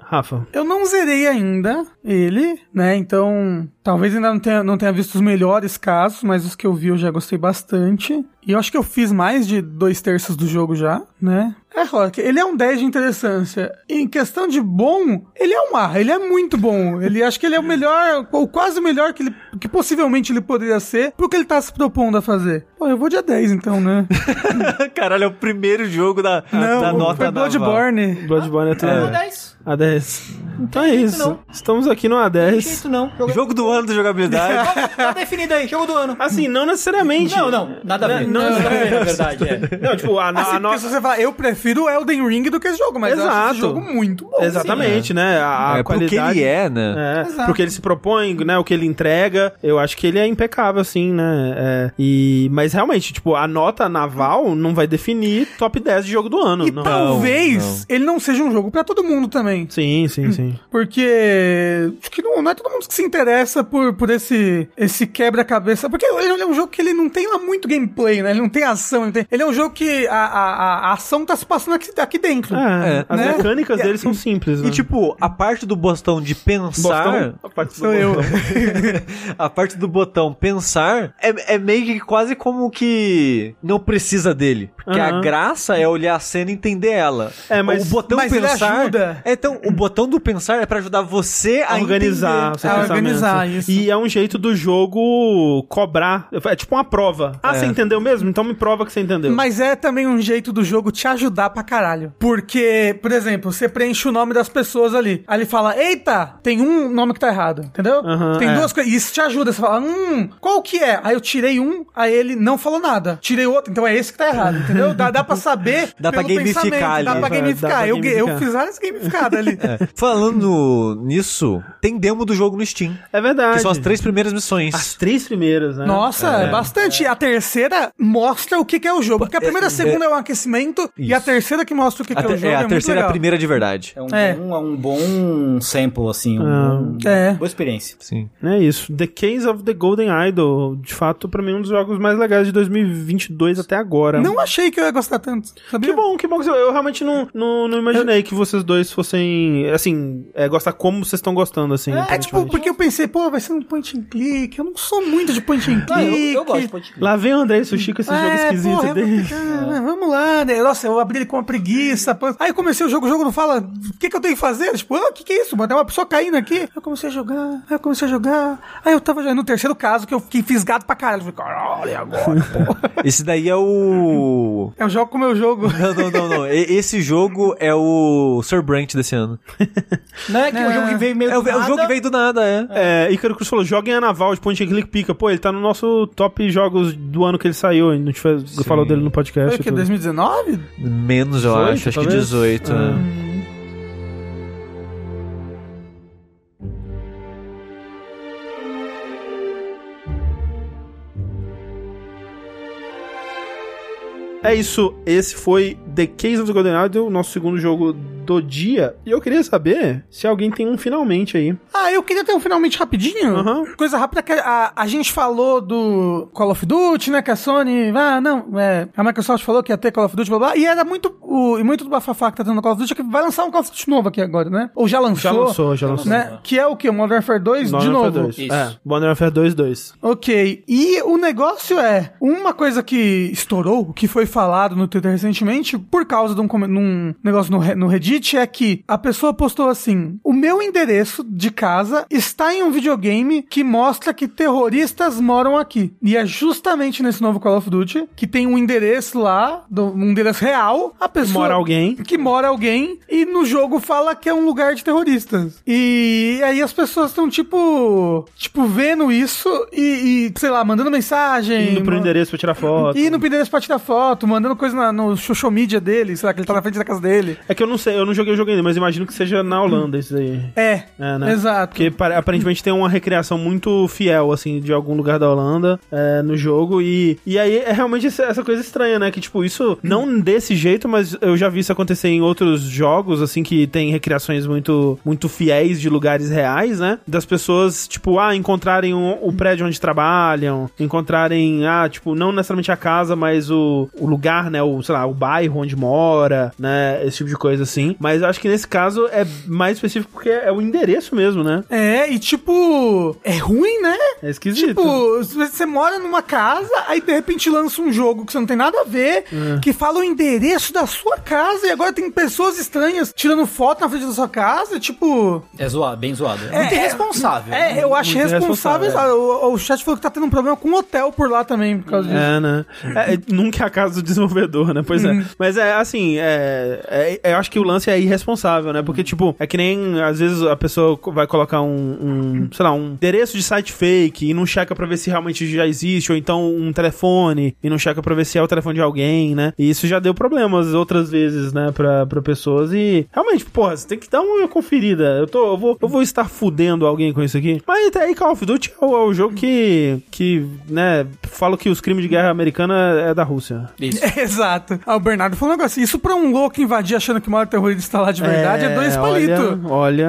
Speaker 1: Rafa.
Speaker 2: Eu não zerei ainda ele, né? Então, talvez ainda não tenha, não tenha visto os melhores casos, mas os que eu vi eu já gostei bastante. E eu acho que eu fiz mais de dois terços do jogo já, né? É, Rock, ele é um 10 de interessância. Em questão de bom, ele é um A, ele é muito bom. Ele acho que ele é o melhor, ou quase o melhor que, ele, que possivelmente ele poderia ser, pro que ele tá se propondo a fazer. Pô, eu vou de A10 então, né?
Speaker 3: Caralho, é o primeiro jogo da, da nota
Speaker 2: foi
Speaker 3: da
Speaker 2: Bloodborne.
Speaker 1: Bloodborne é tudo.
Speaker 4: É. 10.
Speaker 1: A10. Então é isso.
Speaker 4: não.
Speaker 1: Estamos aqui no
Speaker 4: De
Speaker 1: A10.
Speaker 4: jeito não. Jogo...
Speaker 3: Jogo do ano da jogabilidade.
Speaker 4: tá definido aí, jogo do ano.
Speaker 1: Assim, não necessariamente.
Speaker 4: Não, não, nada a ver.
Speaker 1: Não, não,
Speaker 4: nada a ver, na verdade, é.
Speaker 1: Não, tipo, a,
Speaker 2: Assim,
Speaker 1: a
Speaker 2: porque
Speaker 1: nossa.
Speaker 2: se você falar, eu prefiro Elden Ring do que esse jogo, mas eu acho
Speaker 1: Exato.
Speaker 2: esse jogo muito bom.
Speaker 1: Exatamente, né? A, a
Speaker 3: é porque
Speaker 1: qualidade.
Speaker 3: ele é, né?
Speaker 1: É,
Speaker 2: Exato.
Speaker 1: porque ele se propõe, né? O que ele entrega, eu acho que ele é impecável, assim, né? É, e, mas realmente, tipo, a nota naval não vai definir top 10 de jogo do ano.
Speaker 2: E
Speaker 1: não.
Speaker 2: talvez
Speaker 3: não.
Speaker 2: ele não seja um jogo pra todo mundo também.
Speaker 1: Sim, sim, sim.
Speaker 2: Porque acho que não, não é todo mundo que se interessa por, por esse, esse quebra-cabeça. Porque ele é um jogo que ele não tem lá muito gameplay, né? Ele não tem ação. Ele, não tem- ele é um jogo que a, a, a ação tá se passando aqui, aqui dentro.
Speaker 1: É,
Speaker 3: É,
Speaker 1: as
Speaker 2: né?
Speaker 1: mecânicas dele são simples, né?
Speaker 3: E tipo, a parte do botão de pensar.
Speaker 1: Bostão, a parte do
Speaker 2: Sou eu.
Speaker 3: a parte do botão pensar é, é meio que quase como que não precisa dele. Porque a
Speaker 1: Aham.
Speaker 3: graça é olhar a cena e entender ela.
Speaker 1: É, mas-
Speaker 3: o botão
Speaker 2: mas ele
Speaker 3: pensar.
Speaker 2: ajuda.
Speaker 3: É, então, o botão do pensar é pra ajudar você a
Speaker 1: organizar o seu
Speaker 2: Ah,
Speaker 1: pensamento.
Speaker 2: organizar, isso.
Speaker 1: E é um jeito do jogo cobrar. É tipo uma prova. Ah, você entendeu mesmo? Então me prova que você entendeu.
Speaker 2: Mas é também um jeito do jogo te ajudar pra caralho. Porque, por exemplo, você preenche o nome das pessoas ali. Aí ele fala: Eita, tem um nome que tá errado, entendeu?
Speaker 1: Aham,
Speaker 2: tem
Speaker 1: é.
Speaker 2: duas coisas. E isso te ajuda. Você fala: Hum, qual que é? Aí eu tirei um, aí ele não falou nada. Tirei outro, então é esse que tá errado, entendeu? Dá, dá pra saber.
Speaker 3: Dá pra É. gamificar
Speaker 2: pensamento, Dá
Speaker 3: ali.
Speaker 2: pra
Speaker 1: Dá- dá
Speaker 2: gamificar.
Speaker 1: pra
Speaker 2: eu, eu
Speaker 1: gamificar.
Speaker 2: fiz várias gamificadas ali.
Speaker 3: Falando nisso, tem demo do jogo no Steam.
Speaker 1: É verdade.
Speaker 3: Que são as três primeiras
Speaker 1: As
Speaker 3: missões.
Speaker 1: três primeiras, né?
Speaker 2: Nossa, é, bastante. A terceira mostra o que, que é o jogo. Porque a primeira e a segunda é um aquecimento e a
Speaker 3: Isso.
Speaker 2: terceira que mostra o que,
Speaker 3: A
Speaker 2: que é o
Speaker 3: ter-
Speaker 2: jogo.
Speaker 3: é, a
Speaker 2: muito
Speaker 3: terceira é a
Speaker 2: legal.
Speaker 3: primeira de verdade.
Speaker 5: É um,
Speaker 2: É.
Speaker 5: Bom, é um bom sample, assim. Um, bom-
Speaker 2: É.
Speaker 5: Boa experiência.
Speaker 3: Sim.
Speaker 1: É isso. The Case of the Golden Idol, de fato, pra mim, um dos jogos mais legais de 2022 até agora.
Speaker 2: Não achei que eu ia gostar tanto.
Speaker 1: Então.
Speaker 2: Sabia?
Speaker 1: Que bom, que bom que você... Eu realmente não, não, não imaginei que vocês dois fossem, assim, é, gostar como vocês estão gostando, assim.
Speaker 2: É, tipo,
Speaker 1: aparentemente.
Speaker 2: porque eu pensei, pô, vai ser um point and click. Eu não sou muito de point and click.
Speaker 5: Ah, eu, eu gosto de podcast.
Speaker 1: Lá vem o André Sushi com esse jogo
Speaker 2: É,
Speaker 1: esquisito
Speaker 2: porra, eu vou
Speaker 1: dele.
Speaker 2: ficar- Vamos lá, né? Nossa, eu abri ele com uma preguiça. pô. Aí eu comecei o jogo, o jogo não fala o que, que eu tenho que fazer. Tipo, ah, o que, que é isso? Mano, é uma pessoa caindo aqui. Aí eu comecei a jogar, aí eu comecei a jogar. Aí eu tava jogando no terceiro caso que eu fiquei fisgado pra caralho. Eu Falei, caralho, e agora, pô.
Speaker 3: Esse daí é o.
Speaker 2: Eu jogo com o meu jogo.
Speaker 3: Não, não, não, não. E- Esse jogo é o Sir Brant desse ano.
Speaker 5: Né? Que é um jogo que veio meio
Speaker 3: É o,
Speaker 5: do
Speaker 3: é o jogo
Speaker 5: nada.
Speaker 3: que veio do nada, é.
Speaker 1: É, Icaro Cruz falou, joguem a Naval de Point and Click Pica. Pô, ele tá no nosso top jogos do ano que ele saiu. A gente fez, falou dele no podcast.
Speaker 2: Foi
Speaker 1: e
Speaker 2: o que,
Speaker 1: tudo.
Speaker 2: 2019?
Speaker 3: Menos, eu
Speaker 1: 18,
Speaker 3: acho. Acho que
Speaker 1: talvez?
Speaker 3: 18.
Speaker 1: Ah.
Speaker 3: é.
Speaker 1: É isso, esse foi The Case of the Golden Idol, o nosso segundo jogo do dia. E eu queria saber se alguém tem um finalmente aí.
Speaker 2: Ah, eu queria ter um finalmente rapidinho.
Speaker 1: Aham.
Speaker 2: Coisa rápida que a, a gente falou do Call of Duty, né? Que a Sony. Ah, não. é, a Microsoft falou que ia ter Call of Duty, blá blá. blá, E era muito. O, e muito do bafafá que tá tendo no Call of Duty é que vai lançar um Call of Duty novo aqui agora, né? Ou já
Speaker 1: Já
Speaker 2: lançou.
Speaker 1: lançou, já lançou.
Speaker 2: Né? Que é o quê? O Modern Warfare 2 de novo.
Speaker 1: Isso. É, Modern Warfare 2, 2.
Speaker 2: Ok, e o negócio é, uma coisa que estourou, que foi falado no Twitter recentemente, por causa de um, come- num negócio no, Re- no Reddit, é que a pessoa postou assim, o meu endereço de casa está em um videogame que mostra que terroristas moram aqui. E é justamente nesse novo Call of Duty, que tem um endereço lá, do- um endereço real, a pessoa...
Speaker 1: Mora alguém.
Speaker 2: Que mora alguém e no jogo fala que é um lugar de terroristas. E aí as pessoas estão tipo. Tipo, vendo isso e, e, sei lá, mandando mensagem.
Speaker 1: Indo pro
Speaker 2: ma-
Speaker 1: endereço pra tirar foto.
Speaker 2: Indo pro endereço pra tirar foto, mandando coisa na- no social media dele, sei lá, que ele tá na frente da casa dele.
Speaker 1: É que eu não sei, eu não joguei o jogo ainda, mas imagino que seja na Holanda isso daí.
Speaker 2: É.
Speaker 1: É, né?
Speaker 2: Exato.
Speaker 1: Porque pare- aparentemente tem uma recriação muito fiel, assim, de algum lugar da Holanda é, no jogo. E, e aí é realmente essa- essa coisa estranha, né? Que, tipo, isso não desse jeito, mas eu já vi isso acontecer em outros jogos, assim, que tem recriações muito, muito fiéis de lugares reais, né? Das pessoas, tipo, ah, encontrarem o, o prédio onde trabalham, encontrarem, ah, tipo, não necessariamente a casa, mas o, o lugar, né? O, sei lá, o bairro onde mora, né? Esse tipo de coisa, assim. Mas eu acho que nesse caso é mais específico porque é o endereço mesmo, né?
Speaker 2: É, e tipo. É ruim, né?
Speaker 1: É esquisito.
Speaker 2: Tipo, você mora numa casa, aí de repente lança um jogo que você não tem nada a ver,
Speaker 1: É.
Speaker 2: que fala o endereço da sua casa, e agora tem pessoas estranhas tirando foto na frente da sua casa, tipo.
Speaker 5: É zoado, bem zoado. É, muito
Speaker 2: é-
Speaker 5: irresponsável.
Speaker 2: É, eu acho
Speaker 1: Muito
Speaker 2: irresponsável.
Speaker 1: irresponsável,
Speaker 2: sabe? O, o chat falou que tá tendo um problema com o hotel por lá também, por causa disso.
Speaker 1: é, né? É, é, nunca é a casa do desenvolvedor, né? Pois é. Mas é assim, é, é- eu acho que o lance é irresponsável, né? Porque, tipo, é que nem às vezes a pessoa co- vai colocar um, um, sei lá, um endereço de site fake e não checa pra ver se realmente já existe, ou então um telefone e não checa pra ver se é o telefone de alguém, né? E isso já deu problemas outras vezes, né, pra, pra pessoas. E realmente, porra, você tem que dar uma conferida. Eu, tô, eu, vou, eu vou estar fudendo alguém com isso aqui. Mas até aí, Call of Duty é o, é o jogo que, que, né, falo que os crimes de guerra americana é da Rússia.
Speaker 5: Isso.
Speaker 2: Exato. Ah, o Bernardo falou um negócio. Isso pra um louco invadir achando que o maior terrorista lá de verdade é, dois palitos.
Speaker 1: Olha,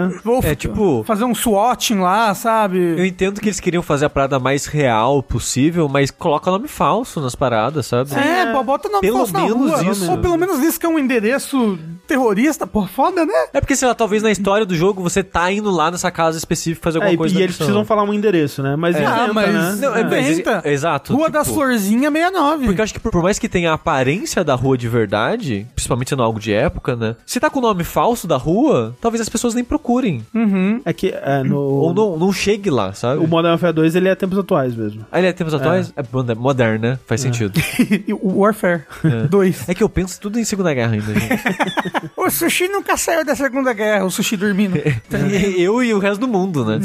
Speaker 1: olha.
Speaker 2: Vou
Speaker 3: É tipo.
Speaker 2: fazer um swatting lá,
Speaker 3: Eu
Speaker 2: sabe?
Speaker 3: entendo que eles queriam fazer a parada mais real possível, mas coloca nome falso nas paradas, sabe?
Speaker 2: É, pô, bota nome
Speaker 3: Pelo
Speaker 2: falso na
Speaker 3: menos
Speaker 2: rua.
Speaker 3: isso.
Speaker 2: Ou pelo menos isso que é um endereço terrorista, pô, foda, né?
Speaker 3: É porque, sei lá, talvez na história do jogo você tá indo lá nessa casa específica fazer alguma
Speaker 1: É, e,
Speaker 3: coisa.
Speaker 1: e
Speaker 3: na
Speaker 1: eles
Speaker 3: missão.
Speaker 1: precisam falar um endereço, né? Mas inventa,
Speaker 2: Ah, mas-
Speaker 1: né?
Speaker 3: Não, é, mas-
Speaker 2: Inventa.
Speaker 3: é, exato.
Speaker 2: Rua
Speaker 3: tipo,
Speaker 2: das Florzinhas 69.
Speaker 3: Porque eu acho que por, por mais que tenha a aparência da rua de cidade, principalmente sendo algo de época, né? Se tá com o nome falso da rua, talvez as pessoas nem procurem.
Speaker 2: Hum.
Speaker 1: Uhum. É que é, no.
Speaker 3: Ou não, não chegue lá, sabe?
Speaker 1: O Modern Warfare 2 ele é tempos atuais mesmo.
Speaker 3: Ah, ele é tempos atuais? É, moder- moderno, né? Faz sentido.
Speaker 2: E o Warfare 2.
Speaker 3: É que eu penso tudo em Segunda Guerra ainda, gente.
Speaker 2: O sushi nunca saiu da Segunda Guerra, o sushi dormindo.
Speaker 3: eu e o resto do mundo, né?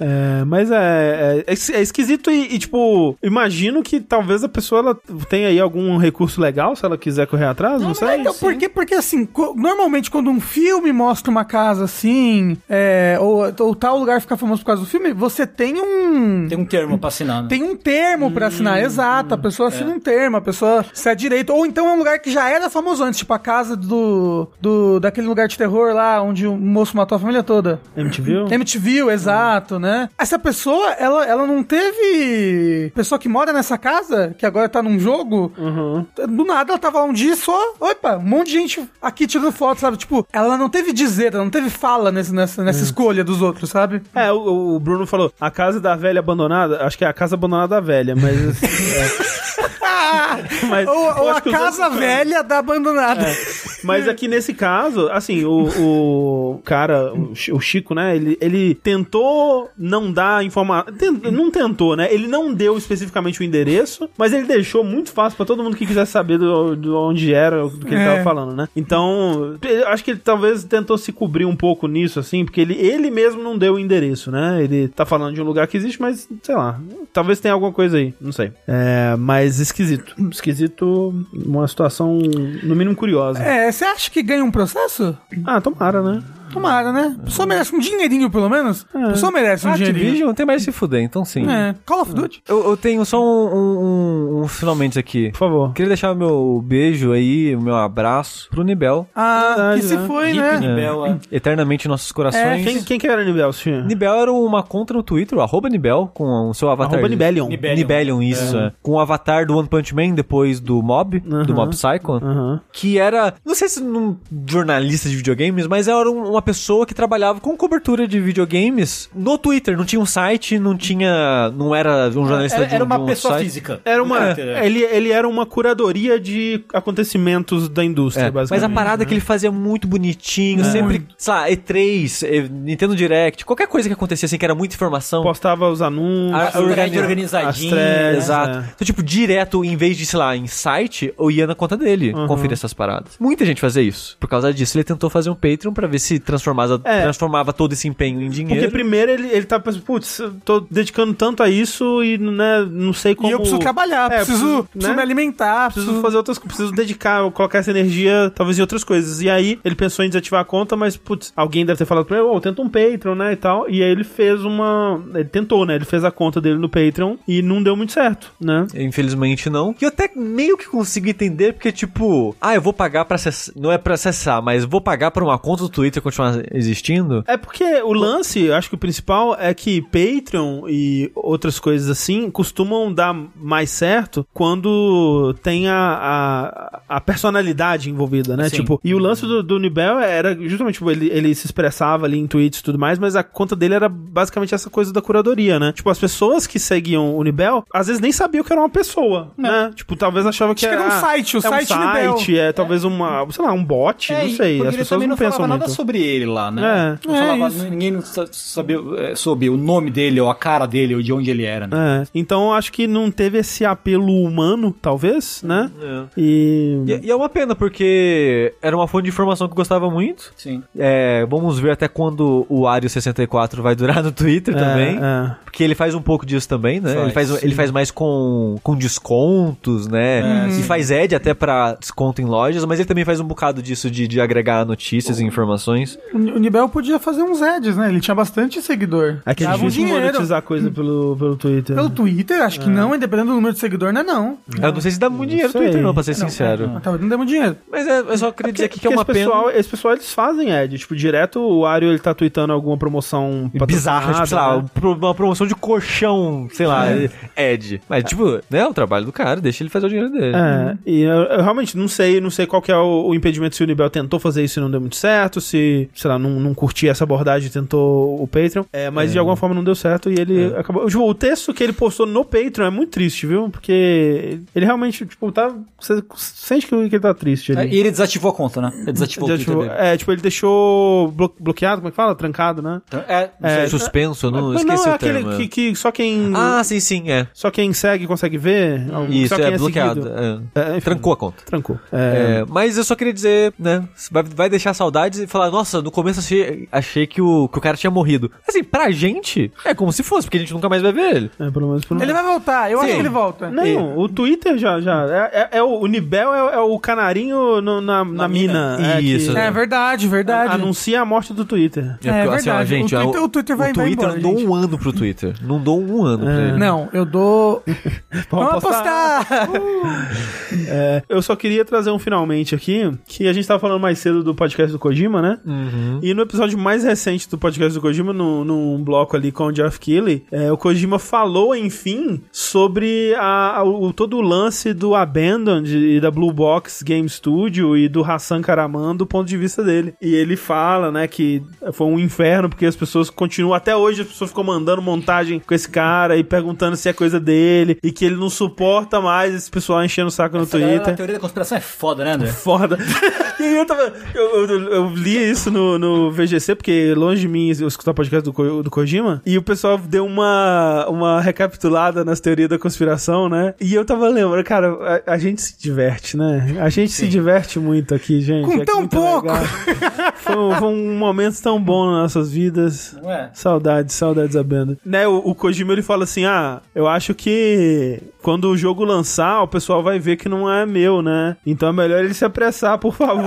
Speaker 1: É, mas é, é, é es- é esquisito e, e, tipo, imagino que talvez a pessoa ela tenha aí algum recurso legal se ela quiser correr atrás, não,
Speaker 2: Mas
Speaker 1: sei.
Speaker 2: então, por quê? Porque assim, co- normalmente quando um filme mostra uma casa assim, é, ou, ou tal lugar fica famoso por causa do filme, você tem um.
Speaker 4: Tem um termo pra assinar, né?
Speaker 2: Tem um termo pra assinar,
Speaker 1: Hum,
Speaker 2: exato. A pessoa assina
Speaker 1: é.
Speaker 2: um termo, a pessoa se é direito. Ou então é um lugar que já era famoso antes, tipo a casa do, do daquele lugar de terror lá, onde um moço matou a família toda.
Speaker 1: MTV?
Speaker 2: MTV, exato, né? Essa pessoa, ela, ela não teve. Pessoa que mora nessa casa, que agora tá num jogo,
Speaker 1: Uhum.
Speaker 2: do nada ela tava lá um dia e só. Opa, um monte de gente aqui tirando foto, sabe? Tipo, ela não teve dizer, ela não teve fala nesse, nessa, nessa
Speaker 1: Hum.
Speaker 2: escolha dos outros, sabe?
Speaker 1: É, o, o Bruno falou, a casa da velha abandonada, acho que é a casa abandonada da velha, mas... é. Mas
Speaker 2: Ah! Ou,
Speaker 1: eu
Speaker 2: ou
Speaker 1: acho
Speaker 2: a
Speaker 1: que os outros É.
Speaker 2: casa
Speaker 1: não.
Speaker 2: velha da abandonada.
Speaker 1: Mas aqui nesse caso, assim, o, o cara, o Chi- o Chico, né? Ele, ele tentou não dar informação. Não tentou, né? Ele não deu especificamente o endereço, mas ele deixou muito fácil pra todo mundo que quisesse saber do, do onde era, do que ele
Speaker 2: É.
Speaker 1: tava falando, né? Então, eu acho que ele talvez tentou se cobrir um pouco nisso, assim, porque ele, ele mesmo não deu o endereço, né? Ele tá falando de um lugar que existe, mas sei lá. Talvez tenha alguma coisa aí, não sei. É, mas esquisito. Esquisito, uma situação, no mínimo, curiosa.
Speaker 2: É, você acha que ganha um processo?
Speaker 1: Ah, tomara, né?
Speaker 2: Tomara, né? A pessoa merece um dinheirinho, pelo menos.
Speaker 1: É.
Speaker 2: A pessoa merece um dinheirinho.
Speaker 3: Activision tem mais se fuder, então sim.
Speaker 2: É, Call of Duty.
Speaker 3: Eu, eu tenho só um, um, um- um finalmente aqui.
Speaker 1: Por favor.
Speaker 3: Queria deixar o meu beijo aí, o meu abraço pro Nibel.
Speaker 2: Ah,
Speaker 1: Verdade,
Speaker 2: que se
Speaker 1: né?
Speaker 2: foi,
Speaker 4: Hip
Speaker 2: né?
Speaker 4: Nibel, é.
Speaker 3: Eternamente em nossos corações.
Speaker 1: É, Quem, quem que era Nibel, senhor?
Speaker 3: Nibel era uma conta no Twitter, o arroba Nibel, com o seu avatar.
Speaker 1: Arroba Nibelion.
Speaker 4: Nibel.
Speaker 3: Nibelion, isso. é. Com o avatar do One Punch Man depois do Mob, do Mob Psycho.
Speaker 1: Aham.
Speaker 3: Que era, não sei se um jornalista de videogames, mas era um- uma pessoa que trabalhava com cobertura de videogames no Twitter. Não tinha um site, não tinha. Não era um jornalista
Speaker 4: Era,
Speaker 3: de um,
Speaker 4: era
Speaker 3: de
Speaker 4: uma
Speaker 3: um
Speaker 4: pessoa
Speaker 3: site.
Speaker 4: física.
Speaker 1: Era uma.
Speaker 4: É.
Speaker 1: Ele, ele era uma curadoria de acontecimentos da indústria,
Speaker 3: É, mas
Speaker 1: basicamente.
Speaker 3: a parada é que ele fazia muito bonitinho, sempre, sei lá, E3, eh, Nintendo Direct, qualquer coisa que acontecia assim, que era muita informação.
Speaker 1: Postava os anúncios.
Speaker 3: A-
Speaker 4: Organi-
Speaker 1: as
Speaker 4: organizadinho.
Speaker 1: threads,
Speaker 3: Exato.
Speaker 1: né?
Speaker 3: Então, tipo, direto, em vez de, sei lá, em site, eu ia na conta dele conferir essas paradas. Muita gente fazia isso. Por causa disso, ele tentou fazer um Patreon pra ver se transformava,
Speaker 1: É.
Speaker 3: transformava todo esse empenho em
Speaker 1: Porque
Speaker 3: dinheiro.
Speaker 1: primeiro ele, ele tá pensando, putz, eu tô dedicando tanto a isso e né, não sei como.
Speaker 2: E eu preciso trabalhar,
Speaker 1: É,
Speaker 2: preciso,
Speaker 1: preciso, né?
Speaker 2: preciso me alimentar,
Speaker 1: Preciso fazer outras coisas, preciso dedicar, colocar essa energia, talvez, em outras coisas. E aí, ele pensou em desativar a conta, mas, putz, alguém deve ter falado pra ele, ô, tenta um Patreon, né, e tal. E aí ele fez uma... Ele tentou, né, ele fez a conta dele no Patreon e não deu muito certo, né?
Speaker 3: Infelizmente não. E eu até meio que consigo entender, porque, tipo, ah, eu vou pagar pra acessar. Não é pra acessar, mas vou pagar pra uma conta do Twitter continuar existindo.
Speaker 1: É porque o lance, eu acho que o principal é que Patreon e outras coisas assim costumam dar mais certo quando tem a, a, a personalidade envolvida, né?
Speaker 4: Sim.
Speaker 1: Tipo, e o lance do, do Nibel era justamente, tipo, ele, ele se expressava ali em tweets e tudo mais, mas a conta dele era basicamente essa coisa da curadoria, né? Tipo, as pessoas que seguiam o Nibel, às vezes nem sabiam que era uma pessoa, né? Tipo, talvez achava que
Speaker 2: Acho que
Speaker 1: era,
Speaker 2: era um site, o
Speaker 1: é
Speaker 2: site
Speaker 1: um
Speaker 2: Nibel.
Speaker 1: site, é talvez uma, sei lá, um bot,
Speaker 4: É,
Speaker 1: não
Speaker 4: e
Speaker 1: sei.
Speaker 4: porque
Speaker 1: As
Speaker 4: ele
Speaker 1: pessoas
Speaker 4: também
Speaker 1: não
Speaker 4: não falava
Speaker 1: pensam
Speaker 4: nada
Speaker 1: muito.
Speaker 4: sobre ele lá, né?
Speaker 1: É.
Speaker 4: Não
Speaker 2: É,
Speaker 4: falava,
Speaker 2: isso.
Speaker 4: ninguém não sa- sabia, é, soube o nome dele, ou a cara dele, ou de onde ele era, né?
Speaker 1: É, então eu acho que não teve esse apelo humano, talvez, né? E.
Speaker 3: E, e é uma pena, porque era uma fonte de informação que eu gostava muito.
Speaker 4: Sim.
Speaker 3: É, vamos ver até quando o Ario 64 vai durar no Twitter também.
Speaker 1: É,
Speaker 3: Porque ele faz um pouco disso também, né?
Speaker 4: Faz,
Speaker 3: ele, faz, ele faz mais com, com descontos, né? e faz ad até pra desconto em lojas, mas ele também faz um bocado disso de, de agregar notícias e informações.
Speaker 2: O Ni- o Nibel podia fazer uns ads, né? Ele tinha bastante seguidor.
Speaker 1: é. é que é
Speaker 2: Dava um
Speaker 1: difícil
Speaker 2: dinheiro.
Speaker 1: monetizar coisa pelo, pelo Twitter. né?
Speaker 2: Pelo Twitter, acho
Speaker 1: É.
Speaker 2: que não, e dependendo do número de seguidor, não é não.
Speaker 3: Eu não sei se dá muito dinheiro no
Speaker 1: sei.
Speaker 3: Twitter, não, pra ser É, sincero.
Speaker 2: Mas Talvez não é, dê muito dinheiro.
Speaker 3: Mas é, eu só queria dizer aqui que é
Speaker 1: Porque
Speaker 3: uma
Speaker 1: esse
Speaker 3: pena.
Speaker 1: pessoal, Esse pessoal, eles fazem ad. Tipo, direto o Ario, ele tá tweetando alguma promoção
Speaker 3: Bizarra,
Speaker 1: patrocinada,
Speaker 3: tipo, sei lá,
Speaker 1: né? É.
Speaker 3: pro- uma promoção de colchão, sei lá, Ed. Mas, tipo, né, o trabalho do cara, deixa ele fazer o dinheiro
Speaker 1: Uhum.
Speaker 3: dele.
Speaker 1: É, e eu, eu realmente não sei, não sei qual que é o, o impedimento se o Nibel tentou fazer isso e não deu muito certo, se que, sei lá, não, não curtia essa abordagem e tentou o Patreon. É, mas de alguma forma não deu certo e ele acabou. Tipo, o texto que ele postou no Patreon é muito triste, viu? Porque ele realmente, tipo, tá. Você sente que ele tá triste
Speaker 3: É,
Speaker 1: ali.
Speaker 5: E ele desativou a conta, né? Ele
Speaker 3: um
Speaker 5: desativou
Speaker 1: Já,
Speaker 5: o Twitter
Speaker 1: tipo,
Speaker 5: dele.
Speaker 1: é, tipo, ele deixou blo- bloqueado, como é que fala? Trancado, né?
Speaker 5: É,
Speaker 1: É,
Speaker 3: Suspenso, não
Speaker 1: Mas
Speaker 3: Tá esqueci
Speaker 1: não, é
Speaker 3: o termo.
Speaker 1: aquele
Speaker 3: é.
Speaker 1: que, que só quem.
Speaker 3: Ah, sim, sim, é.
Speaker 1: Só quem segue consegue ver.
Speaker 3: Isso,
Speaker 1: só quem
Speaker 3: é, bloqueado.
Speaker 1: seguido.
Speaker 3: é.
Speaker 1: É, enfim,
Speaker 3: Trancou a conta.
Speaker 1: Trancou. É,
Speaker 3: É, mas eu só queria dizer, né? Vai, vai deixar saudades e falar, nossa, no começo achei, achei que, o, que o cara tinha morrido. Assim, pra gente, é como se fosse, porque a gente nunca mais vai ver ele.
Speaker 1: é, pelo menos por um-
Speaker 2: Ele vai voltar, eu acho que ele volta.
Speaker 1: Não, o Twitter já. já é, é- é o, o Nibel é, é o canarinho no- na, na, mina. é, que
Speaker 3: Isso,
Speaker 2: É verdade, verdade.
Speaker 1: Anuncia a morte do Twitter.
Speaker 2: É
Speaker 3: Assim,
Speaker 2: verdade, o Twitter- o Twitter vai-
Speaker 3: o
Speaker 2: vai
Speaker 3: Twitter
Speaker 2: embora,
Speaker 3: não dou
Speaker 2: gente.
Speaker 3: um ano pro Twitter. Não dou um ano pra ele.
Speaker 2: Não, eu dou. Vamos apostar!
Speaker 1: É, eu só queria trazer um finalmente aqui, que a gente tava falando mais cedo do podcast do Kojima, né? E no episódio mais recente do podcast do Kojima, no, num bloco ali com o Jeff Keighley, é, o Kojima falou, enfim, sobre a- a- o, todo o lance do Abandoned e da Blue Box Game Studio e do Hassan Karaman do ponto de vista dele. E ele fala, né, que foi um inferno porque as pessoas continuam, até hoje as pessoas ficam mandando montagem com esse cara e perguntando se é coisa dele e que ele não suporta mais esse pessoal enchendo o saco no
Speaker 4: A
Speaker 1: Twitter.
Speaker 4: teoria da conspiração é foda, né, André?
Speaker 1: Foda. E aí eu, tava, eu, eu- eu li isso no, no VGC, porque longe de mim eu escutar podcast do, Ko- do Kojima. E o pessoal deu uma, uma recapitulada nas teorias da conspiração, né? E eu tava lembrando, cara, a, a gente se diverte, né? A gente se diverte muito aqui, gente.
Speaker 2: Com
Speaker 1: É que
Speaker 2: tão
Speaker 1: muito
Speaker 2: pouco.
Speaker 1: legal. Foi, um- foi um momento tão bom nas nossas vidas.
Speaker 4: Não é?
Speaker 1: Saudades, saudades da banda. Né, o, o Kojima ele fala assim: ah, eu acho que quando o jogo lançar, o pessoal vai ver que não é meu, né? Então é melhor ele se apressar, por favor.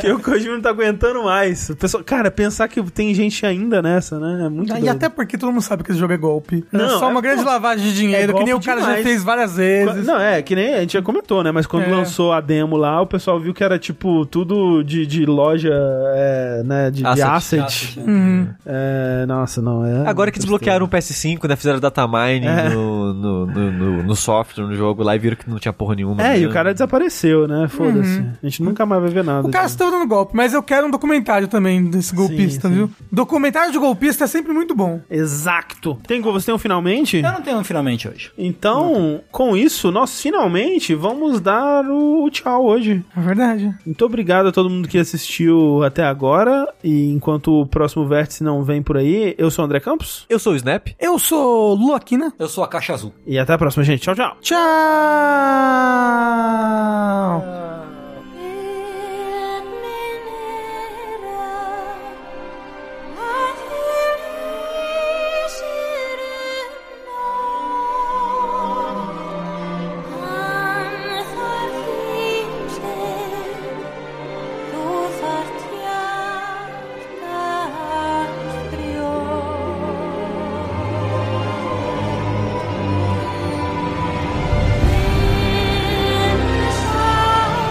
Speaker 1: que o Kojima não tá aguentando mais. O pessoal, cara, pensar que tem gente ainda nessa, né? É muito
Speaker 2: E
Speaker 1: doido.
Speaker 2: até porque todo mundo sabe que esse jogo é golpe. é
Speaker 1: Não,
Speaker 2: só
Speaker 1: é-
Speaker 2: uma grande lavagem de dinheiro,
Speaker 1: é
Speaker 2: que nem o
Speaker 1: golpe
Speaker 2: cara já
Speaker 1: demais.
Speaker 2: fez várias
Speaker 1: Qua-
Speaker 2: vezes.
Speaker 1: Não, é, que nem a gente já comentou, né? Mas quando
Speaker 2: É.
Speaker 1: lançou a demo lá, o pessoal viu que era tipo tudo de, de loja, é, né? De de asset.
Speaker 3: Asset.
Speaker 2: Uhum.
Speaker 1: É, nossa, não. É
Speaker 3: Agora que desbloquearam o PS5, né? Fizeram data mining
Speaker 1: É.
Speaker 3: no, no, no, no- no software, no jogo lá e viram que não tinha porra nenhuma.
Speaker 1: É,
Speaker 3: né?
Speaker 1: e o cara desapareceu, né? Foda-se. A gente nunca mais vai ver nada.
Speaker 2: O cara
Speaker 1: assim.
Speaker 2: está dando golpe, mas eu quero um documentário também desse golpista,
Speaker 1: sim.
Speaker 2: viu? Documentário de golpista é sempre muito bom.
Speaker 1: Exato. Tem como você tem um finalmente?
Speaker 4: Eu não tenho um finalmente hoje.
Speaker 1: Então, com isso, nós finalmente vamos dar o tchau hoje.
Speaker 2: É verdade.
Speaker 1: Muito obrigado a todo mundo que assistiu até agora. E enquanto o próximo vértice não vem por aí, eu sou o André Campos.
Speaker 3: Eu sou o Snap.
Speaker 2: Eu sou Lu Aquina.
Speaker 4: Eu sou a caixa azul.
Speaker 1: E até a próxima, gente. Tchau, tchau.
Speaker 2: Tchau!
Speaker 6: Yeah.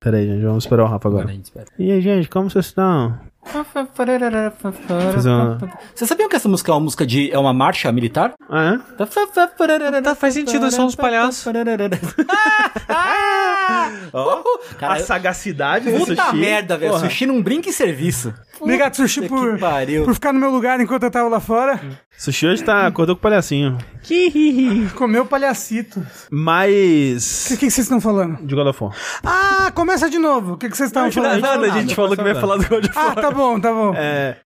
Speaker 1: Pera aí, gente. Vamos esperar o Rafa agora. E aí, gente, como vocês estão? Fazer um- uma...
Speaker 5: Vocês sabiam que essa música é uma música de. é uma marcha militar?
Speaker 1: Ah, é?
Speaker 7: Tá, faz sentido, são uns palhaços.
Speaker 5: oh,
Speaker 1: é? a
Speaker 5: cara,
Speaker 1: sagacidade do
Speaker 5: puta
Speaker 1: sushi.
Speaker 5: merda, velho.
Speaker 1: Porra.
Speaker 5: Sushi não brinca em serviço.
Speaker 2: Obrigado, Sushi,
Speaker 5: Puta
Speaker 2: por,
Speaker 5: que pariu.
Speaker 2: por ficar no meu lugar enquanto eu tava lá fora.
Speaker 1: Sushi hoje tá, acordou com o palhacinho.
Speaker 2: Comeu palhacito. O que,
Speaker 1: Mas...
Speaker 2: que vocês estão falando?
Speaker 1: De God of War.
Speaker 2: Ah, começa de novo. O que, que vocês estavam falando?
Speaker 7: Nada, a gente falou que vai falar do God of War.
Speaker 2: Ah, tá bom, tá bom.
Speaker 1: É,